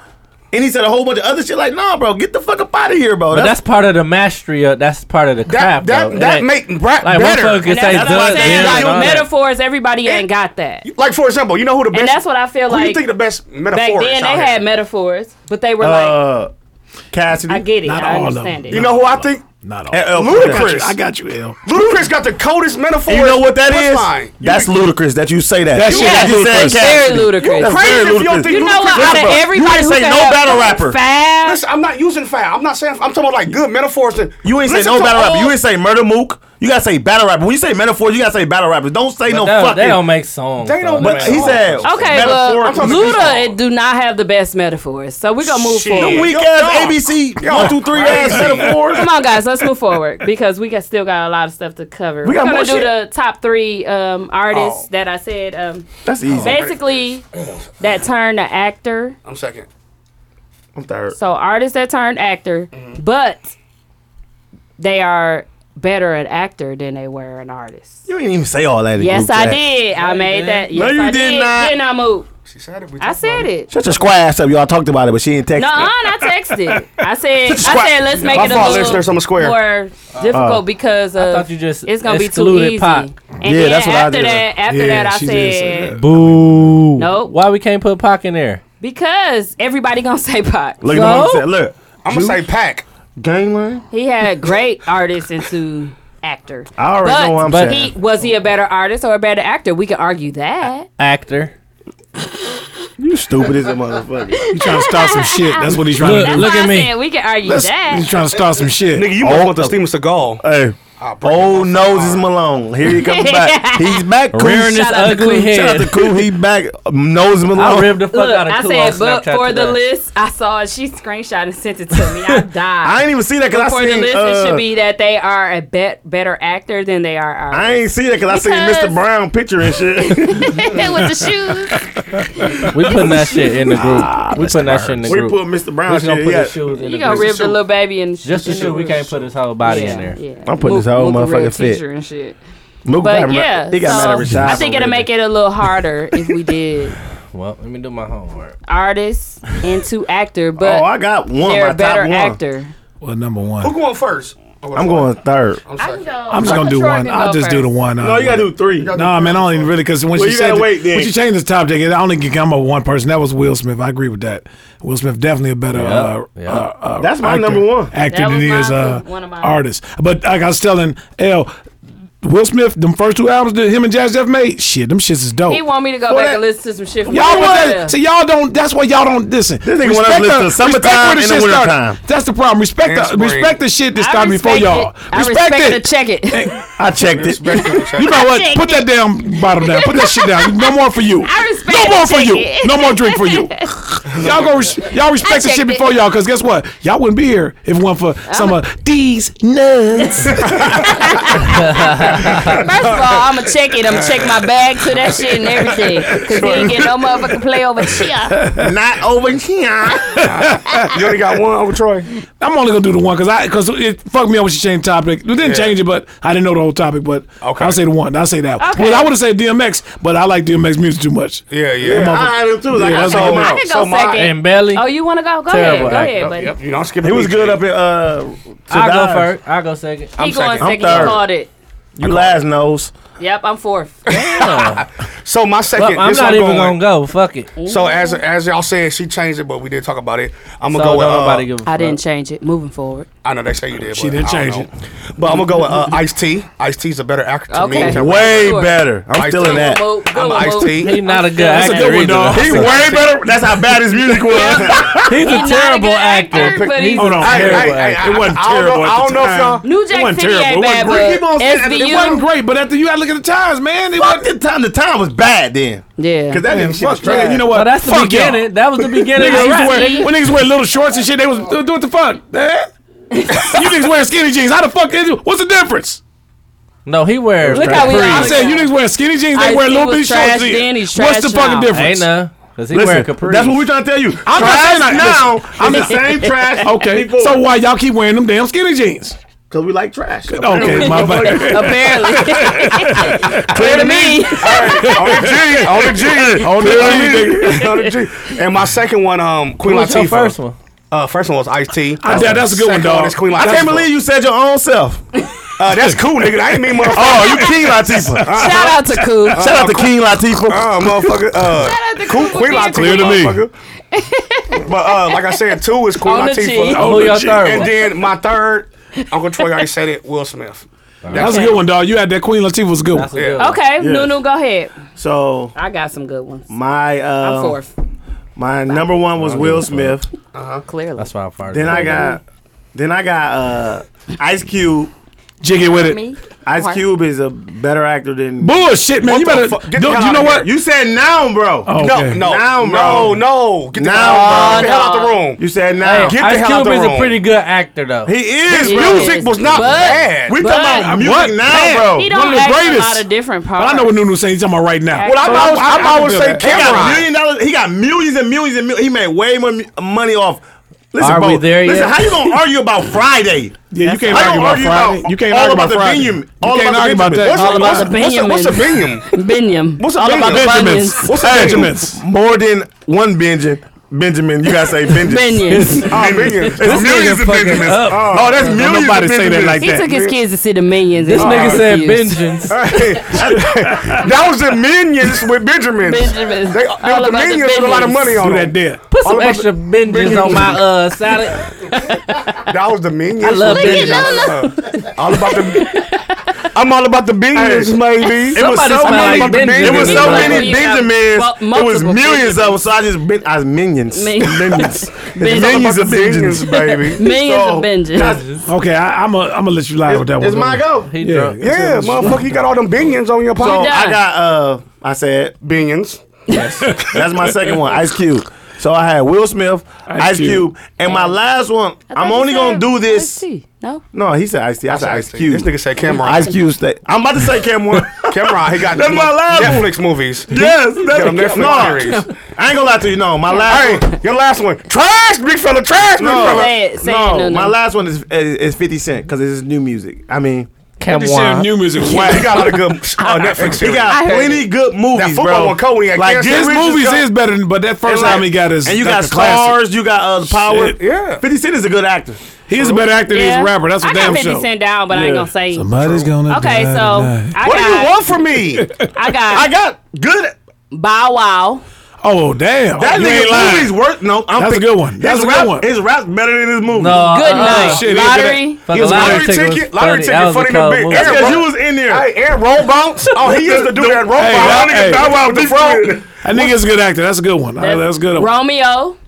Speaker 3: And he said a whole bunch of other shit like, nah, bro, get the fuck up out of here, bro.
Speaker 4: But that's part of the mastery. Of, that's part of the
Speaker 6: Oh, That
Speaker 4: craft.
Speaker 6: that
Speaker 4: though.
Speaker 6: that
Speaker 4: It
Speaker 6: make
Speaker 4: ain't-
Speaker 6: rap
Speaker 4: like one
Speaker 6: better.
Speaker 4: fuck can say
Speaker 1: That's what I'm
Speaker 4: done,
Speaker 1: saying.
Speaker 4: yeah,
Speaker 1: Like
Speaker 4: and all that.
Speaker 1: metaphors, everybody ain't got that.
Speaker 6: Like for example, you know who the best?
Speaker 1: And that's what I feel
Speaker 6: who you
Speaker 1: like.
Speaker 6: think the best
Speaker 1: Back
Speaker 6: metaphor is
Speaker 1: then
Speaker 6: out
Speaker 1: they
Speaker 6: here?
Speaker 1: had metaphors, but they were like,
Speaker 3: uh, Cassidy.
Speaker 1: I get it,
Speaker 7: not
Speaker 1: I
Speaker 7: all of them.
Speaker 1: understand it.
Speaker 6: You know who I think?
Speaker 7: Not all.
Speaker 3: and El
Speaker 6: Ludacris.
Speaker 3: Cooper.
Speaker 7: I got you, L.
Speaker 6: Ludacris got the coldest metaphor.
Speaker 3: You know what that is?
Speaker 6: Punchline.
Speaker 3: That's ludicrous that you say that.
Speaker 7: That
Speaker 3: You
Speaker 7: shit is
Speaker 3: just said
Speaker 7: ludicrous.
Speaker 1: very
Speaker 3: Cassidy.
Speaker 1: ludicrous.
Speaker 3: That's
Speaker 6: Crazy
Speaker 3: very
Speaker 6: if you don't
Speaker 3: ludicrous.
Speaker 6: think
Speaker 1: You know what?
Speaker 6: Ludacris-
Speaker 1: Out of
Speaker 3: bro, you
Speaker 1: everybody
Speaker 3: ain't
Speaker 1: who
Speaker 3: say
Speaker 1: could
Speaker 3: no
Speaker 1: have
Speaker 3: battle rapper.
Speaker 1: Fast.
Speaker 6: Listen, I'm not using foul. I'm not saying. I'm talking about like good metaphors. That,
Speaker 3: You ain't say
Speaker 6: Listen
Speaker 3: no
Speaker 6: to
Speaker 3: battle
Speaker 6: all-
Speaker 3: rapper. You ain't say murder mook. You gotta say battle rapper. When you say metaphors, you gotta say battle rappers. Don't say no
Speaker 4: They don't-
Speaker 3: fucking.
Speaker 4: They don't make songs.
Speaker 6: They don't
Speaker 4: though.
Speaker 3: but
Speaker 6: make
Speaker 3: he
Speaker 6: songs.
Speaker 3: said
Speaker 1: Okay, well,
Speaker 3: metaphorically.
Speaker 1: Luda it do not have the best metaphors, so we're gonna move
Speaker 6: Shit.
Speaker 1: forward.
Speaker 3: Them weak
Speaker 6: Yo,
Speaker 3: ass
Speaker 6: dog.
Speaker 3: ABC one two three ass metaphors.
Speaker 1: Come on, guys, let's move forward because we got still got a lot of stuff to cover.
Speaker 3: We got
Speaker 1: are gonna
Speaker 3: more
Speaker 1: do the
Speaker 3: shit.
Speaker 1: top three um, artists that I said. Um,
Speaker 3: That's easy.
Speaker 1: basically, that turned to actor.
Speaker 6: I'm second.
Speaker 3: I'm third.
Speaker 1: So artists that turned actor, but they are better an actor than they were an artist.
Speaker 3: You didn't even say all that. in
Speaker 1: Yes,
Speaker 3: group
Speaker 1: I
Speaker 3: chat.
Speaker 1: did. I made that. Yes,
Speaker 3: No, you
Speaker 1: I
Speaker 3: did
Speaker 1: did.
Speaker 3: not.
Speaker 1: Then I moved.
Speaker 6: She said it.
Speaker 1: I
Speaker 6: We talked about
Speaker 1: said it.
Speaker 3: Shut your square ass up. Y'all talked about it, but she ain't texting.
Speaker 1: No, I texted. I said, I
Speaker 3: Squat.
Speaker 1: said, let's make
Speaker 6: My
Speaker 1: it a
Speaker 6: fault,
Speaker 1: little
Speaker 6: listeners, I'm a square.
Speaker 1: more difficult because of,
Speaker 4: thought you just
Speaker 1: it's gonna be too
Speaker 4: excluded
Speaker 1: easy.
Speaker 4: Pac.
Speaker 1: And
Speaker 3: Yeah,
Speaker 1: then
Speaker 3: that's what I
Speaker 1: after
Speaker 3: did.
Speaker 1: that, after
Speaker 7: Yeah,
Speaker 1: that, I
Speaker 7: she did say
Speaker 1: said
Speaker 7: that.
Speaker 4: Boo.
Speaker 1: Nope.
Speaker 4: Why we can't put Pac in there?
Speaker 1: because everybody gonna say Pac.
Speaker 3: Look at the
Speaker 4: No.
Speaker 3: one who said, Look,
Speaker 6: I'm gonna say pack.
Speaker 3: game line.
Speaker 1: He had great artists into actor.
Speaker 3: I already
Speaker 1: But,
Speaker 3: know what I'm
Speaker 1: but
Speaker 3: saying.
Speaker 1: he was he a better artist or a better actor? We can argue that.
Speaker 4: Actor.
Speaker 3: You stupid as a motherfucker.
Speaker 7: You trying to start some shit? That's what he's trying
Speaker 4: Look,
Speaker 7: to do.
Speaker 4: look
Speaker 1: That's why
Speaker 4: at
Speaker 1: I
Speaker 4: me.
Speaker 1: said we can argue
Speaker 7: He's
Speaker 1: that.
Speaker 7: trying to start some shit.
Speaker 6: Nigga, you
Speaker 3: Oh.
Speaker 6: must want the Steven Seagal.
Speaker 3: Hey.
Speaker 6: I'll break
Speaker 3: Oh
Speaker 6: my
Speaker 3: no,
Speaker 6: fucking
Speaker 3: this is
Speaker 6: arm.
Speaker 3: Malone. Here he comes back. He's back. Cool.
Speaker 4: Rearing his
Speaker 1: Shout out to
Speaker 4: ugly
Speaker 1: Cool.
Speaker 3: Shout out to
Speaker 4: head.
Speaker 3: Cool. He back. Um, Nose
Speaker 4: I
Speaker 3: Malone.
Speaker 4: ripped the fuck
Speaker 1: Look,
Speaker 4: out of
Speaker 1: I
Speaker 4: Cool on
Speaker 1: said, but
Speaker 4: Snapchat
Speaker 1: for the
Speaker 4: today.
Speaker 1: list, I saw it. She screenshot and sent it to me. I died.
Speaker 3: I ain't even see that because
Speaker 1: for
Speaker 3: I
Speaker 1: the
Speaker 3: seen.
Speaker 1: list, it
Speaker 3: uh,
Speaker 1: should be that they are a bet better actor than they are artists.
Speaker 3: I ain't see that because I seen Mr.
Speaker 1: Because-
Speaker 3: Brown picture and
Speaker 5: with
Speaker 3: shit.
Speaker 5: the shoes.
Speaker 4: We putting that shit in the group.
Speaker 3: Ah,
Speaker 4: We putting that shit in the
Speaker 3: we
Speaker 4: group.
Speaker 3: put Mr.
Speaker 4: We
Speaker 3: Brown
Speaker 4: just gonna
Speaker 3: shit.
Speaker 4: put
Speaker 3: Yeah.
Speaker 4: his shoes in
Speaker 1: You
Speaker 4: the
Speaker 1: gonna
Speaker 4: group.
Speaker 1: rip the little baby and
Speaker 4: Just the shoe. We can't put his whole body in there.
Speaker 3: I'm putting this whole motherfucking fit.
Speaker 1: And shit.
Speaker 3: Mook
Speaker 1: But
Speaker 3: got-
Speaker 1: yeah,
Speaker 3: he got
Speaker 1: so
Speaker 3: mad at Rashad.
Speaker 1: I think it'll make it a little harder if we did
Speaker 4: Well, let me do my homework.
Speaker 1: artist into actor, but
Speaker 3: Oh, I got one.
Speaker 1: they're
Speaker 3: My
Speaker 1: a better
Speaker 3: top one.
Speaker 1: actor.
Speaker 7: Well, number one.
Speaker 6: Who going first? Oh,
Speaker 3: I'm going third.
Speaker 6: I'm second.
Speaker 7: I'm just gonna do one. I'll just do the one. uh,
Speaker 3: No, you gotta do three.
Speaker 7: No, man, I don't even really because when
Speaker 3: Well,
Speaker 7: she
Speaker 3: you
Speaker 7: said
Speaker 3: gotta
Speaker 7: that-
Speaker 3: wait then.
Speaker 7: when she changed the topic, I only can come up with one person. That was Will Smith. I agree with that. Will Smith definitely a better. Uh,
Speaker 4: Yeah.
Speaker 7: Uh, uh,
Speaker 3: That's my
Speaker 7: actor-
Speaker 3: number one.
Speaker 7: actor
Speaker 1: That
Speaker 7: than
Speaker 1: was
Speaker 7: he is
Speaker 1: mine,
Speaker 7: uh,
Speaker 1: too. One of mine.
Speaker 7: artist. But like I was telling L, Will Smith, them first two albums that him and Jazz Jeff made, shit, them shits is dope.
Speaker 1: He want me to go
Speaker 7: Well,
Speaker 1: back
Speaker 7: that-
Speaker 1: and listen to some shit. From
Speaker 7: Y'all want
Speaker 1: Will
Speaker 7: that? See, y'all don't. That's why y'all don't listen. This
Speaker 3: nigga want us to listen to summertime and the wintertime.
Speaker 7: That's the problem. Respect
Speaker 6: And
Speaker 7: the
Speaker 6: spring.
Speaker 7: respect the shit that
Speaker 1: I
Speaker 7: started before
Speaker 1: respect
Speaker 7: y'all.
Speaker 1: it. I respect it. Check it.
Speaker 3: I checked it.
Speaker 7: You know what? Put that damn bottom down. Put that shit down. No more for you.
Speaker 1: I respect
Speaker 7: No more
Speaker 1: it.
Speaker 7: for
Speaker 1: Take
Speaker 7: you.
Speaker 1: it.
Speaker 7: No more drink for you. Y'all go. Res- y'all respect the
Speaker 5: checked
Speaker 7: shit
Speaker 5: it.
Speaker 7: before y'all. Cause guess what? Y'all wouldn't be here if it weren't for some
Speaker 1: Uh-huh.
Speaker 7: of these nuts.
Speaker 1: First of all, I'ma check it. I'ma check my bag to that shit and everything. Cause he ain't get no motherfucking play over here.
Speaker 3: Not over here.
Speaker 6: You only got one over Troy.
Speaker 7: I'm only gonna do the one because I because it fucked me up when she changed topic. We didn't change it, but I didn't know the whole topic. But
Speaker 6: Okay.
Speaker 7: I'll say the one. I'll say that. one.
Speaker 1: Okay.
Speaker 7: Well, I would have said DMX, but I like DMX music too much.
Speaker 6: Yeah, yeah.
Speaker 3: I had him too. Like,
Speaker 7: Yeah,
Speaker 3: I
Speaker 7: that's
Speaker 3: told
Speaker 7: all
Speaker 3: him.
Speaker 1: I could go
Speaker 6: So my-
Speaker 1: second.
Speaker 4: And Belly.
Speaker 1: Oh, you wanna go? Go
Speaker 4: Terrible
Speaker 1: ahead. Go
Speaker 4: actor.
Speaker 1: ahead, buddy.
Speaker 6: Yep, you know I'm skipping.
Speaker 3: He was
Speaker 6: each
Speaker 3: good
Speaker 6: team.
Speaker 3: up in uh.
Speaker 4: I'll go
Speaker 3: Dives.
Speaker 4: first. I'll go second.
Speaker 1: He going
Speaker 6: second.
Speaker 1: second.
Speaker 3: I'm
Speaker 1: He
Speaker 3: third.
Speaker 1: called it.
Speaker 3: You last nose.
Speaker 1: Yep, I'm fourth.
Speaker 6: So my second.
Speaker 4: Well, I'm
Speaker 6: this
Speaker 4: not
Speaker 6: one
Speaker 4: even
Speaker 6: going-
Speaker 4: gonna go. Fuck it.
Speaker 6: So as as y'all said, she changed it, but we did talk about it. I'm
Speaker 4: So
Speaker 6: gonna
Speaker 4: don't
Speaker 6: go with.
Speaker 4: nobody
Speaker 6: Uh,
Speaker 4: give a
Speaker 1: I
Speaker 4: fuck.
Speaker 1: didn't change it. Moving forward.
Speaker 6: I know they say you did.
Speaker 7: She
Speaker 6: but
Speaker 7: did
Speaker 6: I don't
Speaker 7: change
Speaker 6: know. But I'm gonna go with uh, Ice T. Ice T's a better actor to
Speaker 1: Okay.
Speaker 6: me.
Speaker 3: Way
Speaker 1: Sure.
Speaker 3: better. I'm
Speaker 6: I
Speaker 3: still in
Speaker 6: do.
Speaker 3: that.
Speaker 1: Move,
Speaker 6: I'm
Speaker 1: move,
Speaker 6: Ice
Speaker 1: move.
Speaker 6: T.
Speaker 4: He's not a good actor.
Speaker 7: good one,
Speaker 4: either.
Speaker 7: dog.
Speaker 3: He way better. That's how bad his music was.
Speaker 4: He's a
Speaker 1: He's not a
Speaker 4: terrible
Speaker 1: good actor,
Speaker 4: actor.
Speaker 1: but he's-
Speaker 7: Hold on.
Speaker 6: Hey,
Speaker 7: Terrible
Speaker 6: hey, hey,
Speaker 7: actor.
Speaker 6: I-
Speaker 7: it wasn't
Speaker 6: I don't
Speaker 7: terrible.
Speaker 6: know-
Speaker 7: at
Speaker 6: I don't
Speaker 7: the
Speaker 6: know if
Speaker 7: time.
Speaker 6: y'all-
Speaker 1: New Jack
Speaker 7: It wasn't
Speaker 1: City
Speaker 7: terrible.
Speaker 1: ain't
Speaker 7: It wasn't
Speaker 1: bad,
Speaker 7: great.
Speaker 1: but
Speaker 7: Keep on saying that. It
Speaker 1: SVU
Speaker 7: wasn't great, but after you had to look at the times, man. It
Speaker 3: Fuck
Speaker 7: wasn't.
Speaker 3: the time. The time was bad then.
Speaker 1: Yeah.
Speaker 3: Cause that didn't shit. was
Speaker 7: Man,
Speaker 3: trash.
Speaker 7: you know
Speaker 4: Well,
Speaker 7: what?
Speaker 4: that's the
Speaker 7: Fuck
Speaker 4: beginning.
Speaker 7: y'all.
Speaker 4: That was the beginning.
Speaker 7: Niggas
Speaker 4: of
Speaker 7: used
Speaker 4: rap.
Speaker 7: to wear, when niggas wear little shorts and shit, they was do what the fuck, man. you niggas wearing skinny jeans. How the fuck is you? What's the difference?
Speaker 4: No, he wears.
Speaker 1: Look how we
Speaker 4: capris.
Speaker 1: all-
Speaker 7: I said you niggas wearing skinny jeans. They
Speaker 1: Ice-T
Speaker 7: wear little
Speaker 1: was
Speaker 7: bitty
Speaker 1: trash
Speaker 7: shorts.
Speaker 1: then, he's
Speaker 7: What's the
Speaker 1: trash
Speaker 7: fucking
Speaker 1: now.
Speaker 7: difference?
Speaker 4: Ain't none. Cause he wearing
Speaker 3: Listen,
Speaker 4: capris.
Speaker 3: that's what we're trying to tell you.
Speaker 7: I'm not
Speaker 3: trash
Speaker 7: saying that.
Speaker 3: now. I'm the same trash.
Speaker 7: Okay,
Speaker 3: before.
Speaker 7: so why y'all keep wearing them damn skinny jeans?
Speaker 3: because we like trash.
Speaker 7: Okay, my bad.
Speaker 1: Apparently. Clear to me.
Speaker 6: on the G, on the G, on the G, on the G. And my second one, um, Queen
Speaker 4: What's your
Speaker 6: Latifah.
Speaker 4: first one?
Speaker 6: Uh, first one was Ice T.
Speaker 7: I- that- that's a good one,
Speaker 6: Second
Speaker 7: dog.
Speaker 6: is Queen Latifah.
Speaker 3: I can't believe you said your own self.
Speaker 6: Uh, that's cool, nigga. I ain't mean motherfucker.
Speaker 3: Oh, you King Latifah.
Speaker 1: Shout out to Coop.
Speaker 3: Shout out to King Latifah.
Speaker 6: Uh, motherfucker. Uh,
Speaker 1: out to
Speaker 6: Queen,
Speaker 1: Queen
Speaker 6: Queen Latifah.
Speaker 1: Latifah.
Speaker 3: Clear to me.
Speaker 6: motherfucker. but uh, like I said, two is Queen
Speaker 4: On the cheek.
Speaker 6: Latifah.
Speaker 1: Oh,
Speaker 4: Who your third
Speaker 6: And
Speaker 4: one?
Speaker 6: then my third, Uncle Troy already said it. Will Smith.
Speaker 7: That's a good one, dog. You had that Queen Latifah was a good one.
Speaker 4: That's a good one.
Speaker 1: Okay, Nunu, go ahead.
Speaker 3: So
Speaker 1: I got some good ones.
Speaker 3: my
Speaker 1: I'm
Speaker 3: uh,
Speaker 1: fourth, Uh-huh.
Speaker 3: my number one was Will Smith.
Speaker 1: clearly.
Speaker 4: That's why I fired.
Speaker 3: Then I got then I got uh, Ice Cube.
Speaker 7: Jiggy with it.
Speaker 1: me.
Speaker 3: Ice Cube is a better actor than.
Speaker 7: Bullshit, man.
Speaker 6: What
Speaker 7: you
Speaker 6: the
Speaker 7: better.
Speaker 6: fuck? Get
Speaker 7: Dude,
Speaker 6: the hell
Speaker 7: you know
Speaker 6: out
Speaker 7: what?
Speaker 6: of
Speaker 3: You said noun, bro.
Speaker 7: Oh, okay.
Speaker 6: No,
Speaker 3: Now,
Speaker 6: no,
Speaker 3: bro.
Speaker 6: no, no. Get the,
Speaker 3: Now,
Speaker 6: hell,
Speaker 1: bro.
Speaker 6: get the hell out the room.
Speaker 3: You said noun.
Speaker 6: Get the
Speaker 4: Ice
Speaker 6: hell out
Speaker 4: Cube
Speaker 6: the
Speaker 4: is a
Speaker 6: room.
Speaker 4: pretty good actor though.
Speaker 3: he is,
Speaker 1: He
Speaker 3: bro.
Speaker 1: is.
Speaker 6: Music was not
Speaker 1: But-
Speaker 6: bad.
Speaker 3: We
Speaker 1: But-
Speaker 3: talking about music
Speaker 7: What?
Speaker 3: now, bro.
Speaker 1: He
Speaker 7: One
Speaker 1: don't
Speaker 7: of the
Speaker 1: act in a
Speaker 7: greatest.
Speaker 1: lot of different parts.
Speaker 7: I know what Nunu's saying. He's talking about right now.
Speaker 6: well, I, I, I, I, would
Speaker 7: I
Speaker 6: say
Speaker 7: can feel
Speaker 3: He got
Speaker 6: Cameron.
Speaker 3: million dollars. He got millions and millions and millions. He made way more mu- money off. Listen,
Speaker 4: Are
Speaker 3: bro,
Speaker 4: we there
Speaker 3: listen,
Speaker 4: yet?
Speaker 3: how you gonna argue about Friday?
Speaker 7: yeah, you can't
Speaker 3: I
Speaker 7: argue
Speaker 3: don't
Speaker 7: about
Speaker 3: argue
Speaker 7: Friday.
Speaker 3: about
Speaker 7: you can't
Speaker 3: all
Speaker 7: argue
Speaker 3: about
Speaker 7: about
Speaker 3: the
Speaker 7: Friday.
Speaker 3: Benjamin.
Speaker 7: You
Speaker 3: All
Speaker 7: can't
Speaker 3: about the
Speaker 7: argue about
Speaker 3: Benjamin.
Speaker 7: that.
Speaker 6: What's a,
Speaker 1: All about
Speaker 6: what's, a,
Speaker 1: the
Speaker 6: what's, a, what's a Binion?
Speaker 1: Binion.
Speaker 6: What's a
Speaker 3: All about the
Speaker 6: Binion?
Speaker 3: Benjamins.
Speaker 6: What's a
Speaker 3: Hey,
Speaker 6: Benjamins?
Speaker 3: More than one Benjamin. Benjamin, you gotta say Benjamin.
Speaker 1: Binions.
Speaker 6: Oh, Binions.
Speaker 3: It's millions
Speaker 4: nigga
Speaker 3: of
Speaker 4: fucking
Speaker 3: Benjamins.
Speaker 4: up.
Speaker 3: Oh, that's millions. of
Speaker 7: nobody say that
Speaker 3: Benjamins.
Speaker 7: like
Speaker 1: He took
Speaker 7: that.
Speaker 1: his kids to see the minions.
Speaker 4: This nigga said
Speaker 1: Benjamin.
Speaker 4: vengeance.
Speaker 6: that was the minions with Benjamins.
Speaker 1: Benjamins.
Speaker 6: They, they
Speaker 1: All
Speaker 6: were the
Speaker 1: about the
Speaker 6: minions with a lot of
Speaker 1: Binions.
Speaker 6: money on
Speaker 7: Do
Speaker 6: them.
Speaker 7: that there.
Speaker 4: Put some
Speaker 6: about
Speaker 4: extra vengeance on my uh salad.
Speaker 6: That was the minions. I
Speaker 4: love
Speaker 6: minions. Uh, all about the. I'm all about the minions,
Speaker 3: Hey.
Speaker 6: maybe.
Speaker 3: It was
Speaker 4: Somebody
Speaker 3: so
Speaker 4: smell
Speaker 3: many.
Speaker 4: like
Speaker 3: It
Speaker 4: Benjamin.
Speaker 3: was so
Speaker 4: Like,
Speaker 3: many
Speaker 1: you have
Speaker 3: Benjamins.
Speaker 1: mu-
Speaker 3: It was
Speaker 1: multiple
Speaker 3: millions of them. So I just ben- I was minions.
Speaker 1: Min-
Speaker 3: Minions.
Speaker 1: Benjamins.
Speaker 3: Millions of Benjamins.
Speaker 6: Minions, baby.
Speaker 1: Millions
Speaker 3: So,
Speaker 1: of Benjamins.
Speaker 7: Okay, I, I'm gonna I'm let you lie with that one.
Speaker 3: It's my go.
Speaker 4: He
Speaker 7: Yeah.
Speaker 4: drunk.
Speaker 6: Yeah, motherfucker, you got all them minions on your
Speaker 3: So
Speaker 6: pocket.
Speaker 3: I got uh I said
Speaker 6: Binions.
Speaker 3: That's my second one, Ice Cube. So I had Will Smith, Ice, Cube.
Speaker 7: Cube.
Speaker 3: and my last one. I'm only gonna do this.
Speaker 1: Ice-T. No.
Speaker 3: No, he said Ice T. I said Ice Cube.
Speaker 6: This nigga said Cameron.
Speaker 3: Ice Cube. Stay. I'm about to say Cameron.
Speaker 6: Cameron, he got
Speaker 3: That's my last one.
Speaker 6: Netflix movies.
Speaker 3: yes,
Speaker 6: Get him
Speaker 3: that's
Speaker 6: Netflix
Speaker 3: no.
Speaker 6: series.
Speaker 3: I ain't gonna lie to you. No, my last
Speaker 6: Hey,
Speaker 3: one.
Speaker 6: your last one. Trash, big fella, trash, big
Speaker 3: No,
Speaker 6: fella.
Speaker 1: Say it, say it,
Speaker 3: no,
Speaker 1: Nunu.
Speaker 3: my last one is is, is 50 Cent because it's new music. I mean,
Speaker 7: He said new music. was
Speaker 6: Wow,
Speaker 7: whack.
Speaker 6: he got a lot of good uh, Netflix
Speaker 3: he
Speaker 6: series.
Speaker 3: got
Speaker 1: heard
Speaker 3: plenty good movies,
Speaker 6: football
Speaker 3: bro.
Speaker 6: one, Cody, I
Speaker 3: like
Speaker 6: guess
Speaker 3: Get
Speaker 7: His
Speaker 3: Rich
Speaker 7: movies
Speaker 3: good.
Speaker 7: is better than, but that first
Speaker 3: Like,
Speaker 7: time he got his
Speaker 3: and you got
Speaker 7: that's a classic.
Speaker 3: stars, you got uh, the power.
Speaker 7: Shit.
Speaker 6: Yeah.
Speaker 3: 50 Cent is a good actor.
Speaker 7: He's a better actor than he's a rapper. That's
Speaker 1: I
Speaker 7: what
Speaker 1: got
Speaker 7: damn
Speaker 1: 50
Speaker 7: sure.
Speaker 1: Cent down, but I ain't gonna say.
Speaker 7: Somebody's gonna.
Speaker 1: Okay, so I
Speaker 6: What do you
Speaker 1: got,
Speaker 6: want from me?
Speaker 1: I got
Speaker 3: I got good.
Speaker 1: Bow Wow.
Speaker 7: Oh damn!
Speaker 3: That
Speaker 7: You ain't
Speaker 3: nigga
Speaker 7: lying.
Speaker 3: movies worth. No, I'm
Speaker 7: That's a
Speaker 3: thinking-
Speaker 7: good one. That's
Speaker 3: his
Speaker 7: a
Speaker 3: rap,
Speaker 7: good one.
Speaker 3: His rap's better than his movie.
Speaker 4: No,
Speaker 1: Good
Speaker 4: uh,
Speaker 1: night.
Speaker 7: shit, he did that.
Speaker 1: Lottery.
Speaker 4: For the
Speaker 6: was
Speaker 4: lottery,
Speaker 6: lottery
Speaker 4: ticket,
Speaker 6: ticket- lottery
Speaker 4: funny.
Speaker 6: ticket
Speaker 4: That was
Speaker 6: funny
Speaker 4: a
Speaker 6: than
Speaker 4: cold
Speaker 6: big-
Speaker 4: movie.
Speaker 3: That's because
Speaker 6: Aaron-
Speaker 3: you was in there.
Speaker 6: Hey, Aaron roll bounce. Oh, he used to do that roll
Speaker 7: Hey,
Speaker 6: bounce.
Speaker 7: that- hey.
Speaker 6: That nigga bow wow with the front.
Speaker 7: That nigga's a good actor. That's a good one. That's, that's a good. One.
Speaker 1: Romeo.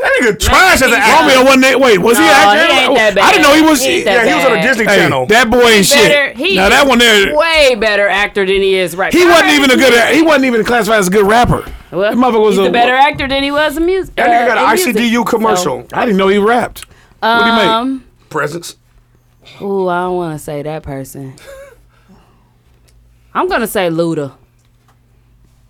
Speaker 3: that nigga trash as an
Speaker 1: Romeo
Speaker 3: actor.
Speaker 7: Romeo wasn't that. Wait, was he
Speaker 1: No,
Speaker 7: actor?
Speaker 1: he ain't that bad.
Speaker 7: I didn't know he was.
Speaker 1: He ain't
Speaker 6: Yeah, he was on
Speaker 1: Bad.
Speaker 6: the Disney
Speaker 7: hey,
Speaker 6: Channel.
Speaker 7: that boy ain't
Speaker 1: Better,
Speaker 7: shit.
Speaker 1: he
Speaker 7: now that one there,
Speaker 1: way better actor than he is right
Speaker 7: he
Speaker 1: now.
Speaker 7: wasn't even a good. He wasn't even classified as a good rapper.
Speaker 1: Well,
Speaker 7: that motherfucker was
Speaker 1: he's
Speaker 7: a
Speaker 1: a better actor than he was in music.
Speaker 6: That nigga got
Speaker 1: uh,
Speaker 6: an
Speaker 1: in music.
Speaker 6: ICDU commercial.
Speaker 7: I didn't know he rapped. What do you make?
Speaker 1: Um,
Speaker 6: Presents.
Speaker 1: ooh, I don't want to say that person. I'm gonna say Luda.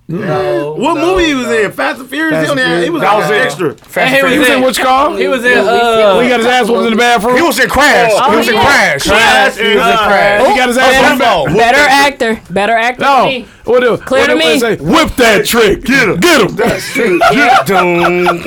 Speaker 3: What movie he was in? Fast and Furious. He, only had, he was
Speaker 6: That was
Speaker 3: an
Speaker 6: it.
Speaker 3: extra.
Speaker 6: Fast
Speaker 4: Hey,
Speaker 6: and
Speaker 4: he
Speaker 7: He was
Speaker 6: Furious.
Speaker 4: Yeah.
Speaker 7: in what's called?
Speaker 4: He was in uh.
Speaker 7: When he got his ass whooped in the bathroom.
Speaker 6: He was in Crash. he was in
Speaker 1: Oh, yeah.
Speaker 6: Crash.
Speaker 3: Trash
Speaker 6: He was in
Speaker 3: and, uh,
Speaker 6: Crash.
Speaker 7: He got his ass whooped.
Speaker 6: Dumbo.
Speaker 1: Better actor. Better actor.
Speaker 7: No.
Speaker 1: Than me.
Speaker 7: What the,
Speaker 1: Clear
Speaker 7: what
Speaker 1: to
Speaker 7: the- what
Speaker 1: me.
Speaker 7: Say, Whip that trick. Get him. Get him.
Speaker 1: And
Speaker 6: Mm.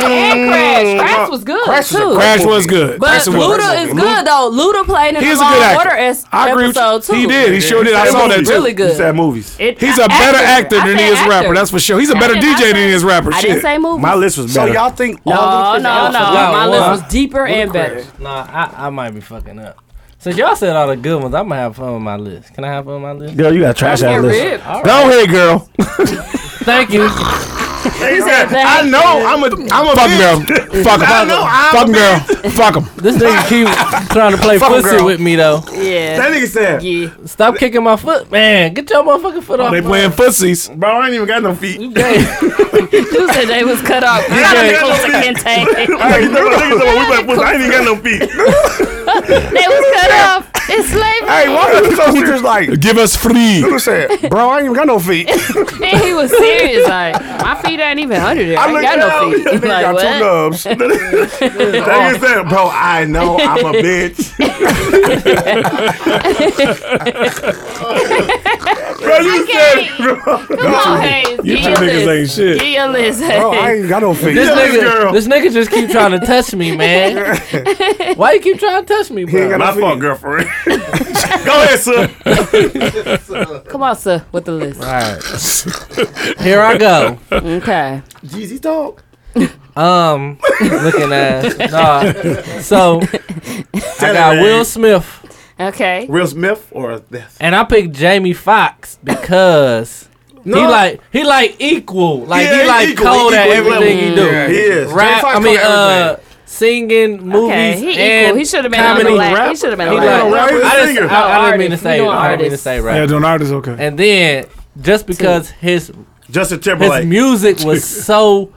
Speaker 1: Crash. Crash was good
Speaker 6: Crash was a
Speaker 1: too.
Speaker 6: crash.
Speaker 7: Crash was good.
Speaker 1: But
Speaker 7: Crash was good.
Speaker 1: Luda is good though. Luda played in
Speaker 7: He
Speaker 1: the
Speaker 7: is a
Speaker 1: Law
Speaker 7: good
Speaker 1: and
Speaker 7: actor.
Speaker 1: Order es-
Speaker 7: I agree with
Speaker 1: episode too.
Speaker 7: you. He did. He sure did. I saw that too.
Speaker 1: Really good.
Speaker 3: He said movies.
Speaker 1: It-
Speaker 7: He's a better actor
Speaker 1: I
Speaker 7: than he
Speaker 1: said
Speaker 7: is a rapper.
Speaker 1: actor.
Speaker 7: That's for sure. He's a
Speaker 1: I
Speaker 7: better
Speaker 1: didn't- I
Speaker 7: DJ than he
Speaker 1: said-
Speaker 7: is rapper.
Speaker 1: I
Speaker 7: Shit.
Speaker 1: didn't say movie.
Speaker 3: My list was
Speaker 6: So
Speaker 3: better.
Speaker 6: y'all think
Speaker 1: No,
Speaker 6: all them
Speaker 1: no, no.
Speaker 4: Wow,
Speaker 1: My
Speaker 4: wow.
Speaker 1: list was deeper and better.
Speaker 4: Nah, I, I might be fucking up. Since y'all said all the good ones, I'm gonna have fun with my list. Can I have fun with my list?
Speaker 3: Girl, you got trash ass
Speaker 1: Get
Speaker 3: list.
Speaker 1: ripped.
Speaker 3: Go ahead, girl.
Speaker 4: Thank you.
Speaker 3: I know I'm a I'm a
Speaker 7: Fuck
Speaker 3: bitch.
Speaker 7: him, girl. Fuck him.
Speaker 3: I know I'm
Speaker 7: Fuck
Speaker 3: a
Speaker 7: him, girl. Fuck him.
Speaker 4: This nigga keep trying to play pussy
Speaker 6: girl.
Speaker 4: with me though.
Speaker 1: Yeah.
Speaker 3: That nigga said,
Speaker 1: Yeah.
Speaker 4: Stop kicking my foot, man. Get your motherfucking
Speaker 6: Oh,
Speaker 4: foot off.
Speaker 7: They
Speaker 4: my-
Speaker 7: playing footsies.
Speaker 3: "Bro, I ain't even got no feet."
Speaker 4: You gay.
Speaker 1: You said they was cut off. Cut
Speaker 3: gay.
Speaker 1: off close to Kente.
Speaker 3: Hey, you know what niggas say when we play footsie, I ain't even got no feet.
Speaker 1: They was cut off.
Speaker 5: It's slavery.
Speaker 6: Hey, why are you so serious? Like,
Speaker 7: Give us free.
Speaker 6: who said, bro, I ain't even got no feet.
Speaker 1: And he was serious. Like my feet ain't even under there. I,
Speaker 6: I
Speaker 1: ain't
Speaker 6: looked
Speaker 1: got no
Speaker 6: down.
Speaker 1: feet.
Speaker 6: Like,
Speaker 1: like
Speaker 6: got
Speaker 1: what?
Speaker 6: two nubs.
Speaker 3: That is that, bro. I know I'm a bitch. bro, you
Speaker 1: Okay.
Speaker 3: said, bro.
Speaker 1: Come on, Hayes.
Speaker 7: You
Speaker 1: Get
Speaker 7: two
Speaker 1: your
Speaker 7: niggas
Speaker 1: list.
Speaker 7: ain't shit.
Speaker 1: Get your list.
Speaker 6: Bro, I
Speaker 1: Hayes.
Speaker 6: ain't got no feet.
Speaker 4: This
Speaker 3: Yeah, this girl.
Speaker 4: nigga, this nigga just keep trying to touch me, man. Why you keep trying to touch me,
Speaker 6: He ain't
Speaker 4: bro?
Speaker 6: got
Speaker 3: My
Speaker 6: no
Speaker 3: fault,
Speaker 6: feet.
Speaker 3: girlfriend. Go ahead, sir.
Speaker 1: Come on, sir, with the list.
Speaker 4: Here I go.
Speaker 1: Okay.
Speaker 9: Jeezy talk.
Speaker 4: Um, looking at nah. So I got Will Smith,
Speaker 1: Okay.
Speaker 3: Real Smith or death?
Speaker 4: and I picked Jamie Foxx because he like he like equal, like
Speaker 3: Yeah,
Speaker 4: he like
Speaker 3: equal,
Speaker 4: cold at
Speaker 3: equal,
Speaker 4: everything
Speaker 3: equal.
Speaker 4: he do.
Speaker 3: Yeah, he is.
Speaker 4: Rap, I mean, uh, singing, movies,
Speaker 1: Okay. He equal.
Speaker 4: and
Speaker 1: He should have been on
Speaker 4: comedy.
Speaker 1: the last. He should have been on the
Speaker 4: like-
Speaker 1: last.
Speaker 3: rapper,
Speaker 4: I,
Speaker 3: singer.
Speaker 4: just, I, I didn't mean to
Speaker 1: Artist.
Speaker 4: say.
Speaker 1: We doing
Speaker 4: I didn't mean to
Speaker 1: artists.
Speaker 4: say
Speaker 7: Yeah,
Speaker 4: rap.
Speaker 7: doing art is okay.
Speaker 4: And then just because his
Speaker 3: Justin
Speaker 4: his
Speaker 3: Timberlake.
Speaker 4: music was so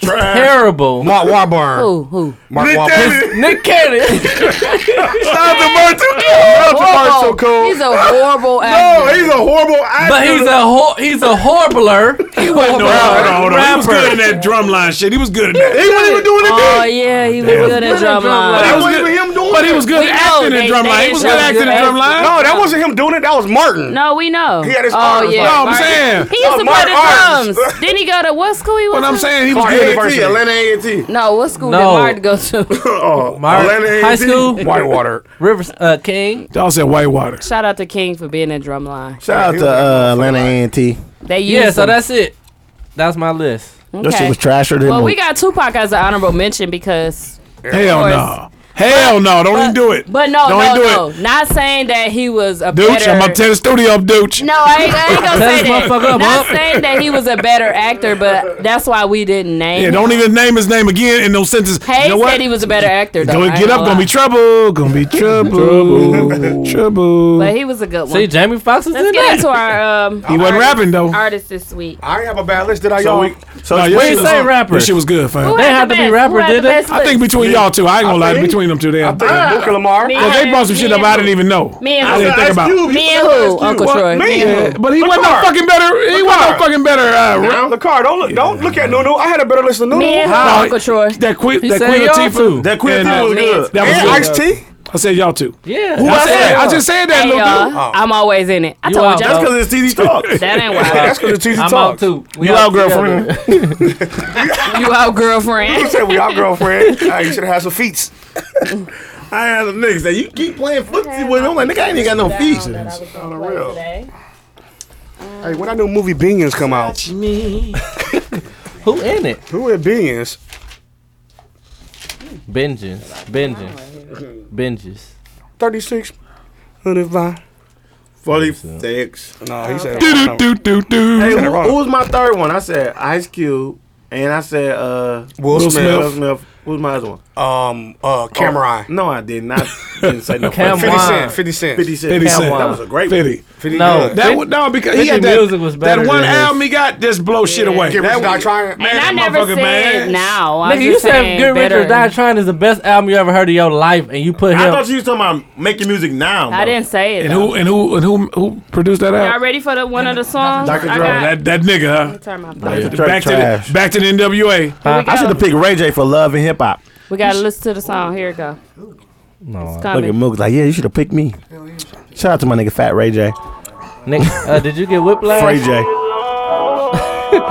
Speaker 3: Trash.
Speaker 4: terrible,
Speaker 6: Mark Warburton.
Speaker 1: Who? Who?
Speaker 6: Mark
Speaker 3: Nick
Speaker 6: Warburton.
Speaker 3: Cannon.
Speaker 4: Nick Cannon.
Speaker 3: Stop the Martin. Stop the Martin so cool.
Speaker 1: He's a horrible actor.
Speaker 3: No, he's a horrible actor.
Speaker 4: But he's a hor- he's a horbler. he was
Speaker 3: No, hold on, hold on. He was
Speaker 4: Rapper.
Speaker 3: good in that drum line shit. He was good in that. He wasn't even doing the
Speaker 1: Oh
Speaker 3: beat.
Speaker 1: yeah, he was good at
Speaker 4: at
Speaker 1: drumline.
Speaker 3: That
Speaker 7: was
Speaker 3: wasn't
Speaker 7: good.
Speaker 3: even him doing
Speaker 7: But he
Speaker 3: it.
Speaker 7: was good
Speaker 1: We know
Speaker 7: acting in
Speaker 1: they-
Speaker 7: drumline.
Speaker 1: they
Speaker 7: He was
Speaker 1: showed
Speaker 7: good acting in
Speaker 1: you
Speaker 7: drumline.
Speaker 6: No, that wasn't him doing it. That was Martin.
Speaker 1: No, we know. He
Speaker 6: had his
Speaker 1: oh,
Speaker 6: arms
Speaker 1: Yeah.
Speaker 6: up.
Speaker 7: No, I'm
Speaker 1: Mark-
Speaker 7: saying-
Speaker 1: He used
Speaker 6: No,
Speaker 1: to
Speaker 6: Mark
Speaker 1: play
Speaker 6: arms.
Speaker 1: the drums. then he go to what school he was
Speaker 7: But I'm
Speaker 1: to?
Speaker 7: saying he was
Speaker 6: Clark
Speaker 7: good at
Speaker 6: A&T,
Speaker 7: varsity.
Speaker 6: Atlanta
Speaker 3: A&T.
Speaker 1: No, what school did
Speaker 4: No.
Speaker 1: Martin go to?
Speaker 3: Oh, Atlanta
Speaker 4: High
Speaker 3: A&T.
Speaker 4: school,
Speaker 6: Whitewater.
Speaker 4: Rivers uh, King.
Speaker 7: Y'all said Whitewater.
Speaker 1: Shout out to King for being in drumline.
Speaker 9: Shout out to uh, Atlanta A&T.
Speaker 1: They used
Speaker 4: Yeah, so
Speaker 1: him.
Speaker 4: that's it. That's my list.
Speaker 1: okay.
Speaker 9: That shit was trasher than
Speaker 1: Well,
Speaker 9: me.
Speaker 1: we got Tupac as an honorable mention because,
Speaker 7: Hell
Speaker 1: course.
Speaker 7: no. Hell no. Don't even do it.
Speaker 1: but no,
Speaker 7: Don't
Speaker 1: no,
Speaker 7: even do
Speaker 1: no,
Speaker 7: it.
Speaker 1: not saying that he was a
Speaker 7: Dooch,
Speaker 1: better.
Speaker 7: I'm gonna tear the studio up, Dooch.
Speaker 1: no, I ain't, I ain't gonna
Speaker 4: Tell
Speaker 1: say
Speaker 4: this
Speaker 1: that.
Speaker 4: motherfucker up,
Speaker 1: Not
Speaker 4: huh?
Speaker 1: saying that he was a better actor, but that's why we didn't name.
Speaker 7: Yeah,
Speaker 1: him.
Speaker 7: don't even name his name again in no sentences.
Speaker 1: Hayes
Speaker 7: you know what?
Speaker 1: said he was a better actor. Though.
Speaker 7: Go
Speaker 1: I
Speaker 7: and get
Speaker 1: ain't
Speaker 7: up, gonna
Speaker 1: lie.
Speaker 7: be trouble, gonna be trouble, trouble.
Speaker 1: But he was a good one.
Speaker 4: See, Jamie Foxx is
Speaker 1: Let's
Speaker 4: in
Speaker 1: get into
Speaker 4: that.
Speaker 1: our um.
Speaker 7: He wasn't rapping though.
Speaker 1: Artist this week.
Speaker 6: I ain't have a bad list, did I,
Speaker 3: So
Speaker 6: y'all?
Speaker 3: we, so
Speaker 7: No,
Speaker 3: it's-
Speaker 7: your
Speaker 4: We
Speaker 7: shit
Speaker 4: ain't
Speaker 7: was-
Speaker 4: say
Speaker 7: your
Speaker 4: rapper.
Speaker 7: shit was good, fam.
Speaker 4: They had to be rapper, did they?
Speaker 7: I think between y'all two, I ain't gonna lie.
Speaker 6: think-
Speaker 7: Between them two, they,
Speaker 6: I think Booker Lamar.
Speaker 1: Me-
Speaker 7: Cause they brought some
Speaker 1: Me
Speaker 7: shit
Speaker 1: and
Speaker 7: up I
Speaker 1: who?
Speaker 7: didn't even know.
Speaker 1: Me and
Speaker 7: I
Speaker 1: who?
Speaker 7: didn't think about. it.
Speaker 1: Me and who, Uncle Troy? Me and
Speaker 7: Yeah, but he wasn't no
Speaker 6: Lamar.
Speaker 7: fucking better. He wasn't no
Speaker 6: Lamar.
Speaker 7: fucking better. Uh, rap-
Speaker 6: Lacar, don't look, don't look at Nunu. I had a better list than Nunu.
Speaker 1: Me and who,
Speaker 7: No,
Speaker 1: Uncle Troy?
Speaker 7: That Queen, that
Speaker 4: said
Speaker 7: Queen
Speaker 4: y'all
Speaker 7: Latifah,
Speaker 4: two.
Speaker 3: that Queen
Speaker 7: and, uh,
Speaker 3: Latifah was good.
Speaker 7: That
Speaker 6: and
Speaker 7: was
Speaker 6: Ice
Speaker 7: good.
Speaker 6: T.
Speaker 7: I said y'all two.
Speaker 4: Yeah.
Speaker 7: I
Speaker 4: That's
Speaker 7: said,
Speaker 4: it.
Speaker 7: I just said that,
Speaker 1: Hey,
Speaker 7: little
Speaker 1: y'all.
Speaker 7: dude.
Speaker 1: I'm always in it. I
Speaker 4: You
Speaker 1: told
Speaker 4: out.
Speaker 3: That's
Speaker 1: y'all.
Speaker 3: because it's TD Talk.
Speaker 1: That ain't wild.
Speaker 6: That's because the TV
Speaker 4: I'm
Speaker 6: talk.
Speaker 4: out too. We
Speaker 3: You out,
Speaker 4: together.
Speaker 3: girlfriend.
Speaker 1: you out, girlfriend.
Speaker 6: said we our girlfriend. hey, you should have had some feats.
Speaker 3: I had a nigga say, you keep playing footsie with him. I'm like, nigga, I ain't even got no feet.
Speaker 6: On the real. Hey, when I new movie Binions come out,
Speaker 4: Who in it?
Speaker 6: who are Binions?
Speaker 4: Vengeance. Vengeance. Vengeance.
Speaker 6: 36. 105.
Speaker 3: 46.
Speaker 6: No, he said.
Speaker 7: Do, do, do, do.
Speaker 3: Hey, who,
Speaker 6: wrong.
Speaker 3: who was my third one? I said Ice Cube, and I said uh,
Speaker 6: Will Smith.
Speaker 3: Will Smith. Who was my other one? Oh,
Speaker 6: Um, uh, Cameron.
Speaker 3: No, I did not. didn't say no.
Speaker 4: Cam-
Speaker 6: 50
Speaker 4: Wow.
Speaker 6: Cent. 50 Cent.
Speaker 3: 50 Cent.
Speaker 7: 50 Cent.
Speaker 3: That was a great one.
Speaker 7: 50.
Speaker 6: 50
Speaker 4: No.
Speaker 6: good.
Speaker 7: That would no because he
Speaker 4: Fifty
Speaker 7: had that,
Speaker 4: music was better
Speaker 7: that one
Speaker 4: than his.
Speaker 7: album he got just blow shit away.
Speaker 6: Get
Speaker 7: That
Speaker 6: rich, die
Speaker 7: was-
Speaker 6: trying.
Speaker 7: Man,
Speaker 1: And I
Speaker 7: that
Speaker 1: never said
Speaker 7: motherfucker bad.
Speaker 1: now. I'm
Speaker 4: Nigga, you
Speaker 1: Oh, just
Speaker 4: said
Speaker 1: saying
Speaker 4: Get Rich
Speaker 1: better.
Speaker 4: or Die Trying is the best album you ever heard in your life, and you put him.
Speaker 3: I thought you was talking about making music now.
Speaker 1: I
Speaker 3: though.
Speaker 1: didn't say it.
Speaker 7: And
Speaker 1: though.
Speaker 7: who and who and who who produced that
Speaker 1: Y'all
Speaker 7: album?
Speaker 1: ready for the one of the songs?
Speaker 3: Dr.
Speaker 1: I
Speaker 3: Dre,
Speaker 1: got-
Speaker 7: That that nigga. Huh?
Speaker 1: Turn my phone.
Speaker 3: Trash,
Speaker 7: Back to
Speaker 3: trash.
Speaker 7: the back to the NWA.
Speaker 1: Here we
Speaker 9: I should
Speaker 1: go.
Speaker 9: have picked Ray J for Love and Hip Hop.
Speaker 1: We gotta listen to the song. Here it go.
Speaker 4: no.
Speaker 9: Look at
Speaker 1: Coming.
Speaker 9: Mook's like, yeah, you should have picked me. Shout out to my nigga Fat Ray J.
Speaker 4: Nigga, uh, did you get Whiplash?
Speaker 9: Ray J.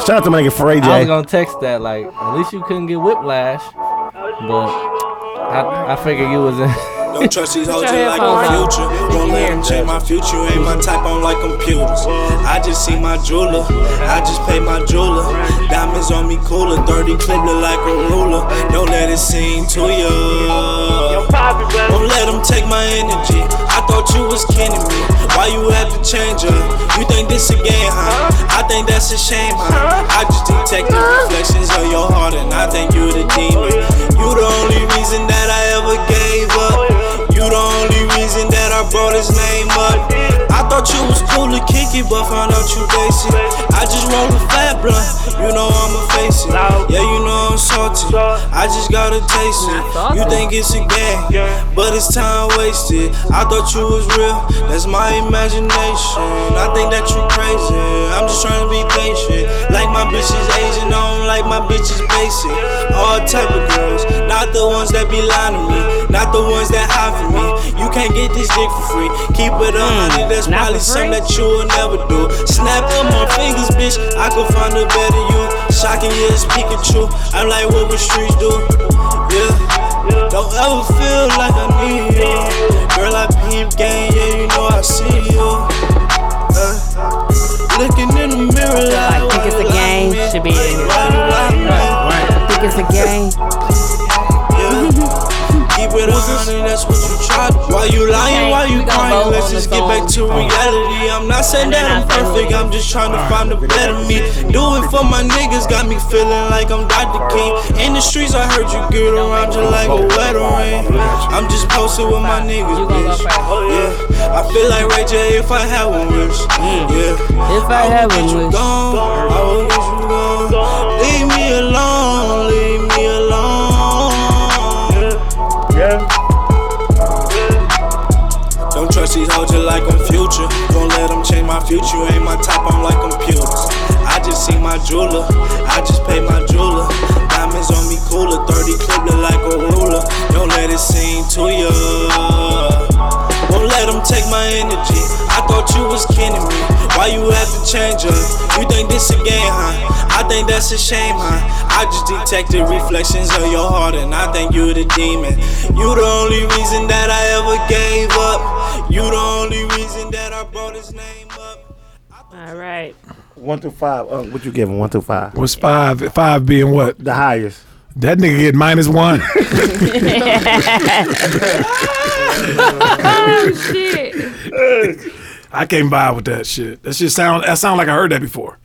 Speaker 9: Shout out to my nigga Ray
Speaker 4: I was
Speaker 9: J.
Speaker 4: gonna text that like, at least you couldn't get whiplash, but I, I figured you was in.
Speaker 11: Don't trust these hoes,
Speaker 1: your
Speaker 11: they like my
Speaker 1: headphones
Speaker 11: future. Won't let them change my future. You ain't my type, I don't like computers. I just see my jeweler, I just pay my jeweler. Diamonds on me cooler, 30 clip look like a ruler. Don't let it seem to you. Don't let them take my energy. I thought you was kidding me. Why you have to change up? You think this a game, huh? I think that's a shame, huh? I just detect the reflections of your heart, and I think you the demon. You the only reason that I ever gave up. You the only reason that I brought his name up. I thought thought you was cool and kinky, but found out you basic. I just roll a fat blunt, you know I'ma face it. Yeah, you know I'm salty, I just gotta taste it. You think it's a game, but it's time wasted. I thought you was real, that's my imagination. I think that you crazy, I'm just trying to be patient. Like my bitches Asian, I don't like my bitches basic. All type of girls, not the ones that be lying to me, not the ones that hide from me. You can't get this dick for free. Keep it a hundred, that's probably something that you will never do. Snap on my fingers, bitch. I could find a better you. Shocking, yeah, it's Pikachu. I'm like what the streets do. Yeah. Don't ever feel like I need you. Girl, I peep game, yeah, you know I see you. Uh, looking in the mirror,
Speaker 1: I
Speaker 11: like,
Speaker 1: think it's a game. Should be in here.
Speaker 11: why do I
Speaker 1: I think it's a game.
Speaker 11: Keep it a hundred, that's what you tried. Why you lying? Why you crying? Let's just get back to reality. I'm not saying that I'm perfect. I'm just trying to find a better me. Do it for my niggas, got me feeling like I'm Dr. King. In the streets, I heard you get around just like a wettering. I'm just posted with my niggas, bitch. Yeah, I feel like Ray J if I had one wish. Yeah,
Speaker 1: Mm. If I have a wish.
Speaker 11: gone. I will get you gone. Leave me alone. Leave me alone. Don't trust these hoes just like I'm future. Don't let them change my future. You ain't my type, I'm like computers. I just see my jeweler. I just pay my jeweler. Diamonds on me cooler. 30 clip look like a ruler. Don't let it seem to ya. Won't let them take my energy. I thought you was kidding me. Why you have to change up? You think this a game, huh? I think that's a shame, huh? I just detected reflections of your heart, and I think you the demon. You the only reason that I ever gave up. You the only reason that I brought his name up.
Speaker 1: All right.
Speaker 9: One through five. Uh, what you giving? One through five.
Speaker 7: Was five five being what?
Speaker 9: The highest.
Speaker 7: That nigga get minus one.
Speaker 1: Oh shit.
Speaker 7: I can't buy with that shit. That shit sound that sound like I heard that before.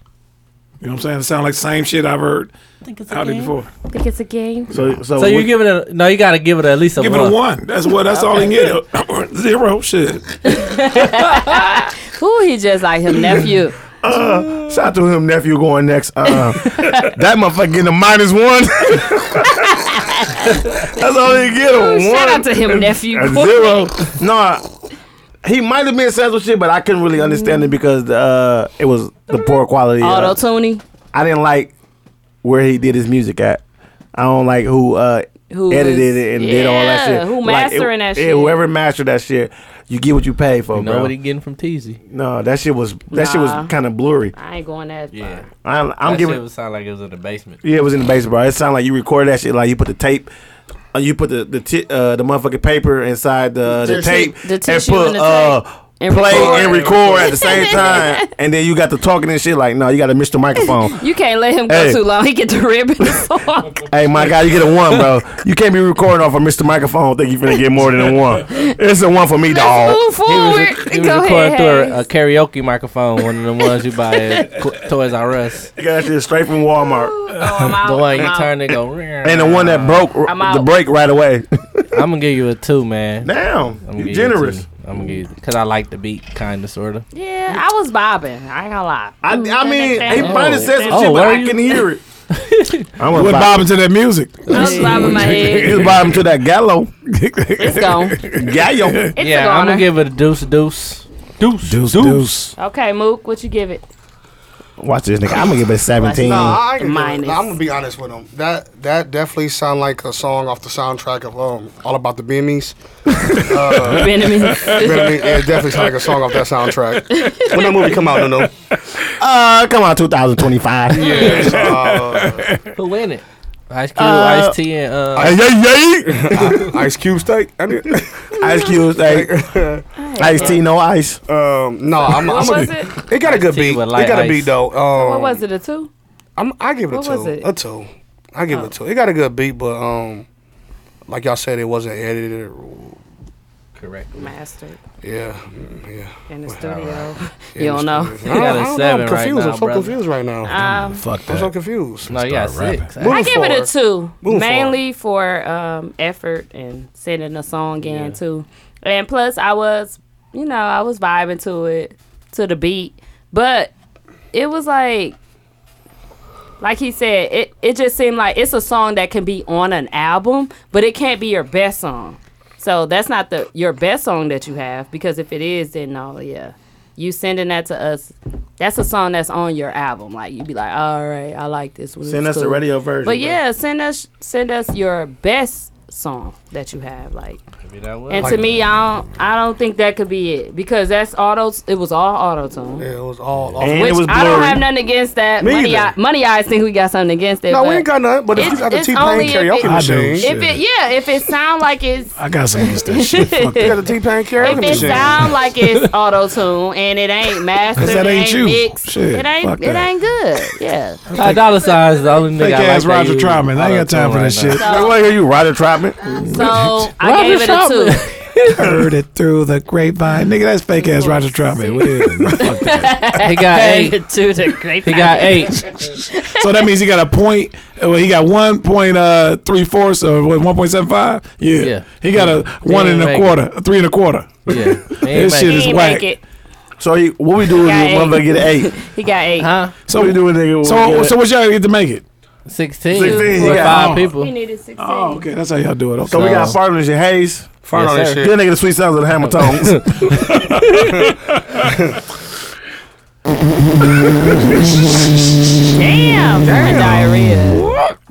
Speaker 7: You know what I'm saying? It sound like the same shit I've heard
Speaker 4: think it's
Speaker 7: out there before.
Speaker 1: I think it's a game.
Speaker 9: So, so,
Speaker 4: So you
Speaker 9: what-
Speaker 4: give it a no? You gotta give it at least a
Speaker 7: Give it
Speaker 4: one.
Speaker 7: a one. That's what. That's all he get. Zero shit.
Speaker 1: Who he just like him nephew.
Speaker 3: Uh, Shout out to him, nephew, going next. Uh, that motherfucker getting a minus one. That's all he get him.
Speaker 1: Shout
Speaker 3: one
Speaker 1: out to him nephew.
Speaker 3: and zero. no, he might have been saying some shit, but I couldn't really understand it because uh, it was the poor quality. of-
Speaker 1: Auto tuning.
Speaker 3: I didn't like where he did his music at. I don't like who uh
Speaker 1: Who
Speaker 3: edited
Speaker 1: was-
Speaker 3: it and did all that
Speaker 1: Yeah,
Speaker 3: shit.
Speaker 1: who
Speaker 3: Like, it-
Speaker 1: mastering that
Speaker 3: yeah,
Speaker 1: shit.
Speaker 3: Whoever mastered that shit, you get what you pay for,
Speaker 4: You know
Speaker 3: bro.
Speaker 4: what he getting from Teasy?
Speaker 3: no, that shit was that shit was
Speaker 1: Nah.
Speaker 3: kind of blurry.
Speaker 1: I ain't going that far.
Speaker 4: Yeah,
Speaker 3: I'm, I'm
Speaker 4: that
Speaker 3: giving.
Speaker 4: shit would sound like it was in the basement.
Speaker 3: yeah, it was in the basement, bro. It sounded like you recorded that shit. Like you put the tape. uh, You put the the ti- uh, the motherfucking paper inside the the
Speaker 1: The
Speaker 3: tape
Speaker 1: ti- the
Speaker 3: and
Speaker 1: tissue
Speaker 3: put
Speaker 1: and the
Speaker 3: uh
Speaker 1: tape. And
Speaker 3: play
Speaker 1: record.
Speaker 3: and record at the same time, and then you got the talking and shit. Like no, you got to miss the microphone.
Speaker 1: You can't let him go
Speaker 3: Hey.
Speaker 1: too long. He get the rib in the song.
Speaker 3: Hey, my guy, you get a one, bro. You can't be recording off of Mr. Microphone. Think you're gonna get more than a one? It's a one for me, dog.
Speaker 1: Move
Speaker 4: He was,
Speaker 1: forward.
Speaker 4: rec- he was
Speaker 1: go
Speaker 4: recording
Speaker 1: ahead.
Speaker 4: through a, a
Speaker 1: Hayes.
Speaker 4: karaoke microphone, one of them ones you buy at Qu- Toys R Us.
Speaker 3: You got that shit straight from Walmart,
Speaker 1: Oh, I'm out.
Speaker 4: The one you
Speaker 1: I'm out.
Speaker 4: turn it go.
Speaker 3: and the one that broke
Speaker 1: I'm
Speaker 3: r-
Speaker 1: out.
Speaker 3: the break right away.
Speaker 4: I'm gonna give you a two, man.
Speaker 3: Damn,
Speaker 4: I'm
Speaker 3: you generous.
Speaker 4: I'm gonna give you because I like the beat, kinda, sorta.
Speaker 1: Yeah, I was bobbing. I ain't gonna lie. Mm.
Speaker 3: I, I mean, he might have said some
Speaker 4: Oh,
Speaker 3: shit, but
Speaker 4: where
Speaker 3: I
Speaker 4: you-
Speaker 3: couldn't hear it. I
Speaker 7: What
Speaker 3: wasn't
Speaker 7: bobbing to that music?
Speaker 1: I was bobbing my head.
Speaker 3: He was bobbing to that gallo,
Speaker 1: It's gone.
Speaker 3: gallo.
Speaker 1: It's
Speaker 4: yeah,
Speaker 1: a
Speaker 4: I'm
Speaker 1: goner.
Speaker 4: gonna give it a deuce, deuce. Deuce,
Speaker 7: Deuce, deuce.
Speaker 1: okay, Mook, what you give it?
Speaker 3: Watch this, nigga. I'm gonna give it 17.
Speaker 6: No, I can
Speaker 1: Minus.
Speaker 6: give it- no, I'm gonna be honest with him. That that definitely sound like a song off the soundtrack of um, All About the Bimmies.
Speaker 1: Benjamin.
Speaker 6: You know what I mean? It definitely sound like a song off that soundtrack. When that movie come out, no, no.
Speaker 3: Uh, come on, 2025. Yeah, yeah,
Speaker 6: uh,
Speaker 4: Who win it? Ice Cube, Ice T, and uh,
Speaker 3: yeah.
Speaker 6: Ice Cube steak. I mean,
Speaker 3: Ice cubes, like ice tea, no ice.
Speaker 6: um, no, I'm.
Speaker 1: What
Speaker 6: I'm gonna-
Speaker 1: was it?
Speaker 6: It got a good
Speaker 4: Tea
Speaker 6: beat. It
Speaker 4: with light
Speaker 6: got a
Speaker 4: ice.
Speaker 6: beat though. Um,
Speaker 1: What was it? A two?
Speaker 6: I'm, I give it a
Speaker 1: What
Speaker 6: two.
Speaker 1: was it?
Speaker 6: A two. I give it a two. It got a good beat, but um, like y'all said, it wasn't edited. Or,
Speaker 4: correct.
Speaker 1: Mastered
Speaker 6: yeah, mm, yeah.
Speaker 1: in the studio.
Speaker 6: yeah,
Speaker 1: You don't know.
Speaker 6: I don't,
Speaker 4: got a
Speaker 6: I don't know.
Speaker 4: seven
Speaker 6: I'm
Speaker 4: right
Speaker 6: confused.
Speaker 4: now,
Speaker 6: I'm so
Speaker 4: brother.
Speaker 6: confused right now.
Speaker 1: Um,
Speaker 7: Fuck
Speaker 6: I'm so
Speaker 7: that.
Speaker 6: confused.
Speaker 4: No, you got
Speaker 7: Start
Speaker 4: six.
Speaker 1: I give it a two,
Speaker 6: Moving
Speaker 1: mainly for um, effort and sending a song in too. And plus, I was you know, I was vibing to it, to the beat. But it was like like he said, it, it just seemed like it's a song that can be on an album, but it can't be your best song. So that's not the your best song that you have because if it is, then no, yeah, you sending that to us. That's a song that's on your album. Like you'd be like, all right, I like this one.
Speaker 3: Send
Speaker 1: It's
Speaker 3: us the
Speaker 1: cool."
Speaker 3: radio version,
Speaker 1: But
Speaker 3: bro.
Speaker 1: yeah, send us send us your best song that you have. Like,
Speaker 4: that was-
Speaker 1: and to
Speaker 4: Like-
Speaker 1: me, I don't I don't think that could be it because that's auto. It was all auto tune.
Speaker 8: Yeah, it was all.
Speaker 3: And
Speaker 1: Which
Speaker 3: it was
Speaker 1: I don't
Speaker 3: blurry.
Speaker 1: have nothing against that.
Speaker 3: Me
Speaker 1: money,
Speaker 3: either.
Speaker 1: I, money, I think we got something against it.
Speaker 8: No, we ain't got nothing, but if you
Speaker 1: it's-
Speaker 8: got the
Speaker 1: it's
Speaker 8: T-Pain
Speaker 1: only if
Speaker 8: karaoke
Speaker 1: it-
Speaker 8: machine.
Speaker 1: If it, yeah, if it sound like it's,
Speaker 7: I got some against that shit. Fuck
Speaker 8: You
Speaker 7: that.
Speaker 8: got the T-Pain karaoke
Speaker 1: if it
Speaker 8: machine.
Speaker 1: sound like it's auto tune and it ain't mastered,
Speaker 7: 'Cause that
Speaker 1: it
Speaker 7: ain't
Speaker 1: ain't
Speaker 7: you.
Speaker 1: mixed,
Speaker 7: Shit,
Speaker 1: it
Speaker 7: fuck
Speaker 1: ain't, it
Speaker 7: that.
Speaker 1: ain't good. Yeah,
Speaker 4: Uh, dollar signs the only nigga
Speaker 7: Fake
Speaker 4: I like
Speaker 7: ass
Speaker 4: that
Speaker 7: Roger
Speaker 4: use
Speaker 7: Troutman. I ain't got time for
Speaker 4: auto-tune
Speaker 7: that shit.
Speaker 1: So-
Speaker 3: Wait, wait, are you Roger Troutman?
Speaker 1: so I gave it a
Speaker 4: Troutman.
Speaker 1: two.
Speaker 7: Heard it through the grapevine. Nigga, that's fake ass Roger Troutman. What is it? Fuck that.
Speaker 4: right now. He got eight.
Speaker 1: to the great.
Speaker 4: He got eight.
Speaker 7: So that means he got a point. Well, he got one point uh three fourths or what one point seven five. Yeah.
Speaker 4: Yeah.
Speaker 7: he got a one and a
Speaker 4: make
Speaker 7: quarter, a three and a quarter.
Speaker 4: Yeah. He ain't
Speaker 7: This
Speaker 4: make it.
Speaker 7: shit is-
Speaker 1: He
Speaker 7: It's
Speaker 1: make
Speaker 7: whack.
Speaker 1: it.
Speaker 3: So he, what we do
Speaker 1: Got
Speaker 3: is when
Speaker 1: eight.
Speaker 3: motherfucker get an eight.
Speaker 1: He got eight.
Speaker 4: Huh?
Speaker 7: So
Speaker 3: What we do a nigga? when
Speaker 7: So
Speaker 3: we get
Speaker 7: so
Speaker 3: a-
Speaker 7: what y'all get to make it?
Speaker 4: 16.
Speaker 3: 16,
Speaker 4: With
Speaker 3: yeah.
Speaker 4: five
Speaker 7: Oh.
Speaker 1: He
Speaker 4: people.
Speaker 1: needed sixteen.
Speaker 7: Oh, okay, that's how y'all do it. Okay.
Speaker 3: so we got
Speaker 4: so-
Speaker 3: Farmers and Hayes.
Speaker 8: Fart on
Speaker 4: Yes,
Speaker 8: that
Speaker 4: sir.
Speaker 8: shit.
Speaker 3: Then nigga the sweet sounds of the Hammer Tones.
Speaker 1: Damn, German diarrhea.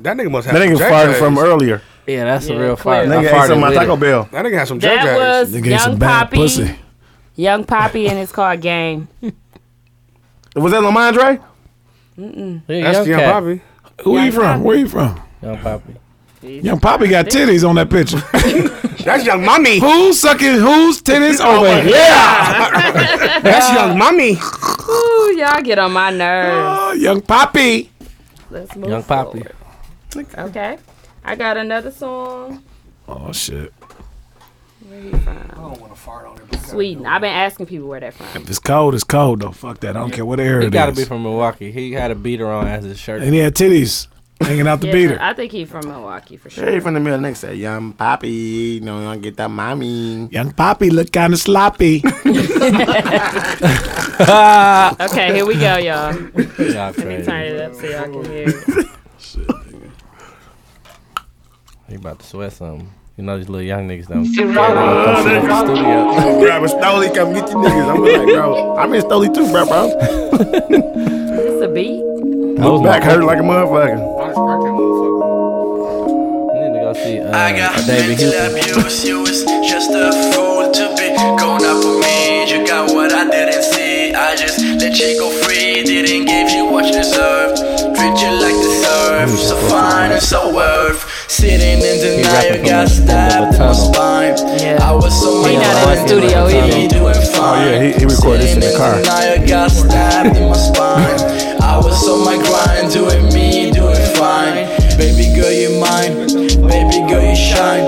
Speaker 8: That nigga must have.
Speaker 3: That nigga
Speaker 8: some
Speaker 3: farted
Speaker 8: JJ's.
Speaker 3: from earlier.
Speaker 4: Yeah, that's a
Speaker 1: Yeah,
Speaker 4: real
Speaker 1: clear.
Speaker 4: fire.
Speaker 3: Nigga ate some of my Taco Bell.
Speaker 8: That nigga had some
Speaker 1: That
Speaker 8: JJ's.
Speaker 1: was
Speaker 7: They gave some
Speaker 1: young
Speaker 7: bad
Speaker 1: Poppy.
Speaker 7: pussy.
Speaker 1: Young Poppy, and it's called Game.
Speaker 3: Was that Lamondre?
Speaker 8: That's the young Bobby.
Speaker 7: Who you from? Where you from?
Speaker 4: Young Poppy.
Speaker 7: Young Poppy got titties on that picture.
Speaker 8: That's young mommy.
Speaker 7: who's sucking whose titties over
Speaker 3: Oh,
Speaker 7: here?
Speaker 8: That's young mommy.
Speaker 1: Ooh, y'all get on my nerves.
Speaker 7: Oh, Young Poppy.
Speaker 1: Let's move
Speaker 4: Young Poppy.
Speaker 1: forward. Okay. I got another song.
Speaker 7: Oh shit!
Speaker 1: Sweden. I've been asking people where they're from.
Speaker 7: If it's cold, it's cold though. Fuck that. I don't care what area
Speaker 4: He
Speaker 7: it
Speaker 4: gotta
Speaker 7: is.
Speaker 4: be from Milwaukee. He had a beater on as his shirt.
Speaker 7: and he had titties hanging out the
Speaker 1: Yeah,
Speaker 7: beater.
Speaker 1: I think he's from Milwaukee for sure.
Speaker 3: Hey, from the middle nigga said, Young Poppy, you know, you don't get that mommy.
Speaker 7: Young Poppy look kind of sloppy.
Speaker 1: Okay, here we go, y'all. Turn
Speaker 4: Y'all crazy.
Speaker 1: it up so y'all can hear. it.
Speaker 4: He about to sweat something. You know these little young niggas don't. They wanna come to the studio.
Speaker 3: Oh, Grab a Stoley, come get you niggas. I'm like, bro, I'm in Stoley too, bro, bro.
Speaker 1: It's a beat.
Speaker 4: That was my
Speaker 3: Back hurt like a motherfucker.
Speaker 4: I need to go see uh,
Speaker 12: I got
Speaker 4: David
Speaker 12: mental
Speaker 4: Houston.
Speaker 12: abuse. You was just a fool to be grown up with me. You got what I didn't see. I just let you go free. Didn't give you what you deserve. Treat you like the serve. So fine and so worth. Sitting in denial,
Speaker 4: rapping
Speaker 12: got
Speaker 4: from the- from the
Speaker 12: stabbed in my
Speaker 4: tunnel.
Speaker 12: spine.
Speaker 1: Yeah.
Speaker 12: I was so
Speaker 1: He not in the studio
Speaker 12: he
Speaker 1: either.
Speaker 12: doing fine.
Speaker 3: Oh, yeah, he- he recorded this in the
Speaker 12: Sitting
Speaker 3: car.
Speaker 12: denial, got stabbed in my spine. I was on my grind, doing me, doing fine. Baby girl, you mine. Baby girl, you shine.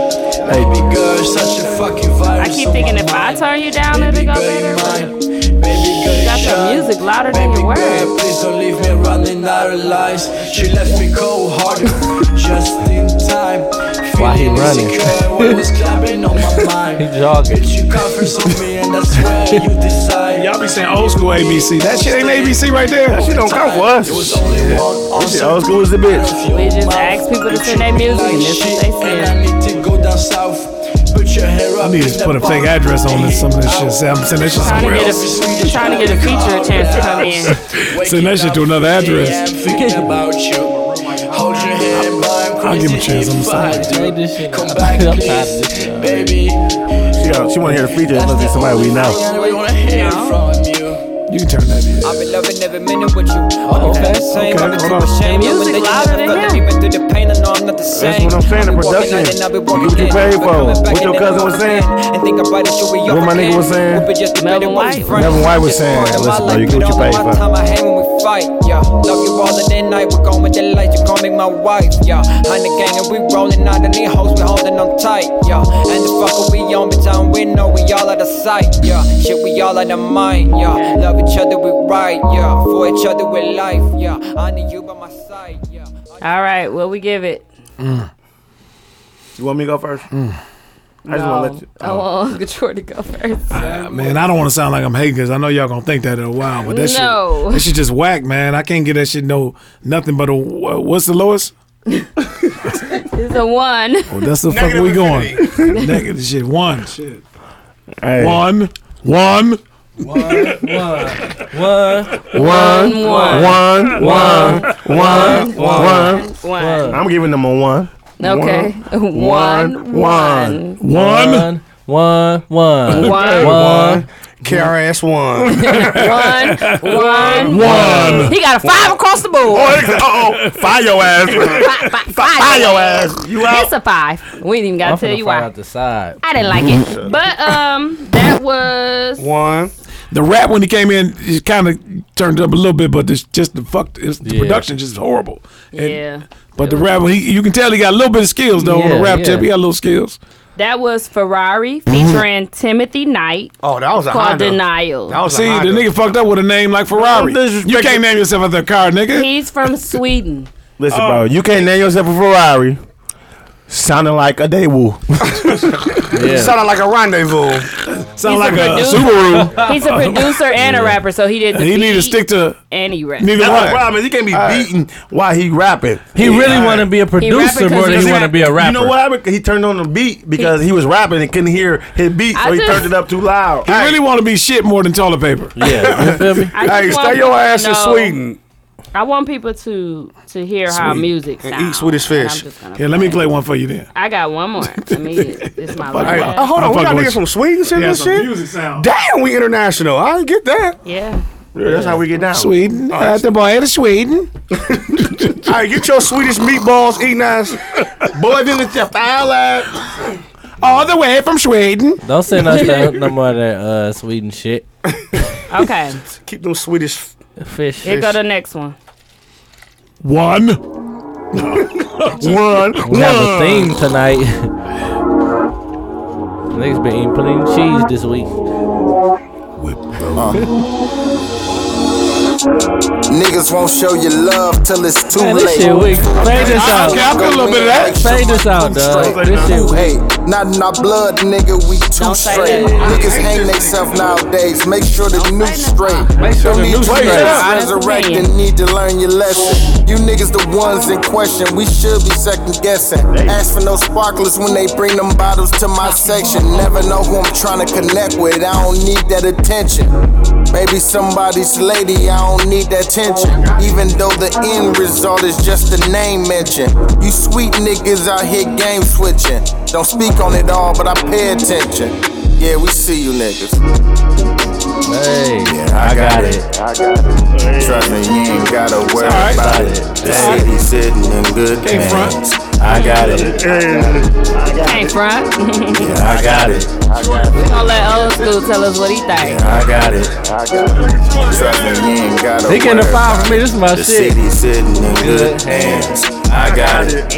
Speaker 12: Baby girl, you're such a fucking virus.
Speaker 1: I keep thinking if I turn you down, it'll
Speaker 12: Baby
Speaker 1: go
Speaker 12: girl, you
Speaker 1: better.
Speaker 12: mine.
Speaker 1: but
Speaker 12: Baby girl, you
Speaker 1: Got the
Speaker 12: shine.
Speaker 1: music louder than
Speaker 12: Baby
Speaker 1: your words.
Speaker 12: girl, please don't leave me running out of lies. She left me cold hearted, just in time.
Speaker 4: Why he
Speaker 12: Feeling
Speaker 4: running?
Speaker 12: insecure, what was clapping on my mind.
Speaker 4: He jogging.
Speaker 12: Bitch, you conference on me, and that's where you decide.
Speaker 7: Y'all be saying old school ABC. That shit ain't ABC right there.
Speaker 3: That shit don't count for us. This shit old school as the bitch.
Speaker 1: We just ask people to send their music and this is what they send.
Speaker 12: I
Speaker 7: I need to put a fake address on this. Some of this shit. Say, I'm sending this shit
Speaker 1: Trying to
Speaker 7: somewhere
Speaker 1: get
Speaker 7: else.
Speaker 1: a, I'm trying to get a feature a chance to come in.
Speaker 7: Send that shit to another address.
Speaker 12: I'll
Speaker 7: I'll give him a chance, I'm sorry.
Speaker 4: Play this shit.
Speaker 12: Come
Speaker 4: I'm
Speaker 12: back,
Speaker 4: tired of this
Speaker 12: please,
Speaker 4: shit.
Speaker 12: baby.
Speaker 3: She, got, she wanna hear the feature. It must be somebody we know.
Speaker 12: We wanna hear from you.
Speaker 7: You can turn that bitch.
Speaker 13: I've been loving every minute with you. On the
Speaker 4: okay.
Speaker 13: best same,
Speaker 7: Okay,
Speaker 13: I've been
Speaker 7: hold
Speaker 13: too
Speaker 7: on.
Speaker 13: ashamed.
Speaker 1: The
Speaker 13: knowing
Speaker 1: music
Speaker 13: that you never felt
Speaker 1: louder than him.
Speaker 13: that We've been through the pain, I know I'm not the
Speaker 3: That's
Speaker 13: same.
Speaker 3: what I'm saying. The
Speaker 13: I've been walking
Speaker 3: production.
Speaker 13: out and I've been
Speaker 3: You
Speaker 13: walking
Speaker 3: get you
Speaker 13: in.
Speaker 3: paid
Speaker 13: I've been
Speaker 3: for.
Speaker 13: coming back
Speaker 3: What your
Speaker 13: and
Speaker 3: cousin was
Speaker 13: forth
Speaker 3: saying.
Speaker 13: again. And think about it, should we
Speaker 3: What my
Speaker 13: all
Speaker 3: nigga was
Speaker 13: pretend?
Speaker 3: saying.
Speaker 13: We've been just
Speaker 1: Melvin
Speaker 13: debating what was
Speaker 1: White.
Speaker 13: right.
Speaker 3: Melvin White was
Speaker 13: It's
Speaker 3: saying,
Speaker 13: part of my
Speaker 3: listen, bro,
Speaker 13: life,
Speaker 3: you get
Speaker 13: but
Speaker 3: what you
Speaker 13: all
Speaker 3: paid
Speaker 13: of my
Speaker 3: for.
Speaker 13: time I hang when we fight, yeah. Love you all in the night, we're going with the light, you call me my wife, yeah. I'm the gang and we rolling out of these hoes, we holding on tight, yeah. And the fucker we on, but time we know we all out of sight, yeah. Shit, we all out of mind, yeah. Love each other, we right, yeah. For each other, we life, yeah. I need you by my side, yeah.
Speaker 1: All right, well we give it.
Speaker 3: You want me to go first? I just want to let you.
Speaker 1: I want Uncle Jordan to go first.
Speaker 7: Man, I don't want to sound like I'm hating because I know y'all gonna think that in a while, but that
Speaker 1: No.
Speaker 7: shit, that shit just whack, man. I can't get that shit no nothing but a wha- what's the lowest?
Speaker 1: It's a one.
Speaker 7: Well, Oh, that's the fuck we going. Negative shit. One. Shit. One. One.
Speaker 3: One,
Speaker 7: One,
Speaker 3: one, one, one, one, one,
Speaker 1: one.
Speaker 3: I'm giving them a one.
Speaker 1: Okay. One, one.
Speaker 4: One. One. One.
Speaker 1: One.
Speaker 4: One.
Speaker 6: KRS one.
Speaker 1: One, one,
Speaker 3: One.
Speaker 1: He got a five across the board.
Speaker 3: Oh, fire your ass.
Speaker 1: Fi- fi- five.
Speaker 3: Fire your ass. You out.
Speaker 1: It's a five. We didn't even gotta
Speaker 4: I'm
Speaker 1: tell
Speaker 4: finna
Speaker 1: you
Speaker 4: fight
Speaker 1: why.
Speaker 4: out the Mm-hmm. side.
Speaker 1: I didn't like it, but um, that was
Speaker 6: One.
Speaker 7: The rap when he came in, it kind of turned up a little bit, but it's just the fuck. It's, the
Speaker 4: Yeah.
Speaker 7: production just horrible. And-
Speaker 1: yeah.
Speaker 7: But the rap, he, you can tell he got a little bit of skills though on
Speaker 4: Yeah,
Speaker 7: the rap
Speaker 4: yeah.
Speaker 7: tip. He got little skills.
Speaker 1: That was Ferrari featuring Timothy Knight
Speaker 6: Oh, that was a
Speaker 1: called
Speaker 6: Honda.
Speaker 1: Denial.
Speaker 6: That was a
Speaker 7: See, the
Speaker 6: Honda.
Speaker 7: nigga fucked up with a name like Ferrari.
Speaker 3: Don't disrespect
Speaker 7: You can't name yourself after a car, nigga.
Speaker 1: He's from Sweden.
Speaker 3: Listen, bro, you can't name yourself a Ferrari. Sounding like a Daewoo.
Speaker 4: Yeah.
Speaker 6: sounded like a rendezvous.
Speaker 7: Sound
Speaker 1: He's
Speaker 7: like a,
Speaker 1: a
Speaker 7: Subaru.
Speaker 1: He's a producer and a rapper, so he did. The
Speaker 7: he need to
Speaker 1: beat
Speaker 7: stick to
Speaker 1: and he rap.
Speaker 7: neither
Speaker 3: That's the
Speaker 7: one.
Speaker 3: problem. Is he can't be beaten while he rapping.
Speaker 4: He really want to be a producer
Speaker 1: 'cause
Speaker 4: more than
Speaker 1: he-
Speaker 4: he want to be a rapper.
Speaker 3: You know what happened? He turned on the beat because he, was rapping and couldn't hear his beat, so
Speaker 1: I
Speaker 3: he
Speaker 1: just-
Speaker 3: turned it up too loud.
Speaker 7: He really want to be shit more than toilet paper.
Speaker 4: Yeah, you feel me?
Speaker 1: I just
Speaker 6: Hey,
Speaker 1: want
Speaker 6: stay your
Speaker 1: people to
Speaker 6: ass in
Speaker 1: know-
Speaker 6: Sweden.
Speaker 1: I want people to to hear how
Speaker 7: Sweden.
Speaker 1: music
Speaker 6: And
Speaker 1: sounds.
Speaker 6: eat Swedish
Speaker 1: and I'm
Speaker 6: fish.
Speaker 1: just gonna
Speaker 7: Yeah, let me play one for you then.
Speaker 1: I got one more. To me, it's, it's my
Speaker 7: Fuck
Speaker 6: Hey,
Speaker 1: last.
Speaker 6: oh, hold
Speaker 7: I'm
Speaker 6: on, we got
Speaker 7: fucking with
Speaker 6: niggas from Sweden sitting this shit.
Speaker 7: sound.
Speaker 6: Damn, we international. I didn't get that.
Speaker 1: Yeah.
Speaker 3: Yeah, that's how we get down.
Speaker 7: Sweden, at the boy of Sweden.
Speaker 6: All right, get your Swedish meatballs eating ass.
Speaker 3: Boy, then it's your foul ass.
Speaker 7: All the way from Sweden.
Speaker 4: Don't send us no, no more of that uh, Sweden shit.
Speaker 1: Okay.
Speaker 6: Keep them Swedish.
Speaker 4: Fish.
Speaker 1: Here go the next one.
Speaker 7: One. one.
Speaker 4: We have a theme tonight. Niggas been eating plain cheese this week.
Speaker 3: uh.
Speaker 14: Niggas won't show you love till it's too
Speaker 4: Man, this
Speaker 14: late.
Speaker 4: shit weak. Fade this
Speaker 7: I- okay, I
Speaker 4: out.
Speaker 7: feel a little bit of that.
Speaker 4: Fade this out, dog. This shit weak.
Speaker 14: Hey, not in our blood, nigga, we too straight. Niggas hang theyself nowadays. Make sure the new straight. Make sure the new straight.
Speaker 1: Honest
Speaker 14: Resurrect
Speaker 1: opinion.
Speaker 14: and need to learn your lesson. You niggas the ones in question. We should be second guessing. Ask for no sparklers when they bring them bottles to my section. Never know who I'm trying to connect with. I don't need that attention. Maybe somebody's lady, I don't need that tension. Even though the end result is just a name mention. You sweet niggas out here game switching. Don't speak on it all, but I pay attention. Yeah, we see you niggas.
Speaker 4: Hey, I got it.
Speaker 14: Trust me, you ain't gotta worry
Speaker 7: Alright.
Speaker 14: about it. The city's sitting in good
Speaker 7: Hey, front.
Speaker 14: hands. I got it.
Speaker 1: Hey, front. We're
Speaker 14: Yeah, I got it.
Speaker 1: gonna let old school tell us what he thinks.
Speaker 14: I got it. Trust me, you ain't gotta
Speaker 4: He getting a
Speaker 14: worry
Speaker 4: five
Speaker 14: about
Speaker 4: for me.
Speaker 14: it.
Speaker 4: This is my
Speaker 14: The
Speaker 4: shit.
Speaker 14: city's sitting in good hands. I got it.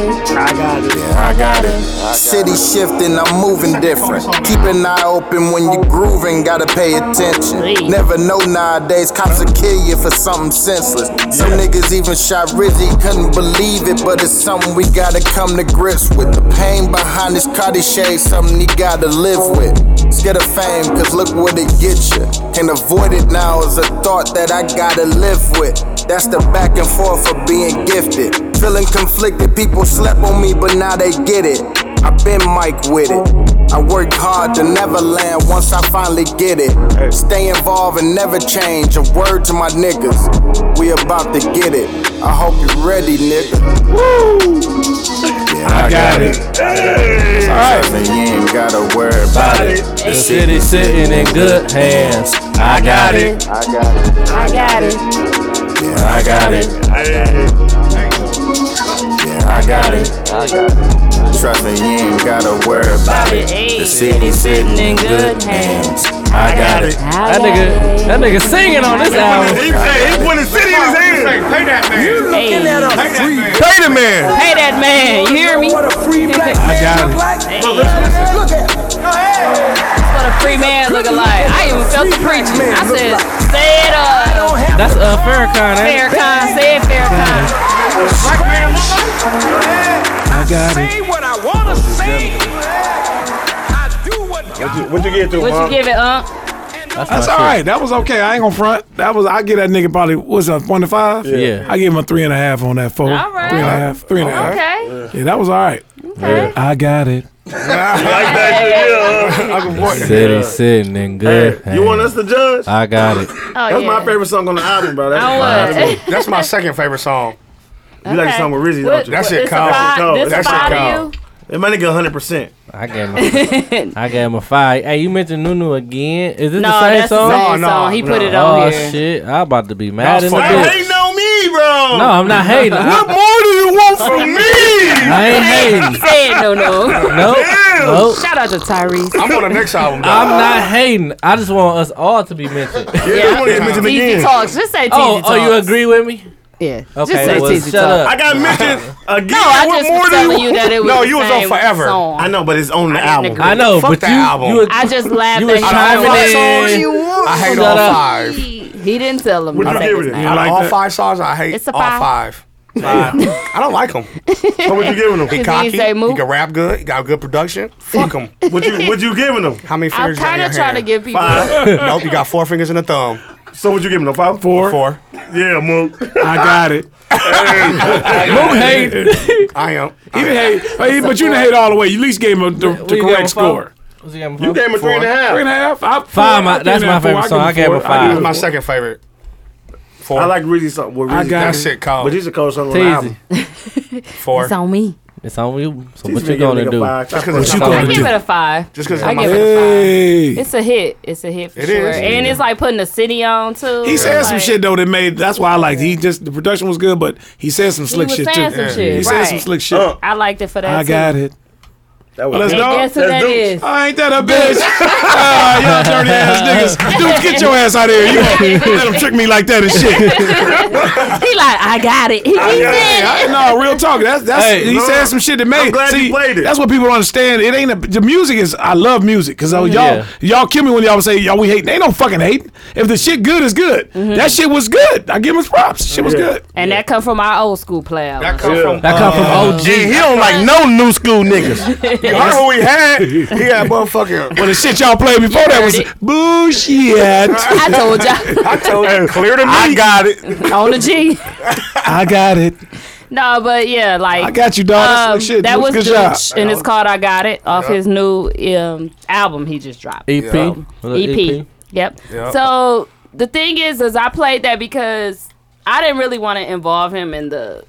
Speaker 14: I got it. City shifting, I'm moving different. Keep an eye open when you grooving, gotta pay attention. Never know nowadays, cops will kill you for something senseless. Some niggas even shot Rizzy, couldn't believe it, but it's something we gotta come to grips with. The pain behind this Cardi shade, something he gotta live with. Scared of fame, cause look what it gets you. And avoid it now is a thought that I gotta live with. That's the back and forth of being gifted. Feeling conflicted, people slept on me, but now they get it. i been Mike with it. I worked hard to never land once I finally get it. Stay involved and never change. A word to my niggas. We about to get it. I hope you ready, nigga.
Speaker 7: I got it.
Speaker 14: All right. You ain't gotta worry about it.
Speaker 4: The city sitting in good hands. I got it.
Speaker 14: I got it.
Speaker 1: I got it.
Speaker 14: Yeah, I got it. Yeah, I got it. Trust me, you ain't gotta worry about it. The city's sitting in good hands. I got it.
Speaker 4: That nigga, that nigga singing on this album.
Speaker 3: He said he put the city in his hand.
Speaker 6: Pay that man. You
Speaker 1: Hey, hey
Speaker 3: Pay the man.
Speaker 1: that man. You hear me? That's what
Speaker 7: I got it.
Speaker 1: a free man look like. I even felt the preaching. I said, say it up.
Speaker 4: That's uh, Farrakhan, ain't it?
Speaker 1: Farrakhan, say it, Farrakhan.
Speaker 7: I got it.
Speaker 6: ain't what I want.
Speaker 14: wanna sing.
Speaker 3: What you, what you get to,
Speaker 1: What
Speaker 3: Mom?
Speaker 1: you give it, Unc?
Speaker 7: That's, all right. That was okay. I ain't gonna front. That was I get that nigga probably what's up one to five.
Speaker 3: Yeah. Yeah.
Speaker 7: I give him a three and a half on that four.
Speaker 1: All right.
Speaker 7: Three and a half. Three and a half.
Speaker 1: Okay.
Speaker 7: Yeah, that was all right. I got it.
Speaker 3: like that shit, yeah. Uncle Boy.
Speaker 4: City sitting in good.
Speaker 3: You want us to judge?
Speaker 4: I got it.
Speaker 1: Oh,
Speaker 3: That's my favorite song on the album, bro. That's,
Speaker 6: I
Speaker 3: my,
Speaker 6: would. That's Oh, my second favorite song.
Speaker 3: You like the song with Rizzy, don't you?
Speaker 6: That shit cold. That shit cold.
Speaker 3: That might get 100%.
Speaker 4: I gave him a, I gave him a five. Hey, you mentioned Nunu again. Is this
Speaker 1: No,
Speaker 4: the same
Speaker 1: that's the
Speaker 4: song?
Speaker 1: same No, no, song. He put it on
Speaker 4: oh,
Speaker 1: here.
Speaker 4: shit. I'm about to be mad in the
Speaker 3: Stop
Speaker 4: bitch.
Speaker 3: hating on me, bro.
Speaker 4: No, I'm not hating.
Speaker 3: What
Speaker 4: I-
Speaker 3: more do you want from
Speaker 4: I
Speaker 3: me?
Speaker 4: ain't hating.
Speaker 1: Say it, no, no.
Speaker 4: Nope. Nope.
Speaker 1: Shout out to Tyrese.
Speaker 6: I'm on the next album.
Speaker 4: I'm not hating. I just want us all to be mentioned.
Speaker 3: Yeah, I want to mention
Speaker 1: TZ
Speaker 3: again.
Speaker 1: Talks. Just say TZ
Speaker 4: oh,
Speaker 1: Talks.
Speaker 4: oh, you agree with me?
Speaker 1: Yeah.
Speaker 4: Okay,
Speaker 1: just say
Speaker 4: well,
Speaker 1: TZ
Speaker 4: shut
Speaker 1: Talks.
Speaker 4: up.
Speaker 3: I got mentioned again.
Speaker 1: No, Oh, I
Speaker 3: what
Speaker 1: just
Speaker 3: more
Speaker 1: was
Speaker 3: do
Speaker 1: telling
Speaker 3: you,
Speaker 1: you that it was
Speaker 6: No,
Speaker 1: the
Speaker 6: you was on
Speaker 1: same
Speaker 6: forever.
Speaker 1: song.
Speaker 3: I know, but it's on the album.
Speaker 1: agree.
Speaker 4: I know,
Speaker 6: Fuck
Speaker 4: but
Speaker 6: that
Speaker 4: you,
Speaker 6: album.
Speaker 4: you,
Speaker 1: I just laughed
Speaker 4: you
Speaker 1: at
Speaker 4: was
Speaker 1: him.
Speaker 4: chiming in.
Speaker 6: I hate
Speaker 4: Shut
Speaker 6: all
Speaker 4: up.
Speaker 6: five.
Speaker 1: He didn't tell him.
Speaker 3: Would you
Speaker 1: to say
Speaker 3: give
Speaker 1: his
Speaker 3: it a-
Speaker 1: name.
Speaker 6: Out of
Speaker 3: like
Speaker 6: all
Speaker 3: that?
Speaker 6: five songs, I hate
Speaker 1: It's a
Speaker 6: all
Speaker 1: five.
Speaker 6: five. I don't like him.
Speaker 3: What would you giving
Speaker 6: He
Speaker 3: them?
Speaker 1: he
Speaker 6: cocky. He,
Speaker 1: say move.
Speaker 6: can rap good. He got good production. Fuck him.
Speaker 3: What you what you giving them?
Speaker 6: How many
Speaker 1: I'm
Speaker 6: fingers?
Speaker 1: kind of trying to give people.
Speaker 3: Five.
Speaker 6: Nope. You got four fingers and a thumb.
Speaker 3: So what you giving them? Five,
Speaker 7: Four.
Speaker 6: Four.
Speaker 3: Yeah, Mook.
Speaker 7: I got it. Mook hate. He
Speaker 6: I am.
Speaker 7: didn't hate. But, he, but you didn't hate all the way. You at least gave him a, the,
Speaker 4: What
Speaker 7: the
Speaker 4: you gave him
Speaker 7: correct
Speaker 4: a
Speaker 7: score.
Speaker 4: five? What you gave him a
Speaker 3: You
Speaker 4: five?
Speaker 3: gave him a three and a half.
Speaker 7: Three and a half. I, four,
Speaker 4: Five, my-
Speaker 7: I give
Speaker 4: that's
Speaker 7: him
Speaker 4: my
Speaker 7: that four.
Speaker 4: favorite song. I gave him
Speaker 7: him
Speaker 4: a
Speaker 7: four.
Speaker 4: five.
Speaker 7: give
Speaker 6: That's
Speaker 7: him
Speaker 6: my
Speaker 7: a four.
Speaker 6: second favorite. Four.
Speaker 3: I like Rizzy's song. Well,
Speaker 7: I
Speaker 3: Rizzy
Speaker 7: got
Speaker 6: that
Speaker 7: it.
Speaker 6: shit cold.
Speaker 3: But he's a cold song on the
Speaker 4: Teasy.
Speaker 3: album.
Speaker 6: four.
Speaker 1: It's on me.
Speaker 4: It's on you. So
Speaker 3: Teasy
Speaker 4: what
Speaker 3: been
Speaker 4: you
Speaker 3: giving
Speaker 4: gonna
Speaker 3: nigga
Speaker 4: do?
Speaker 3: five. Stop
Speaker 6: That's 'cause
Speaker 3: playing.
Speaker 6: it's
Speaker 1: I
Speaker 7: gonna
Speaker 1: give
Speaker 7: do?
Speaker 1: it a five.
Speaker 6: Just because
Speaker 1: I
Speaker 6: it's my
Speaker 1: give it
Speaker 6: favorite.
Speaker 7: Hey.
Speaker 1: It's a hit. It's a hit for
Speaker 6: It
Speaker 1: sure.
Speaker 6: is.
Speaker 1: And it's like putting a city on too.
Speaker 7: He said some
Speaker 1: Like,
Speaker 7: shit though that made that's why I liked. He just the production was good, but he said some slick
Speaker 1: was
Speaker 7: shit
Speaker 1: saying
Speaker 7: too.
Speaker 1: some shit,
Speaker 7: He said some
Speaker 1: right.
Speaker 7: slick shit.
Speaker 3: Uh,
Speaker 1: I liked it for that.
Speaker 7: I got it.
Speaker 3: That was
Speaker 7: Well, let's
Speaker 3: good.
Speaker 7: go.
Speaker 1: Guess who
Speaker 3: That's
Speaker 1: that
Speaker 3: Duke.
Speaker 1: is?
Speaker 7: I ain't that a bitch. Ah, y'all dirty ass niggas. Dude, get your ass out of here. You gonna let him trick me like that and shit.
Speaker 1: He like I got it. He, he
Speaker 3: got
Speaker 1: said it.
Speaker 7: I, no, real talk. That's that's
Speaker 4: Hey,
Speaker 7: he
Speaker 3: no,
Speaker 7: said some shit that made.
Speaker 3: I'm glad
Speaker 7: see,
Speaker 3: he played it.
Speaker 7: That's what people don't understand. It ain't a, the music is. I love music because y'all
Speaker 4: Yeah.
Speaker 7: y'all kill me when y'all say y'all we hate. They don't fucking hate. If the shit good is good,
Speaker 1: Mm-hmm.
Speaker 7: that shit was good. I give him his props. Shit was
Speaker 3: Yeah.
Speaker 7: good.
Speaker 1: And that come from our old school player.
Speaker 6: That come from.
Speaker 4: That come from OG.
Speaker 3: He don't like no new school niggas.
Speaker 6: You heard what we had? He had motherfucking.
Speaker 7: Well, the shit y'all played before that was bullshit.
Speaker 1: I told y'all
Speaker 6: I told you.
Speaker 3: Clear to me. I got it.
Speaker 1: on the G.
Speaker 7: I got it.
Speaker 1: No, but yeah, like
Speaker 7: I got you, dog. That's
Speaker 1: um,
Speaker 7: like shit.
Speaker 1: that
Speaker 7: Good-
Speaker 1: was
Speaker 7: good
Speaker 1: Dooch,
Speaker 7: job.
Speaker 1: and it's called "I Got It" off his new um, album he just dropped.
Speaker 7: E
Speaker 4: EP. Was it
Speaker 1: EP. Yep.
Speaker 6: Yep.
Speaker 1: So the thing is, is I played that because I didn't really want to involve him in the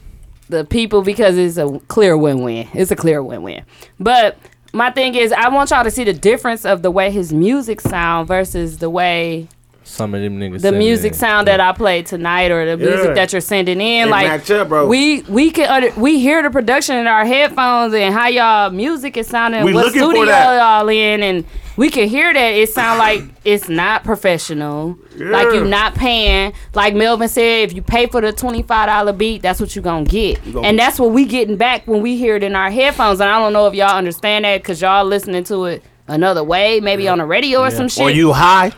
Speaker 1: the people because it's a clear win win. It's a clear win win. But my thing is, I want y'all to see the difference of the way his music sound versus the way
Speaker 4: Some of them niggas.
Speaker 1: the
Speaker 4: sitting
Speaker 1: music
Speaker 4: in.
Speaker 1: sound that I played tonight or the
Speaker 3: Yeah.
Speaker 1: music that you're sending in.
Speaker 3: It
Speaker 1: like
Speaker 3: match up, bro.
Speaker 1: we we can under, we hear the production in our headphones and how y'all music is sounding,
Speaker 3: We
Speaker 1: what
Speaker 3: looking for
Speaker 1: studio
Speaker 3: that.
Speaker 1: y'all in, and we can hear that it sound like it's not professional. Like
Speaker 3: Yeah.
Speaker 1: you're not paying. Like Melvin said, if you pay for the twenty five dollar beat, that's what you gonna get, and that's what we getting back when we hear it in our headphones. And I don't know if y'all understand that because y'all listening to it. Another way, maybe on the radio or some shit.
Speaker 3: high?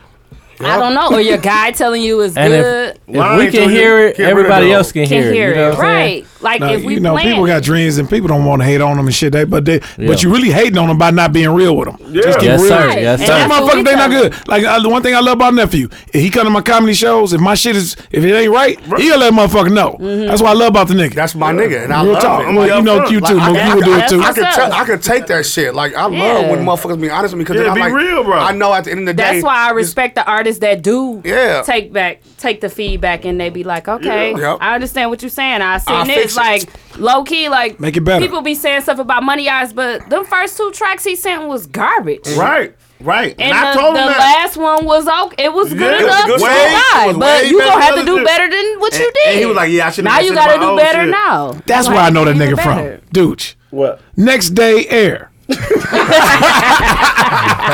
Speaker 1: I don't know. Or your guy telling you it's
Speaker 4: And
Speaker 1: good.
Speaker 4: if,
Speaker 3: Why
Speaker 4: if we
Speaker 3: ain't you-
Speaker 4: can hear it,
Speaker 3: get rid of
Speaker 4: everybody
Speaker 3: it
Speaker 4: else can
Speaker 1: can
Speaker 4: hear it. You know what I'm saying?
Speaker 1: right? Like
Speaker 7: Now,
Speaker 1: if we
Speaker 7: you know,
Speaker 1: plan,
Speaker 7: people got dreams and people don't want to hate on them and shit. They but they
Speaker 4: Yeah.
Speaker 7: but you really hating on them by not being real with them. Just keep
Speaker 4: Yes,
Speaker 7: real.
Speaker 4: sir.
Speaker 1: Right.
Speaker 4: Yes,
Speaker 1: And
Speaker 4: sir.
Speaker 1: that's what we
Speaker 7: Motherfucker, they not
Speaker 1: tell 'em.
Speaker 7: good. Like uh, the one thing I love about nephew, if he come to my comedy shows, if my shit is if it ain't right, he'll let motherfucker know.
Speaker 1: Mm-hmm.
Speaker 7: That's what I love about the nigga.
Speaker 6: That's my nigga, and I
Speaker 7: real
Speaker 6: love
Speaker 7: talk.
Speaker 6: it.
Speaker 7: I'm like, you know,
Speaker 3: upfront.
Speaker 7: you too,
Speaker 6: Like, I-
Speaker 7: Mook. You would do it
Speaker 1: that's
Speaker 7: too.
Speaker 1: my
Speaker 6: I could
Speaker 1: What's
Speaker 6: tell,
Speaker 1: up?
Speaker 6: I could take that shit. Like I
Speaker 1: Yeah.
Speaker 6: love when motherfuckers be honest with me because
Speaker 3: Yeah,
Speaker 6: I
Speaker 3: be
Speaker 6: like
Speaker 3: real, bro.
Speaker 6: I know at the end of the day.
Speaker 1: that's why I respect the artists that do
Speaker 6: Yeah.
Speaker 1: take back take the feedback and they be like, okay,
Speaker 6: Yeah. Yep.
Speaker 1: I understand what you're saying. I
Speaker 6: I
Speaker 1: seen this
Speaker 6: fix it.
Speaker 1: like low key like
Speaker 7: Make it better.
Speaker 1: People be saying stuff about Money Eyes, but them first two tracks he sent was garbage.
Speaker 3: Right, right.
Speaker 1: And uh,
Speaker 3: I
Speaker 1: the,
Speaker 3: told him
Speaker 1: the
Speaker 3: that.
Speaker 1: last one was okay. It was
Speaker 3: Yeah,
Speaker 1: good
Speaker 3: it was
Speaker 1: enough
Speaker 3: good
Speaker 1: to
Speaker 3: way- it
Speaker 1: survive,
Speaker 3: was
Speaker 1: but
Speaker 3: way
Speaker 1: you
Speaker 3: better
Speaker 1: gonna have
Speaker 3: than
Speaker 1: to do
Speaker 3: this.
Speaker 1: better than what you
Speaker 3: And-
Speaker 1: did.
Speaker 3: and he was like, yeah, I should've
Speaker 1: Now
Speaker 3: listened
Speaker 1: you
Speaker 3: to
Speaker 1: gotta
Speaker 3: my
Speaker 1: do
Speaker 3: old
Speaker 1: better
Speaker 3: shit.
Speaker 1: now.
Speaker 7: That's
Speaker 1: You
Speaker 7: where I
Speaker 1: gotta
Speaker 7: know that
Speaker 1: do
Speaker 7: nigga
Speaker 1: better.
Speaker 7: from. Dooch.
Speaker 3: What?
Speaker 7: Next day air.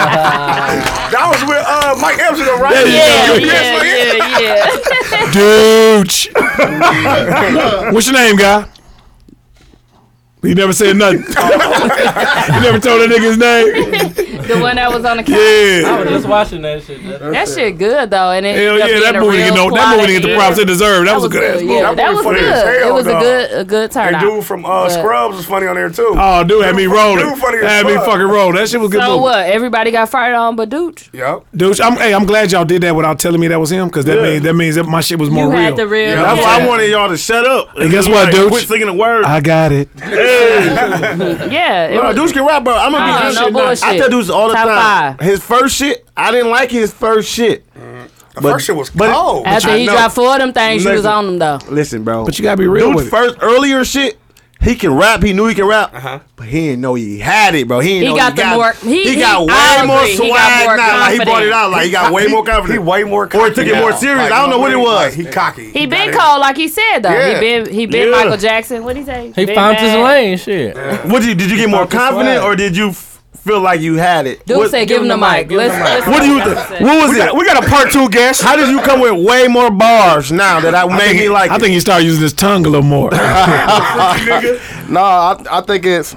Speaker 6: That was with uh, Mike Epps, right?
Speaker 7: There you
Speaker 1: Yeah, yeah, yeah,
Speaker 7: go.
Speaker 1: yeah.
Speaker 7: Dooch. What's your name, guy? He never said nothing. he never told that nigga his name.
Speaker 1: The one that was on the couch.
Speaker 7: Yeah.
Speaker 4: I was just watching that shit.
Speaker 1: That shit good though, and it
Speaker 7: Hell
Speaker 1: ended up
Speaker 7: yeah,
Speaker 1: being
Speaker 7: that
Speaker 1: a
Speaker 7: movie
Speaker 1: real
Speaker 7: didn't get no, that movie
Speaker 1: quality.
Speaker 7: didn't get the props it deserved. That was a good ass movie.
Speaker 1: Yeah, that was
Speaker 3: funny as
Speaker 1: good.
Speaker 3: hell,
Speaker 1: It was a
Speaker 3: dog.
Speaker 1: good, a good turnout.
Speaker 3: And dude from uh,
Speaker 1: But-
Speaker 3: Scrubs was funny on there too.
Speaker 7: Oh, dude had me rolling.
Speaker 3: Dude funny as
Speaker 7: Had me
Speaker 3: fuck.
Speaker 7: fucking rolling. That shit was good.
Speaker 1: So
Speaker 7: movie.
Speaker 1: what? Everybody got fired on, but Dooch.
Speaker 6: Yep.
Speaker 7: Dude, I'm, hey, I'm glad y'all did that without telling me that was him because that
Speaker 3: Yeah.
Speaker 7: means that means that my shit was more
Speaker 1: You
Speaker 7: real.
Speaker 1: had the real- Yeah.
Speaker 3: That's why
Speaker 1: Yeah.
Speaker 3: I wanted y'all to shut up.
Speaker 7: And guess what,
Speaker 3: Like,
Speaker 7: dude?
Speaker 3: Quit singing the word.
Speaker 7: I got it.
Speaker 1: Yeah, it
Speaker 3: No,
Speaker 1: was-
Speaker 3: dudes can rap, bro. I'm gonna
Speaker 1: No,
Speaker 3: be honest.
Speaker 1: no
Speaker 3: with you.
Speaker 1: bullshit.
Speaker 3: I tell dudes all the
Speaker 1: Top
Speaker 3: time. His first shit, I didn't like his first shit. The
Speaker 6: first shit was cold.
Speaker 1: after he dropped four of them things, you was
Speaker 3: Listen.
Speaker 1: on them though.
Speaker 3: Listen, bro.
Speaker 7: But you gotta be real
Speaker 3: Dude's
Speaker 7: with it.
Speaker 3: first earlier shit, he can rap. He knew he can rap,
Speaker 6: Uh-huh.
Speaker 3: but he didn't know he had it, bro. He didn't
Speaker 1: He
Speaker 3: know
Speaker 1: got
Speaker 3: he
Speaker 1: the
Speaker 3: got
Speaker 1: more- he-
Speaker 3: He,
Speaker 1: he-
Speaker 3: got
Speaker 1: I
Speaker 3: way more
Speaker 1: agree. He got
Speaker 3: swag
Speaker 1: more
Speaker 3: now. Like he brought it
Speaker 1: confidence.
Speaker 3: out. Like he got way more confidence.
Speaker 6: He way more
Speaker 3: or
Speaker 6: cocky
Speaker 3: he took it more
Speaker 6: now.
Speaker 3: serious.
Speaker 6: Like,
Speaker 3: I don't know what it
Speaker 6: like,
Speaker 3: was.
Speaker 6: he cocky.
Speaker 1: He
Speaker 6: got
Speaker 1: been
Speaker 6: it.
Speaker 1: cold, like he said though.
Speaker 6: Yeah.
Speaker 1: He been, he been
Speaker 3: Yeah.
Speaker 1: Michael Jackson. What he say?
Speaker 4: He
Speaker 1: Been
Speaker 4: found his
Speaker 1: bad.
Speaker 4: lane. Shit.
Speaker 3: What did you, did you get more
Speaker 4: fucking
Speaker 3: confident,
Speaker 4: swag.
Speaker 3: or did you f- feel like you had it?
Speaker 1: Dude
Speaker 3: What-
Speaker 1: said, "Give him the mic." Let's. let's-
Speaker 3: What do you
Speaker 1: let's
Speaker 3: think?
Speaker 1: say.
Speaker 3: What was it? we got a part two guest. How did you come with way more bars now that I
Speaker 7: I
Speaker 3: made
Speaker 7: think,
Speaker 3: me
Speaker 7: he,
Speaker 3: like?
Speaker 7: I
Speaker 3: it?
Speaker 7: think he started using his tongue a little more.
Speaker 14: No, I, I think it's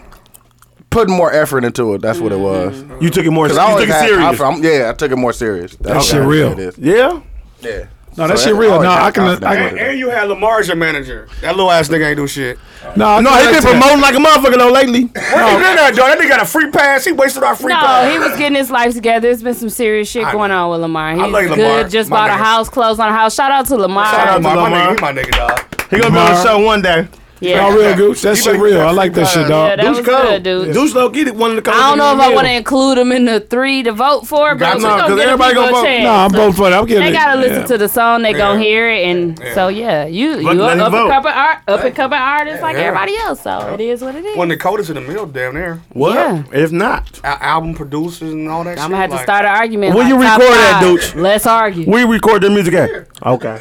Speaker 14: putting more effort into it. That's what it was.
Speaker 3: you took it more. You
Speaker 14: Because I
Speaker 3: took
Speaker 14: always
Speaker 3: it
Speaker 14: had-
Speaker 3: serious.
Speaker 14: I, am yeah, I took it more serious.
Speaker 7: That
Speaker 14: That's
Speaker 7: shit real.
Speaker 14: It is.
Speaker 3: yeah.
Speaker 14: Yeah.
Speaker 7: No, that
Speaker 14: So
Speaker 7: shit
Speaker 14: I- I
Speaker 7: real. No,
Speaker 14: always
Speaker 7: I
Speaker 14: had
Speaker 7: can.
Speaker 14: confidence
Speaker 7: I,
Speaker 14: with it.
Speaker 6: And you had Lamar's your manager. That little ass nigga ain't do shit.
Speaker 7: no,
Speaker 3: No, he been promoting like a motherfucker though lately.
Speaker 6: Where you been at, dog? That nigga got a free pass. He wasted our free
Speaker 1: No,
Speaker 6: pass.
Speaker 1: he was getting his life together. There's been some serious shit going on with Lamar. He's
Speaker 6: love
Speaker 1: good.
Speaker 6: Lamar.
Speaker 1: Just
Speaker 6: My
Speaker 1: bought a
Speaker 6: nigga.
Speaker 1: house, closed on a house. Shout out to Lamar.
Speaker 6: Shout out to
Speaker 3: Lamar.
Speaker 6: Lamar. My nigga, he my nigga, dog.
Speaker 3: He gonna be on the
Speaker 7: Tomorrow.
Speaker 3: show one day.
Speaker 1: yeah.
Speaker 7: Y'all real gooch. That shit real. I like that shit,
Speaker 1: yeah,
Speaker 7: dog.
Speaker 1: that was good, dude.
Speaker 3: Deuce low get it one of the.
Speaker 1: I don't know if I want to include him in the three to vote for, but
Speaker 3: Got
Speaker 1: we
Speaker 3: no,
Speaker 1: gonna
Speaker 3: 'cause
Speaker 1: give
Speaker 3: everybody
Speaker 1: people
Speaker 3: gonna
Speaker 1: a
Speaker 3: vote.
Speaker 1: chance.
Speaker 7: No, I'm voting for it. I'm getting
Speaker 1: they
Speaker 7: it.
Speaker 1: gotta listen
Speaker 7: Yeah.
Speaker 1: to the song. They gonna
Speaker 6: Yeah.
Speaker 1: hear it, and so yeah, you
Speaker 3: Let-
Speaker 1: you
Speaker 3: let
Speaker 1: are
Speaker 3: him
Speaker 1: up
Speaker 3: vote.
Speaker 1: and coming art, up and coming artist like
Speaker 6: Yeah.
Speaker 1: everybody else. So it is what it is.
Speaker 6: When Dakota's in the middle, damn near.
Speaker 3: What?
Speaker 1: Yeah.
Speaker 3: If not,
Speaker 6: Al- album producers and all that shit.
Speaker 1: I'm gonna have to
Speaker 6: like-
Speaker 1: start an argument.
Speaker 3: When
Speaker 1: like,
Speaker 3: you
Speaker 1: top
Speaker 3: record that,
Speaker 1: five.
Speaker 3: Dooch?
Speaker 1: Let's argue.
Speaker 3: we record the music at. Okay.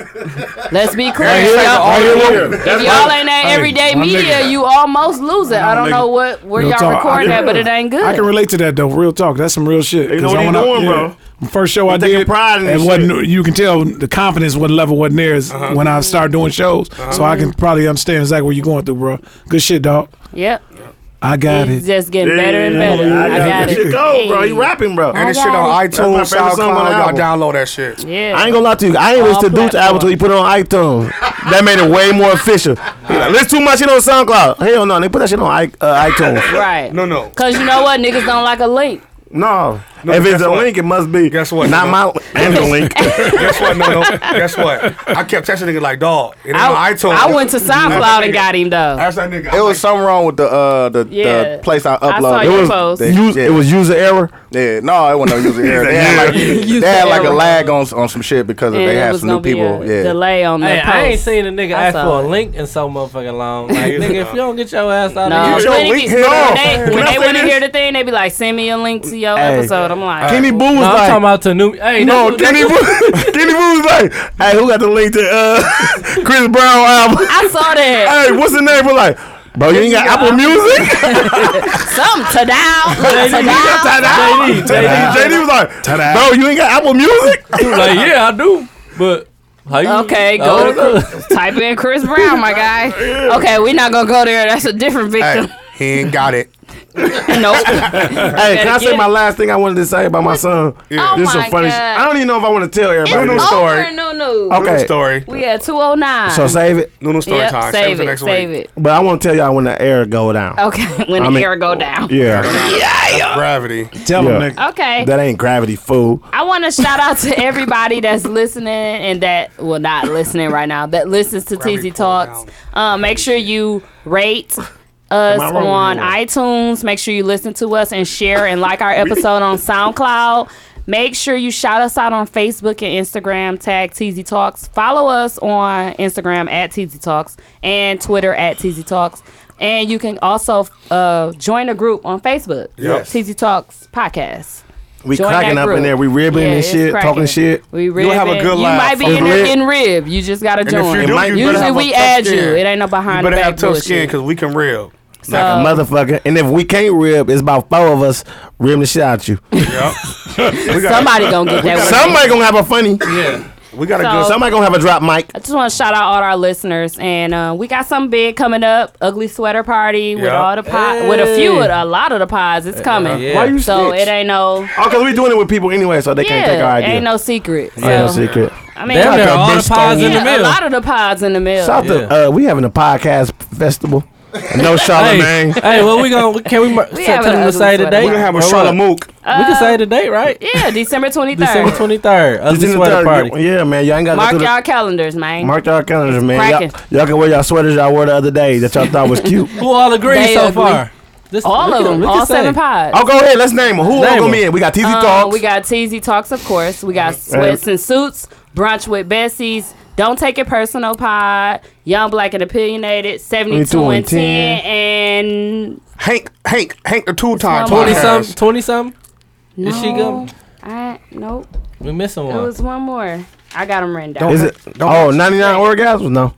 Speaker 1: Let's be clear.
Speaker 3: Right here,
Speaker 1: Y'all-
Speaker 3: right here, right here.
Speaker 1: If y'all ain't that everyday
Speaker 7: my
Speaker 1: media, you almost lose it. I don't know what where
Speaker 7: Real
Speaker 1: y'all
Speaker 7: talk.
Speaker 1: recording
Speaker 7: I-
Speaker 1: at, but it ain't good.
Speaker 7: I can relate to that though. Real talk. That's some real shit.
Speaker 3: They know
Speaker 7: 'Cause I
Speaker 3: what they
Speaker 7: went out-
Speaker 3: doing, bro.
Speaker 7: First show I
Speaker 3: They taking
Speaker 7: did,
Speaker 3: pride in
Speaker 7: it
Speaker 3: this
Speaker 7: wasn't.
Speaker 3: shit. Uh-huh.
Speaker 7: You can tell the confidence, what level wasn't there is when I start doing shows. So I can probably understand exactly what you're going through, bro. Good shit, dog.
Speaker 1: Yep.
Speaker 7: I got
Speaker 1: It's
Speaker 7: it.
Speaker 1: just getting better and better. I got
Speaker 3: Shit
Speaker 1: it.
Speaker 3: go, bro. He
Speaker 1: Hey.
Speaker 3: rapping, bro.
Speaker 6: And this
Speaker 1: I
Speaker 6: shit
Speaker 1: got
Speaker 6: on
Speaker 3: That's my
Speaker 6: iTunes,
Speaker 3: favorite song on the
Speaker 6: SoundCloud.
Speaker 3: album.
Speaker 6: Y'all download that shit.
Speaker 1: Yeah.
Speaker 3: I ain't gonna lie to you. I ain't
Speaker 1: All
Speaker 3: listened to Dude's
Speaker 1: platforms.
Speaker 3: album till he put it on iTunes. that made it way more official. He like, Listen too much shit on SoundCloud. Hell no, they put that shit on I- uh, iTunes.
Speaker 1: Right.
Speaker 6: No, no.
Speaker 1: Cause you know what, niggas don't like a link.
Speaker 3: No. if it's
Speaker 6: guess
Speaker 3: a
Speaker 6: what?
Speaker 3: link, it must be.
Speaker 6: Guess what,
Speaker 3: Not
Speaker 6: you
Speaker 3: my Andrew link.
Speaker 6: Guess what? No, no. Guess what? I kept texting nigga like, dog. It ain't on
Speaker 1: I,
Speaker 6: iTunes.
Speaker 1: I went to SoundCloud and got him though.
Speaker 6: That's that nigga.
Speaker 14: It was something wrong with the uh the,
Speaker 1: Yeah.
Speaker 14: the place I
Speaker 1: I saw
Speaker 14: uploaded.
Speaker 1: your post.
Speaker 14: They-
Speaker 3: Use-
Speaker 14: yeah.
Speaker 3: It was user error.
Speaker 14: Yeah, no, it wasn't no user error. They had like,
Speaker 1: User
Speaker 14: they had like a
Speaker 1: error.
Speaker 14: lag on on some shit because
Speaker 1: And
Speaker 14: they
Speaker 1: it
Speaker 14: had
Speaker 1: was
Speaker 14: some
Speaker 1: gonna
Speaker 14: new
Speaker 1: be
Speaker 14: people.
Speaker 1: a
Speaker 14: Yeah,
Speaker 1: delay on
Speaker 4: Hey,
Speaker 1: that post.
Speaker 4: I ain't seen a nigga
Speaker 1: I
Speaker 4: ask
Speaker 1: saw
Speaker 4: for a
Speaker 1: it.
Speaker 4: link in so motherfucking long. Like, nigga, if you don't get your ass out
Speaker 1: No,
Speaker 4: of
Speaker 1: Um, when,
Speaker 4: here,
Speaker 3: your
Speaker 1: it
Speaker 3: link
Speaker 1: gets-
Speaker 3: hit
Speaker 1: when
Speaker 3: off.
Speaker 1: they,
Speaker 3: Can
Speaker 1: when
Speaker 3: I
Speaker 1: they
Speaker 3: say
Speaker 1: want to
Speaker 3: this?
Speaker 1: hear the thing, they be like, "Send me a link to your
Speaker 3: Hey.
Speaker 1: episode." I'm like,
Speaker 3: Kenny Boo was
Speaker 4: No, I'm
Speaker 3: like,
Speaker 4: talking about to new. Hey,
Speaker 3: No,
Speaker 4: that's what-
Speaker 3: Kenny Boo. Kenny Boo was like, hey, who got the link to uh, Chris Brown album?
Speaker 1: I saw that.
Speaker 3: hey, what's the name? We're like, bro, you ain't got Apple Music?
Speaker 1: Something to down, to down.
Speaker 3: JD, JD, JD was like, bro, you ain't got Apple Music?
Speaker 4: He was like, yeah, I do, but how you?
Speaker 1: Okay,
Speaker 4: Oh,
Speaker 1: go to type in Chris Brown, my guy. Okay, we're not gonna go there. That's a different
Speaker 6: Hey,
Speaker 1: victim.
Speaker 6: he ain't got it.
Speaker 1: nope.
Speaker 3: Hey, can I
Speaker 1: Gotta
Speaker 3: say
Speaker 1: get
Speaker 3: my last thing I wanted to say about my son?
Speaker 1: Oh
Speaker 3: this is
Speaker 1: my
Speaker 3: some funny
Speaker 1: God.
Speaker 3: shit. I don't even know if I want to tell everybody.
Speaker 1: It's
Speaker 3: this.
Speaker 1: over. No, no.
Speaker 3: Okay.
Speaker 6: Noodle story.
Speaker 1: We at 209.
Speaker 3: So save it.
Speaker 6: Noodle story
Speaker 1: Yep,
Speaker 6: time.
Speaker 1: Save
Speaker 6: for
Speaker 1: it.
Speaker 6: next
Speaker 1: Save
Speaker 6: week.
Speaker 1: it.
Speaker 3: But I want to tell y'all when the air go down.
Speaker 1: Okay, when
Speaker 3: I
Speaker 1: the
Speaker 3: mean-
Speaker 1: air go down.
Speaker 3: Yeah.
Speaker 6: Gravity.
Speaker 7: Tell
Speaker 3: Yeah.
Speaker 7: him, nigga.
Speaker 1: Okay.
Speaker 3: That ain't gravity, fool.
Speaker 1: I want to shout out to everybody that's listening and that, well, not listening right now, that listens to
Speaker 6: Gravity
Speaker 1: TZ
Speaker 6: pulled
Speaker 1: Talks.
Speaker 6: down.
Speaker 1: Uh, make sure you rate us
Speaker 3: I wrong
Speaker 1: on
Speaker 3: with you?
Speaker 1: iTunes. Make sure you listen to us and share and like our episode on SoundCloud. Make sure you shout us out on Facebook and Instagram. Tag TZ Talks. Follow us on Instagram at TZ Talks and Twitter at TZ Talks. And you can also uh, join a group on Facebook.
Speaker 6: Yes.
Speaker 1: TZ Talks Podcast.
Speaker 3: We
Speaker 1: Join
Speaker 3: cracking
Speaker 1: that
Speaker 3: up
Speaker 1: group.
Speaker 3: in there. We ribbing
Speaker 1: Yeah,
Speaker 3: and
Speaker 1: it's
Speaker 3: shit,
Speaker 1: cracking.
Speaker 3: talking shit.
Speaker 1: We rib.
Speaker 6: You'll have a good
Speaker 1: you
Speaker 6: laugh.
Speaker 1: might be
Speaker 3: It's
Speaker 1: in there
Speaker 3: lit.
Speaker 1: getting rib. You just gotta
Speaker 6: if you
Speaker 1: join.
Speaker 6: do, you better
Speaker 1: Usually
Speaker 6: have a
Speaker 1: we
Speaker 6: tough
Speaker 1: add
Speaker 6: skin.
Speaker 1: you. It ain't no behind the
Speaker 6: You better
Speaker 1: back
Speaker 6: have tough
Speaker 1: bullshit.
Speaker 6: skin because we can reel.
Speaker 1: So-
Speaker 3: Like a motherfucker. And if we can't rib, it's about four of us ribbing the shit out you.
Speaker 6: Yep. We got-
Speaker 1: Somebody gonna get that. one.
Speaker 3: Somebody gonna have a funny.
Speaker 4: Yeah.
Speaker 3: We got a
Speaker 1: So-
Speaker 3: good. Somebody gonna have a drop mic.
Speaker 1: I just want to shout out all our listeners, and uh, we got something big coming up. Ugly sweater party with
Speaker 3: Yeah.
Speaker 1: all the pod, with a few of the, a lot of the pods. It's coming.
Speaker 3: yeah. Why you
Speaker 1: so
Speaker 3: snitch?
Speaker 1: it ain't no.
Speaker 3: Oh, cause we doing it with people anyway, so they
Speaker 1: yeah,
Speaker 3: can't take our idea.
Speaker 1: ain't no secret.
Speaker 3: Ain't no
Speaker 1: So,
Speaker 3: secret.
Speaker 1: I mean,
Speaker 3: Damn near all the pods in the
Speaker 1: Yeah,
Speaker 3: middle.
Speaker 1: A lot of the pods in the middle.
Speaker 3: Shout out to, uh, we having a podcast festival. No Charlemagne.
Speaker 4: Hey, hey, well, we gonna can we, mar-
Speaker 1: We
Speaker 4: tell
Speaker 1: having an
Speaker 4: them to
Speaker 1: ugly
Speaker 4: say the
Speaker 1: sweater
Speaker 4: date?
Speaker 1: We gonna have a
Speaker 4: Or what?
Speaker 3: Charlemook.
Speaker 4: we can say the date, right?
Speaker 1: Yeah, December twenty
Speaker 4: December
Speaker 1: third.
Speaker 4: twenty third. Ugly
Speaker 3: December
Speaker 4: sweater
Speaker 3: third,
Speaker 4: party.
Speaker 3: get- Yeah, man, y'all ain't got
Speaker 1: Mark y'all calendars, man.
Speaker 3: Mark y'all calendars, man.
Speaker 1: cracking.
Speaker 3: Y'all, y'all can wear y'all sweaters y'all wore the other day that y'all thought was cute.
Speaker 4: Who all agreed
Speaker 1: They
Speaker 4: so
Speaker 1: ugly.
Speaker 4: far? This-
Speaker 1: all
Speaker 4: we
Speaker 1: of
Speaker 4: can-
Speaker 1: them,
Speaker 4: we can
Speaker 1: all seven
Speaker 4: say.
Speaker 1: pods.
Speaker 3: Oh, go ahead. Let's name them. Who all
Speaker 4: Name
Speaker 3: gonna
Speaker 4: 'em.
Speaker 3: be in? We got TZ
Speaker 1: Um,
Speaker 3: Talks.
Speaker 1: We got TZ Talks, of course. We got Sweats and Suits, Brunch with Bessie's, Don't Take It Personal Pod, Young Black and Opinionated, 72 and 10, and
Speaker 14: Hank, Hank, Hank the two
Speaker 1: time
Speaker 4: Twenty something. Twenty something.
Speaker 1: no,
Speaker 4: Is she good?
Speaker 1: I, nope.
Speaker 4: We missing
Speaker 1: It
Speaker 4: one.
Speaker 1: was one more. I got them written down.
Speaker 3: Is it? Oh, 99 orgasms? No.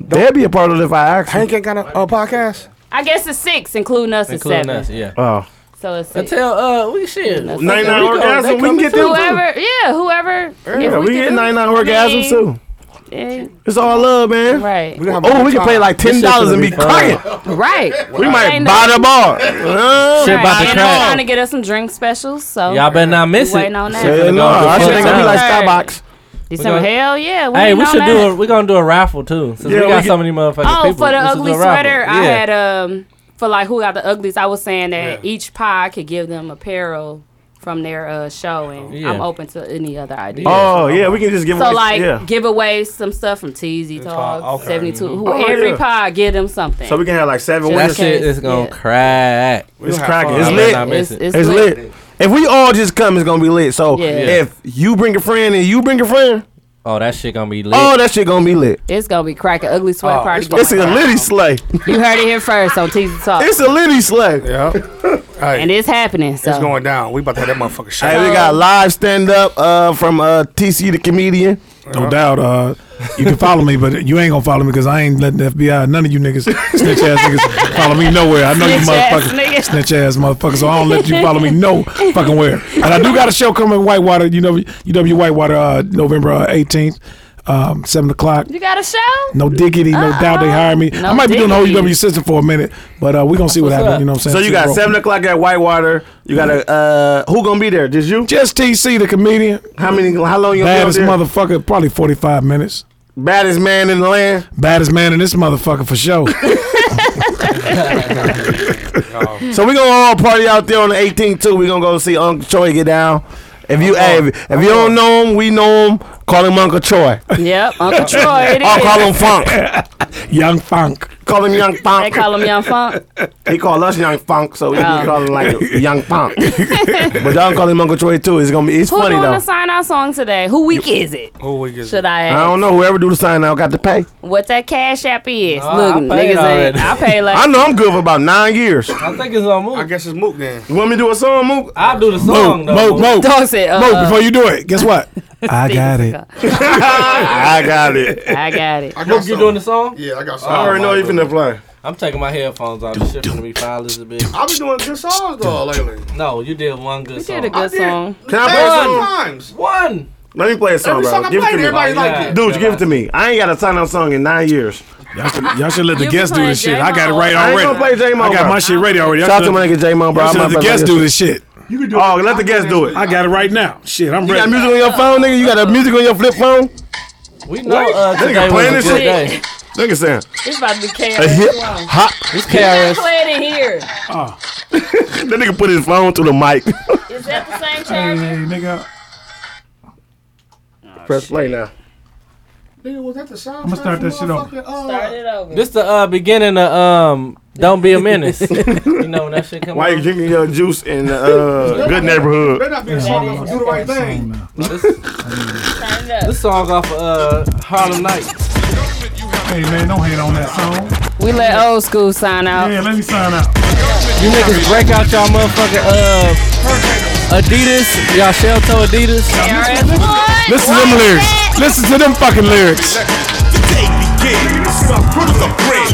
Speaker 3: They'd be a part of it if I asked.
Speaker 6: Hank ain't got a, a podcast.
Speaker 1: I guess it's six, including us is
Speaker 4: Including
Speaker 1: seven.
Speaker 4: us, yeah.
Speaker 3: Oh.
Speaker 1: So it's six.
Speaker 4: Until uh, we shit.
Speaker 1: That's
Speaker 3: Nine
Speaker 1: okay.
Speaker 3: Nine Orgasm, we can get them too.
Speaker 1: Whoever, yeah, whoever.
Speaker 3: Yeah, we get 99 orgasms too.
Speaker 1: too.
Speaker 3: It's all love, man.
Speaker 1: Right.
Speaker 3: Oh, we can pay like ten dollars and be cracking.
Speaker 1: Right.
Speaker 3: We might
Speaker 1: Ain't
Speaker 3: buy
Speaker 1: no-
Speaker 3: the bar.
Speaker 4: Shit about to
Speaker 1: and
Speaker 4: crack.
Speaker 1: I'm trying to get us some drink specials, so
Speaker 4: Y'all better not miss
Speaker 1: we
Speaker 4: it.
Speaker 1: Waiting on that.
Speaker 4: Shit,
Speaker 3: no,
Speaker 4: gonna
Speaker 3: our
Speaker 4: go
Speaker 3: shit ain't gonna be like
Speaker 1: Third.
Speaker 3: Starbucks.
Speaker 1: December.
Speaker 4: We gonna-
Speaker 1: Hell yeah. We
Speaker 4: hey,
Speaker 1: ain't
Speaker 4: we
Speaker 1: on
Speaker 4: should
Speaker 1: that.
Speaker 4: do a, we're gonna do a raffle too. Since
Speaker 3: Yeah,
Speaker 4: we
Speaker 3: we
Speaker 4: got
Speaker 3: get-
Speaker 4: so many motherfucking
Speaker 1: Oh,
Speaker 4: people.
Speaker 1: for the
Speaker 4: let's just do
Speaker 1: ugly
Speaker 4: a raffle.
Speaker 1: sweater, I
Speaker 4: Yeah.
Speaker 1: had um for like who got the ugliest. I was saying that each pod could give them apparel from their uh, show, and
Speaker 3: Yeah.
Speaker 1: I'm open to any other idea.
Speaker 3: Oh yeah, we can just give
Speaker 1: so
Speaker 3: away.
Speaker 1: like
Speaker 3: yeah.
Speaker 1: give away some stuff from TZ Talk,
Speaker 3: okay.
Speaker 1: 72, who
Speaker 3: Oh,
Speaker 1: every
Speaker 3: yeah.
Speaker 1: pod give them something.
Speaker 3: So we can have like seven
Speaker 1: Just
Speaker 3: winners.
Speaker 1: in case, That shit is
Speaker 4: gonna crack.
Speaker 3: It's
Speaker 4: We'll
Speaker 3: cracking.
Speaker 4: have
Speaker 3: It's
Speaker 4: fun.
Speaker 3: lit.
Speaker 4: Y'all better not miss It's- it.
Speaker 3: It's,
Speaker 4: it's
Speaker 3: lit. If we all just come, it's gonna be lit. So
Speaker 1: Yeah.
Speaker 3: if you bring a friend and you bring a friend,
Speaker 4: Oh, that shit gonna be lit.
Speaker 3: oh that shit gonna be lit.
Speaker 1: It's gonna be cracking. Ugly sweater party.
Speaker 3: It's a
Speaker 1: going down.
Speaker 3: litty slay.
Speaker 1: You heard it here first on TZ Talk.
Speaker 3: It's a litty slay.
Speaker 6: Yeah.
Speaker 1: and it's happening. So
Speaker 6: It's going down. We about to have that motherfucker shot.
Speaker 3: Hey, we got live stand up uh, from uh, TC the comedian.
Speaker 7: No doubt. Uh, you can follow me, but you ain't gonna follow me because I ain't letting the FBI, none of you niggas, snitch ass niggas, follow me nowhere. I know you
Speaker 8: Snitch ass
Speaker 7: motherfuckers,
Speaker 8: nigga.
Speaker 7: snitch ass motherfuckers. So I don't let you follow me no fucking where. And I do got a show coming in Whitewater. You know, you know, Whitewater, uh, November eighteenth, um, seven o'clock.
Speaker 1: you got a show? Uh-uh.
Speaker 7: No diggity, no doubt they hire me.
Speaker 1: No
Speaker 7: I might be doing the
Speaker 1: diggity.
Speaker 7: OUW system for a minute, but uh, we gonna see what happens. You know what I'm saying?
Speaker 3: So you
Speaker 7: See
Speaker 3: got
Speaker 7: what-
Speaker 3: seven o'clock at Whitewater. You got a uh, who gonna be there? Just you?
Speaker 7: Just TC the comedian.
Speaker 3: How many? How long you gonna
Speaker 7: Baddest
Speaker 3: be up there?
Speaker 7: motherfucker, probably 45 minutes.
Speaker 3: Baddest man in the land.
Speaker 7: Baddest man in this motherfucker for sure.
Speaker 3: So we gonna all party out there on the 18th too. We gonna go see Uncle Troy get down. If you hey, if, if you don't know him, we know him. Call him Uncle Troy.
Speaker 1: Yep, Uncle Troy. It is.
Speaker 3: I'll call him Funk.
Speaker 7: Young Funk.
Speaker 3: Call him Young Funk.
Speaker 1: They call him Young Funk.
Speaker 3: He call us Young Funk, so we
Speaker 1: Oh.
Speaker 3: can call him like Young Funk. but y'all call him Uncle Troy too. It's gonna be it's
Speaker 1: Who
Speaker 3: funny
Speaker 1: doing
Speaker 3: though.
Speaker 1: the sign out song today? Who week is it?
Speaker 6: Who we get?
Speaker 1: Should I
Speaker 3: I
Speaker 1: ask?
Speaker 3: don't know. Whoever do the sign out got to pay.
Speaker 1: What that cash app is?
Speaker 4: Nah,
Speaker 1: Look,
Speaker 4: Oh, I paid
Speaker 1: niggas ain't.
Speaker 4: already.
Speaker 1: I pay like.
Speaker 3: I know I'm good for about nine years.
Speaker 4: I think it's on Mook. I
Speaker 6: guess it's Mook then.
Speaker 3: You want me to do a song, Mook?
Speaker 4: I'll do the song.
Speaker 7: Mook,
Speaker 4: though,
Speaker 7: Mook, Mook.
Speaker 1: Dog said, uh,
Speaker 7: Mook, before you do it, guess what? I got it.
Speaker 3: I got it.
Speaker 1: I got it.
Speaker 4: Mook, you doing the song?
Speaker 6: Yeah, I got
Speaker 4: some.
Speaker 3: I already know you finna play.
Speaker 4: I'm taking my headphones off. This shit finna be foul as a bitch.
Speaker 6: I've been doing good songs though lately.
Speaker 4: No, you did one good song.
Speaker 1: did a good song.
Speaker 3: Can I play a song?
Speaker 6: times?
Speaker 4: One.
Speaker 3: Let me play a song,
Speaker 6: Every
Speaker 3: bro.
Speaker 6: song I
Speaker 3: Give it
Speaker 6: played,
Speaker 3: to me.
Speaker 6: everybody liked
Speaker 4: it.
Speaker 3: Dude, give it to me. I ain't got a sign out song in nine years.
Speaker 7: Y'all should, y'all should let the
Speaker 1: You be
Speaker 7: guests do
Speaker 1: playing
Speaker 7: this shit. I got it
Speaker 1: J-Mo.
Speaker 7: right
Speaker 1: I
Speaker 7: already.
Speaker 1: ain't gonna play
Speaker 3: J-Mo,
Speaker 7: I got
Speaker 3: bro.
Speaker 7: my shit ready already. Y'all
Speaker 3: Shout out to
Speaker 7: should-
Speaker 3: my nigga J-Mo, bro.
Speaker 7: Y'all should
Speaker 3: I'm
Speaker 7: let the
Speaker 3: about to
Speaker 7: guests
Speaker 3: play
Speaker 7: do
Speaker 3: this.
Speaker 7: this shit.
Speaker 3: You can do oh, let the guests do it.
Speaker 7: I got it right now. Shit, I'm
Speaker 3: You got
Speaker 7: ready.
Speaker 3: music on your phone, nigga? You got a music on your flip phone?
Speaker 4: We know uh,
Speaker 3: That
Speaker 4: today
Speaker 3: nigga
Speaker 4: was
Speaker 3: playing
Speaker 4: a
Speaker 3: this
Speaker 4: good
Speaker 3: shit?
Speaker 4: day.
Speaker 3: Nigga saying,
Speaker 1: It's about to be
Speaker 3: a hip
Speaker 1: KRS One.
Speaker 3: hop. This
Speaker 1: You not playing it here.
Speaker 7: Ah.
Speaker 3: That nigga put his phone through the mic.
Speaker 1: Is that the same charger?
Speaker 7: nigga.
Speaker 3: Press play now.
Speaker 6: Nigga, was that the sound?
Speaker 7: I'ma start that shit over.
Speaker 6: uh,
Speaker 1: Start it over.
Speaker 4: This the uh, beginning of um, Don't Be a Menace. you know when that shit come
Speaker 3: Why
Speaker 4: out.
Speaker 3: you drinking your juice in the uh, good neighborhood?
Speaker 6: Better not be a song off of Do the Right Thing.
Speaker 1: Turn it up.
Speaker 4: This song off of uh, Harlem Nights.
Speaker 7: Hey, man, don't hate on that song.
Speaker 1: We let old school sign out.
Speaker 7: Yeah, let me sign out.
Speaker 4: You niggas break out y'all motherfucking uh, Adidas, y'all shell toe Adidas.
Speaker 1: KRS One.
Speaker 7: Listen to them lyrics. Listen to them fucking lyrics.
Speaker 15: The day begins. Fruit of the bread.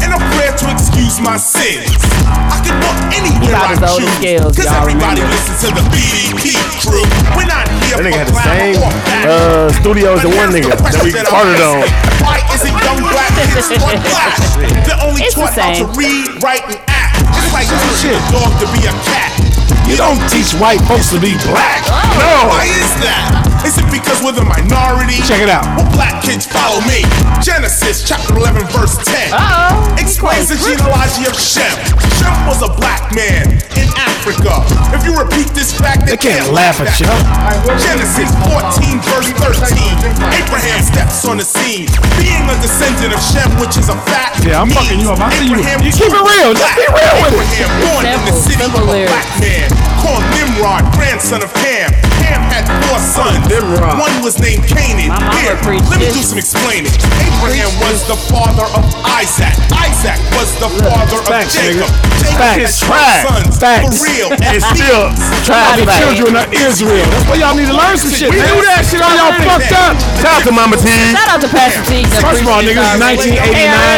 Speaker 15: And a prayer to excuse my sins. I can walk
Speaker 1: He
Speaker 8: anything
Speaker 1: about
Speaker 8: I
Speaker 1: to go to
Speaker 8: choose.
Speaker 1: scales,
Speaker 8: Cause
Speaker 1: y'all
Speaker 8: everybody
Speaker 1: remember.
Speaker 8: listens to the BDP crew. We're not
Speaker 3: That
Speaker 8: here
Speaker 3: nigga
Speaker 8: for
Speaker 3: had the
Speaker 8: clown
Speaker 3: same
Speaker 8: or back.
Speaker 3: uh, studio as the one nigga that we parted on.
Speaker 8: Why is it young black kids taught black? They're only
Speaker 1: It's the
Speaker 8: taught how to
Speaker 1: same.
Speaker 8: read, write, and act. It's like teaching a dog to be a cat.
Speaker 7: You don't teach white folks to be black.
Speaker 8: No. Why is that? Is it because we're the minority?
Speaker 7: Check it out.
Speaker 8: Well, black kids follow me. Genesis chapter 11, verse 10.
Speaker 1: Uh-oh.
Speaker 8: Explains the genealogy of Shem. Shem was a black man in Africa. If you repeat this fact, they,
Speaker 7: can't laugh at
Speaker 8: that. Genesis 14, verse 13. Abraham steps on the scene. Being a descendant of Shem, which is a fact.
Speaker 7: Yeah, I'm fucking you up. I see you. You keep it real. Just be real with it.
Speaker 8: Abraham born in the city of a black man called Nimrod, grandson of Ham. Ham had four sons.
Speaker 7: Oh,
Speaker 8: One was named Canaan. Here, let me do some explaining. Abraham was the father of Isaac. Isaac was the father of
Speaker 7: Facts, nigga.
Speaker 8: Jacob. Jacob had
Speaker 7: Facts.
Speaker 8: twelve sons.
Speaker 7: Facts.
Speaker 8: For real.
Speaker 7: It's still
Speaker 8: Facts.
Speaker 7: the children of Israel. That's why y'all need to learn some shit.
Speaker 8: We
Speaker 7: man.
Speaker 8: do that shit, all y'all fucked up.
Speaker 7: Shout out to Mama T.
Speaker 1: Shout out to Pastor T.
Speaker 7: First of all, nigga, it's 1989,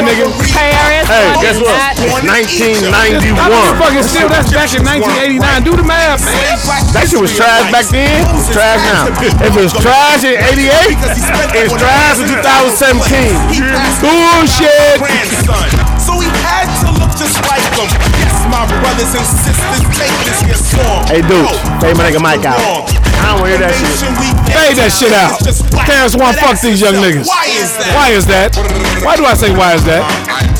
Speaker 7: nigga.
Speaker 1: KRS.
Speaker 7: Hey,
Speaker 1: One
Speaker 7: guess
Speaker 1: is
Speaker 7: what?
Speaker 1: not-
Speaker 7: It's 1991. That motherfucking still, that's back in 1989. Do the math, man.
Speaker 14: That shit was trash back then. It's trash now. If it's trash in '88, it's trash in 2017.
Speaker 8: Bullshit. Grandson. So he had to look just like him. Yes, my brothers and sisters, take this your song.
Speaker 14: Hey, dude, pay my nigga Mike out.
Speaker 8: I don't hear that shit.
Speaker 7: Fade that shit out. Parents want to fuck these young niggas.
Speaker 8: Why is that?
Speaker 7: Why is that? Why do I say why is that?